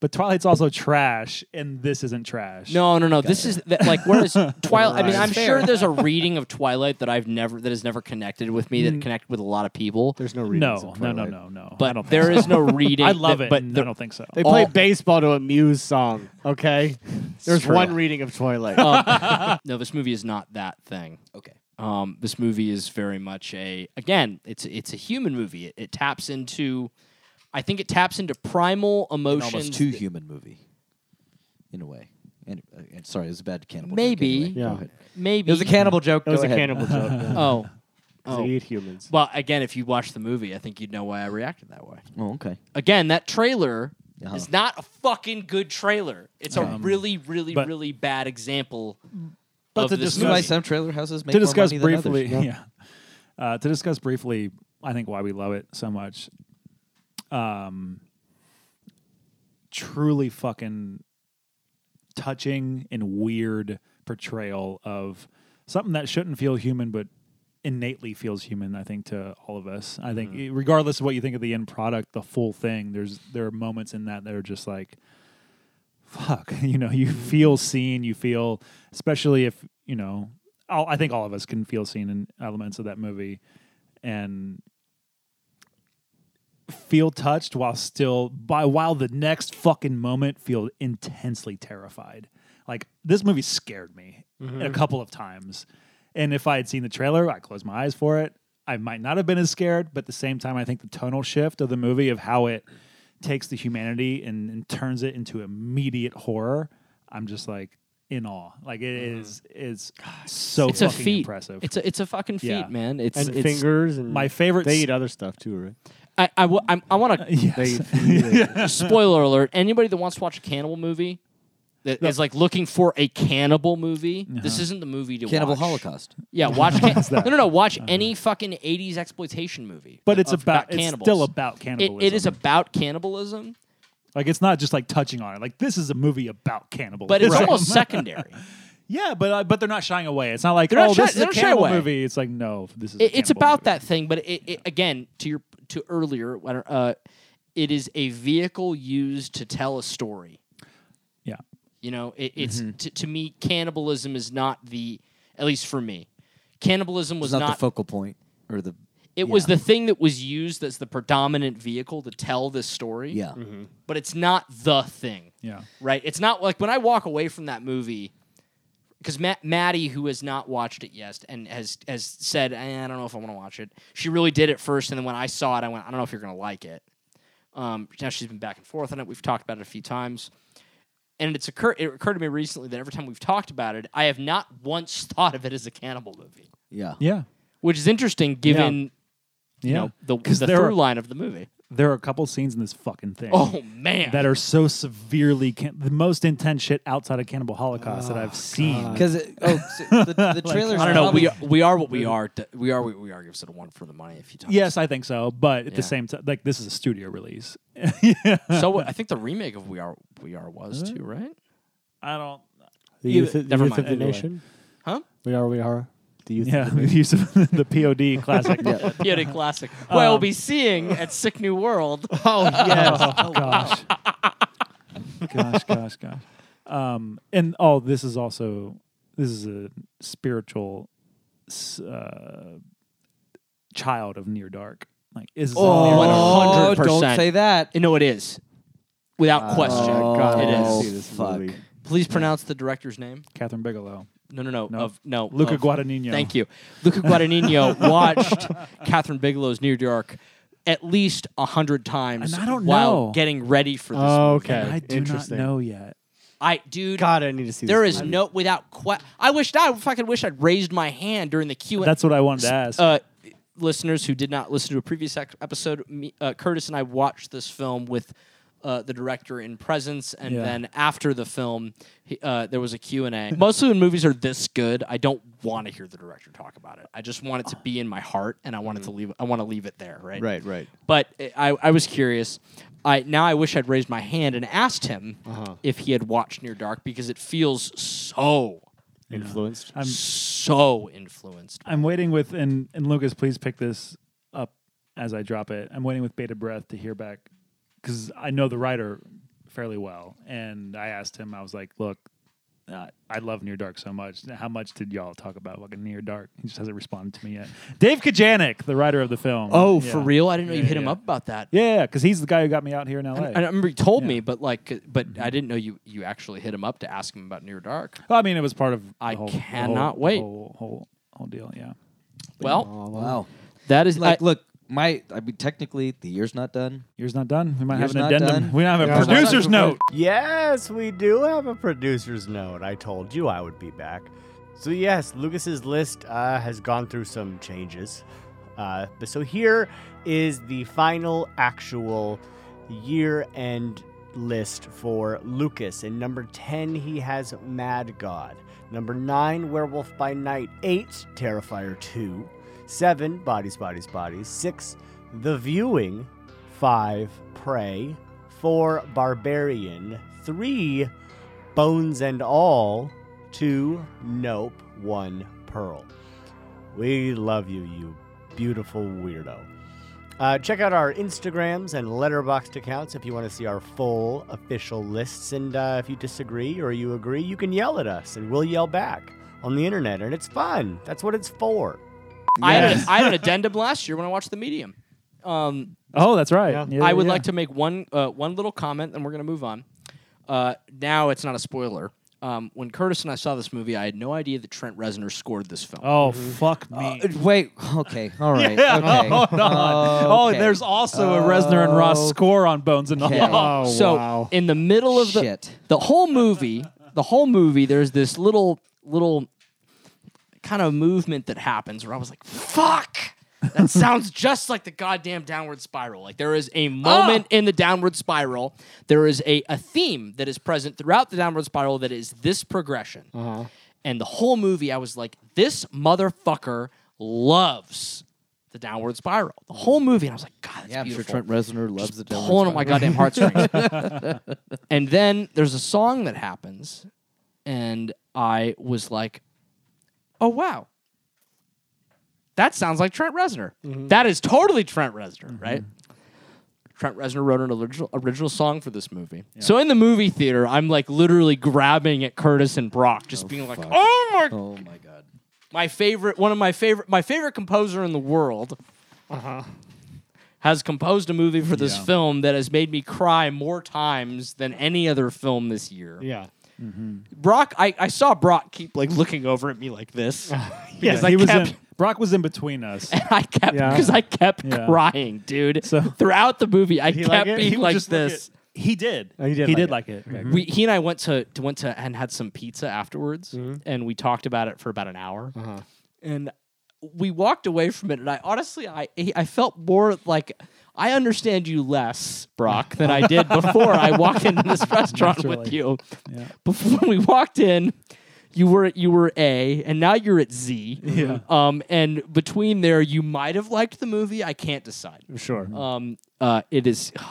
[SPEAKER 8] but Twilight's also trash and this isn't trash.
[SPEAKER 7] No, no, no. This is that, like whereas Twilight. I mean,
[SPEAKER 8] [laughs] Right.
[SPEAKER 7] I'm sure there's a reading of Twilight that I've never that has never connected with me that connected with a lot of people.
[SPEAKER 5] There's
[SPEAKER 8] [laughs]
[SPEAKER 5] no reason.
[SPEAKER 8] no, no, no, no, no. Mm-hmm. I don't
[SPEAKER 7] But
[SPEAKER 8] think
[SPEAKER 7] there
[SPEAKER 8] so.
[SPEAKER 7] is no reading.
[SPEAKER 8] [laughs] I love
[SPEAKER 7] that-
[SPEAKER 8] it,
[SPEAKER 7] but
[SPEAKER 8] but
[SPEAKER 7] the-
[SPEAKER 8] I don't think so.
[SPEAKER 5] They play
[SPEAKER 7] All-
[SPEAKER 5] baseball to a Muse song.
[SPEAKER 8] [laughs]
[SPEAKER 5] Okay, there's
[SPEAKER 7] true.
[SPEAKER 5] one reading of Twilight.
[SPEAKER 7] Oh, no, this movie is not that thing.
[SPEAKER 6] Okay.
[SPEAKER 7] Um, this movie is very much a again. It's it's a human movie. It, it taps into, I think it taps into primal
[SPEAKER 6] An
[SPEAKER 7] emotions.
[SPEAKER 6] almost too
[SPEAKER 7] that-
[SPEAKER 6] human movie in a way. And, uh, and sorry, it was a bad cannibal. joke
[SPEAKER 7] Maybe.
[SPEAKER 6] anyway. Go
[SPEAKER 5] Yeah.
[SPEAKER 6] ahead.
[SPEAKER 7] maybe
[SPEAKER 6] It was a cannibal joke.
[SPEAKER 5] It was a cannibal joke.
[SPEAKER 8] [laughs]
[SPEAKER 5] yeah.
[SPEAKER 7] Oh,
[SPEAKER 5] 'Cause
[SPEAKER 7] oh.
[SPEAKER 5] They eat humans.
[SPEAKER 7] Well, again, if you watch the movie, I think you'd know why I reacted that way.
[SPEAKER 6] Oh, okay.
[SPEAKER 7] again, that trailer
[SPEAKER 6] Uh-huh.
[SPEAKER 7] is not a fucking good trailer. It's a really, really,
[SPEAKER 8] Um, but-
[SPEAKER 7] really bad example.
[SPEAKER 8] But
[SPEAKER 7] of
[SPEAKER 8] to
[SPEAKER 7] this
[SPEAKER 6] This is why
[SPEAKER 7] movie.
[SPEAKER 6] some trailer houses make
[SPEAKER 8] to
[SPEAKER 6] more
[SPEAKER 8] discuss
[SPEAKER 6] money than others.
[SPEAKER 8] briefly, yeah. Uh, to discuss briefly, I think why we love it so much. Um, truly fucking touching and weird portrayal of something that shouldn't feel human, but innately feels human. I think to all of us. I think
[SPEAKER 6] Mm-hmm.
[SPEAKER 8] eh, regardless of what you think of the end product, the full thing. There's there are moments in that that are just like fuck [laughs] you know you feel seen you feel especially if you know all, i think all of us can feel seen in elements of that movie and feel touched while still by while the next fucking moment feel intensely terrified like this movie scared me
[SPEAKER 7] Mm-hmm.
[SPEAKER 8] a couple of times and if i had seen the trailer i closed my eyes for it i might not have been as scared but at the same time i think the tonal shift of the movie of how it takes the humanity and, and turns it into immediate horror, I'm just like in awe. Like it is, it's so
[SPEAKER 7] Mm-hmm. it's a
[SPEAKER 8] fucking
[SPEAKER 7] feat.
[SPEAKER 8] impressive.
[SPEAKER 7] It's a it's a fucking feat,
[SPEAKER 8] Yeah.
[SPEAKER 7] man. It's
[SPEAKER 5] and
[SPEAKER 7] it's,
[SPEAKER 5] fingers and
[SPEAKER 8] my favorite
[SPEAKER 5] They
[SPEAKER 8] s-
[SPEAKER 5] eat other stuff too, right?
[SPEAKER 7] I I, w- I'm- I want to
[SPEAKER 8] [laughs] [laughs] yes.
[SPEAKER 7] spoiler alert. Anybody that wants to watch a cannibal movie that is like looking for a cannibal movie,
[SPEAKER 8] Uh-huh.
[SPEAKER 7] this isn't the movie to
[SPEAKER 6] Cannibal
[SPEAKER 7] watch.
[SPEAKER 6] Holocaust.
[SPEAKER 8] [laughs]
[SPEAKER 7] Yeah, watch can- no no no watch any fucking 80s exploitation movie.
[SPEAKER 8] Uh-huh. but it's
[SPEAKER 7] of-
[SPEAKER 8] about, it's
[SPEAKER 7] cannibals.
[SPEAKER 8] still about
[SPEAKER 7] it,
[SPEAKER 8] cannibalism.
[SPEAKER 7] it is about cannibalism,
[SPEAKER 8] like it's not just like touching on it. Like this is a movie about cannibalism.
[SPEAKER 7] but
[SPEAKER 8] [laughs]
[SPEAKER 7] it's almost secondary.
[SPEAKER 8] yeah, but uh, but they're not shying away. It's not like
[SPEAKER 7] They're
[SPEAKER 8] oh
[SPEAKER 7] not shy-
[SPEAKER 8] this is
[SPEAKER 7] they're
[SPEAKER 8] a
[SPEAKER 7] not shy
[SPEAKER 8] cannibal
[SPEAKER 7] away.
[SPEAKER 8] movie. It's like no, this is a
[SPEAKER 7] It- it's
[SPEAKER 8] cannibal
[SPEAKER 7] about
[SPEAKER 8] movie.
[SPEAKER 7] that thing, but it, it again to your to earlier, when, uh, it is a vehicle used to tell a story.
[SPEAKER 8] Yeah,
[SPEAKER 7] You know, it, it's
[SPEAKER 6] Mm-hmm.
[SPEAKER 7] to, to me cannibalism is not the at least for me. Cannibalism was
[SPEAKER 6] It's not, the focal point or the.
[SPEAKER 7] it was the thing that was used as the predominant vehicle to tell this story.
[SPEAKER 6] Yeah.
[SPEAKER 7] but it's not the thing.
[SPEAKER 8] yeah.
[SPEAKER 7] Right? It's not like when I walk away from that movie because Matt, Maddie, who has not watched it yet and has has said, eh, I don't know if I want to watch it. She really did it first, and then when I saw it, I went, I don't know if you're going to like it. Um, now she's been back and forth on it. We've talked about it a few times, and it's occur- it occurred to me recently that every time we've talked about it, I have not once [laughs] thought of it as a cannibal movie,
[SPEAKER 6] Yeah.
[SPEAKER 8] Yeah.
[SPEAKER 7] which is interesting given you know the, the
[SPEAKER 8] there
[SPEAKER 7] through
[SPEAKER 8] are-
[SPEAKER 7] line of the movie.
[SPEAKER 8] There are a couple scenes in this fucking thing.
[SPEAKER 7] Oh man,
[SPEAKER 8] That are so severely can- the most intense shit outside of Cannibal Holocaust that I've seen.
[SPEAKER 6] Because oh, so the, the trailers.
[SPEAKER 7] I don't know. We
[SPEAKER 6] probably-
[SPEAKER 7] are, we are what we are. d- We are what we are. Gives it a one for the money if you talk.
[SPEAKER 8] Yes, I think so. But at
[SPEAKER 7] Yeah.
[SPEAKER 8] the same time, like this is a studio release. [laughs]
[SPEAKER 7] so I think the remake of We Are We Are was too, right?
[SPEAKER 8] I don't.
[SPEAKER 5] The
[SPEAKER 8] Either-
[SPEAKER 5] youth, the
[SPEAKER 7] never
[SPEAKER 5] youth
[SPEAKER 7] mind,
[SPEAKER 5] of the
[SPEAKER 8] anyway.
[SPEAKER 5] nation.
[SPEAKER 7] Huh?
[SPEAKER 5] We are. We are. The youth.
[SPEAKER 8] Yeah, [laughs] the use of the
[SPEAKER 7] [laughs]
[SPEAKER 8] POD classic.
[SPEAKER 7] Beauty classic. What I'll be seeing at Sick New World.
[SPEAKER 5] Oh yes.
[SPEAKER 8] Oh gosh. gosh, gosh, gosh. Um, and oh, this is also this is a spiritual s- uh, child of Near Dark. Like is
[SPEAKER 7] Oh.
[SPEAKER 6] Oh, don't
[SPEAKER 7] 100%.
[SPEAKER 6] say that.
[SPEAKER 7] No, it is, without question,
[SPEAKER 5] Oh, God, I
[SPEAKER 7] it
[SPEAKER 5] wanna
[SPEAKER 7] is.
[SPEAKER 5] see this
[SPEAKER 6] fuck.
[SPEAKER 5] movie.
[SPEAKER 7] Please pronounce the director's name.
[SPEAKER 8] Catherine Bigelow,
[SPEAKER 7] No, no, no.
[SPEAKER 8] No.
[SPEAKER 7] Of no,
[SPEAKER 8] Luca
[SPEAKER 7] of-
[SPEAKER 8] Guadagnino.
[SPEAKER 7] Thank you, Luca Guadagnino
[SPEAKER 8] [laughs]
[SPEAKER 7] watched Catherine Bigelow's Near Dark at least a hundred times
[SPEAKER 8] And I don't
[SPEAKER 7] while
[SPEAKER 8] know.
[SPEAKER 7] getting ready for this.
[SPEAKER 5] Oh,
[SPEAKER 7] movie.
[SPEAKER 5] okay.
[SPEAKER 8] I do not
[SPEAKER 5] Interesting.
[SPEAKER 8] know yet.
[SPEAKER 7] I dude,
[SPEAKER 5] God, I need to see.
[SPEAKER 7] There
[SPEAKER 5] this
[SPEAKER 7] is
[SPEAKER 5] movie.
[SPEAKER 7] no without question. I wished I fucking wish I'd raised my hand during the Q and
[SPEAKER 8] That's what I wanted to ask.
[SPEAKER 7] Uh, listeners who did not listen to a previous ec- episode, me, uh, Curtis and I watched this film with uh, the director in presence, and
[SPEAKER 8] Yeah.
[SPEAKER 7] then after the film, he, uh, there was a Q and A. [laughs] Mostly when movies are this good, I don't want to hear the director talk about it. I just want it to be in my heart, and I want
[SPEAKER 8] Mm-hmm.
[SPEAKER 7] it to leave. I want to leave it there, right?
[SPEAKER 5] Right, right.
[SPEAKER 7] But uh, I, I was curious. I now I wish I'd raised my hand and asked him
[SPEAKER 8] Uh-huh.
[SPEAKER 7] if he had watched Near Dark because it feels so
[SPEAKER 5] influenced.
[SPEAKER 8] I'm
[SPEAKER 7] so influenced.
[SPEAKER 8] I'm waiting with and and Lucas, please pick this up as I drop it. I'm waiting with bated breath to hear back because I know the writer fairly well, and I asked him. I was like, "Look, uh, I love Near Dark so much. How much did y'all talk about fucking Near Dark?" He just hasn't responded to me yet. Dave Kajanik, the writer of the film.
[SPEAKER 7] Oh,
[SPEAKER 8] Yeah.
[SPEAKER 7] for real? I didn't know you
[SPEAKER 8] Yeah,
[SPEAKER 7] hit him
[SPEAKER 8] yeah.
[SPEAKER 7] up about that.
[SPEAKER 8] Yeah, because he's the guy who got me out here in
[SPEAKER 7] I,
[SPEAKER 8] L.A.
[SPEAKER 7] I remember he told me, but like, but I didn't know you you actually hit him up to ask him about Near Dark.
[SPEAKER 8] Well, I mean, it was part of. the
[SPEAKER 7] I
[SPEAKER 8] whole- the
[SPEAKER 7] cannot
[SPEAKER 8] whole,
[SPEAKER 7] wait.
[SPEAKER 8] The whole, whole whole deal. Yeah.
[SPEAKER 7] Well,
[SPEAKER 6] Wow.
[SPEAKER 7] that is
[SPEAKER 6] Like,
[SPEAKER 7] Oh, I-
[SPEAKER 6] look, my. I mean, technically, the year's not done.
[SPEAKER 8] Yours not done. We might
[SPEAKER 6] Yours
[SPEAKER 8] have
[SPEAKER 6] not
[SPEAKER 8] an addendum.
[SPEAKER 6] done?
[SPEAKER 8] We don't have
[SPEAKER 5] Yeah.
[SPEAKER 8] a producer's note.
[SPEAKER 9] Yes, we do have a producer's note. I told you I would be back. So yes, Lucas's list uh, has gone through some changes. Uh, but so here is the final actual year-end list for Lucas. In number 10, he has Mad God. Number 9, Werewolf by Night. 8, Terrifier 2. 7, Bodies, Bodies, Bodies. 6, The Viewing. 5, Prey. 4, Barbarian. 3, Bones and All. 2, Nope. 1, Pearl. We love you, you beautiful weirdo. Uh, check out our Instagrams and Letterboxd accounts if you want to see our full official lists. And uh, if you disagree or you agree, you can yell at us and we'll yell back on the internet. And it's fun. That's what it's for.
[SPEAKER 7] I, had an, I had an addendum last year when I watched The Medium. Um,
[SPEAKER 8] Oh, that's right. Yeah,
[SPEAKER 7] I would
[SPEAKER 8] yeah.
[SPEAKER 7] like to make one uh, one little comment, and we're going to move on. Uh, now it's not a spoiler, Um, when Curtis and I saw this movie, I had no idea that Trent Reznor scored this film.
[SPEAKER 8] Oh fuck me. [laughs]
[SPEAKER 6] Wait. Okay. All [laughs] right. okay.
[SPEAKER 8] Hold on. Oh,
[SPEAKER 6] Okay.
[SPEAKER 8] there's also a Reznor and Ross score on Bones and
[SPEAKER 6] Okay.
[SPEAKER 8] All.
[SPEAKER 5] Oh,
[SPEAKER 7] so
[SPEAKER 5] wow.
[SPEAKER 7] in the middle of the
[SPEAKER 6] Shit.
[SPEAKER 7] the whole movie, the whole movie, there's this little little kind of movement that happens where I was like, "Fuck." that
[SPEAKER 5] [laughs]
[SPEAKER 7] sounds just like the goddamn downward spiral. Like there is a moment
[SPEAKER 5] Oh!
[SPEAKER 7] in the downward spiral. There is a, a theme that is present throughout the downward spiral that is this progression.
[SPEAKER 5] Uh-huh.
[SPEAKER 7] And the whole movie, I was like, this motherfucker loves the downward spiral. The whole movie, and I was like, God, that's
[SPEAKER 6] Yeah, I'm sure
[SPEAKER 7] beautiful
[SPEAKER 6] Trent Reznor loves it.
[SPEAKER 7] pulling on my goddamn heartstrings. [laughs] and then there's a song that happens, and I was like, "Oh wow, that sounds like Trent Reznor.
[SPEAKER 6] Mm-hmm.
[SPEAKER 7] That is totally Trent Reznor, right?" Trent Reznor wrote an original, original song for this movie. So in the movie theater, I'm like literally grabbing at Curtis and Brock, just being like, "Oh my
[SPEAKER 6] Oh my god.
[SPEAKER 7] my favorite one of my favorite my favorite composer in the world
[SPEAKER 6] Uh-huh.
[SPEAKER 7] has composed a movie for this film that has made me cry more times than any other film this year
[SPEAKER 5] yeah.
[SPEAKER 7] brock I, I saw brock keep like looking over at me like this
[SPEAKER 8] [laughs]
[SPEAKER 7] because
[SPEAKER 8] Yeah,
[SPEAKER 7] i
[SPEAKER 8] he was
[SPEAKER 7] kept
[SPEAKER 8] in, Brock was in between us.
[SPEAKER 7] [laughs] i kept
[SPEAKER 5] Yeah.
[SPEAKER 7] because i kept
[SPEAKER 8] Yeah.
[SPEAKER 7] crying dude
[SPEAKER 8] So-
[SPEAKER 7] throughout the movie i
[SPEAKER 5] he like
[SPEAKER 7] kept
[SPEAKER 5] it?
[SPEAKER 7] being
[SPEAKER 5] He would
[SPEAKER 7] like
[SPEAKER 8] Just look
[SPEAKER 7] this
[SPEAKER 8] at- he did.
[SPEAKER 5] he did like
[SPEAKER 8] He did
[SPEAKER 5] it.
[SPEAKER 8] like it. Okay,
[SPEAKER 7] we, he and I went to, to went to and had some pizza afterwards, and we talked about it for about an hour, and we walked away from it. And I honestly, I I felt more like I understand you less, Brock, than I did before I walked into this restaurant with
[SPEAKER 8] Naturally.
[SPEAKER 7] you. Before when we walked in. You were you were A, and now you're at Z. Yeah. Um, and between there, you might have liked the movie. I can't decide.
[SPEAKER 5] Sure.
[SPEAKER 7] Um, uh, it is [sighs]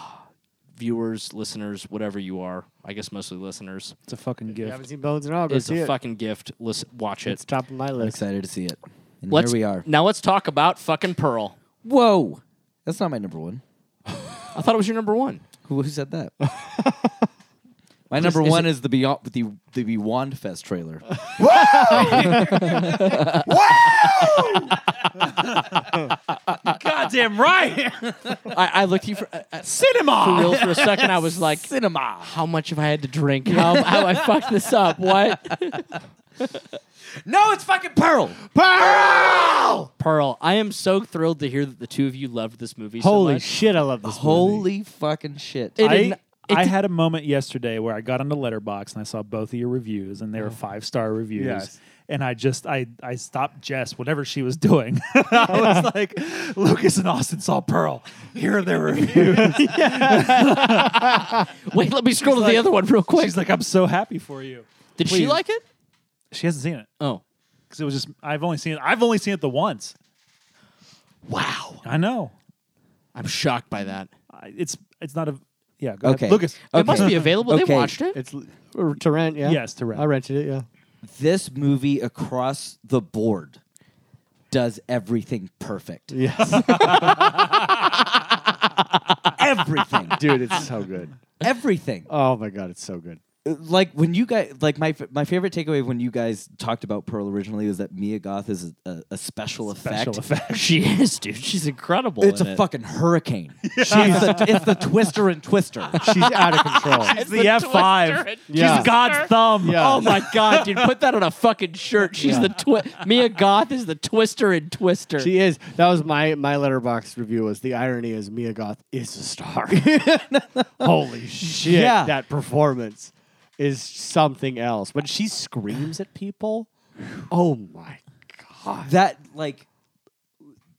[SPEAKER 7] viewers, listeners, whatever you are. I guess mostly listeners.
[SPEAKER 8] It's a fucking
[SPEAKER 5] You
[SPEAKER 8] gift.
[SPEAKER 5] haven't seen Bones and All. Go
[SPEAKER 7] It's
[SPEAKER 5] see
[SPEAKER 7] a
[SPEAKER 5] it.
[SPEAKER 7] fucking gift. Listen, watch it.
[SPEAKER 5] It's top of my
[SPEAKER 10] I'm
[SPEAKER 5] list.
[SPEAKER 10] excited to see it. And
[SPEAKER 7] Let's-
[SPEAKER 10] here we are.
[SPEAKER 7] Now let's talk about fucking Pearl.
[SPEAKER 6] Whoa. That's not my number one.
[SPEAKER 7] I thought it was your number one.
[SPEAKER 6] Who, who said that? My number
[SPEAKER 7] is
[SPEAKER 6] one is the Beyond the the Beyond Fest trailer.
[SPEAKER 8] Goddamn right.
[SPEAKER 7] [laughs]
[SPEAKER 8] [laughs]
[SPEAKER 7] I, I looked you for uh, uh, for
[SPEAKER 8] Cinema.
[SPEAKER 7] real for a second. I was like,
[SPEAKER 6] Cinema.
[SPEAKER 7] how much have I had to drink? [laughs] How how I fucked this up? What? [laughs]
[SPEAKER 6] No, it's fucking Pearl.
[SPEAKER 7] Pearl, I am so thrilled to hear that the two of you loved this movie.
[SPEAKER 5] Holy
[SPEAKER 7] so much.
[SPEAKER 5] shit, I love this movie.
[SPEAKER 6] Holy fucking shit.
[SPEAKER 7] It
[SPEAKER 8] I, [laughs]
[SPEAKER 7] didn't- it
[SPEAKER 8] I
[SPEAKER 7] di-
[SPEAKER 8] had a moment yesterday where I got on the letterbox and I saw both of your reviews and they were five star reviews.
[SPEAKER 5] Yes.
[SPEAKER 8] And I just I I stopped Jess, whatever she was doing. [laughs] I was like, Lucas and Austin saw Pearl. Here are their reviews.
[SPEAKER 7] Wait, let me scroll to the other one real quick.
[SPEAKER 8] She's like, I'm so happy for you.
[SPEAKER 7] Did she like it?
[SPEAKER 8] She hasn't seen it.
[SPEAKER 7] Oh,
[SPEAKER 8] Because it was just I've only seen it I've only seen it the once.
[SPEAKER 7] wow!
[SPEAKER 8] I know.
[SPEAKER 7] I'm shocked by that.
[SPEAKER 8] I, it's it's not a yeah, go ahead.
[SPEAKER 6] Okay.
[SPEAKER 8] Lucas.
[SPEAKER 6] Okay.
[SPEAKER 7] It must be available. They
[SPEAKER 6] Okay.
[SPEAKER 7] watched it.
[SPEAKER 5] It's l- or to rent, yeah.
[SPEAKER 8] Yes, to rent.
[SPEAKER 5] I rented it, yeah.
[SPEAKER 6] This movie across the board does everything perfect.
[SPEAKER 5] [laughs] Yes,
[SPEAKER 6] Everything.
[SPEAKER 5] dude, it's so good.
[SPEAKER 6] [laughs] everything.
[SPEAKER 5] Oh my god, it's so good.
[SPEAKER 6] Uh, like when you guys like my f- my favorite takeaway when you guys talked about Pearl originally was that Mia Goth is a, a special,
[SPEAKER 8] Special
[SPEAKER 6] effect. [laughs]
[SPEAKER 7] [laughs]
[SPEAKER 8] effect.
[SPEAKER 7] She is, dude. She's incredible.
[SPEAKER 6] It's
[SPEAKER 7] in
[SPEAKER 6] a
[SPEAKER 7] it.
[SPEAKER 6] fucking hurricane. [laughs] She's the, it's the twister and [laughs] twister.
[SPEAKER 5] She's out of control.
[SPEAKER 8] It's [laughs] the F five. [laughs]
[SPEAKER 5] Yeah.
[SPEAKER 8] She's God's thumb.
[SPEAKER 5] Yeah.
[SPEAKER 7] Oh my god, dude! Put that on a fucking shirt. She's the twi- Mia Goth is the twister and twister.
[SPEAKER 5] [laughs] She is. That was my my letterbox review. Was the irony is Mia Goth is a star. Holy shit!
[SPEAKER 6] Yeah.
[SPEAKER 5] That performance is something else. When she screams at people, oh my god!
[SPEAKER 6] that like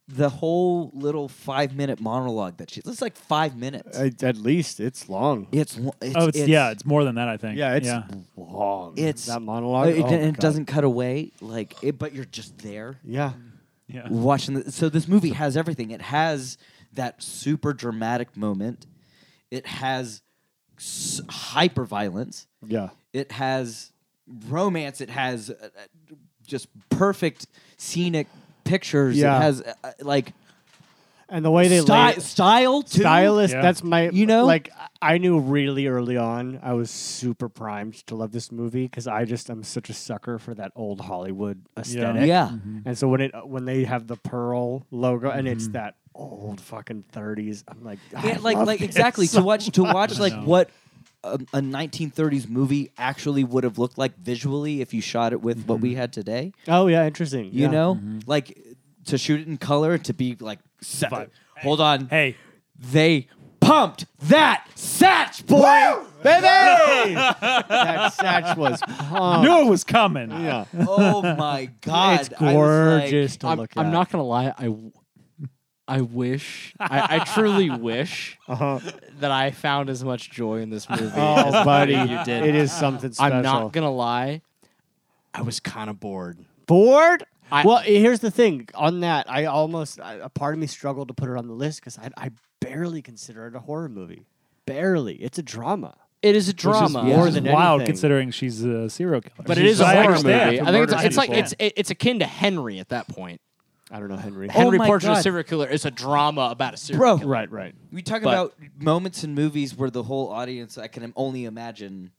[SPEAKER 6] the whole little five minute monologue that she it's like five minutes.
[SPEAKER 5] At, at least it's long.
[SPEAKER 6] it's, lo- it's
[SPEAKER 8] Oh, it's, yeah, it's more than that. I think.
[SPEAKER 5] Yeah, it's
[SPEAKER 8] yeah.
[SPEAKER 5] long.
[SPEAKER 6] It's-
[SPEAKER 5] that
[SPEAKER 6] Uh,
[SPEAKER 5] monologue.
[SPEAKER 6] It,
[SPEAKER 5] oh
[SPEAKER 6] and
[SPEAKER 5] my
[SPEAKER 6] it
[SPEAKER 5] God.
[SPEAKER 6] doesn't cut away, like, it, but you're just there
[SPEAKER 5] Yeah.
[SPEAKER 8] yeah.
[SPEAKER 6] watching. The, so this movie has everything. It has that super dramatic moment. It has s- hyper violence.
[SPEAKER 5] Yeah.
[SPEAKER 6] It has romance. It has uh, uh, just perfect scenic pictures.
[SPEAKER 5] Yeah.
[SPEAKER 6] It has uh, uh, like
[SPEAKER 5] And the way they lay
[SPEAKER 6] sty- style too.
[SPEAKER 5] stylist.
[SPEAKER 8] Yeah.
[SPEAKER 5] That's my
[SPEAKER 6] You know?
[SPEAKER 5] Like I knew really early on, I was super primed to love this movie because I just am such a sucker for that old Hollywood aesthetic.
[SPEAKER 6] Yeah.
[SPEAKER 5] And so when it when they have the pearl logo and it's that old fucking thirties, I'm like, I
[SPEAKER 6] Yeah, like
[SPEAKER 5] love
[SPEAKER 6] like
[SPEAKER 5] [laughs] this.
[SPEAKER 6] exactly to watch to watch like what um,
[SPEAKER 11] a, a 1930s movie actually would have looked like visually if you shot it with what we had today.
[SPEAKER 5] Oh yeah, interesting.
[SPEAKER 11] You know, like to shoot it in color to be like separate. Hold on,
[SPEAKER 8] Hey,
[SPEAKER 11] they
[SPEAKER 5] [laughs]
[SPEAKER 11] pumped that Satch boy, baby.
[SPEAKER 5] that Satch was pumped.
[SPEAKER 8] knew it was coming.
[SPEAKER 5] Yeah,
[SPEAKER 11] oh my god,
[SPEAKER 5] it's
[SPEAKER 11] I was like-
[SPEAKER 5] gorgeous to
[SPEAKER 7] I'm,
[SPEAKER 5] look at.
[SPEAKER 7] I'm not gonna lie. I, w- I wish. I, I truly
[SPEAKER 5] [laughs]
[SPEAKER 7] wish that I found as much joy in this movie. as
[SPEAKER 5] Uh-huh. Oh,
[SPEAKER 7] [laughs]
[SPEAKER 5] buddy,
[SPEAKER 7] you did.
[SPEAKER 5] it is something special.
[SPEAKER 7] I'm not gonna lie. I was kind of bored.
[SPEAKER 5] bored.
[SPEAKER 7] I-
[SPEAKER 5] well, here's the thing. On that, I almost I, a part of me struggled to put it on the list because I, I barely consider it a horror movie. Barely, it's a drama.
[SPEAKER 7] It is a
[SPEAKER 5] is
[SPEAKER 7] drama.
[SPEAKER 5] more
[SPEAKER 8] Which is
[SPEAKER 5] than
[SPEAKER 8] wild
[SPEAKER 5] anything.
[SPEAKER 8] considering she's a serial killer.
[SPEAKER 7] but it is a
[SPEAKER 8] I
[SPEAKER 7] horror movie.
[SPEAKER 8] understand.
[SPEAKER 7] I think it's,
[SPEAKER 8] Murders
[SPEAKER 7] it's like
[SPEAKER 8] people.
[SPEAKER 7] it's it- it's akin to Henry at that point.
[SPEAKER 5] I don't know, Henry.
[SPEAKER 8] Oh
[SPEAKER 7] Henry
[SPEAKER 11] my
[SPEAKER 7] Portrait of
[SPEAKER 11] God.
[SPEAKER 7] a Serial Killer is a drama about a serial
[SPEAKER 11] bro.
[SPEAKER 5] right, right.
[SPEAKER 11] We talk
[SPEAKER 7] But-
[SPEAKER 11] about moments in movies where the whole audience, I can only imagine,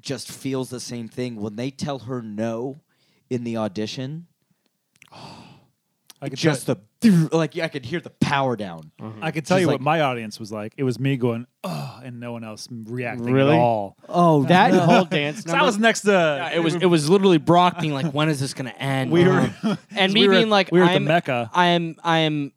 [SPEAKER 11] just feels the same thing when they tell her no in the audition.
[SPEAKER 8] I could
[SPEAKER 11] Just the [laughs] like, I could hear the power down.
[SPEAKER 5] Uh-huh.
[SPEAKER 8] I could tell
[SPEAKER 11] She's
[SPEAKER 8] you
[SPEAKER 11] like-
[SPEAKER 8] what my audience was like. It was me going, oh, and no one else reacting
[SPEAKER 5] Really?
[SPEAKER 8] at all.
[SPEAKER 5] Oh, that
[SPEAKER 8] [laughs]
[SPEAKER 5] whole dance.
[SPEAKER 8] So I was next to.
[SPEAKER 7] it was it was literally Brock being like, "When is this going to end?" Um,
[SPEAKER 8] We were- [laughs]
[SPEAKER 7] and
[SPEAKER 8] we
[SPEAKER 7] me
[SPEAKER 8] were at-
[SPEAKER 7] being like,
[SPEAKER 8] we were at the
[SPEAKER 7] I'm,
[SPEAKER 8] Mecca."
[SPEAKER 7] I am, I am,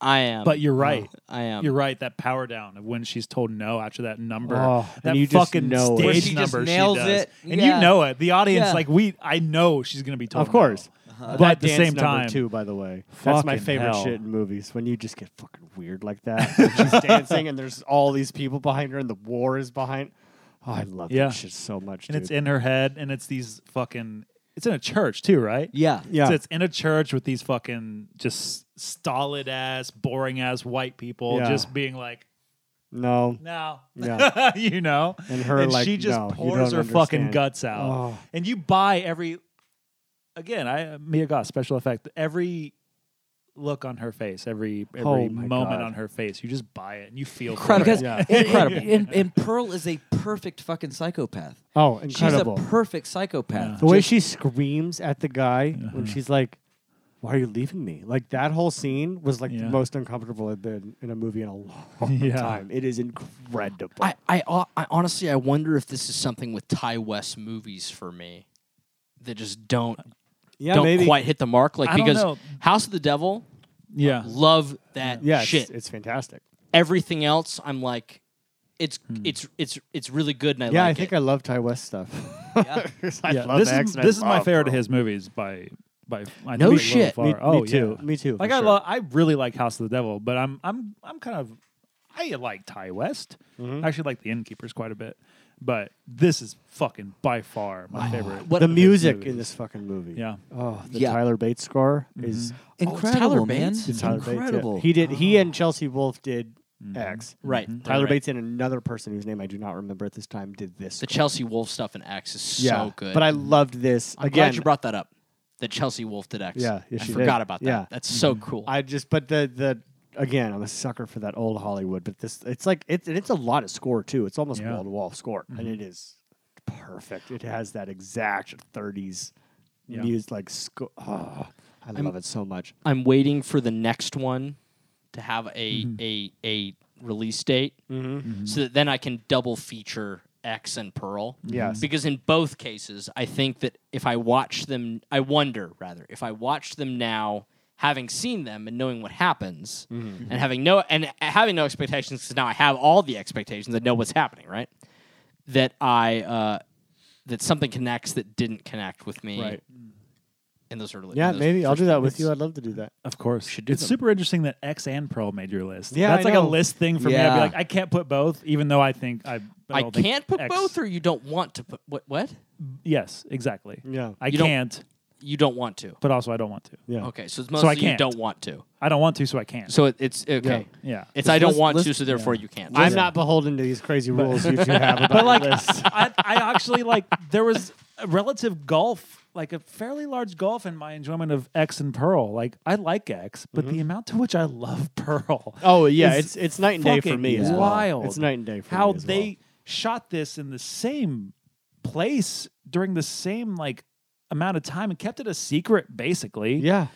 [SPEAKER 7] I am."
[SPEAKER 8] But you're right.
[SPEAKER 7] I am.
[SPEAKER 8] You're right. That power down of when she's told no after that number,
[SPEAKER 5] Oh,
[SPEAKER 8] that
[SPEAKER 5] and you just
[SPEAKER 8] fucking
[SPEAKER 5] know it.
[SPEAKER 8] stage
[SPEAKER 5] Where
[SPEAKER 11] she just
[SPEAKER 8] number
[SPEAKER 11] nails
[SPEAKER 8] she does,
[SPEAKER 11] it.
[SPEAKER 8] and
[SPEAKER 11] Yeah.
[SPEAKER 8] you know it. The audience,
[SPEAKER 11] Yeah.
[SPEAKER 8] like we, I know she's gonna be told.
[SPEAKER 5] Of course.
[SPEAKER 8] no. but at the
[SPEAKER 5] dance
[SPEAKER 8] same
[SPEAKER 5] number,
[SPEAKER 8] time,
[SPEAKER 5] too. By the way, that's my
[SPEAKER 8] Fucking
[SPEAKER 5] favorite
[SPEAKER 8] hell.
[SPEAKER 5] shit in movies when you just get fucking weird like that. [laughs] When she's dancing and there's all these people behind her and the war is behind. Oh, I love
[SPEAKER 8] Yeah.
[SPEAKER 5] that shit so much.
[SPEAKER 8] and
[SPEAKER 5] dude.
[SPEAKER 8] it's in her head, and it's these fucking. It's in a church too, right?
[SPEAKER 11] Yeah.
[SPEAKER 5] Yeah.
[SPEAKER 8] So it's in a church with these fucking just stolid ass, boring ass white people
[SPEAKER 5] Yeah.
[SPEAKER 8] just being like,
[SPEAKER 5] no.
[SPEAKER 8] no.
[SPEAKER 5] Yeah.
[SPEAKER 8] [laughs] you know?
[SPEAKER 5] And her, like,
[SPEAKER 8] she just
[SPEAKER 5] no, you
[SPEAKER 8] pours
[SPEAKER 5] don't
[SPEAKER 8] her fucking
[SPEAKER 5] understand.
[SPEAKER 8] guts out.
[SPEAKER 5] Oh.
[SPEAKER 8] And you buy every again, I Mia Goth, special effect, every look on her face, every every
[SPEAKER 5] Oh my
[SPEAKER 8] moment
[SPEAKER 5] God.
[SPEAKER 8] on her face, you just buy it and you feel for
[SPEAKER 11] Incredible.
[SPEAKER 8] it.
[SPEAKER 5] Yeah.
[SPEAKER 11] [laughs]
[SPEAKER 5] [laughs]
[SPEAKER 11] incredible. And, and Pearl is a perfect fucking psychopath.
[SPEAKER 5] Oh, incredible.
[SPEAKER 11] She's a perfect psychopath.
[SPEAKER 5] The way she screams at the guy
[SPEAKER 8] Uh-huh.
[SPEAKER 5] when she's like, "Why are you leaving me?" Like that whole scene was like
[SPEAKER 8] Yeah.
[SPEAKER 5] the most uncomfortable I've been in a movie in a long
[SPEAKER 8] [laughs] Yeah.
[SPEAKER 5] time. It is incredible.
[SPEAKER 7] I, I, uh, I honestly, I wonder if this is something with Ty West movies for me that just don't
[SPEAKER 5] yeah,
[SPEAKER 7] don't
[SPEAKER 5] maybe.
[SPEAKER 7] quite hit the mark. Like
[SPEAKER 8] I don't
[SPEAKER 7] because
[SPEAKER 8] know.
[SPEAKER 7] House of the Devil,
[SPEAKER 8] [laughs] Yeah.
[SPEAKER 7] love that
[SPEAKER 5] Yeah,
[SPEAKER 7] shit.
[SPEAKER 5] It's, it's fantastic.
[SPEAKER 7] Everything else, I'm like, it's it's it's it's really good, and I
[SPEAKER 5] Hmm. yeah,
[SPEAKER 7] like
[SPEAKER 5] I think
[SPEAKER 7] it.
[SPEAKER 5] I love Ty West
[SPEAKER 8] [laughs]
[SPEAKER 5] stuff. I
[SPEAKER 8] Yeah,
[SPEAKER 5] love
[SPEAKER 8] this
[SPEAKER 5] X
[SPEAKER 8] is
[SPEAKER 5] Men.
[SPEAKER 8] this is my favorite of his movies by by I
[SPEAKER 7] No
[SPEAKER 8] think it's
[SPEAKER 7] shit.
[SPEAKER 8] Lil
[SPEAKER 5] Me,
[SPEAKER 8] Far. oh
[SPEAKER 5] me too.
[SPEAKER 8] yeah.
[SPEAKER 5] Me too.
[SPEAKER 8] Like
[SPEAKER 5] for
[SPEAKER 8] I
[SPEAKER 5] sure.
[SPEAKER 8] love, I really like House of the Devil, but I'm I'm I'm kind of I like Ty West.
[SPEAKER 5] Mm-hmm.
[SPEAKER 8] I actually like the Innkeepers quite a bit, but this is fucking by far my
[SPEAKER 7] Oh,
[SPEAKER 8] favorite.
[SPEAKER 5] the
[SPEAKER 8] of his
[SPEAKER 5] music
[SPEAKER 8] movies.
[SPEAKER 5] in this fucking movie.
[SPEAKER 8] Yeah. Mm-hmm.
[SPEAKER 5] Oh, the
[SPEAKER 11] Yeah.
[SPEAKER 5] Tyler Bates score is
[SPEAKER 11] Incredible,
[SPEAKER 7] Tyler
[SPEAKER 11] man.
[SPEAKER 7] Bates?
[SPEAKER 5] Tyler
[SPEAKER 11] Incredible.
[SPEAKER 5] Bates. Yeah. He did. He
[SPEAKER 8] Oh.
[SPEAKER 5] and Chelsea Wolf did
[SPEAKER 8] Mm-hmm.
[SPEAKER 5] X.
[SPEAKER 7] right.
[SPEAKER 5] Tyler
[SPEAKER 7] right.
[SPEAKER 5] Bates and another person whose name I do not remember at this time did this.
[SPEAKER 7] The
[SPEAKER 5] score.
[SPEAKER 7] Chelsea Wolf stuff in X is so good.
[SPEAKER 5] But I loved this
[SPEAKER 7] I'm
[SPEAKER 5] again.
[SPEAKER 7] glad you brought that up. That Chelsea Wolf did X.
[SPEAKER 5] Yeah, yeah,
[SPEAKER 7] I
[SPEAKER 5] she
[SPEAKER 7] forgot
[SPEAKER 5] did.
[SPEAKER 7] about that.
[SPEAKER 5] Yeah. Mm-hmm.
[SPEAKER 7] That's so cool.
[SPEAKER 5] I just but the the again I'm a sucker for that old Hollywood, but this it's like it's and it's a lot of score too. It's almost
[SPEAKER 8] Yeah. Mm-hmm.
[SPEAKER 5] wall to wall score, and it is perfect. It has that exact 30s
[SPEAKER 8] Yeah.
[SPEAKER 5] music like sco- oh, I love it so much.
[SPEAKER 7] I'm waiting for the next one to have a a a release date,
[SPEAKER 5] Mm-hmm.
[SPEAKER 7] so that then I can double feature X and Pearl.
[SPEAKER 5] Mm-hmm. Yes.
[SPEAKER 7] Because in both cases, I think that if I watch them, I wonder rather if I watch them now, having seen them and knowing what happens,
[SPEAKER 5] Mm-hmm.
[SPEAKER 7] and having no and having no expectations because now I have all the expectations. I know what's happening, right? That I uh, that something connects that didn't connect with me.
[SPEAKER 8] Right.
[SPEAKER 7] In those early,
[SPEAKER 5] Yeah,
[SPEAKER 7] in those
[SPEAKER 5] maybe I'll
[SPEAKER 7] first
[SPEAKER 5] do that
[SPEAKER 7] moments.
[SPEAKER 5] with you. I'd love to do that.
[SPEAKER 8] Of course,
[SPEAKER 7] Should do
[SPEAKER 8] it's
[SPEAKER 7] them.
[SPEAKER 8] super interesting that X and Pearl made your list.
[SPEAKER 5] Yeah,
[SPEAKER 8] that's
[SPEAKER 5] I
[SPEAKER 8] like a
[SPEAKER 5] know.
[SPEAKER 8] list thing for me. I'd be
[SPEAKER 11] Yeah.
[SPEAKER 8] like, I can't put both, even though I think I.
[SPEAKER 7] I
[SPEAKER 8] don't think
[SPEAKER 7] can't put
[SPEAKER 8] X-
[SPEAKER 7] both, or you don't want to put what? What?
[SPEAKER 8] Yes, exactly.
[SPEAKER 5] Yeah.
[SPEAKER 8] I
[SPEAKER 7] You don't-
[SPEAKER 8] can't,
[SPEAKER 7] You don't want to.
[SPEAKER 8] but also I don't want to.
[SPEAKER 5] Yeah.
[SPEAKER 7] Okay, so it's
[SPEAKER 8] I
[SPEAKER 7] mostly you
[SPEAKER 8] can't.
[SPEAKER 7] don't want to.
[SPEAKER 8] I don't want to, so I can't.
[SPEAKER 7] So it, it's okay.
[SPEAKER 8] yeah.
[SPEAKER 7] It's I don't
[SPEAKER 11] let's-
[SPEAKER 7] want to,
[SPEAKER 11] let's-
[SPEAKER 7] so therefore you can't.
[SPEAKER 5] I'm not beholden to these crazy rules you
[SPEAKER 8] [laughs]
[SPEAKER 5] two have about
[SPEAKER 8] but like
[SPEAKER 5] your list.
[SPEAKER 8] [laughs] I, I actually like there was a relative golf like a fairly large golf in my enjoyment of x and pearl like i like x but the amount to which i love pearl
[SPEAKER 5] [laughs] Mm-hmm. Oh yeah,
[SPEAKER 8] is
[SPEAKER 5] it's it's night and day for
[SPEAKER 8] fucking
[SPEAKER 5] me as well.
[SPEAKER 8] wild
[SPEAKER 5] It's night and day for
[SPEAKER 8] how
[SPEAKER 5] me as well.
[SPEAKER 8] they shot this in the same place during the same like amount of time and kept it a secret basically
[SPEAKER 5] Yeah.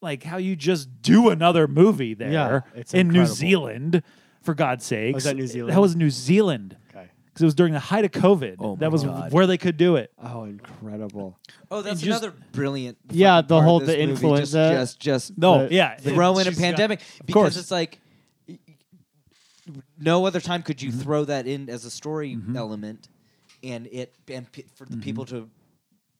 [SPEAKER 8] like how you just do another movie there
[SPEAKER 5] Yeah, it's
[SPEAKER 8] in New
[SPEAKER 5] incredible. Oh,
[SPEAKER 8] Zealand, for God's sake.
[SPEAKER 5] that New Zealand?
[SPEAKER 8] That was New Zealand.
[SPEAKER 5] Okay.
[SPEAKER 8] because it was during the height of COVID.
[SPEAKER 6] Oh my
[SPEAKER 8] that was
[SPEAKER 6] God.
[SPEAKER 8] where they could do it.
[SPEAKER 5] Oh, incredible.
[SPEAKER 11] Oh, that's
[SPEAKER 8] just-
[SPEAKER 11] another brilliant.
[SPEAKER 5] Yeah,
[SPEAKER 11] fucking
[SPEAKER 5] the
[SPEAKER 11] part of
[SPEAKER 5] whole-
[SPEAKER 11] this
[SPEAKER 5] the
[SPEAKER 11] movie, just-
[SPEAKER 5] influenza.
[SPEAKER 11] Just, just
[SPEAKER 8] No,
[SPEAKER 5] The-
[SPEAKER 8] yeah,
[SPEAKER 11] throw in a
[SPEAKER 8] she's got-
[SPEAKER 11] pandemic because
[SPEAKER 8] course.
[SPEAKER 11] it's like y- y- no other time could you
[SPEAKER 5] Mm-hmm.
[SPEAKER 11] throw that in as a story element, and it and p- for the people to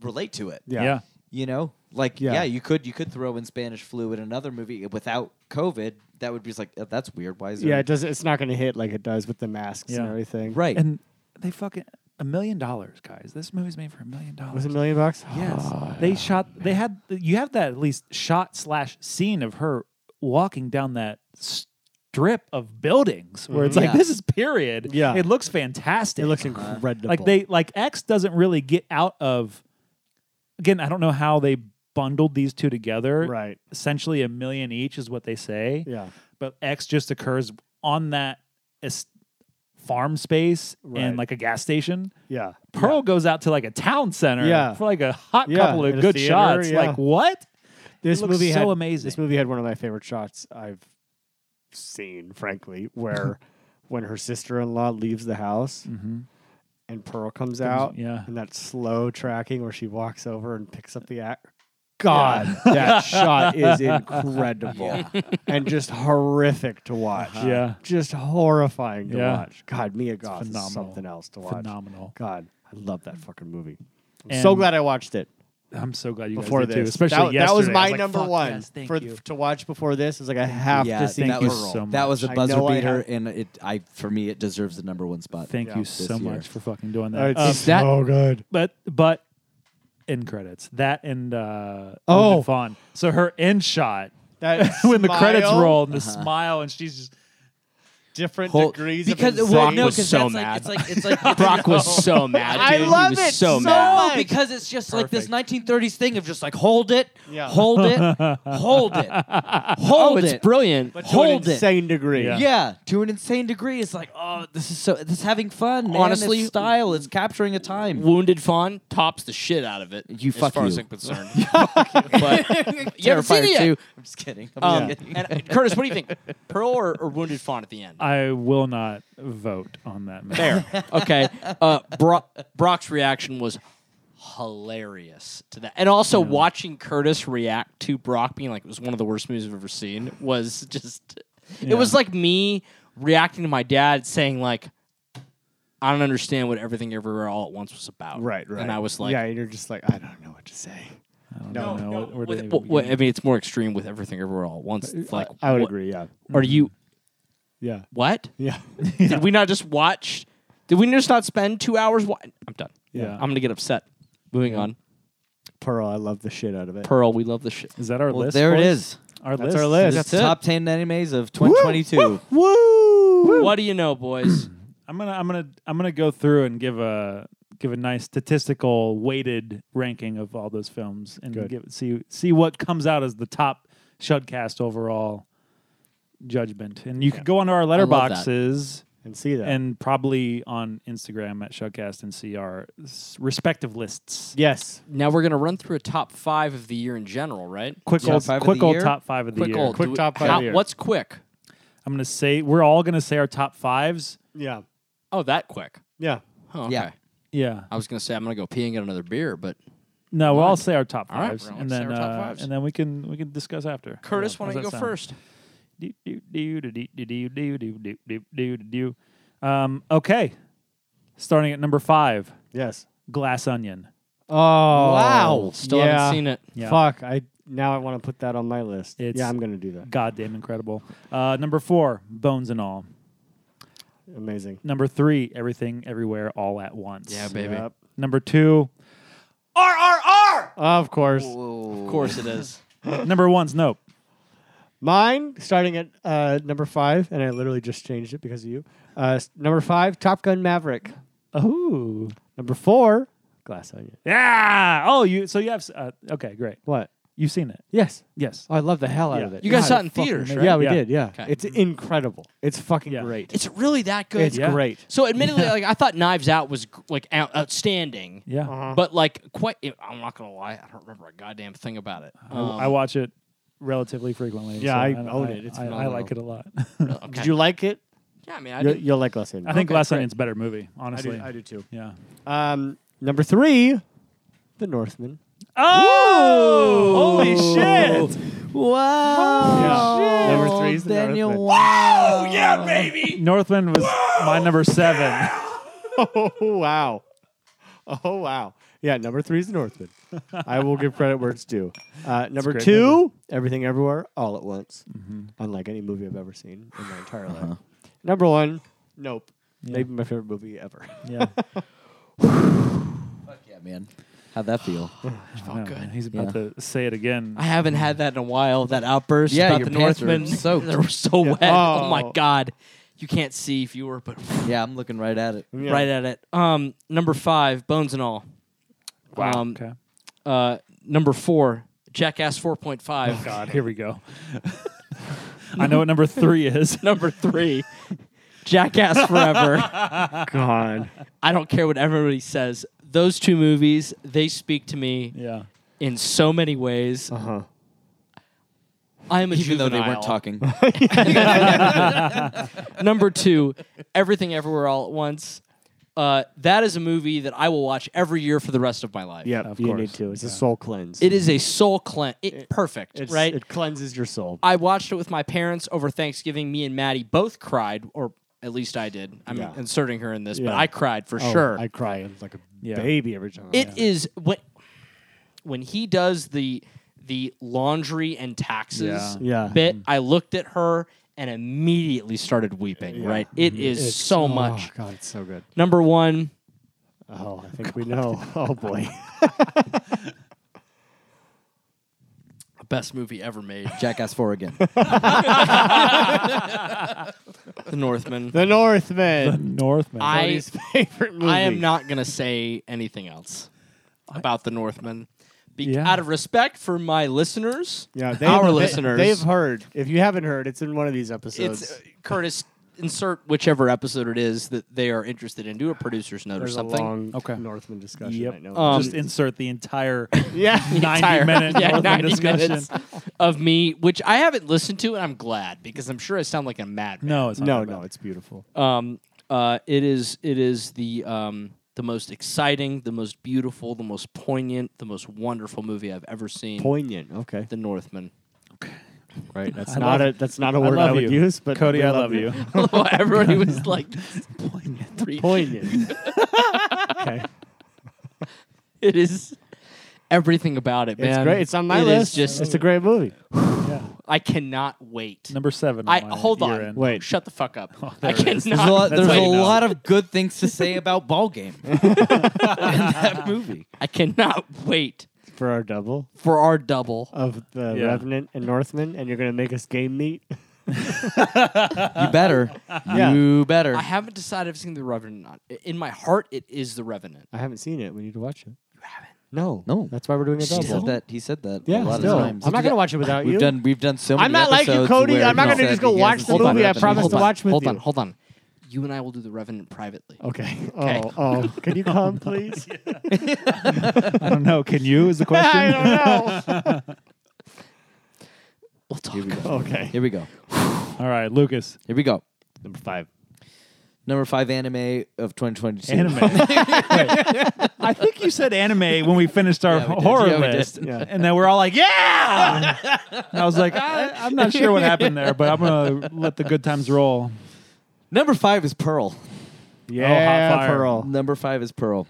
[SPEAKER 11] relate to it.
[SPEAKER 8] yeah.
[SPEAKER 5] Mm-hmm. Yeah.
[SPEAKER 11] You know, like yeah.
[SPEAKER 5] Yeah.
[SPEAKER 11] you could you could throw in Spanish flu in another movie without COVID. That would be just like "Oh, that's weird. Why is there
[SPEAKER 5] Yeah, it does. It's not going to hit like it does with the masks
[SPEAKER 8] Yeah.
[SPEAKER 5] and everything.
[SPEAKER 11] right?
[SPEAKER 8] and they fucking a million dollars, guys. This movie's made for a
[SPEAKER 5] Was
[SPEAKER 8] million dollars.
[SPEAKER 5] it a million bucks?
[SPEAKER 8] Yes, they shot. They had. You have that at least shot slash scene of her walking down that strip of buildings where it's like
[SPEAKER 11] Yeah.
[SPEAKER 8] this is period.
[SPEAKER 5] Mm-hmm. Yeah.
[SPEAKER 8] it looks fantastic.
[SPEAKER 5] It looks incredible.
[SPEAKER 8] like they like X doesn't really get out of. Again, I don't know how they bundled these two together.
[SPEAKER 5] Right.
[SPEAKER 8] essentially a million each is what they say.
[SPEAKER 5] Yeah.
[SPEAKER 8] but X just occurs on that. es- Farm space
[SPEAKER 5] Right.
[SPEAKER 8] and like a gas station.
[SPEAKER 5] Yeah.
[SPEAKER 8] Pearl goes out to like a town center
[SPEAKER 5] Yeah.
[SPEAKER 8] for like a hot
[SPEAKER 5] Yeah,
[SPEAKER 8] couple of
[SPEAKER 5] in a
[SPEAKER 8] good
[SPEAKER 5] theater,
[SPEAKER 8] shots.
[SPEAKER 5] yeah.
[SPEAKER 8] Like what?
[SPEAKER 5] This
[SPEAKER 8] looks
[SPEAKER 5] movie
[SPEAKER 8] so
[SPEAKER 5] had,
[SPEAKER 8] amazing.
[SPEAKER 5] This movie had one of my favorite shots I've seen, frankly,
[SPEAKER 8] [laughs]
[SPEAKER 5] where when her sister-in-law leaves the house and Pearl comes out,
[SPEAKER 8] Mm-hmm. yeah.
[SPEAKER 5] and that slow tracking where she walks over and picks up the act. God, that
[SPEAKER 8] [laughs]
[SPEAKER 5] shot is incredible and just horrific to watch.
[SPEAKER 8] Uh-huh. Yeah.
[SPEAKER 5] just horrifying to
[SPEAKER 8] Yeah.
[SPEAKER 5] watch. God, Mia Goth is
[SPEAKER 8] phenomenal.
[SPEAKER 5] something else to watch.
[SPEAKER 8] Phenomenal.
[SPEAKER 5] God, I love that fucking movie. I'm
[SPEAKER 8] And-
[SPEAKER 5] so glad I watched it
[SPEAKER 8] I'm so glad you
[SPEAKER 5] before
[SPEAKER 8] guys did
[SPEAKER 5] this.
[SPEAKER 8] too. Especially
[SPEAKER 5] that, that was
[SPEAKER 8] yesterday. I
[SPEAKER 5] my
[SPEAKER 8] like,
[SPEAKER 5] number
[SPEAKER 8] fuck
[SPEAKER 5] one
[SPEAKER 8] yes, thank
[SPEAKER 5] for
[SPEAKER 8] you.
[SPEAKER 5] to watch before this. I was like, I have
[SPEAKER 11] yeah,
[SPEAKER 5] to see.
[SPEAKER 11] that
[SPEAKER 8] you
[SPEAKER 11] was
[SPEAKER 8] so
[SPEAKER 11] that was a
[SPEAKER 5] much. I
[SPEAKER 11] buzzer
[SPEAKER 5] know I
[SPEAKER 11] beater,
[SPEAKER 5] have-
[SPEAKER 11] and it I for me it deserves the number one spot.
[SPEAKER 8] Thank
[SPEAKER 5] Yeah.
[SPEAKER 8] you
[SPEAKER 5] This
[SPEAKER 8] so
[SPEAKER 11] year.
[SPEAKER 8] much for fucking doing
[SPEAKER 5] Oh,
[SPEAKER 8] that.
[SPEAKER 5] it's
[SPEAKER 8] Um,
[SPEAKER 5] so good.
[SPEAKER 8] but but in credits that and uh,
[SPEAKER 5] Oh.
[SPEAKER 8] Fawn. So her end shot
[SPEAKER 5] [laughs] That
[SPEAKER 8] [laughs] when the credits
[SPEAKER 5] smile,
[SPEAKER 8] roll and the smile and she's just
[SPEAKER 5] different
[SPEAKER 11] Whole-
[SPEAKER 5] degrees
[SPEAKER 11] because
[SPEAKER 5] of
[SPEAKER 11] well,
[SPEAKER 7] Brock
[SPEAKER 11] no,
[SPEAKER 7] was
[SPEAKER 11] because
[SPEAKER 7] so
[SPEAKER 11] that's
[SPEAKER 7] mad.
[SPEAKER 11] like it's like it's
[SPEAKER 7] [laughs]
[SPEAKER 11] like
[SPEAKER 7] Brock was so mad.
[SPEAKER 5] I
[SPEAKER 7] dude.
[SPEAKER 5] love
[SPEAKER 7] he was
[SPEAKER 5] it
[SPEAKER 7] so
[SPEAKER 5] so
[SPEAKER 7] mad.
[SPEAKER 11] No,
[SPEAKER 5] much.
[SPEAKER 11] because it's just like
[SPEAKER 5] Perfect.
[SPEAKER 11] this 1930s thing of just like hold it,
[SPEAKER 5] Yeah.
[SPEAKER 11] hold
[SPEAKER 5] [laughs]
[SPEAKER 11] it, hold
[SPEAKER 7] [laughs]
[SPEAKER 11] it,
[SPEAKER 7] Oh,
[SPEAKER 11] hold
[SPEAKER 7] it's
[SPEAKER 11] it,
[SPEAKER 7] brilliant.
[SPEAKER 5] but
[SPEAKER 11] hold
[SPEAKER 5] to
[SPEAKER 11] it.
[SPEAKER 5] an insane degree.
[SPEAKER 8] Yeah.
[SPEAKER 11] Yeah, to an insane degree. It's like, oh, this is so. This is having fun. Man.
[SPEAKER 7] Honestly-
[SPEAKER 11] it's style. It's capturing a time.
[SPEAKER 7] Wounded Fawn tops the shit out of it.
[SPEAKER 11] You
[SPEAKER 7] as
[SPEAKER 11] fuck
[SPEAKER 7] far
[SPEAKER 11] you.
[SPEAKER 7] as I'm concerned. but you haven't seen it yet.
[SPEAKER 11] I'm just kidding.
[SPEAKER 7] Um,
[SPEAKER 11] [laughs]
[SPEAKER 7] and Curtis, what do you think? Pearl or, or Wounded Fawn at the end?
[SPEAKER 8] I will not vote on that. Movie. There.
[SPEAKER 7] [laughs] Okay. Uh, Bro- Brock's reaction was hilarious to that. And also watching Curtis react to Brock being like, it was one of the worst movies I've ever seen was just, it was like me reacting to my dad saying, like, I don't understand what everything everywhere all at once was about.
[SPEAKER 5] Right, right.
[SPEAKER 7] And I was like,
[SPEAKER 5] yeah, and you're just like, I don't know what to say.
[SPEAKER 8] no, no. what- where did
[SPEAKER 7] With-
[SPEAKER 8] it
[SPEAKER 7] well,
[SPEAKER 8] even
[SPEAKER 7] well, I
[SPEAKER 8] begin?
[SPEAKER 7] mean, it's more extreme with everything everywhere all at once. It's like,
[SPEAKER 5] Uh, I would
[SPEAKER 7] what-
[SPEAKER 5] agree. Yeah,
[SPEAKER 7] Are you
[SPEAKER 5] yeah,
[SPEAKER 7] what?
[SPEAKER 5] [laughs] yeah.
[SPEAKER 7] Did we not just watch? Did we just not spend two hours? Wa- I'm done.
[SPEAKER 8] Yeah.
[SPEAKER 7] I'm gonna get upset. Moving on.
[SPEAKER 5] Pearl, I love the shit out of it.
[SPEAKER 7] Pearl, we love the shit.
[SPEAKER 8] Is that our
[SPEAKER 11] well,
[SPEAKER 8] list?
[SPEAKER 11] there it
[SPEAKER 8] boys?
[SPEAKER 11] is.
[SPEAKER 8] Our
[SPEAKER 5] That's
[SPEAKER 8] list.
[SPEAKER 5] our list.
[SPEAKER 11] That's top ten animes of 2022.
[SPEAKER 5] Woo!
[SPEAKER 7] What do you know, boys? [clears throat]
[SPEAKER 8] I'm gonna I'm gonna I'm gonna go through and give a give a nice statistical weighted ranking of all those films and
[SPEAKER 5] Good.
[SPEAKER 8] give, see see what comes out as the top Shudcast overall judgment. And you could go onto our
[SPEAKER 7] love that.
[SPEAKER 8] letterboxes
[SPEAKER 5] And see that.
[SPEAKER 8] and probably on Instagram at Shudcast and see our s- respective lists.
[SPEAKER 5] yes,
[SPEAKER 7] now we're gonna run through a top five of the year in general, right?
[SPEAKER 8] Quick
[SPEAKER 11] Top
[SPEAKER 8] old
[SPEAKER 11] five of
[SPEAKER 8] quick
[SPEAKER 11] the
[SPEAKER 8] old
[SPEAKER 11] year?
[SPEAKER 8] top five of the
[SPEAKER 7] Quick
[SPEAKER 8] year.
[SPEAKER 7] old.
[SPEAKER 5] Quick
[SPEAKER 7] do we-
[SPEAKER 5] top five
[SPEAKER 7] how-
[SPEAKER 5] of the year.
[SPEAKER 7] What's quick?
[SPEAKER 8] I'm gonna say we're all gonna say our top fives.
[SPEAKER 5] yeah,
[SPEAKER 7] Oh, that quick.
[SPEAKER 5] yeah.
[SPEAKER 7] Oh, okay.
[SPEAKER 11] Yeah.
[SPEAKER 8] Yeah.
[SPEAKER 7] I was gonna say I'm gonna go pee and get another beer, but
[SPEAKER 8] No, we'll all say our top
[SPEAKER 7] All right,
[SPEAKER 8] fives,
[SPEAKER 7] we're all
[SPEAKER 8] and
[SPEAKER 7] gonna say our
[SPEAKER 8] then
[SPEAKER 7] top
[SPEAKER 8] uh,
[SPEAKER 7] fives.
[SPEAKER 8] and then we can we can discuss after.
[SPEAKER 7] Curtis,
[SPEAKER 8] How
[SPEAKER 7] why
[SPEAKER 8] does
[SPEAKER 7] don't you
[SPEAKER 8] that
[SPEAKER 7] go
[SPEAKER 8] sound?
[SPEAKER 7] first?
[SPEAKER 8] do do do do do do do do do do do do do. Um, okay, starting at number five,
[SPEAKER 5] Yes.
[SPEAKER 8] Glass Onion.
[SPEAKER 5] Oh wow!
[SPEAKER 7] Still haven't seen it.
[SPEAKER 8] Yeah.
[SPEAKER 5] Fuck! I now I want to put that on my list.
[SPEAKER 8] It's-
[SPEAKER 5] yeah, I'm gonna do that.
[SPEAKER 8] Goddamn incredible. Uh, number four, Bones and All.
[SPEAKER 5] Amazing.
[SPEAKER 8] Number three, Everything Everywhere All at Once.
[SPEAKER 7] Yeah, baby.
[SPEAKER 5] Yep.
[SPEAKER 8] Number two,
[SPEAKER 5] Of course.
[SPEAKER 7] Of course it is.
[SPEAKER 8] number one's Nope.
[SPEAKER 5] Mine, starting at uh, number five, and I literally just changed it because of you. Uh, s- number five, Top Gun Maverick.
[SPEAKER 8] Oh,
[SPEAKER 5] Number four, Glass Onion.
[SPEAKER 8] yeah. Oh, you. So you have. s- Uh, okay, great.
[SPEAKER 5] What?
[SPEAKER 8] You've seen it.
[SPEAKER 5] Yes.
[SPEAKER 8] Yes.
[SPEAKER 5] Oh, I love the hell out
[SPEAKER 8] Yeah.
[SPEAKER 5] of it.
[SPEAKER 7] You guys
[SPEAKER 5] God,
[SPEAKER 7] saw it in
[SPEAKER 5] it's fucking
[SPEAKER 7] theaters,
[SPEAKER 5] amazing.
[SPEAKER 7] right?
[SPEAKER 5] Yeah, we
[SPEAKER 8] Yeah.
[SPEAKER 5] did. Yeah.
[SPEAKER 7] Okay.
[SPEAKER 5] It's incredible. It's fucking
[SPEAKER 8] Yeah.
[SPEAKER 5] great.
[SPEAKER 7] It's really that good.
[SPEAKER 5] It's
[SPEAKER 8] Yeah.
[SPEAKER 5] great.
[SPEAKER 7] So admittedly, like I thought Knives Out was gr- like out- outstanding.
[SPEAKER 8] Yeah.
[SPEAKER 7] But like, quite. eh, I'm not gonna lie. I don't remember a goddamn thing about it.
[SPEAKER 8] I- I watch it relatively frequently.
[SPEAKER 5] Um, Yeah,
[SPEAKER 8] so
[SPEAKER 5] I
[SPEAKER 8] don't-
[SPEAKER 5] own it. It's
[SPEAKER 8] I, I
[SPEAKER 5] phenomenal.
[SPEAKER 8] like it a lot. [laughs]
[SPEAKER 7] Uh, okay.
[SPEAKER 5] Did you like it?
[SPEAKER 7] Yeah, I mean, I
[SPEAKER 5] You'll,
[SPEAKER 7] didn't-
[SPEAKER 5] you'll like Glass Onion.
[SPEAKER 8] I think
[SPEAKER 7] Okay,
[SPEAKER 8] Glass
[SPEAKER 7] great.
[SPEAKER 8] Onion's a better movie,
[SPEAKER 5] I
[SPEAKER 8] honestly.
[SPEAKER 5] do, I do too.
[SPEAKER 8] Yeah.
[SPEAKER 5] Um, number three, The Northman.
[SPEAKER 8] Oh! Holy shit!
[SPEAKER 6] Wow.
[SPEAKER 5] Number three is The
[SPEAKER 6] Daniel
[SPEAKER 5] Northman.
[SPEAKER 6] Wow.
[SPEAKER 3] Yeah, baby.
[SPEAKER 8] Northman was my number
[SPEAKER 5] [laughs]
[SPEAKER 8] seven.
[SPEAKER 7] [laughs]
[SPEAKER 5] Oh wow. Oh wow. Yeah, number three is the Northman. I will give credit where it's due. Uh, number
[SPEAKER 8] great
[SPEAKER 5] two, Everything Everywhere All at Once,
[SPEAKER 7] Mm-hmm.
[SPEAKER 5] unlike any movie I've ever seen in my entire
[SPEAKER 7] Uh-huh.
[SPEAKER 5] life. Number one, Nope. Maybe my favorite
[SPEAKER 7] [laughs]
[SPEAKER 5] movie ever.
[SPEAKER 8] Yeah.
[SPEAKER 6] Fuck yeah, man. How'd that feel?
[SPEAKER 8] Oh, man, He's
[SPEAKER 6] Yeah.
[SPEAKER 8] about to say it again.
[SPEAKER 7] I haven't had that in a while. That outburst
[SPEAKER 6] Yeah,
[SPEAKER 7] about
[SPEAKER 6] your
[SPEAKER 7] the [laughs]
[SPEAKER 6] pants were
[SPEAKER 7] Northmen.
[SPEAKER 6] soaked.
[SPEAKER 7] they were so wet. Oh. my
[SPEAKER 5] Oh.
[SPEAKER 7] god, you can't see if you were, but
[SPEAKER 6] yeah, I'm looking right at it.
[SPEAKER 7] right at it. Um, number five, bones and all. Wow. Um,
[SPEAKER 8] okay.
[SPEAKER 7] uh, number four, Jackass four point five.
[SPEAKER 8] Oh, God, here
[SPEAKER 5] [laughs]
[SPEAKER 8] we go. I know what number three is.
[SPEAKER 7] number three, Jackass Forever. [laughs]
[SPEAKER 5] God.
[SPEAKER 7] I don't care what everybody says. Those two movies, they speak to me
[SPEAKER 8] Yeah.
[SPEAKER 7] in so many ways.
[SPEAKER 5] Uh huh.
[SPEAKER 7] I am a
[SPEAKER 6] Even though they
[SPEAKER 7] juvenile.
[SPEAKER 6] weren't talking.
[SPEAKER 5] [laughs]
[SPEAKER 7] Number two, Everything Everywhere All at Once. Uh, that is a movie that I will watch every year for the rest of my life.
[SPEAKER 5] Yeah,
[SPEAKER 8] Of
[SPEAKER 5] you need
[SPEAKER 8] course.
[SPEAKER 5] to. It's a soul cleanse.
[SPEAKER 7] It is a soul cleanse. It, perfect,
[SPEAKER 5] It's-
[SPEAKER 7] right?
[SPEAKER 5] It cleanses your soul.
[SPEAKER 7] I watched it with my parents over Thanksgiving. Me and Maddie both cried, or at least I did. I'm
[SPEAKER 5] Yeah.
[SPEAKER 7] inserting her in this, but
[SPEAKER 5] Yeah.
[SPEAKER 7] I cried for
[SPEAKER 5] Oh,
[SPEAKER 7] sure.
[SPEAKER 5] I cry I'm like a
[SPEAKER 8] Yeah.
[SPEAKER 5] baby every time.
[SPEAKER 7] It is when when he does the the laundry and taxes
[SPEAKER 5] Yeah. Mm. Yeah.
[SPEAKER 7] bit. I looked at her and immediately started weeping. Right, It is
[SPEAKER 5] It's-
[SPEAKER 7] so
[SPEAKER 5] oh,
[SPEAKER 7] much.
[SPEAKER 5] God, it's so good.
[SPEAKER 7] Number one,
[SPEAKER 5] Oh, I think
[SPEAKER 7] [laughs]
[SPEAKER 5] we know. Oh boy. [laughs]
[SPEAKER 7] best movie ever
[SPEAKER 5] [laughs]
[SPEAKER 7] made,
[SPEAKER 6] Jackass 4 again.
[SPEAKER 7] The Northman.
[SPEAKER 5] the Northman.
[SPEAKER 8] Northman.
[SPEAKER 7] I
[SPEAKER 5] Cody's favorite movie.
[SPEAKER 7] I am not gonna say anything else about The Northman. Be-
[SPEAKER 8] Yeah.
[SPEAKER 7] Out of respect for my listeners,
[SPEAKER 5] Yeah, they,
[SPEAKER 7] our
[SPEAKER 5] they-
[SPEAKER 7] listeners,
[SPEAKER 5] They've heard. If you haven't heard, it's in one of these episodes.
[SPEAKER 7] it's uh, Curtis. Insert whichever episode it is that they are interested in. Do a producer's note
[SPEAKER 5] There's
[SPEAKER 7] or something.
[SPEAKER 5] a long
[SPEAKER 8] Okay.
[SPEAKER 5] Northman discussion. I
[SPEAKER 8] yep.
[SPEAKER 5] know.
[SPEAKER 7] Um,
[SPEAKER 8] Just insert the entire
[SPEAKER 5] [laughs] yeah,
[SPEAKER 8] 90
[SPEAKER 7] entire-
[SPEAKER 8] minute
[SPEAKER 7] [laughs] yeah,
[SPEAKER 8] Northman
[SPEAKER 7] 90
[SPEAKER 8] discussion.
[SPEAKER 7] minutes of me, which I haven't listened to, and I'm glad because I'm sure I sound like a madman.
[SPEAKER 8] No, it's
[SPEAKER 5] [laughs]
[SPEAKER 8] not
[SPEAKER 5] no,
[SPEAKER 8] that
[SPEAKER 5] no,
[SPEAKER 8] bad.
[SPEAKER 5] it's beautiful.
[SPEAKER 7] Um, uh, it is it is the um, the most exciting, the most beautiful, the most poignant, the most wonderful movie I've ever seen.
[SPEAKER 5] Poignant. Okay,
[SPEAKER 7] the Northman.
[SPEAKER 5] [laughs]
[SPEAKER 7] [laughs]
[SPEAKER 5] right. That's
[SPEAKER 8] I
[SPEAKER 5] not
[SPEAKER 8] love-
[SPEAKER 5] a that's not a word I,
[SPEAKER 8] love
[SPEAKER 5] would
[SPEAKER 8] you.
[SPEAKER 5] use, but
[SPEAKER 8] Cody,
[SPEAKER 5] we
[SPEAKER 8] I love you.
[SPEAKER 5] [laughs]
[SPEAKER 7] Everybody was like, three.
[SPEAKER 5] Poignant. okay,
[SPEAKER 7] [laughs] It is everything about it, man.
[SPEAKER 5] it's great. It's on my
[SPEAKER 7] It is
[SPEAKER 5] list.
[SPEAKER 7] just
[SPEAKER 5] it's a great movie.
[SPEAKER 7] I cannot wait.
[SPEAKER 8] Number seven.
[SPEAKER 7] I
[SPEAKER 8] on my
[SPEAKER 7] hold on.
[SPEAKER 8] year-end.
[SPEAKER 5] Wait.
[SPEAKER 7] Shut the fuck up. I
[SPEAKER 5] Oh,
[SPEAKER 8] there it is.
[SPEAKER 7] cannot.
[SPEAKER 6] There's a lot,
[SPEAKER 8] That's
[SPEAKER 6] there's a
[SPEAKER 8] how you know.
[SPEAKER 6] lot of good things to say about ball
[SPEAKER 8] [laughs]
[SPEAKER 6] game. and that movie.
[SPEAKER 7] [laughs] I cannot wait
[SPEAKER 5] [laughs] For our double
[SPEAKER 7] for our double.
[SPEAKER 5] of the
[SPEAKER 8] Yeah.
[SPEAKER 5] Revenant and Northman, and you're gonna make us game meat.
[SPEAKER 6] You better. [laughs]
[SPEAKER 5] Yeah.
[SPEAKER 6] You better.
[SPEAKER 7] I haven't decided if it's going to be The Revenant or not. I- In my heart, it is The Revenant.
[SPEAKER 5] I haven't seen it. We need to watch it. You haven't? No,
[SPEAKER 6] No.
[SPEAKER 5] That's why we're doing a
[SPEAKER 6] He
[SPEAKER 5] double.
[SPEAKER 6] said that. He said that
[SPEAKER 5] Yeah,
[SPEAKER 6] a lot
[SPEAKER 5] still.
[SPEAKER 6] of times.
[SPEAKER 5] I'm not gonna watch it without
[SPEAKER 6] We've
[SPEAKER 5] you.
[SPEAKER 6] done. We've done so many.
[SPEAKER 5] I'm not like you,
[SPEAKER 6] episodes
[SPEAKER 5] Cody.
[SPEAKER 6] where
[SPEAKER 5] I'm not
[SPEAKER 6] he
[SPEAKER 5] gonna
[SPEAKER 6] said
[SPEAKER 5] just
[SPEAKER 6] he
[SPEAKER 5] go watch
[SPEAKER 6] hasn't seen
[SPEAKER 5] the
[SPEAKER 6] the
[SPEAKER 5] movie. I
[SPEAKER 6] Revenant.
[SPEAKER 5] promise to
[SPEAKER 7] on,
[SPEAKER 5] watch with
[SPEAKER 7] hold
[SPEAKER 5] you.
[SPEAKER 7] on, hold on. You and I will do The Revenant privately.
[SPEAKER 5] Okay. [laughs] Oh, oh, can
[SPEAKER 8] [laughs]
[SPEAKER 5] you come, please?
[SPEAKER 8] Oh, I don't know. Can you is the question.
[SPEAKER 5] I don't know.
[SPEAKER 7] We'll talk.
[SPEAKER 5] okay.
[SPEAKER 6] Here we go.
[SPEAKER 8] All right, Lucas.
[SPEAKER 6] Here we go.
[SPEAKER 5] Number five.
[SPEAKER 6] Number five anime of 2022.
[SPEAKER 8] Anime.
[SPEAKER 5] [laughs]
[SPEAKER 8] Wait. I think you said anime when we finished our
[SPEAKER 6] Yeah, we did.
[SPEAKER 8] horror
[SPEAKER 6] Yeah, we did.
[SPEAKER 8] list,
[SPEAKER 5] Yeah.
[SPEAKER 8] and then we're all like, "Yeah!" and I was like, I, "I'm not sure what happened there, but I'm gonna let the good times roll."
[SPEAKER 6] Number five is Pearl.
[SPEAKER 5] Yeah,
[SPEAKER 8] fire.
[SPEAKER 5] Pearl. Ah,
[SPEAKER 6] Number five is Pearl.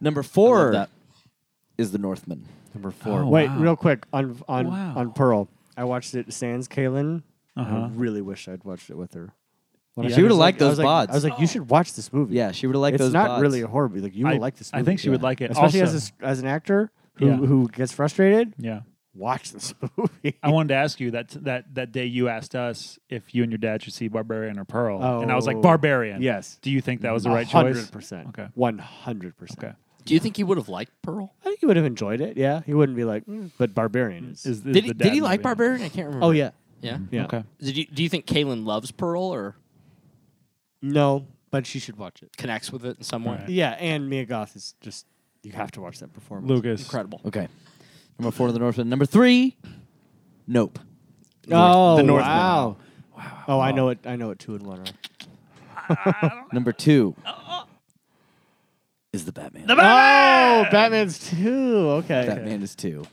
[SPEAKER 6] Number four is the Northman.
[SPEAKER 5] Number four.
[SPEAKER 8] Oh,
[SPEAKER 5] Wait,
[SPEAKER 8] wow.
[SPEAKER 5] real quick on on
[SPEAKER 8] Wow.
[SPEAKER 5] on Pearl. I watched it sans Kaylin.
[SPEAKER 8] Uh-huh.
[SPEAKER 5] I really wish I'd watched it with her. When I
[SPEAKER 6] She
[SPEAKER 5] said
[SPEAKER 6] would've
[SPEAKER 5] this,
[SPEAKER 6] liked
[SPEAKER 5] I was
[SPEAKER 6] those
[SPEAKER 5] like-
[SPEAKER 6] bods.
[SPEAKER 5] I was like, you should watch this movie.
[SPEAKER 6] Yeah, she would have liked
[SPEAKER 5] it's
[SPEAKER 6] those.
[SPEAKER 5] not
[SPEAKER 6] bots.
[SPEAKER 5] really a horror movie. Like you
[SPEAKER 8] I-
[SPEAKER 5] will like this.
[SPEAKER 8] I
[SPEAKER 5] movie.
[SPEAKER 8] think she would like it.
[SPEAKER 5] especially
[SPEAKER 8] Also-
[SPEAKER 5] as a, as an actor who
[SPEAKER 8] Yeah.
[SPEAKER 5] who gets frustrated.
[SPEAKER 8] Yeah,
[SPEAKER 5] Watch this [laughs] movie.
[SPEAKER 8] I wanted to ask you that that that day you asked us if you and your dad should see Barbarian or Pearl, and I was like,
[SPEAKER 5] Oh.
[SPEAKER 8] "Barbarian."
[SPEAKER 5] Yes.
[SPEAKER 8] Do you think that was the right choice?
[SPEAKER 5] Hundred percent.
[SPEAKER 8] Okay.
[SPEAKER 5] One hundred percent.
[SPEAKER 8] Okay.
[SPEAKER 7] Do you think he would have liked Pearl?
[SPEAKER 5] I think he would have enjoyed it. Yeah, he wouldn't be like, "Mm," but Barbarian is.
[SPEAKER 8] Is, is
[SPEAKER 7] Did
[SPEAKER 8] the
[SPEAKER 7] he,
[SPEAKER 8] dad
[SPEAKER 7] did he like
[SPEAKER 8] movie.
[SPEAKER 7] Barbarian? I can't remember.
[SPEAKER 5] oh yeah,
[SPEAKER 7] Yeah.
[SPEAKER 5] yeah.
[SPEAKER 8] Okay.
[SPEAKER 7] Did you, do you think Kaylin loves Pearl or
[SPEAKER 5] No, but she should watch it.
[SPEAKER 7] connects with it in some way?
[SPEAKER 8] Alright.
[SPEAKER 5] Yeah, and Mia Goth is just. You have to watch that performance.
[SPEAKER 8] Lucas.
[SPEAKER 7] Incredible.
[SPEAKER 6] Okay. Number four, The Northman. Number three, Nope.
[SPEAKER 5] Oh
[SPEAKER 7] The Northman.
[SPEAKER 5] wow! Oh, I know it. I know it. Two and one are.
[SPEAKER 6] Number two is the Batman. The
[SPEAKER 8] Ah!
[SPEAKER 5] Oh, Batman's two. Okay.
[SPEAKER 6] Batman is two.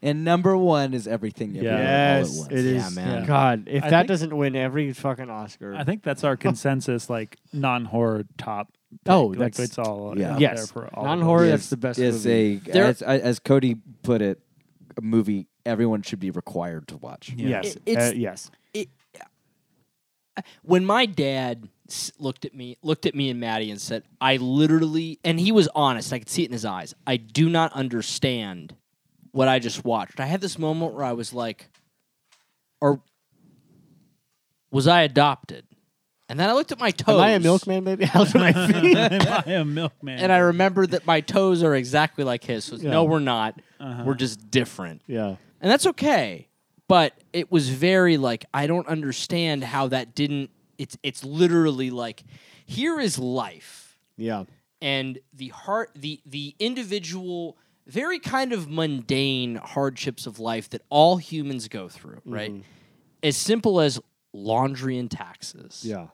[SPEAKER 6] And number one is everything
[SPEAKER 8] Yeah.
[SPEAKER 6] everywhere all at
[SPEAKER 5] Yes,
[SPEAKER 6] once.
[SPEAKER 5] it is.
[SPEAKER 8] man.
[SPEAKER 5] God, if
[SPEAKER 8] I
[SPEAKER 5] that
[SPEAKER 8] think-
[SPEAKER 5] doesn't win every fucking Oscar, uh,
[SPEAKER 8] I
[SPEAKER 5] [laughs]
[SPEAKER 8] think that's our consensus, like non horror top. pick.
[SPEAKER 5] Oh,
[SPEAKER 8] Like,
[SPEAKER 5] that's-
[SPEAKER 8] it's all
[SPEAKER 6] yeah.
[SPEAKER 8] out
[SPEAKER 5] yes,
[SPEAKER 8] there for all of us.
[SPEAKER 5] non-horror. That's
[SPEAKER 6] Is-
[SPEAKER 5] the best.
[SPEAKER 6] Is
[SPEAKER 5] movie.
[SPEAKER 6] a as, as Cody put it, a movie everyone should be required to watch.
[SPEAKER 5] yes,
[SPEAKER 8] [laughs]
[SPEAKER 7] It- it's-
[SPEAKER 5] uh, yes.
[SPEAKER 7] when my dad s- looked at me looked at me and Maddie and said, "I literally," and he was honest. I could see it in his eyes. I do not understand what I just watched. I had this moment where I was like, "Or was I adopted?" And then I looked at my toes.
[SPEAKER 5] Am I a milkman? Maybe [laughs] out of
[SPEAKER 8] [laughs]
[SPEAKER 5] my feet.
[SPEAKER 8] I am milkman.
[SPEAKER 7] And I remembered that my toes are exactly like his. So it's, no, we're not.
[SPEAKER 5] Uh-huh.
[SPEAKER 7] We're just different.
[SPEAKER 5] yeah.
[SPEAKER 7] And that's okay. But it was very like I don't understand how that didn't it's it's literally like here is life
[SPEAKER 5] Yeah.
[SPEAKER 7] and the heart the the individual very kind of mundane hardships of life that all humans go through, right? As simple as laundry and taxes
[SPEAKER 5] Yeah.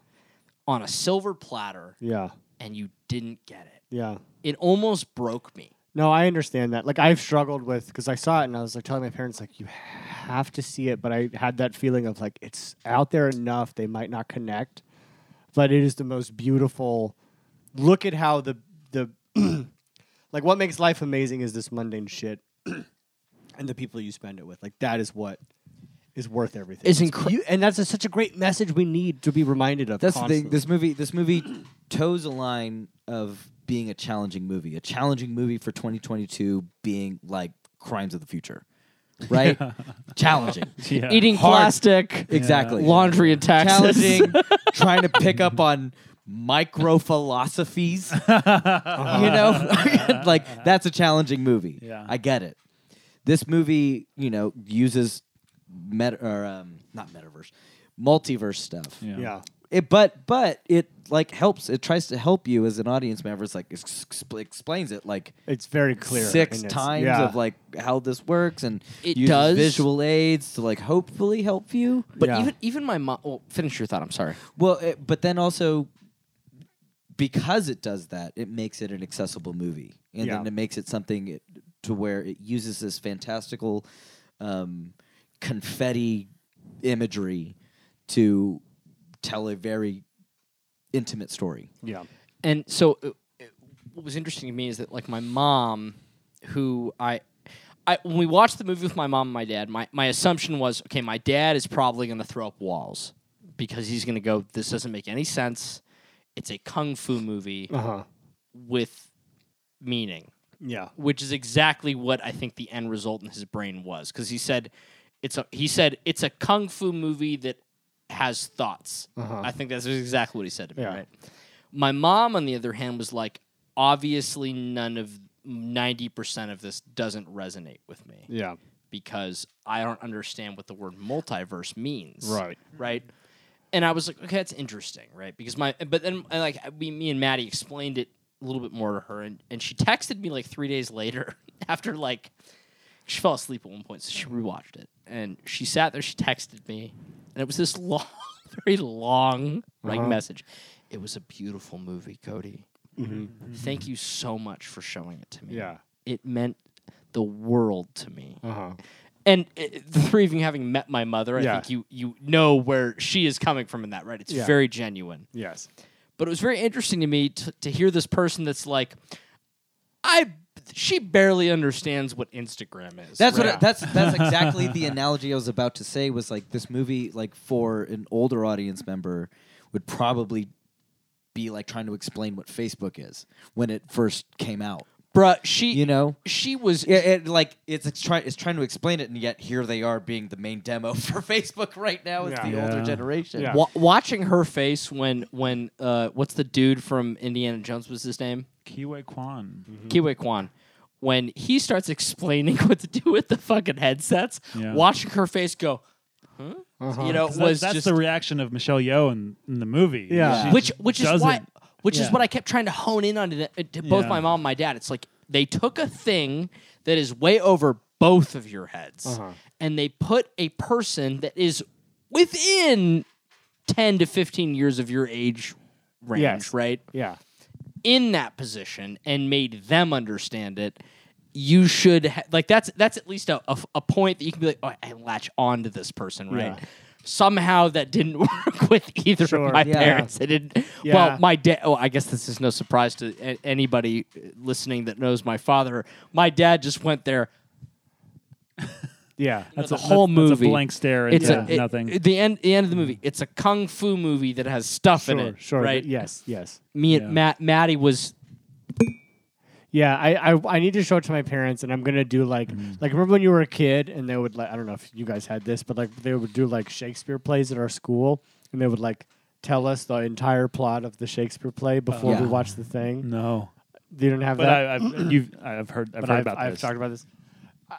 [SPEAKER 7] on a silver platter
[SPEAKER 5] Yeah.
[SPEAKER 7] and you didn't get it.
[SPEAKER 5] Yeah.
[SPEAKER 7] It almost broke me.
[SPEAKER 5] No, I understand that. Like I've struggled with because I saw it and I was like telling my parents like you have to see it, but I had that feeling of like it's out there enough they might not connect, but it is the most beautiful. Look at how the the [clears throat] like what makes life amazing is this mundane shit [clears throat] and the people you spend it with. Like that is what is worth everything.
[SPEAKER 7] It's incre-
[SPEAKER 5] incredible, and that's a, such a great message we need to be reminded of.
[SPEAKER 6] That's the
[SPEAKER 5] constantly.
[SPEAKER 6] thing. This movie, this movie, toes a line of being a challenging movie, a challenging movie for 2022, being like Crimes of the Future, right?
[SPEAKER 5] [laughs]
[SPEAKER 6] challenging,
[SPEAKER 8] Yeah.
[SPEAKER 7] Eating
[SPEAKER 6] Hard-
[SPEAKER 7] plastic,
[SPEAKER 6] exactly.
[SPEAKER 7] laundry and taxes. [laughs]
[SPEAKER 6] challenging, trying to pick up on micro philosophies. You know, [laughs] like that's a challenging movie.
[SPEAKER 8] Yeah.
[SPEAKER 6] I get it. This movie, you know, uses meta or um, not metaverse, multiverse stuff.
[SPEAKER 8] Yeah.
[SPEAKER 5] yeah.
[SPEAKER 6] It, but but it like helps. It tries to help you as an audience member. It's like it expl- explains it like
[SPEAKER 5] It's very clear.
[SPEAKER 6] six
[SPEAKER 5] in its-
[SPEAKER 6] times
[SPEAKER 5] yeah.
[SPEAKER 6] of like how this works and
[SPEAKER 7] It
[SPEAKER 6] uses
[SPEAKER 7] does.
[SPEAKER 6] visual aids to like hopefully help you.
[SPEAKER 7] But
[SPEAKER 5] Yeah.
[SPEAKER 7] even even my mom. Well, finish your thought. I'm sorry.
[SPEAKER 6] Well, it, but then also because it does that, it makes it an accessible movie, and
[SPEAKER 5] Yeah.
[SPEAKER 6] then it makes it something it- to where it uses this fantastical um, confetti imagery to tell a very intimate story.
[SPEAKER 5] yeah.
[SPEAKER 7] And so, uh, uh, what was interesting to me is that like my mom, who I. I, when we watched the movie with my mom and my dad, my, my assumption was okay, my dad is probably going to throw up walls because he's going to go, this doesn't make any sense. It's a kung fu movie
[SPEAKER 5] Uh huh.
[SPEAKER 7] with meaning.
[SPEAKER 5] Yeah.
[SPEAKER 7] which is exactly what I think the end result in his brain was because he said it's a he said it's a kung fu movie that has thoughts. I think that's exactly what he said to me.
[SPEAKER 5] Uh-huh. Yeah.
[SPEAKER 7] Right. My mom, on the other hand, was like, obviously, none of ninety percent of this doesn't resonate with me
[SPEAKER 5] Yeah.
[SPEAKER 7] because I don't understand what the word multiverse means.
[SPEAKER 5] Right.
[SPEAKER 7] Right. And I was like, okay, that's interesting, right? Because my, but then I, like we, me and Maddie explained it a little bit more to her, and, and she texted me like three days later [laughs] after like she fell asleep at one point, so she rewatched it, and she sat there, she texted me, and it was this [laughs] long, very long like message. It was a beautiful movie, Cody. Thank you so much for showing it to me.
[SPEAKER 5] Yeah.
[SPEAKER 7] it meant the world to me
[SPEAKER 5] Uh huh.
[SPEAKER 7] and uh, the three of you having met my mother, I
[SPEAKER 5] Yeah.
[SPEAKER 7] think you you know where she is coming from in that, right? It's
[SPEAKER 5] Yeah.
[SPEAKER 7] very genuine.
[SPEAKER 5] Yes.
[SPEAKER 7] But it was very interesting to me to, to hear this person that's like, I she barely understands what Instagram is.
[SPEAKER 6] That's what. I,
[SPEAKER 5] Right.
[SPEAKER 6] that's
[SPEAKER 7] [laughs]
[SPEAKER 6] that's exactly the analogy I was about to say. Was like this movie, like for an older audience member, would probably be like trying to explain what Facebook is when it first came out.
[SPEAKER 7] bruh. She
[SPEAKER 6] You know,
[SPEAKER 7] she was
[SPEAKER 6] it, it, like it's ex- try, it's trying to explain it, and yet here they are being the main demo [laughs] for Facebook right now. It's
[SPEAKER 5] Yeah.
[SPEAKER 6] the
[SPEAKER 8] Yeah.
[SPEAKER 6] older generation.
[SPEAKER 5] Yeah.
[SPEAKER 7] wa- watching her face when when uh what's the dude from Indiana Jones was his name
[SPEAKER 8] Kiwi Kwan.
[SPEAKER 7] Kiwi Kwan. When he starts explaining [laughs] what to do with the fucking headsets,
[SPEAKER 8] Yeah.
[SPEAKER 7] watching her face go, huh? You know,
[SPEAKER 8] 'Cause
[SPEAKER 7] was
[SPEAKER 8] that- that's
[SPEAKER 7] just
[SPEAKER 8] the reaction of Michelle Yeoh in, in the movie.
[SPEAKER 5] Yeah.
[SPEAKER 6] Yeah.
[SPEAKER 7] which which is why
[SPEAKER 8] doesn't-
[SPEAKER 7] which is
[SPEAKER 8] yeah.
[SPEAKER 7] what I kept trying to hone in on to, the- to both
[SPEAKER 8] Yeah.
[SPEAKER 7] my mom and my dad. It's like they took a thing that is way over
[SPEAKER 5] Uh-huh.
[SPEAKER 7] both of your heads, and they put a person that is within 10 to 15 years of your age range,
[SPEAKER 5] Yes.
[SPEAKER 7] right?
[SPEAKER 5] Yeah.
[SPEAKER 7] in that position and made them understand it, you should ha- like that's that's at least a, a, f- a point that you can be like, oh, I latch on to this person, right? Somehow that didn't [laughs] work with either of my
[SPEAKER 11] Yeah.
[SPEAKER 7] parents. It didn't.
[SPEAKER 5] Yeah.
[SPEAKER 7] Well, my dad. Oh, I guess this is no surprise to a- anybody listening that knows my father. My dad just went there.
[SPEAKER 5] Yeah.
[SPEAKER 7] That's
[SPEAKER 8] a-
[SPEAKER 7] the whole
[SPEAKER 8] that's-
[SPEAKER 7] movie.
[SPEAKER 8] That's a blank stare. And
[SPEAKER 7] It's
[SPEAKER 8] yeah,
[SPEAKER 7] a, it-
[SPEAKER 8] nothing.
[SPEAKER 7] The end. The end of the movie. It's a kung fu movie that has stuff in
[SPEAKER 5] Sure.
[SPEAKER 7] it.
[SPEAKER 5] Sure.
[SPEAKER 7] Right.
[SPEAKER 5] Yes. Yes.
[SPEAKER 7] Me and
[SPEAKER 8] Yeah.
[SPEAKER 7] Matt. Maddie was
[SPEAKER 5] Yeah, I, I I need to show it to my parents, and I'm gonna do like like remember when you were a kid, and they would like I don't know if you guys had this, but like they would do like Shakespeare plays at our school, and they would like tell us the entire plot of the Shakespeare play before we
[SPEAKER 11] Yeah.
[SPEAKER 5] watched the thing.
[SPEAKER 8] no.
[SPEAKER 5] You didn't have
[SPEAKER 8] Mm. But
[SPEAKER 5] that.
[SPEAKER 8] I, I've you've I've heard I've
[SPEAKER 5] but
[SPEAKER 8] heard
[SPEAKER 5] I've,
[SPEAKER 8] about
[SPEAKER 5] I've
[SPEAKER 8] this.
[SPEAKER 5] talked about this. I-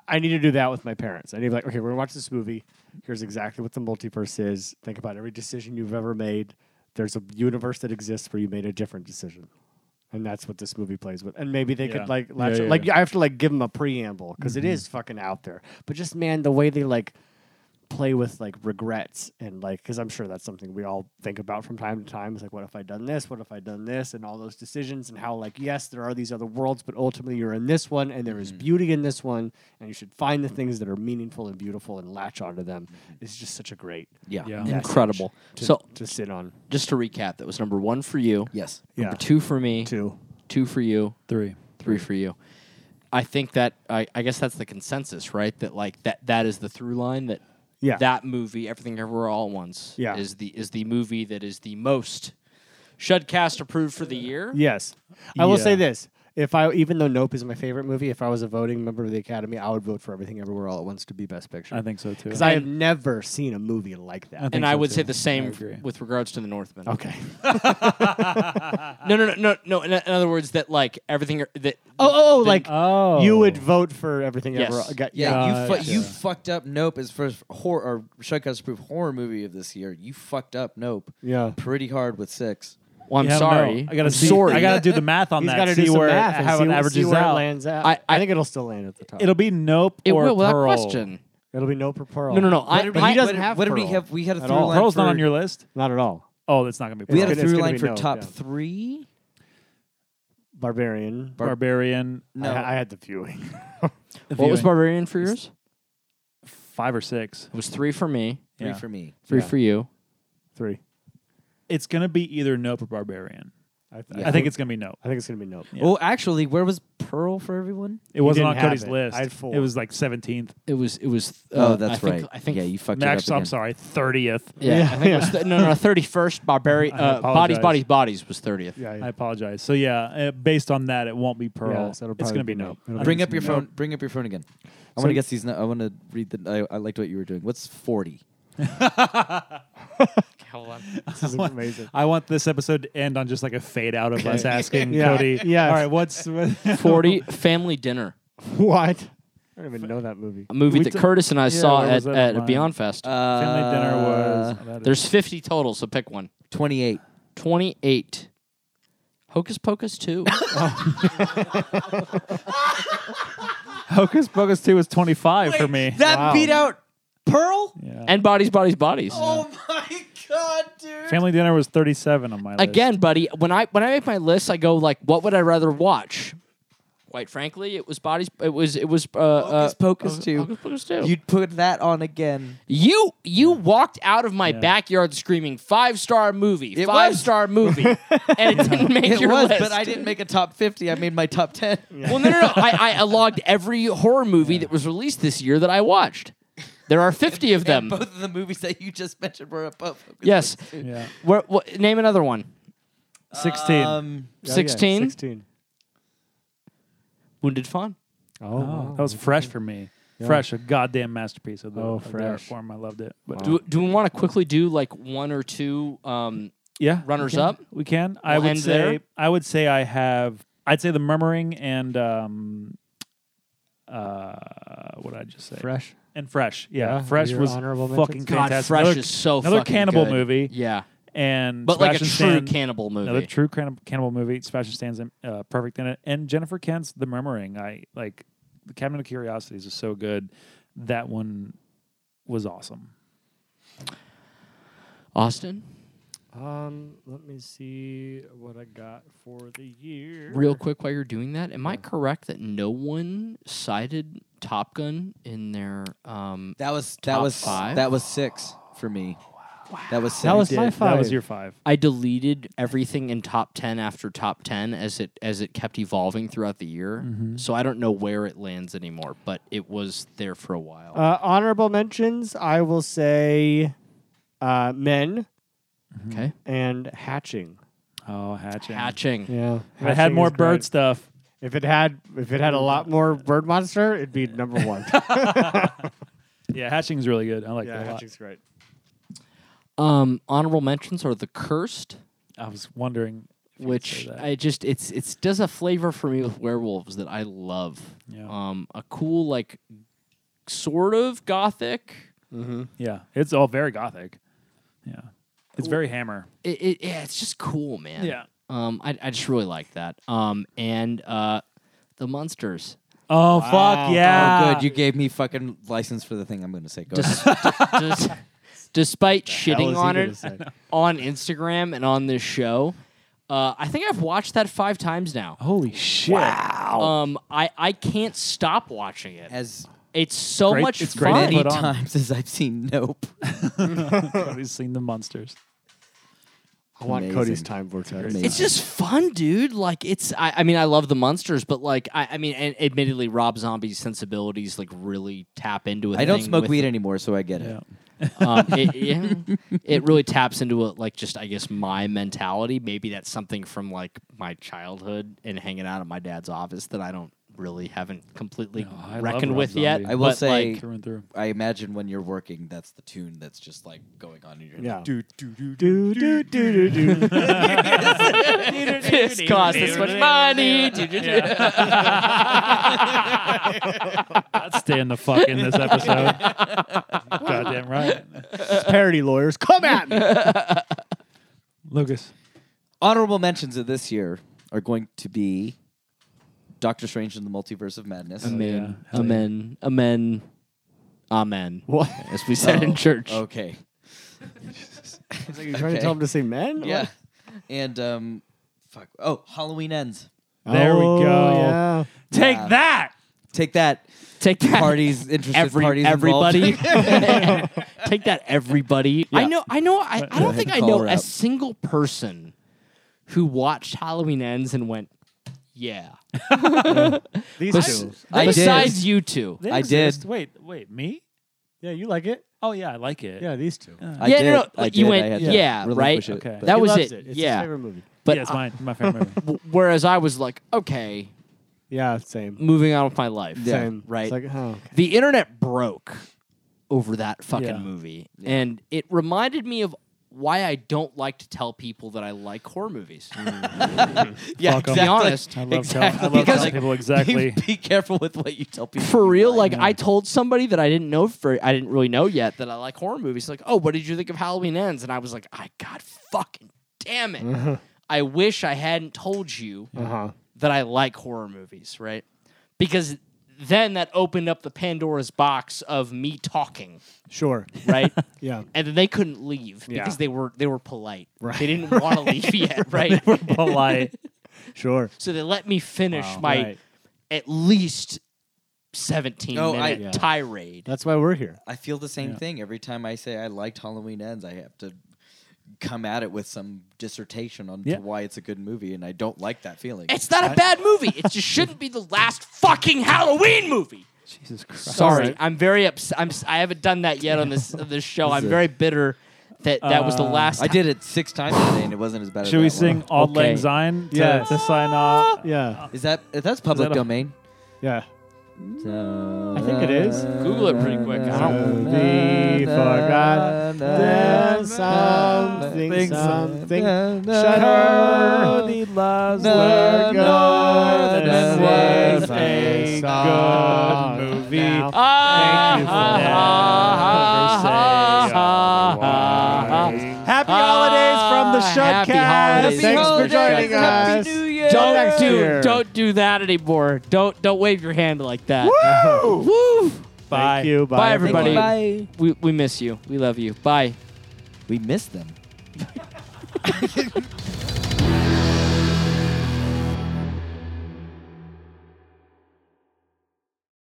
[SPEAKER 5] I need to do that with my parents. I need to be like, okay, we're gonna watch this movie. Here's exactly what the multiverse is. Think about every decision you've ever made. There's a universe that exists where you made a different decision, and that's what this movie plays with. And maybe they
[SPEAKER 8] Yeah.
[SPEAKER 5] could like,
[SPEAKER 8] Yeah,
[SPEAKER 5] latch
[SPEAKER 8] yeah,
[SPEAKER 5] like
[SPEAKER 8] yeah. Mm-hmm.
[SPEAKER 5] I have to like give them a preamble because is fucking out there. But just man, the way they like play with like regrets and like because i'm sure that's something we all think about from time to time it's like what if i done this what if i done this and all those decisions and how like yes there are these other worlds but ultimately you're in this one and there is
[SPEAKER 8] Mm-hmm.
[SPEAKER 5] beauty in this one and you should find the things that are meaningful and beautiful and latch onto them it's just such a great
[SPEAKER 11] Yeah.
[SPEAKER 8] Mm-hmm. Yeah.
[SPEAKER 7] incredible.
[SPEAKER 5] to,
[SPEAKER 7] so
[SPEAKER 5] to sit on
[SPEAKER 7] just to recap, that was number one for you,
[SPEAKER 11] Yes.
[SPEAKER 5] yeah
[SPEAKER 7] number two for me,
[SPEAKER 5] two
[SPEAKER 7] two for you,
[SPEAKER 8] Three.
[SPEAKER 7] three for you. I think that I, I guess that's the consensus, right? That like that that is the through line that
[SPEAKER 5] Yeah.
[SPEAKER 7] that movie, everything everywhere all at once,
[SPEAKER 5] Yeah.
[SPEAKER 7] is the is the movie that is the most Shudcast approved for the year.
[SPEAKER 5] yes i will say
[SPEAKER 8] Yeah.
[SPEAKER 5] this if i even though nope is my favorite movie if i was a voting member of the academy i would vote for everything everywhere all at once to be best picture
[SPEAKER 8] I think so too.
[SPEAKER 5] because I have never seen a movie like that.
[SPEAKER 8] I think
[SPEAKER 7] And I
[SPEAKER 8] so,
[SPEAKER 7] would
[SPEAKER 8] too.
[SPEAKER 7] say the
[SPEAKER 8] I
[SPEAKER 7] same
[SPEAKER 8] agree.
[SPEAKER 7] with regards to the Northman.
[SPEAKER 5] Okay.
[SPEAKER 7] No, no, no, no, no. In, in other words, that like everything that
[SPEAKER 5] Oh, oh, like
[SPEAKER 8] oh,
[SPEAKER 5] you would vote for everything
[SPEAKER 7] Yes.
[SPEAKER 5] ever. Got,
[SPEAKER 11] Yeah, you fu-
[SPEAKER 8] Gotcha.
[SPEAKER 11] you fucked up. Nope as first horror or Shudcast proof horror movie of this year. You fucked up. Nope.
[SPEAKER 5] Yeah.
[SPEAKER 11] pretty hard with six.
[SPEAKER 7] well, I'm
[SPEAKER 8] Yeah, I don't know.
[SPEAKER 7] sorry.
[SPEAKER 8] I gotta
[SPEAKER 7] I'm
[SPEAKER 8] see.
[SPEAKER 7] sorry.
[SPEAKER 8] I gotta do
[SPEAKER 5] [laughs]
[SPEAKER 8] the math on
[SPEAKER 5] He's
[SPEAKER 8] that.
[SPEAKER 5] got to
[SPEAKER 8] see
[SPEAKER 5] do some
[SPEAKER 8] where
[SPEAKER 5] math and
[SPEAKER 8] how
[SPEAKER 5] see
[SPEAKER 8] it
[SPEAKER 5] what-
[SPEAKER 8] averages
[SPEAKER 5] see where it
[SPEAKER 8] out.
[SPEAKER 5] lands at. I,
[SPEAKER 7] I- I-
[SPEAKER 5] think it'll still land at the top.
[SPEAKER 8] It'll be nope
[SPEAKER 7] it
[SPEAKER 8] or
[SPEAKER 7] will without
[SPEAKER 8] Pearl.
[SPEAKER 7] question.
[SPEAKER 5] It'll be no per pearl.
[SPEAKER 7] No, no, no. I,
[SPEAKER 11] What did we- what
[SPEAKER 7] I-
[SPEAKER 11] did- What did we
[SPEAKER 5] Pearl
[SPEAKER 11] have? We had a
[SPEAKER 5] at
[SPEAKER 11] through
[SPEAKER 5] all.
[SPEAKER 11] line.
[SPEAKER 8] Pearl's
[SPEAKER 11] for,
[SPEAKER 8] not on your list.
[SPEAKER 5] not at all.
[SPEAKER 8] Oh, it's not gonna be. Pearl.
[SPEAKER 11] We had a
[SPEAKER 5] It's gonna
[SPEAKER 11] through
[SPEAKER 5] be
[SPEAKER 11] line for
[SPEAKER 5] no,
[SPEAKER 11] top
[SPEAKER 5] yeah.
[SPEAKER 11] three.
[SPEAKER 5] Barbarian. I-
[SPEAKER 8] Barbarian
[SPEAKER 11] No,
[SPEAKER 5] I, had the viewing. [laughs]
[SPEAKER 7] What was
[SPEAKER 8] viewing.
[SPEAKER 7] Barbarian for yours?
[SPEAKER 8] five or six.
[SPEAKER 7] It was three for me,
[SPEAKER 11] three
[SPEAKER 8] Yeah.
[SPEAKER 11] for me.
[SPEAKER 7] three
[SPEAKER 5] Yeah.
[SPEAKER 7] for you.
[SPEAKER 5] Three.
[SPEAKER 8] It's gonna be either nope or Barbarian.
[SPEAKER 5] I,
[SPEAKER 11] Yeah.
[SPEAKER 8] I think it's gonna be nope.
[SPEAKER 5] I think it's gonna be nope.
[SPEAKER 8] Yeah.
[SPEAKER 11] Oh, actually, where was Pearl for everyone?
[SPEAKER 8] It wasn't
[SPEAKER 5] didn't
[SPEAKER 8] on
[SPEAKER 5] have
[SPEAKER 8] Cody's
[SPEAKER 5] it.
[SPEAKER 8] list.
[SPEAKER 5] I had four.
[SPEAKER 8] It was like seventeenth.
[SPEAKER 7] It was. It was.
[SPEAKER 11] Oh,
[SPEAKER 7] uh,
[SPEAKER 11] that's
[SPEAKER 7] I think,
[SPEAKER 11] right.
[SPEAKER 7] I think.
[SPEAKER 11] yeah, you fucked it up.
[SPEAKER 8] Max,
[SPEAKER 11] Again.
[SPEAKER 8] I'm sorry, thirtieth.
[SPEAKER 7] Yeah, I think it was th- no, no, thirty first. Barbarian.
[SPEAKER 8] I
[SPEAKER 7] Uh, bodies,
[SPEAKER 8] apologize.
[SPEAKER 7] bodies, bodies was thirtieth.
[SPEAKER 5] Yeah.
[SPEAKER 8] I apologize. So yeah, uh, based on that, it won't be Pearl.
[SPEAKER 5] Yeah, so it'll
[SPEAKER 8] it's
[SPEAKER 5] probably
[SPEAKER 8] gonna
[SPEAKER 5] be
[SPEAKER 8] be nope.
[SPEAKER 5] Nope. It'll
[SPEAKER 8] I
[SPEAKER 11] Bring
[SPEAKER 8] think
[SPEAKER 11] up your
[SPEAKER 8] it's gonna be
[SPEAKER 11] phone. Bring up your phone again. I want to guess these. nu- I want to read the. I, I liked what you were doing. What's forty?
[SPEAKER 5] This
[SPEAKER 8] [laughs]
[SPEAKER 5] is amazing.
[SPEAKER 8] nope. I want this episode to end on just like a fade out of us asking
[SPEAKER 5] Yeah.
[SPEAKER 8] Cody.
[SPEAKER 5] [laughs] Yes.
[SPEAKER 8] All right, what's
[SPEAKER 11] [laughs]
[SPEAKER 8] [laughs] what?
[SPEAKER 7] [laughs] Forty family dinner,
[SPEAKER 5] what? I don't even know that movie.
[SPEAKER 7] a movie
[SPEAKER 8] We
[SPEAKER 7] that
[SPEAKER 8] did-
[SPEAKER 7] Curtis and I saw
[SPEAKER 8] where
[SPEAKER 7] at,
[SPEAKER 8] was that
[SPEAKER 7] at
[SPEAKER 8] online?
[SPEAKER 7] Beyond Fest.
[SPEAKER 8] family dinner was?
[SPEAKER 11] Uh,
[SPEAKER 8] oh, that is-
[SPEAKER 7] There's fifty total, so pick one.
[SPEAKER 11] twenty-eight.
[SPEAKER 7] Twenty eight. Hocus
[SPEAKER 11] [laughs]
[SPEAKER 7] Pocus two.
[SPEAKER 8] Hocus Pocus two was twenty five for me.
[SPEAKER 11] That beat out Pearl.
[SPEAKER 8] Yeah.
[SPEAKER 7] and bodies, bodies, bodies.
[SPEAKER 11] Oh my god, dude!
[SPEAKER 8] Family dinner was thirty seven on my list.
[SPEAKER 7] Again, buddy, when I when I make my list, I go like, what would I rather watch? Quite frankly, it was bodies. It was it was uh,
[SPEAKER 11] Hocus
[SPEAKER 7] uh,
[SPEAKER 11] Pocus
[SPEAKER 7] Hocus-
[SPEAKER 11] 2.
[SPEAKER 7] Hocus Pocus two.
[SPEAKER 11] You'd put that on again.
[SPEAKER 7] You you walked out of my
[SPEAKER 8] Yeah.
[SPEAKER 7] backyard screaming five star movie,
[SPEAKER 11] It
[SPEAKER 7] five
[SPEAKER 11] was.
[SPEAKER 7] star movie,
[SPEAKER 11] [laughs]
[SPEAKER 7] and it didn't make
[SPEAKER 11] It
[SPEAKER 7] your
[SPEAKER 11] was,
[SPEAKER 7] list.
[SPEAKER 11] but I didn't make a top fifty. I made my top ten.
[SPEAKER 7] Well, no, no, no. I, I logged every horror movie that was released this year that I watched. There are
[SPEAKER 11] [laughs]
[SPEAKER 7] fifty of them.
[SPEAKER 11] Both of the movies that you just mentioned were above.
[SPEAKER 7] yes.
[SPEAKER 8] yeah,
[SPEAKER 7] Where, what, name another one.
[SPEAKER 8] sixteen.
[SPEAKER 11] Um,
[SPEAKER 5] Oh, yeah,
[SPEAKER 7] 16?
[SPEAKER 5] Sixteen.
[SPEAKER 7] Wounded Fawn.
[SPEAKER 5] Oh,
[SPEAKER 8] oh,
[SPEAKER 5] wow.
[SPEAKER 8] that was fresh for me. Fresh, a goddamn masterpiece of the,
[SPEAKER 5] Oh,
[SPEAKER 8] of the art
[SPEAKER 5] Fresh.
[SPEAKER 8] form. I loved it. But
[SPEAKER 7] Do, do we want to quickly do like one or two? Um,
[SPEAKER 8] yeah,
[SPEAKER 7] Runners
[SPEAKER 8] we can.
[SPEAKER 7] up?
[SPEAKER 8] We can. I
[SPEAKER 7] We'll
[SPEAKER 8] would
[SPEAKER 7] end
[SPEAKER 8] say.
[SPEAKER 7] there.
[SPEAKER 8] I would say I have. I'd say the murmuring and um, uh, what did I just say?
[SPEAKER 5] fresh.
[SPEAKER 8] and fresh. Yeah,
[SPEAKER 5] Yeah,
[SPEAKER 8] fresh
[SPEAKER 5] your
[SPEAKER 8] was
[SPEAKER 5] honorable
[SPEAKER 8] fucking
[SPEAKER 5] mentions.
[SPEAKER 7] God,
[SPEAKER 8] fantastic.
[SPEAKER 7] Fresh
[SPEAKER 8] another,
[SPEAKER 7] is so
[SPEAKER 8] another
[SPEAKER 7] fucking
[SPEAKER 8] cannibal
[SPEAKER 7] good.
[SPEAKER 8] movie.
[SPEAKER 7] yeah,
[SPEAKER 8] and
[SPEAKER 7] but like a true
[SPEAKER 8] Sebastian Stan,
[SPEAKER 7] cannibal movie.
[SPEAKER 8] Another true cannibal, cannibal movie. Sebastian Stan's uh, perfect in it, and Jennifer Kent's The Murmuring. I like the Cabinet of Curiosities is so good. That one was awesome.
[SPEAKER 7] Austin.
[SPEAKER 5] Um, let me see what I got for the year.
[SPEAKER 7] Real quick, while you're doing that, am I correct that no one cited Top Gun in their um,
[SPEAKER 11] That was that
[SPEAKER 7] Top
[SPEAKER 11] was
[SPEAKER 7] five?
[SPEAKER 11] that was six for me. That was six.
[SPEAKER 5] That was
[SPEAKER 8] Did-
[SPEAKER 5] my five.
[SPEAKER 8] That was your five.
[SPEAKER 7] I deleted everything in top ten after top ten as it as it kept evolving throughout the year.
[SPEAKER 8] Mm-hmm.
[SPEAKER 7] So I don't know where it lands anymore, but it was there for a while.
[SPEAKER 8] Uh-huh.
[SPEAKER 5] uh, honorable mentions. I will say, uh, men
[SPEAKER 7] okay,
[SPEAKER 5] and hatching.
[SPEAKER 8] Oh, hatching.
[SPEAKER 7] hatching.
[SPEAKER 5] Yeah,
[SPEAKER 8] If I had more bird stuff.
[SPEAKER 5] If it had, if it had a lot more bird monster, it'd be number [laughs] one.
[SPEAKER 8] Yeah, hatching's really good. I like
[SPEAKER 5] yeah,
[SPEAKER 8] that a lot.
[SPEAKER 5] hatching's great.
[SPEAKER 7] Um, honorable mentions are the cursed,
[SPEAKER 8] I was wondering. if you'd say
[SPEAKER 7] which
[SPEAKER 8] that.
[SPEAKER 7] I just it's it's does a flavor for me with werewolves that I love.
[SPEAKER 8] Yeah.
[SPEAKER 7] Um, a cool like sort of gothic. Mm-hmm.
[SPEAKER 8] yeah, it's all very gothic. Yeah, it's very hammer.
[SPEAKER 7] It, it, yeah, it's just cool, man.
[SPEAKER 8] Yeah.
[SPEAKER 7] Um, I I just really like that. Um, and uh, the monsters.
[SPEAKER 8] Oh fuck yeah!
[SPEAKER 11] Oh, good. You gave me fucking license for the thing I'm going to say. Go ahead.
[SPEAKER 7] Des- des- despite shitting
[SPEAKER 5] was
[SPEAKER 7] on
[SPEAKER 5] he gonna
[SPEAKER 7] it [laughs] on Instagram and on this show, uh, I think I've watched that five times now.
[SPEAKER 8] Holy shit! Oh.
[SPEAKER 7] Um, I, I can't stop watching it.
[SPEAKER 11] as
[SPEAKER 7] It's so
[SPEAKER 8] Great-
[SPEAKER 7] much
[SPEAKER 8] it's great
[SPEAKER 7] fun.
[SPEAKER 8] Put
[SPEAKER 11] many
[SPEAKER 8] on.
[SPEAKER 11] [laughs] times as I've seen Nope.
[SPEAKER 8] [laughs] Cody's seen the monsters.
[SPEAKER 5] I want
[SPEAKER 11] Amazing.
[SPEAKER 5] Cody's time vortex.
[SPEAKER 11] Amazing.
[SPEAKER 7] It's just fun, dude. Like it's I, I mean, I love the monsters, but like I, I mean and admittedly Rob Zombie's sensibilities like really tap into it.
[SPEAKER 11] I don't smoke weed anymore, so I get it.
[SPEAKER 8] Yeah.
[SPEAKER 7] um, it,
[SPEAKER 11] [laughs]
[SPEAKER 7] yeah, it really taps into a, like just I guess my mentality. Maybe that's something from like my childhood and hanging out at my dad's office that I don't really haven't completely
[SPEAKER 8] No, I love
[SPEAKER 7] reckoned
[SPEAKER 8] Rob
[SPEAKER 7] with yet.
[SPEAKER 8] Zombie.
[SPEAKER 11] I will
[SPEAKER 7] but,
[SPEAKER 11] say-
[SPEAKER 7] like,
[SPEAKER 8] Through and through.
[SPEAKER 11] I imagine when you're working, that's the tune that's just like going on in your head.
[SPEAKER 5] Yeah.
[SPEAKER 11] Do, do, do, do.
[SPEAKER 5] Do, do, do, do,
[SPEAKER 7] [laughs]
[SPEAKER 5] do. [laughs]
[SPEAKER 7] this cost this much money.
[SPEAKER 8] [laughs] Let's stay in the fuck in
[SPEAKER 5] [laughs]
[SPEAKER 8] this episode. Goddamn right,
[SPEAKER 5] Parody lawyers, come at me.
[SPEAKER 8] Lucas.
[SPEAKER 11] Honorable mentions of this year are going to be Doctor Strange and the Multiverse of Madness.
[SPEAKER 7] amen,
[SPEAKER 8] yeah. Hell
[SPEAKER 7] amen, amen, amen. As we said in church. [laughs]
[SPEAKER 11] Okay.
[SPEAKER 5] You trying to tell him to say men?
[SPEAKER 11] Yeah. And um, fuck. Oh, Halloween ends.
[SPEAKER 8] There we
[SPEAKER 5] Oh,
[SPEAKER 8] go.
[SPEAKER 5] Yeah.
[SPEAKER 8] Take
[SPEAKER 11] Wow.
[SPEAKER 8] that.
[SPEAKER 11] Take that.
[SPEAKER 7] Take that.
[SPEAKER 11] Parties, interested
[SPEAKER 7] Every,
[SPEAKER 11] parties, involved.
[SPEAKER 7] [laughs] everybody, take that. Everybody, I know. I know. I, I don't think I
[SPEAKER 11] Call
[SPEAKER 7] know
[SPEAKER 11] her
[SPEAKER 7] a
[SPEAKER 11] up.
[SPEAKER 7] single person who watched Halloween Ends and went, "Yeah."
[SPEAKER 5] These
[SPEAKER 7] Bes-
[SPEAKER 5] two.
[SPEAKER 11] I did.
[SPEAKER 7] besides you two,
[SPEAKER 8] They
[SPEAKER 11] I
[SPEAKER 8] exist.
[SPEAKER 11] did.
[SPEAKER 8] Wait, wait, me?
[SPEAKER 5] Yeah, you like it?
[SPEAKER 8] Oh yeah, I like it.
[SPEAKER 5] Yeah, these two.
[SPEAKER 11] I
[SPEAKER 7] yeah,
[SPEAKER 11] did.
[SPEAKER 7] no, no,
[SPEAKER 11] I
[SPEAKER 7] you
[SPEAKER 11] did. I
[SPEAKER 7] went,
[SPEAKER 11] had to
[SPEAKER 7] yeah,
[SPEAKER 11] relinquish
[SPEAKER 7] right?
[SPEAKER 11] It,
[SPEAKER 8] Okay.
[SPEAKER 11] but-
[SPEAKER 7] Uh, that
[SPEAKER 5] He
[SPEAKER 7] was
[SPEAKER 5] loves
[SPEAKER 7] it.
[SPEAKER 5] It's his
[SPEAKER 7] yeah.
[SPEAKER 5] favorite movie.
[SPEAKER 7] But
[SPEAKER 8] yeah, it's
[SPEAKER 7] I-
[SPEAKER 8] mine. My favorite movie.
[SPEAKER 7] w- whereas I was like, okay,
[SPEAKER 5] Yeah, same.
[SPEAKER 7] moving on with my life.
[SPEAKER 5] Same.
[SPEAKER 7] right.
[SPEAKER 5] It's like, oh, okay.
[SPEAKER 7] The internet broke over that fucking
[SPEAKER 8] Yeah.
[SPEAKER 7] movie, and it reminded me of why I don't like to tell people that I like horror
[SPEAKER 8] [laughs]
[SPEAKER 7] movies.
[SPEAKER 11] yeah,
[SPEAKER 8] Fuck 'em.
[SPEAKER 11] exactly. [laughs]
[SPEAKER 7] Be honest.
[SPEAKER 5] [laughs]
[SPEAKER 8] I love telling-
[SPEAKER 11] exactly.
[SPEAKER 8] I love
[SPEAKER 7] Because-
[SPEAKER 8] telling people exactly.
[SPEAKER 11] Be, be careful with what you tell people.
[SPEAKER 7] For
[SPEAKER 11] you
[SPEAKER 7] real, like I told somebody that I didn't know for I didn't really know yet that I like horror movies. Like, oh, what did you think of Halloween Ends? And I was like, I God fucking damn it!
[SPEAKER 8] [laughs]
[SPEAKER 7] I wish I hadn't told you
[SPEAKER 8] Uh-huh.
[SPEAKER 7] that I like horror movies, right? Because then that opened up the Pandora's box of me talking,
[SPEAKER 5] Sure.
[SPEAKER 7] [laughs] right?
[SPEAKER 5] Yeah.
[SPEAKER 7] and then they couldn't leave because
[SPEAKER 5] Yeah.
[SPEAKER 7] they were they were polite. They didn't want to leave yet,
[SPEAKER 5] [laughs]
[SPEAKER 7] right?
[SPEAKER 8] polite.
[SPEAKER 5] Sure.
[SPEAKER 7] so they let me finish my
[SPEAKER 5] Right.
[SPEAKER 7] at least seventeen
[SPEAKER 11] No, I-
[SPEAKER 7] minute
[SPEAKER 11] Yeah.
[SPEAKER 7] tirade.
[SPEAKER 5] That's why we're here.
[SPEAKER 11] I feel the same thing every time I say I liked Halloween Ends. I have to come at it with some dissertation on to
[SPEAKER 8] Yeah.
[SPEAKER 11] why it's a good movie, and I don't like that feeling.
[SPEAKER 7] It's not a bad movie. It just shouldn't be the last fucking Halloween movie.
[SPEAKER 8] Jesus Christ.
[SPEAKER 7] Sorry, I'm very upset. I'm s- I haven't done that yet on this this show. I'm very bitter that that was the
[SPEAKER 8] Uh,
[SPEAKER 7] last.
[SPEAKER 11] I
[SPEAKER 6] [laughs]
[SPEAKER 11] did it six times today, and it wasn't as bad. as
[SPEAKER 8] Should we
[SPEAKER 11] that one.
[SPEAKER 8] sing "Auld
[SPEAKER 7] Okay.
[SPEAKER 8] Lang Syne" to,
[SPEAKER 5] Yeah.
[SPEAKER 8] to sign off?
[SPEAKER 5] Yeah.
[SPEAKER 11] Is that if that's public
[SPEAKER 8] that a-
[SPEAKER 11] domain?
[SPEAKER 5] Yeah.
[SPEAKER 11] I
[SPEAKER 5] think it is.
[SPEAKER 7] Google it pretty quick. I don't-
[SPEAKER 5] We forgot that something, something. Shudder.
[SPEAKER 8] Cody loves
[SPEAKER 5] The
[SPEAKER 8] the
[SPEAKER 5] Northern
[SPEAKER 8] Northern
[SPEAKER 5] was
[SPEAKER 8] was
[SPEAKER 5] a
[SPEAKER 8] a
[SPEAKER 5] song.
[SPEAKER 8] good movie.
[SPEAKER 5] Now,
[SPEAKER 7] Ah,
[SPEAKER 5] Thank you for
[SPEAKER 7] ah,
[SPEAKER 5] that.
[SPEAKER 7] ah, ah, ah, ah, ah.
[SPEAKER 8] Happy holidays from the
[SPEAKER 7] Ah, happy
[SPEAKER 8] Shudcast.
[SPEAKER 7] holidays.
[SPEAKER 5] Thanks for joining
[SPEAKER 7] Happy
[SPEAKER 5] us.
[SPEAKER 7] Don't
[SPEAKER 5] next
[SPEAKER 7] do
[SPEAKER 5] year.
[SPEAKER 7] don't do that anymore. Don't don't wave your hand like that. Woo!
[SPEAKER 8] Bye.
[SPEAKER 5] Thank you. Bye,
[SPEAKER 7] Bye, everybody.
[SPEAKER 11] Bye.
[SPEAKER 7] We we miss you. We love you. Bye.
[SPEAKER 11] We missed them.